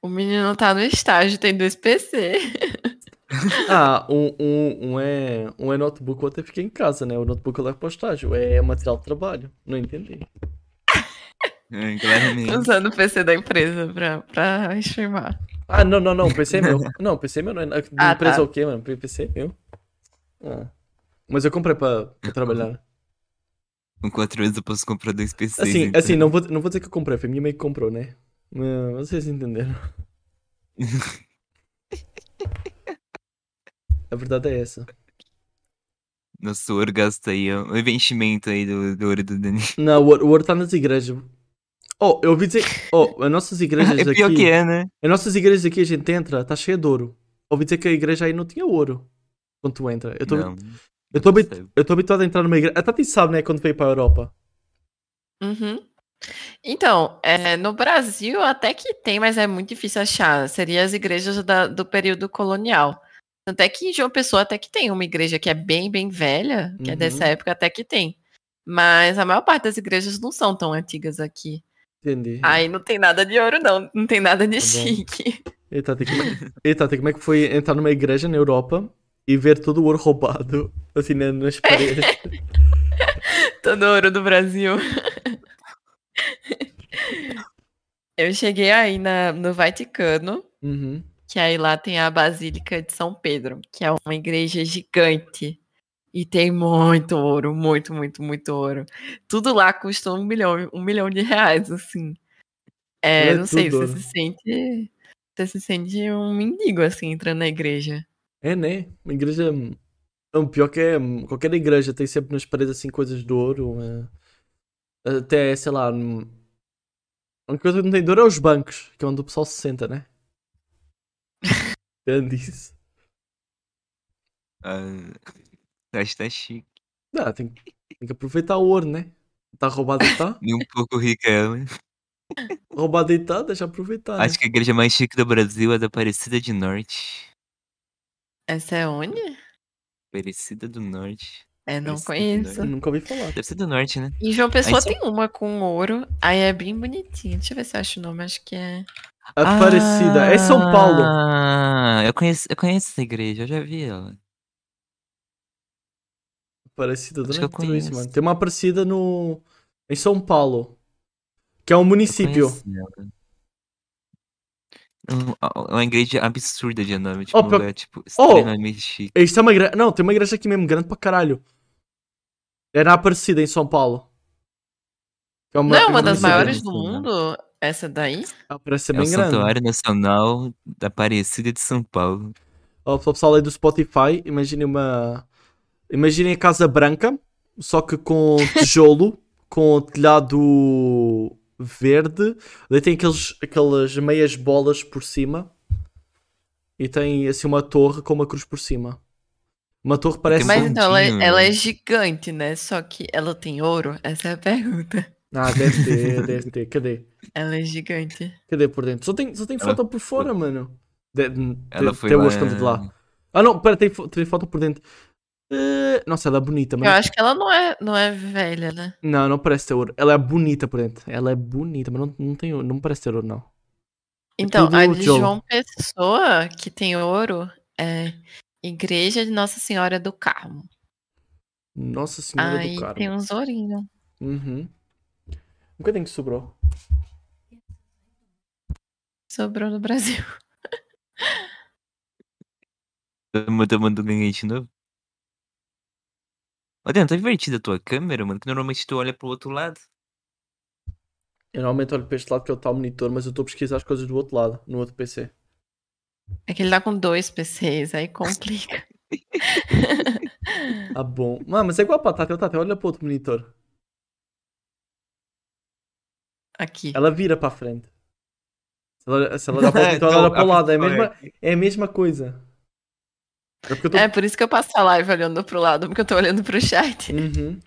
[SPEAKER 2] O menino tá no estágio, tem dois PC.
[SPEAKER 1] Ah, um, um, um, é, um é notebook, o outro é fica em casa, né? O notebook eu levo para o estágio. É material de trabalho. Não entendi.
[SPEAKER 3] Ah, Claramente.
[SPEAKER 2] Usando o PC da empresa pra, pra streamar.
[SPEAKER 1] Ah, não, não, não, o PC é <laughs> meu. Não, o PC é meu, não é. De
[SPEAKER 2] Ah,
[SPEAKER 1] empresa
[SPEAKER 2] tá.
[SPEAKER 1] o quê, mano? O PC é meu. Ah. Mas eu comprei para trabalhar.
[SPEAKER 3] Com quatro euros eu posso comprar dois
[SPEAKER 1] <laughs>
[SPEAKER 3] PCs.
[SPEAKER 1] Assim,
[SPEAKER 3] então.
[SPEAKER 1] assim, não vou, não vou dizer que eu comprei, foi minha mãe que comprou, né? Mas vocês entenderam. <laughs> A verdade é essa.
[SPEAKER 3] Nosso ouro gasta aí, ó. O investimento aí do, do ouro do Danilo.
[SPEAKER 1] Não, o ouro- o ouro está nas igrejas. Oh, eu ouvi dizer. Oh, as nossas igrejas
[SPEAKER 3] <laughs> É
[SPEAKER 1] aqui.
[SPEAKER 3] pior que é, né?
[SPEAKER 1] As nossas igrejas aqui a gente entra, está cheia de ouro. Ouvi dizer que a igreja aí não tinha ouro. Quando tu entra. Eu tô,
[SPEAKER 3] Não,
[SPEAKER 1] eu tô, habi-
[SPEAKER 3] sabe.
[SPEAKER 1] eu tô habituado a entrar numa igreja. A Tati sabe, né? Quando veio para a Europa.
[SPEAKER 2] Uhum. Então, é, no Brasil até que tem, mas é muito difícil achar. Seria as igrejas da- do período colonial. Tanto é que em João Pessoa até que tem uma igreja que é bem, bem velha, que é dessa
[SPEAKER 1] Uhum.
[SPEAKER 2] época até que tem. Mas a maior parte das igrejas não são tão antigas aqui.
[SPEAKER 1] Entendi.
[SPEAKER 2] Aí não tem nada de ouro, não. Não tem nada de
[SPEAKER 1] Tá bom.
[SPEAKER 2] chique. <laughs>
[SPEAKER 1] E Tati, como... e Tati, como é que foi entrar numa igreja na Europa e ver todo o ouro roubado, assim, na- nas paredes?
[SPEAKER 2] Todo ouro
[SPEAKER 1] <laughs>
[SPEAKER 2] do Brasil. Eu cheguei aí na- no Vaticano.
[SPEAKER 1] Uhum.
[SPEAKER 2] que aí lá tem a Basílica de São Pedro, que é uma igreja gigante. E tem muito ouro, muito, muito, muito ouro. Tudo lá custa um milhão, um milhão de reais, assim. É,
[SPEAKER 1] É
[SPEAKER 2] não sei,
[SPEAKER 1] tudo
[SPEAKER 2] você
[SPEAKER 1] ouro.
[SPEAKER 2] se sente. Você se sente um mendigo, assim, entrando na igreja.
[SPEAKER 1] É, né? Uma igreja. hum, O pior que é. hum, Qualquer igreja tem sempre nas paredes assim coisas de ouro. eh, Até, sei lá. hum, A única coisa que não tem de ouro é os bancos, que é onde o pessoal se senta, né? Grande isso.
[SPEAKER 3] Ah, acho que tá chique.
[SPEAKER 1] Ah, tem... Tem que aproveitar o ouro, né? Tá roubado, tá?
[SPEAKER 3] Nem um pouco rica ela.
[SPEAKER 1] roubado e tá, deixa aproveitar.
[SPEAKER 3] Acho
[SPEAKER 1] Né?
[SPEAKER 3] que a igreja mais chique do Brasil é da Aparecida de Norte.
[SPEAKER 2] Essa é onde?
[SPEAKER 3] Aparecida do Norte.
[SPEAKER 2] É, não
[SPEAKER 3] Parece que
[SPEAKER 2] conheço.
[SPEAKER 3] não.
[SPEAKER 1] Nunca ouvi falar.
[SPEAKER 3] Deve ser do Norte, né?
[SPEAKER 2] E João Pessoa
[SPEAKER 3] Aí só-
[SPEAKER 2] tem uma com ouro. Aí é bem bonitinha. Deixa eu ver se eu acho o nome. Acho que é.
[SPEAKER 1] Aparecida. É em São Paulo.
[SPEAKER 3] Ah, eu conheço, eu conheço essa igreja, eu já vi ela.
[SPEAKER 1] Aparecida. de
[SPEAKER 3] Acho
[SPEAKER 1] onde
[SPEAKER 3] que
[SPEAKER 1] é
[SPEAKER 3] eu
[SPEAKER 1] que tirou isso,
[SPEAKER 3] conheço.
[SPEAKER 1] mano? Tem uma Aparecida no... em São Paulo. Que é um
[SPEAKER 3] Eu
[SPEAKER 1] município.
[SPEAKER 3] conheço ela. Um- a- Uma igreja absurda de nome, tipo,
[SPEAKER 1] Oh,
[SPEAKER 3] um
[SPEAKER 1] pra-
[SPEAKER 3] lugar, tipo, extremamente chique.
[SPEAKER 1] Isto é uma igreja. Não, tem uma igreja aqui mesmo, grande pra caralho. É na Aparecida, em São Paulo. Que é
[SPEAKER 2] Não é uma das
[SPEAKER 1] igreja-
[SPEAKER 2] maiores do
[SPEAKER 3] Nacional.
[SPEAKER 2] mundo? Essa daí?
[SPEAKER 1] Ah, parece ser
[SPEAKER 3] É o
[SPEAKER 1] bem grande.
[SPEAKER 3] Santuário Nacional da Aparecida de São Paulo.
[SPEAKER 1] Ó, O pessoal aí do Spotify, imagine uma. Imaginem a Casa Branca, só que com tijolo, com telhado verde. Daí tem aqueles, aquelas meias bolas por cima. E tem assim uma torre com uma cruz por cima. Uma torre parece. um-
[SPEAKER 2] Mas então, ela,
[SPEAKER 3] bondinho,
[SPEAKER 2] ela é
[SPEAKER 3] né?
[SPEAKER 2] gigante, né? Só que ela tem ouro? Essa é a pergunta. <laughs>
[SPEAKER 1] Ah, deve ter, <laughs> deve ter. Cadê?
[SPEAKER 2] Ela é gigante.
[SPEAKER 1] Cadê por dentro? Só tem, só tem
[SPEAKER 3] Ela
[SPEAKER 1] foto por fora, mano. De, de,
[SPEAKER 3] Ela foi
[SPEAKER 1] tem
[SPEAKER 3] lá...
[SPEAKER 1] hoje quando de lá. Ah não, pera, tem, fo- tem foto por dentro. Eh, nossa, ela é bonita, mas
[SPEAKER 2] Eu acho que ela não é, não é velha, né?
[SPEAKER 1] não, não parece ter ouro. Ela é bonita por dentro. Ela é bonita, mas não, não tem ouro. Não parece ter ouro, não.
[SPEAKER 2] Então,
[SPEAKER 1] tudo
[SPEAKER 2] a de
[SPEAKER 1] tijolo.
[SPEAKER 2] João Pessoa, que tem ouro, é Igreja de Nossa Senhora do Carmo.
[SPEAKER 1] Nossa senhora
[SPEAKER 2] Aí
[SPEAKER 1] do Carmo.
[SPEAKER 2] tem um uns ourinhos.
[SPEAKER 1] Uhum. Um bocadinho que sobrou.
[SPEAKER 2] Sobrou no Brasil. <laughs>
[SPEAKER 3] Todo mundo mandou ganhar de novo. Ô, Dan, tá divertida a tua câmera, mano? Que normalmente tu olha pro outro lado.
[SPEAKER 1] Eu normalmente olho para este lado que é o tal monitor, mas eu estou a pesquisar as coisas do outro lado, no outro PC.
[SPEAKER 2] É que ele tá com dois PCs, aí complica. <laughs>
[SPEAKER 1] Ah, bom. Mano, mas é igual a Tati. Tati, olha para o outro monitor.
[SPEAKER 2] Aqui.
[SPEAKER 1] Ela vira para a frente. Se ela, se ela olhar para o monitor, ela olha para o lado. É a mesma, É a mesma coisa. É porque eu tô.
[SPEAKER 2] É por isso que eu passo a live olhando pro lado, porque eu tô olhando pro chat.
[SPEAKER 1] Uhum.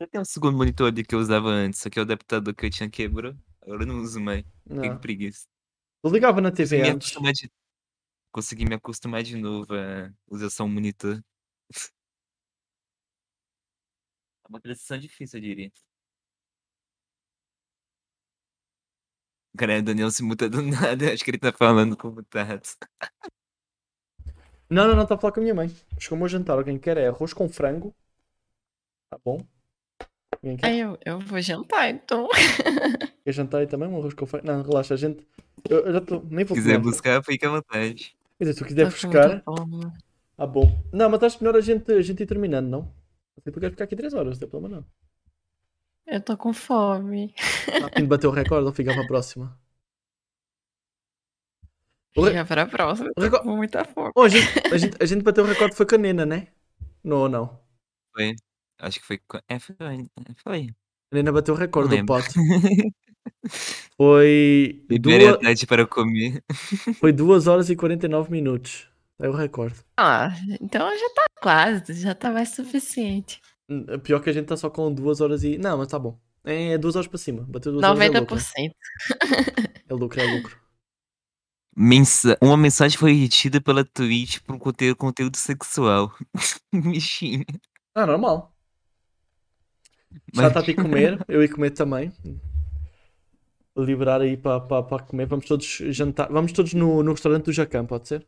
[SPEAKER 3] Eu tenho um segundo monitor ali que eu usava antes, só que é o adaptador que eu tinha quebrou. Agora eu não uso mais. Fiquei com
[SPEAKER 1] Não.
[SPEAKER 3] preguiça.
[SPEAKER 1] Eu ligava na TV
[SPEAKER 3] Consegui me
[SPEAKER 1] antes.
[SPEAKER 3] acostumar de... Consegui me acostumar de novo a usar só um monitor. É uma transição difícil, eu diria. Cara, o Daniel se muta do <laughs> nada. Acho que ele tá falando com o mutado.
[SPEAKER 1] Não, não, não, está a falar com a minha mãe. Chegou-me ao jantar. Alguém quer é arroz com frango. Tá bom? Alguém quer,
[SPEAKER 2] Aí eu, eu vou jantar, então. <laughs>
[SPEAKER 1] quer jantar aí também? Um arroz com frango? Não, relaxa, a gente. Eu, eu já estou. Nem
[SPEAKER 3] Se
[SPEAKER 1] vou
[SPEAKER 3] quiser
[SPEAKER 1] comer.
[SPEAKER 3] buscar, fica à vontade.
[SPEAKER 1] Quer dizer, se tu quiser
[SPEAKER 2] Tá com muita
[SPEAKER 1] buscar.
[SPEAKER 2] fome.
[SPEAKER 1] Ah, bom. Não, mas acho melhor a gente, a gente ir terminando, não? Não sei porque ficar aqui 3 horas, não tem problema <laughs> não.
[SPEAKER 2] Eu tô com fome.
[SPEAKER 1] Ah, Quem bateu o recorde, ou fica para a próxima. O re-
[SPEAKER 2] Fica para a próxima, eu tô
[SPEAKER 1] Reco-
[SPEAKER 2] com muita fome.
[SPEAKER 1] Oh, a, gente, a, gente, a gente bateu o recorde foi com a Nena, né? Não ou não?
[SPEAKER 3] Foi. Acho que foi. co- É, foi. Foi.
[SPEAKER 1] A Nena bateu o recorde
[SPEAKER 3] Não
[SPEAKER 1] do
[SPEAKER 3] lembro.
[SPEAKER 1] pote. <laughs> Foi
[SPEAKER 3] Beber à
[SPEAKER 1] duas,
[SPEAKER 3] tarde para comer.
[SPEAKER 1] foi duas horas e 49 minutos. É o recorde.
[SPEAKER 2] Ah, então já tá quase, já tá mais suficiente.
[SPEAKER 1] Hum, é Pior que a gente tá só com duas horas e. Não, mas tá bom. É duas horas para cima. Bateu duas horas.
[SPEAKER 2] 90%.
[SPEAKER 1] É lucro. É lucro, é lucro.
[SPEAKER 3] Mensa... Uma mensagem foi retida pela Twitch por um conteúdo, conteúdo sexual. <laughs> Bichinho.
[SPEAKER 1] Ah, normal. Já
[SPEAKER 3] Mas-
[SPEAKER 1] tá a comer, eu ia comer também. Liberar aí para comer. Vamos todos jantar. Vamos todos no, no restaurante do Jacan, pode ser?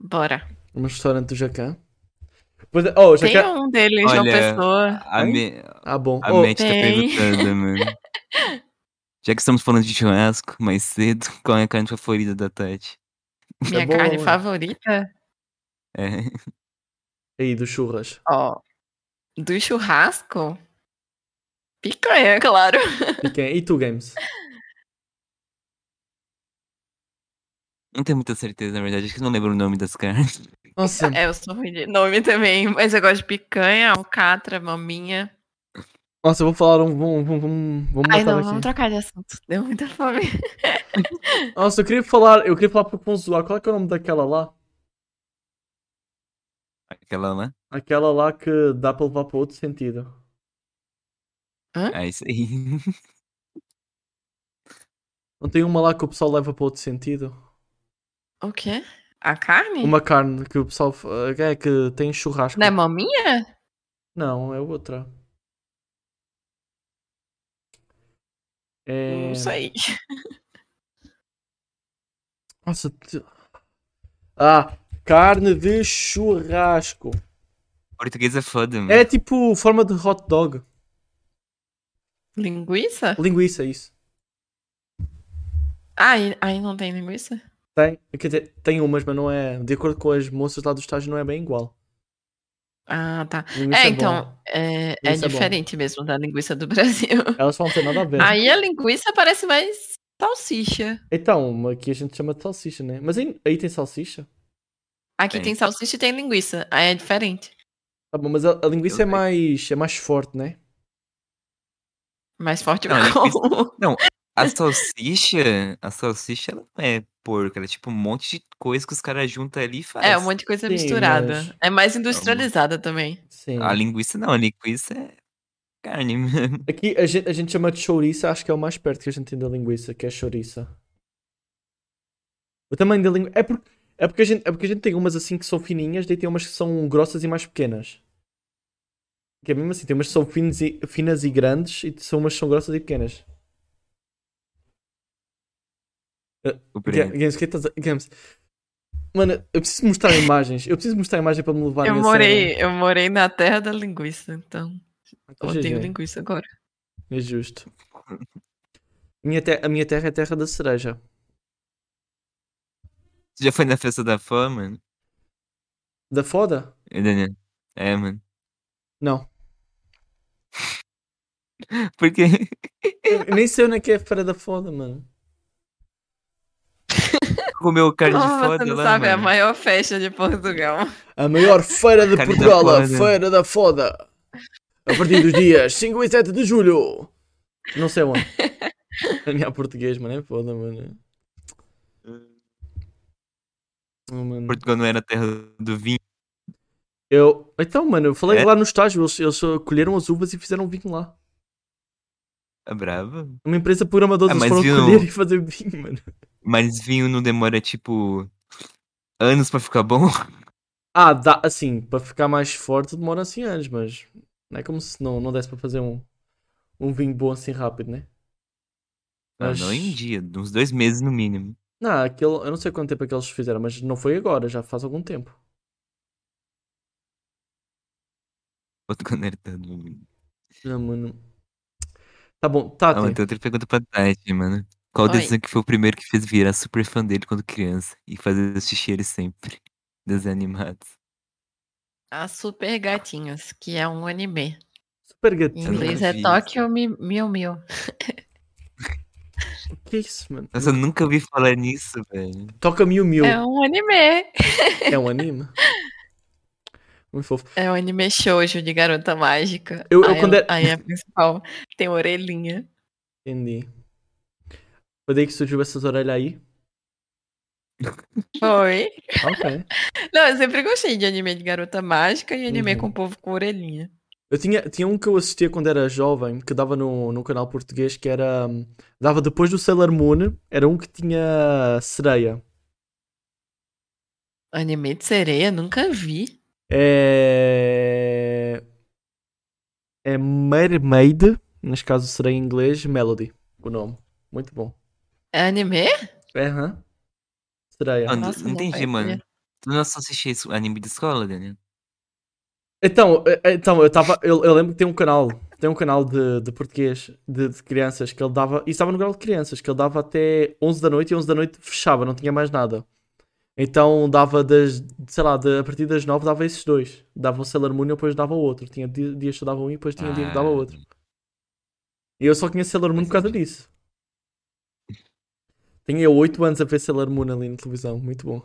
[SPEAKER 2] Bora.
[SPEAKER 1] Vamos no restaurante do Jacan. Pois é- Oh,
[SPEAKER 2] Tem
[SPEAKER 1] Jacan.
[SPEAKER 2] um deles, João
[SPEAKER 3] Olha,
[SPEAKER 2] Pessoa.
[SPEAKER 3] A,
[SPEAKER 1] Hein?
[SPEAKER 3] me...
[SPEAKER 1] Ah, bom.
[SPEAKER 3] a
[SPEAKER 1] Oh,
[SPEAKER 3] Matt tá
[SPEAKER 2] Tem.
[SPEAKER 3] perguntando, mano. Já que estamos falando de churrasco mais cedo, <laughs> qual é a carne favorita da Tati?
[SPEAKER 2] Minha
[SPEAKER 1] boa,
[SPEAKER 2] carne
[SPEAKER 1] né?
[SPEAKER 2] favorita,
[SPEAKER 3] É.
[SPEAKER 1] Oh, aí, do churras.
[SPEAKER 2] ó, do churrasco. Picanha, <laughs> claro.
[SPEAKER 1] E, quem? e tu, Games?
[SPEAKER 3] Não tenho muita certeza, na verdade. Acho que eu não lembro o nome das carnes. <laughs>
[SPEAKER 1] Nossa.
[SPEAKER 2] É, eu sou ruim de nome também, mas eu gosto de picanha, alcatra, maminha.
[SPEAKER 1] Nossa, eu vou falar um. Vamos, vamos, vamos, vamos
[SPEAKER 2] Ai,
[SPEAKER 1] matar
[SPEAKER 2] não, tá-
[SPEAKER 1] aqui.
[SPEAKER 2] vamos trocar de assunto. Deu muita fome.
[SPEAKER 1] Nossa, eu queria falar. Eu queria falar pro Ponzoar. Qual é, que é o nome daquela lá?
[SPEAKER 3] Aquela lá.
[SPEAKER 1] Aquela lá que dá para levar para outro sentido.
[SPEAKER 3] É isso aí. <laughs>
[SPEAKER 1] Não tem uma lá que o pessoal leva para outro sentido?
[SPEAKER 2] O quê? A carne?
[SPEAKER 1] Uma carne que o pessoal. f- É que tem churrasco.
[SPEAKER 2] Não é maminha?
[SPEAKER 1] Não, é outra. É...
[SPEAKER 2] Não sei.
[SPEAKER 1] Nossa. te- Ah, carne de churrasco.
[SPEAKER 3] Português é foda, mano.
[SPEAKER 1] É tipo forma de hot dog.
[SPEAKER 2] Linguiça?
[SPEAKER 1] Linguiça, isso.
[SPEAKER 2] Ah, aí, aí não tem linguiça?
[SPEAKER 1] Tem, quer dizer, tem umas, mas não é. De acordo com as moças lá do estágio, não é bem igual.
[SPEAKER 2] Ah, tá.
[SPEAKER 1] Linguiça
[SPEAKER 2] É,
[SPEAKER 1] bom.
[SPEAKER 2] então, é, é
[SPEAKER 1] Linguiça é bom.
[SPEAKER 2] diferente mesmo da linguiça do <laughs> Brasil.
[SPEAKER 1] Elas falam não têm nada a ver.
[SPEAKER 2] Aí a linguiça parece mais salsicha.
[SPEAKER 1] Então, aqui a gente chama de salsicha, né? Mas aí, aí tem salsicha?
[SPEAKER 2] Aqui
[SPEAKER 3] Tem.
[SPEAKER 2] tem salsicha e tem linguiça. Aí é diferente.
[SPEAKER 1] Tá bom, mas a, a linguiça é
[SPEAKER 3] Eu-
[SPEAKER 1] mais, é mais forte, né?
[SPEAKER 2] Mais forte <laughs> É, um
[SPEAKER 3] Não, a
[SPEAKER 2] não.
[SPEAKER 3] A salsicha, a salsicha, ela não é porco, ela é tipo um monte de coisa que os caras juntam ali e fazem.
[SPEAKER 2] É, um monte de coisa
[SPEAKER 1] Sim,
[SPEAKER 2] misturada.
[SPEAKER 1] mas-
[SPEAKER 2] É mais industrializada também.
[SPEAKER 1] Sim.
[SPEAKER 3] A linguiça não, a linguiça é carne mesmo.
[SPEAKER 1] Aqui a gente, a gente chama de chouriça, acho que é o mais perto que a gente tem da linguiça, que é chouriça. O tamanho da linguiça. É porque, é, porque a gente, é porque a gente tem umas assim que são fininhas, daí tem umas que são grossas e mais pequenas. Que é mesmo assim, tem umas que são finas e, finas e grandes e são umas que são grossas e pequenas. Ga-
[SPEAKER 3] Compreendo.
[SPEAKER 1] Games, o que é que estás a- Games. Mano, eu preciso mostrar imagens. Eu preciso mostrar imagem para me levar
[SPEAKER 2] Eu morei, eu morei na terra da linguiça, então odeio linguiça agora.
[SPEAKER 1] É justo. Minha te- a minha terra é a terra da cereja.
[SPEAKER 3] Você já foi na festa da fã, mano?
[SPEAKER 1] Da foda?
[SPEAKER 3] Ô, Daniel? É, mano. <laughs>
[SPEAKER 1] Não.
[SPEAKER 3] Porque
[SPEAKER 1] Eu nem sei onde é que é a Feira da Foda, mano.
[SPEAKER 2] <laughs>
[SPEAKER 3] comeu carne de
[SPEAKER 2] Como
[SPEAKER 3] foda
[SPEAKER 2] você não
[SPEAKER 3] lá,
[SPEAKER 2] sabe, é a
[SPEAKER 3] mano.
[SPEAKER 2] maior festa de Portugal.
[SPEAKER 1] A maior
[SPEAKER 3] <laughs>
[SPEAKER 1] feira de
[SPEAKER 3] Cara da
[SPEAKER 1] Portugal, a
[SPEAKER 3] foda.
[SPEAKER 1] Feira da Foda. A partir dos dias <laughs> 5 e 7 de julho. Não sei
[SPEAKER 3] <laughs>
[SPEAKER 1] onde. A minha português, mano, é foda, mano. Oh, mano.
[SPEAKER 3] Portugal não era a terra do vinho.
[SPEAKER 1] Eu... Então, mano, eu falei
[SPEAKER 3] É?
[SPEAKER 1] lá no estágio, eles, eles só colheram as uvas e fizeram vinho lá.
[SPEAKER 3] É brava.
[SPEAKER 1] Uma empresa programadora,
[SPEAKER 3] Ah,
[SPEAKER 1] eles
[SPEAKER 3] mas
[SPEAKER 1] foram
[SPEAKER 3] viu-
[SPEAKER 1] colher e fazer vinho, mano.
[SPEAKER 3] Mas vinho não demora, tipo, anos pra ficar bom. <laughs>
[SPEAKER 1] Ah, dá, assim, para ficar mais forte demora assim anos, mas não é como se não, não desse para fazer um, um vinho bom assim rápido, né?
[SPEAKER 3] Não,
[SPEAKER 1] Mas-
[SPEAKER 3] não em um dia, uns dois meses no mínimo.
[SPEAKER 1] Não, aquilo, eu não sei quanto tempo é que eles fizeram, mas não foi agora, já faz algum tempo.
[SPEAKER 3] Portugal não era a terra do vinho.
[SPEAKER 1] Ah, mano. Tá bom,
[SPEAKER 3] Ah, mano,
[SPEAKER 1] Tati.
[SPEAKER 3] tem outra pergunta pra Tati, mano. Qual
[SPEAKER 2] Oi.
[SPEAKER 3] desenho que foi o primeiro que fez virar super fã dele quando criança e fazer assistir ele sempre? Desenhos animados.
[SPEAKER 2] A Super Gatinhos, que é um anime.
[SPEAKER 1] Super
[SPEAKER 2] Em
[SPEAKER 1] gatinho.
[SPEAKER 3] Eu nunca
[SPEAKER 2] inglês é
[SPEAKER 3] vi.
[SPEAKER 2] Tokyo Mi- Miu Miu.
[SPEAKER 1] Que é isso, mano?
[SPEAKER 3] Nossa, eu
[SPEAKER 2] Hum.
[SPEAKER 3] nunca ouvi falar nisso, velho.
[SPEAKER 1] Toca Miu Miu.
[SPEAKER 2] É um anime.
[SPEAKER 1] É um
[SPEAKER 2] <laughs>
[SPEAKER 1] anime? Muito fofo.
[SPEAKER 2] É um anime shoujo de garota mágica.
[SPEAKER 1] Eu- eu
[SPEAKER 2] aí,
[SPEAKER 1] quando é-
[SPEAKER 2] ela-
[SPEAKER 1] era-
[SPEAKER 2] aí a principal tem orelhinha.
[SPEAKER 1] Entendi. Foi daí que surgiu essas orelhas aí?
[SPEAKER 2] Foi.
[SPEAKER 1] Ok.
[SPEAKER 2] Não, eu sempre gostei de anime de garota mágica e anime
[SPEAKER 1] Uhum.
[SPEAKER 2] com povo com orelhinha.
[SPEAKER 1] Eu tinha, tinha um que eu assistia quando era jovem, que dava no, no canal português, que era. hum, Dava depois do Sailor Moon, era um que tinha sereia.
[SPEAKER 2] Anime de sereia, nunca vi.
[SPEAKER 1] É. É Mermaid, neste caso sereia em inglês, Melody, o nome. Muito bom.
[SPEAKER 2] É anime?
[SPEAKER 1] É, hã? Ah, Sereia.
[SPEAKER 3] Mano,
[SPEAKER 2] Nossa,
[SPEAKER 3] não
[SPEAKER 2] não
[SPEAKER 3] entendi,
[SPEAKER 2] faz
[SPEAKER 3] mano.
[SPEAKER 2] ideia.
[SPEAKER 3] Tu não só assistia isso, anime de escola, Daniel?
[SPEAKER 1] Então, eh, então eu estava. Eu, eu lembro que tem um canal. Tem um canal de, de português de, de crianças que ele dava. Isso estava no canal de crianças, que ele dava até 11 da noite e 11 da noite fechava, não tinha mais nada. Então dava das. Sei lá, de- a partir das 9 dava esses dois. Dava o Sailor Moon e depois dava o outro. Tinha di- dias que dava um e depois tinha dia que dava
[SPEAKER 3] Ah.
[SPEAKER 1] outro. E eu só tinha Sailor Moon por causa disso. Tinha 8 anos a ver Sailor Moon ali na televisão, muito bom.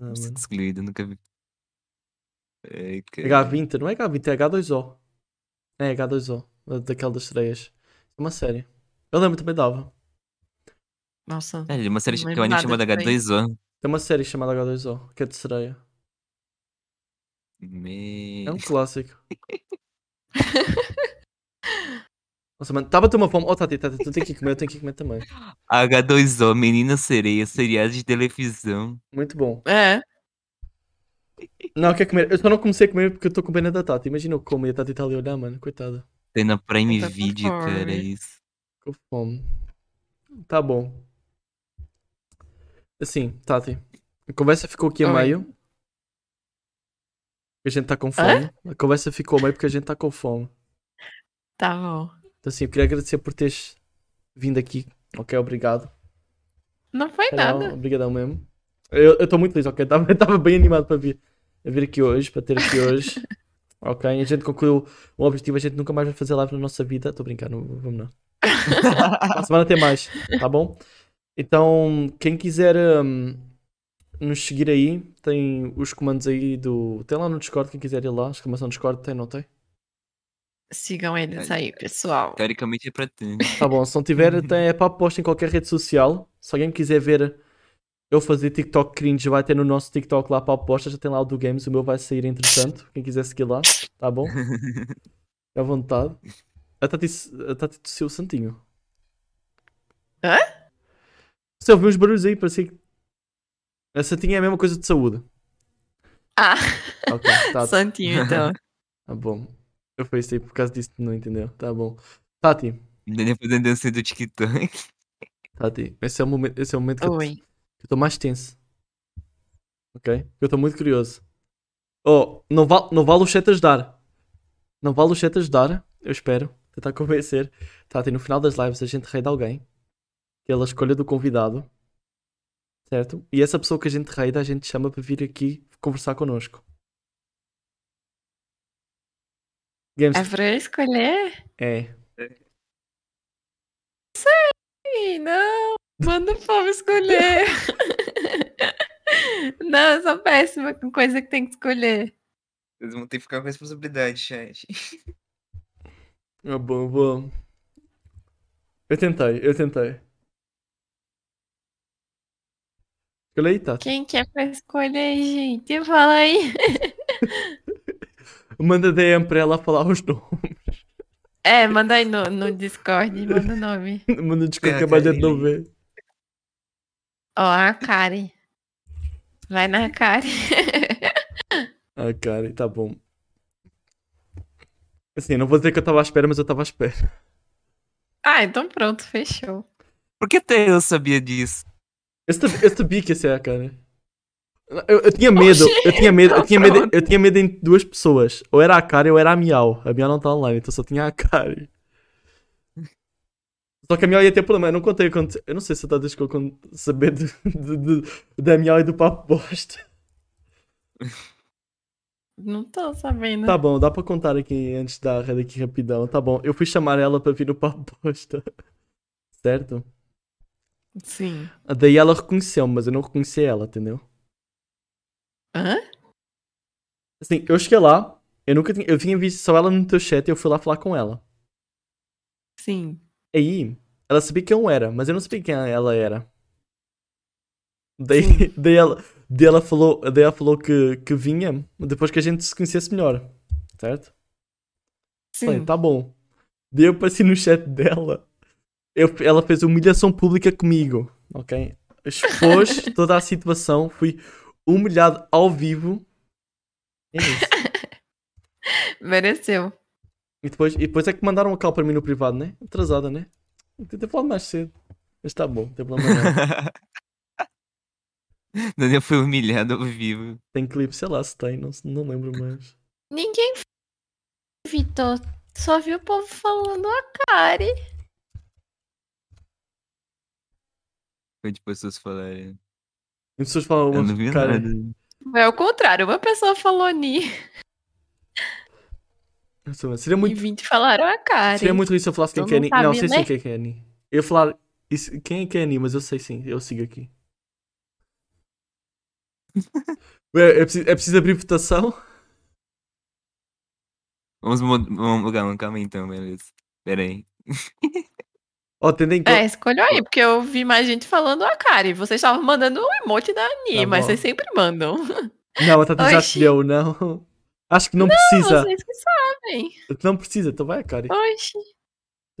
[SPEAKER 1] Ah,
[SPEAKER 3] Nossa,
[SPEAKER 1] mano.
[SPEAKER 3] Excluído, nunca vi. Ai, cara.
[SPEAKER 1] H20, não é H20, é H2O. É H2O, da- daquela das sereias. É uma série. Eu lembro também dava.
[SPEAKER 2] Nossa.
[SPEAKER 3] É, uma série,
[SPEAKER 2] Não
[SPEAKER 3] tem
[SPEAKER 2] lembro
[SPEAKER 3] um anime
[SPEAKER 2] nada
[SPEAKER 3] chamado
[SPEAKER 2] também.
[SPEAKER 3] H2O.
[SPEAKER 1] Tem uma série chamada H2O, que é de sereia.
[SPEAKER 3] Me...
[SPEAKER 1] É um clássico. Nossa, mano, tava ter uma fome. Oh, Tati, Tati, tu tem que comer, eu tenho que comer também.
[SPEAKER 3] H2O, Menina Sereia, seriado de televisão.
[SPEAKER 1] Muito bom.
[SPEAKER 2] É.
[SPEAKER 1] Não, quer comer. Eu só não comecei a comer porque eu tô com pena da Tati. Imagina eu como e a Tati tá ali a olhar, mano. Coitada.
[SPEAKER 3] Tem na Prime
[SPEAKER 2] Eu tô com
[SPEAKER 3] Video, cara,
[SPEAKER 2] fome.
[SPEAKER 3] é isso. <laughs>
[SPEAKER 1] Com fome. Tá bom. Assim, Tati. A conversa ficou aqui a
[SPEAKER 2] Oi.
[SPEAKER 1] meio. Porque a gente tá com fome. A conversa ficou a meio porque a gente tá com fome.
[SPEAKER 2] Tá bom.
[SPEAKER 1] Então, assim, eu queria agradecer por teres vindo aqui. Ok, obrigado.
[SPEAKER 2] Não foi
[SPEAKER 1] Carol,
[SPEAKER 2] nada.
[SPEAKER 1] Obrigadão mesmo. Eu estou muito feliz, ok? <laughs> Tava, tava bem animado para vir, a vir aqui hoje, para ter aqui hoje.
[SPEAKER 2] <laughs>
[SPEAKER 1] ok? A gente concluiu o objetivo, a gente nunca mais vai fazer live na nossa vida. Estou brincando, vamos não. Para a semana tem mais, tá bom? Então, quem quiser hum, nos seguir aí, tem os comandos aí do. Tem lá no Discord, quem quiser ir lá, exclamação Discord, tem, não tem?
[SPEAKER 2] Sigam eles aí, pessoal.
[SPEAKER 3] Teoricamente é pra tanto.
[SPEAKER 1] Tá bom, se não tiver, tem, é para posta em qualquer rede social. Se alguém quiser ver eu fazer TikTok cringe, vai ter no nosso TikTok lá para posta, já tem lá o do Games, o meu vai sair entretanto. Quem quiser seguir lá, tá bom? É à vontade. A Tati, a Tati tossiu o santinho.
[SPEAKER 2] Hã?
[SPEAKER 1] Você ouviu uns barulhos aí, parecia que. A santinha é a mesma coisa de saúde.
[SPEAKER 2] Ah, <laughs>
[SPEAKER 1] Ok, tá, <laughs>
[SPEAKER 2] Santinho, então.
[SPEAKER 1] tá bom. Eu falei isso aí por causa disso, não entendeu? Tá bom. Tati,
[SPEAKER 3] Daniel fazendo dança do TikTok.
[SPEAKER 1] Tati, esse é o momento, esse é o momento que eu te-
[SPEAKER 2] Oi.
[SPEAKER 1] Eu estou mais tenso. Ok? Eu estou muito curioso. Oh, não, val, não vale o chat ajudar. Não vale o chat ajudar. Eu espero. Tentar <laughs> convencer. Tati, no final das lives a gente raida alguém. Que ela escolha do convidado. Certo? E essa pessoa que a gente raida, a gente chama para vir aqui conversar connosco. Games.
[SPEAKER 2] É pra eu escolher?
[SPEAKER 1] É.
[SPEAKER 2] Ih, não. Manda o povo escolher. <laughs> Não, eu sou péssima com coisa que tem que escolher.
[SPEAKER 3] <laughs> Vocês vão ter que ficar com a responsabilidade, chat.
[SPEAKER 1] É bom, bom. Eu tentei, eu tentei. Escolhe aí, Tati.
[SPEAKER 2] Quem que é pra escolher, gente? Fala aí.
[SPEAKER 1] Manda DM para ela falar os nomes. <laughs>
[SPEAKER 2] É, manda aí no, no Discord, manda o nome.
[SPEAKER 1] Manda desculpa
[SPEAKER 3] É,
[SPEAKER 1] que a gente
[SPEAKER 3] Karine.
[SPEAKER 1] não vê.
[SPEAKER 2] Ó, a Karen. Vai na Karen.
[SPEAKER 1] Ah, cara, tá bom. Assim, não vou dizer que eu estava à espera, mas eu estava à espera.
[SPEAKER 2] Ah, então pronto, fechou.
[SPEAKER 3] Por que até eu sabia disso?
[SPEAKER 1] Eu sabia, eu sabia que ia ser a cara. Eu, eu tinha medo, eu tinha medo, eu tinha medo, eu tinha medo em duas pessoas. Ou era a cara ou era a Miau. A Miau não tá online, então só tinha a cara. Só que a Miau ia ter problema, eu não contei quando. Eu não sei se eu tava com com- saber do, do- do- da Miau e do papo bosta.
[SPEAKER 2] Não tô sabendo.
[SPEAKER 1] Tá bom, dá pra contar aqui antes da rede aqui rapidão. Tá bom, eu fui chamar ela pra vir no papo bosta. Certo?
[SPEAKER 2] Sim.
[SPEAKER 1] Daí ela reconheceu mas eu não reconheci ela, entendeu?
[SPEAKER 2] Hã?
[SPEAKER 1] Assim, eu cheguei lá, eu nunca tinha. Eu tinha visto só ela no teu chat e eu fui lá falar com ela.
[SPEAKER 2] Sim.
[SPEAKER 1] Tá Aí, ela sabia quem eu era, mas eu não sabia quem ela era. Daí, daí, ela, daí ela falou, daí ela falou que, que vinha depois que a gente se conhecesse melhor, certo? Falei,
[SPEAKER 2] Sim.
[SPEAKER 1] tá bom. Daí eu passei no chat <laughs> dela. Eu, ela fez humilhação pública comigo, ok? Expôs toda a situação, fui humilhado ao vivo. É isso.
[SPEAKER 2] Mereceu.
[SPEAKER 1] E depois, e depois é que mandaram um cal para mim no privado, né? Atrasada, né? Eu tentei falar mais cedo. Mas tá bom, não tem problema não.
[SPEAKER 3] <laughs> Daniel foi humilhado ao vivo.
[SPEAKER 1] Tem clipe, sei lá se tem, não, não lembro mais.
[SPEAKER 2] Ninguém. Vitor, só viu o povo falando a Karen.
[SPEAKER 3] Foi de pessoas falarem.
[SPEAKER 1] E as pessoas falam,
[SPEAKER 3] Eu não vi
[SPEAKER 1] cara,
[SPEAKER 3] nada.
[SPEAKER 2] É o contrário, uma pessoa falou Ni
[SPEAKER 1] não sei, mas seria
[SPEAKER 2] e
[SPEAKER 1] muito,
[SPEAKER 2] 20 falaram a Karen.
[SPEAKER 1] seria muito isso se eu falasse quem
[SPEAKER 2] Eu
[SPEAKER 1] que é
[SPEAKER 2] não
[SPEAKER 1] Annie. Não, sei
[SPEAKER 2] sabia,
[SPEAKER 1] sim
[SPEAKER 2] né?
[SPEAKER 1] quem é que é Annie. Eu ia falar, isso- quem é que é Annie, mas eu sei sim, eu sigo aqui. Ué, é, preciso, é preciso abrir votação?
[SPEAKER 3] Vamos mudar. Vamos, calma, calma aí então, beleza. Pera aí.
[SPEAKER 1] Ó, tendo em
[SPEAKER 2] É,
[SPEAKER 1] conta.
[SPEAKER 2] escolheu aí, porque eu vi mais gente falando a Kari. Vocês estavam mandando um emote da Ani,
[SPEAKER 1] Tá
[SPEAKER 2] mas
[SPEAKER 1] bom.
[SPEAKER 2] vocês sempre mandam. <laughs>
[SPEAKER 1] Não, a Tati já
[SPEAKER 2] É. Oxi.
[SPEAKER 1] escolheu, não. Acho que não, precisa.
[SPEAKER 2] Vocês que sabem.
[SPEAKER 1] Não precisa, então vai, Cari.
[SPEAKER 2] Oxi.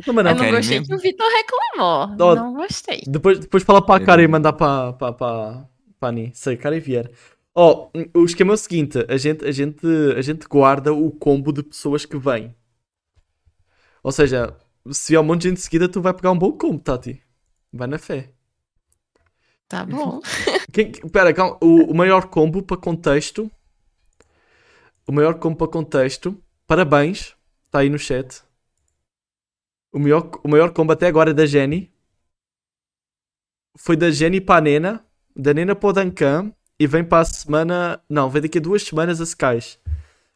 [SPEAKER 1] Não, mas
[SPEAKER 2] eu
[SPEAKER 1] não.
[SPEAKER 2] não
[SPEAKER 3] Kari
[SPEAKER 2] gostei
[SPEAKER 3] mesmo?
[SPEAKER 2] que o Vitor reclamou.
[SPEAKER 1] Dó-
[SPEAKER 2] Não gostei.
[SPEAKER 1] Depois, depois fala para a Cara e mandar para para para para Ani, se a Cara vier. Ó, o esquema é o seguinte, a gente a gente a gente guarda o combo de pessoas que vêm. Ou seja, se vier um monte de gente seguida, tu vai pegar um bom combo, Tati. Vai na fé.
[SPEAKER 2] Tá
[SPEAKER 1] <laughs>
[SPEAKER 2] bom.
[SPEAKER 1] Quem, pera, calma, o, o maior combo para contexto. O maior combo para contexto. Parabéns, está aí no chat. O maior, o maior combo até agora é da Jenny. Foi da Jenny para a Nena. Da Nena para o Duncan. E vem para a semana. Não, vem daqui a duas semanas a Skies.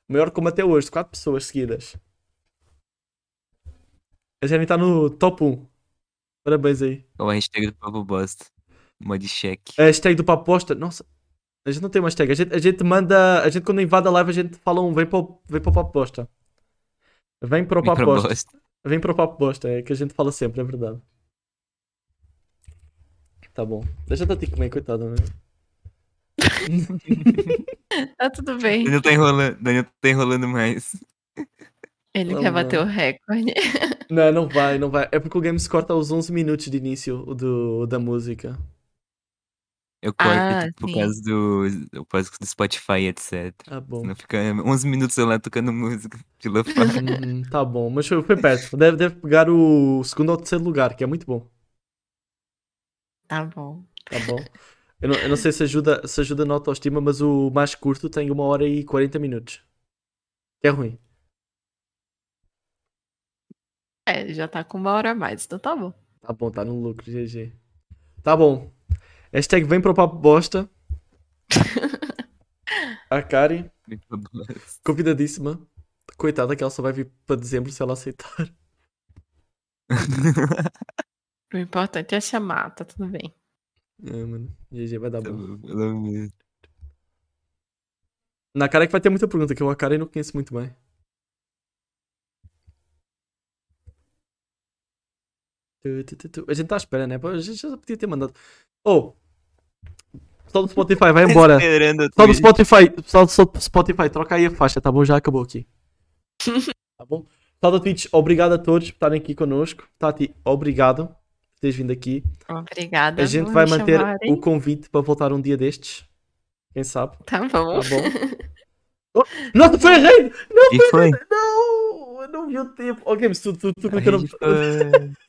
[SPEAKER 1] O maior combo até hoje, quatro pessoas seguidas. A Jenny está no top 1. Parabéns aí.
[SPEAKER 3] É o hashtag do Papo Bosta. Mod check.
[SPEAKER 1] A hashtag do Paposta. Nossa, a gente não tem uma hashtag. A gente, a gente manda. A gente quando invade a live, a gente fala um vem para o vem para o Paposta. Vem para o Paposta.
[SPEAKER 3] Microbosta. <laughs>
[SPEAKER 1] Vem para o Paposta. É que a gente fala sempre, é verdade. Tá bom. Deixa eu te comer, coitado. né?
[SPEAKER 2] Tá tudo bem.
[SPEAKER 3] Daniel tá enrolando, Daniel tá enrolando mais.
[SPEAKER 2] Ele
[SPEAKER 1] Não,
[SPEAKER 2] quer
[SPEAKER 1] não.
[SPEAKER 2] bater o recorde. <laughs>
[SPEAKER 1] Não, não vai, não vai. É porque o game se corta aos 11 minutos de início o do, da música.
[SPEAKER 3] Eu corto
[SPEAKER 2] Ah,
[SPEAKER 3] tipo, por
[SPEAKER 2] sim.
[SPEAKER 3] causa do, por causa do Spotify, etc.
[SPEAKER 1] Tá bom.
[SPEAKER 3] Senão fica 11 minutos eu lá tocando música
[SPEAKER 2] <laughs>
[SPEAKER 3] de lo-fi.
[SPEAKER 1] Uhum, tá bom, mas foi, foi perto. Deve, deve pegar o segundo ou terceiro lugar, que é muito bom.
[SPEAKER 2] Tá bom.
[SPEAKER 1] Tá bom. Eu não, eu não sei se ajuda, se ajuda na autoestima, mas o mais curto tem uma hora e 40 minutos. Que é ruim.
[SPEAKER 2] É, ele já tá com uma hora a mais, então tá bom.
[SPEAKER 1] Tá bom, tá no lucro, GG. Tá bom. Hashtag vem para o papo bosta. A Kari,
[SPEAKER 3] <laughs> Microbosta.
[SPEAKER 1] convidadíssima. Coitada que ela só vai vir para dezembro se ela aceitar.
[SPEAKER 2] O importante é chamar, tá tudo bem.
[SPEAKER 1] É, mano. GG, vai dar
[SPEAKER 3] Tá
[SPEAKER 1] bom.
[SPEAKER 3] Pelo amor.
[SPEAKER 1] Na cara é que vai ter muita pergunta, que eu a cara não conheço muito bem. Tu, tu, tu, tu. A gente está à espera, né? Pô, A gente já podia ter mandado. Oh! Pessoal do Spotify, vai embora!
[SPEAKER 3] Esperando a
[SPEAKER 1] Pessoal do
[SPEAKER 3] Twitch.
[SPEAKER 1] Spotify, pessoal do so- Spotify, troca aí a faixa, tá bom? Já acabou
[SPEAKER 2] <laughs>
[SPEAKER 1] aqui. tá bom? Pessoal da Twitch, obrigado a todos por estarem aqui connosco. Tati, obrigado por teres vindo aqui.
[SPEAKER 2] Obrigada.
[SPEAKER 1] Tá A gente
[SPEAKER 2] por
[SPEAKER 1] vai
[SPEAKER 2] me
[SPEAKER 1] manter
[SPEAKER 2] chamarem.
[SPEAKER 1] o convite para voltar um dia destes. Quem sabe?
[SPEAKER 2] Tá bom.
[SPEAKER 1] Tá bom? Oh, <laughs> nossa, foi errei!
[SPEAKER 3] E foi.
[SPEAKER 1] Não! Eu não vi o tempo. Ó, Games, tu, tu, tu,
[SPEAKER 3] Aí
[SPEAKER 1] clicou no-
[SPEAKER 3] foi.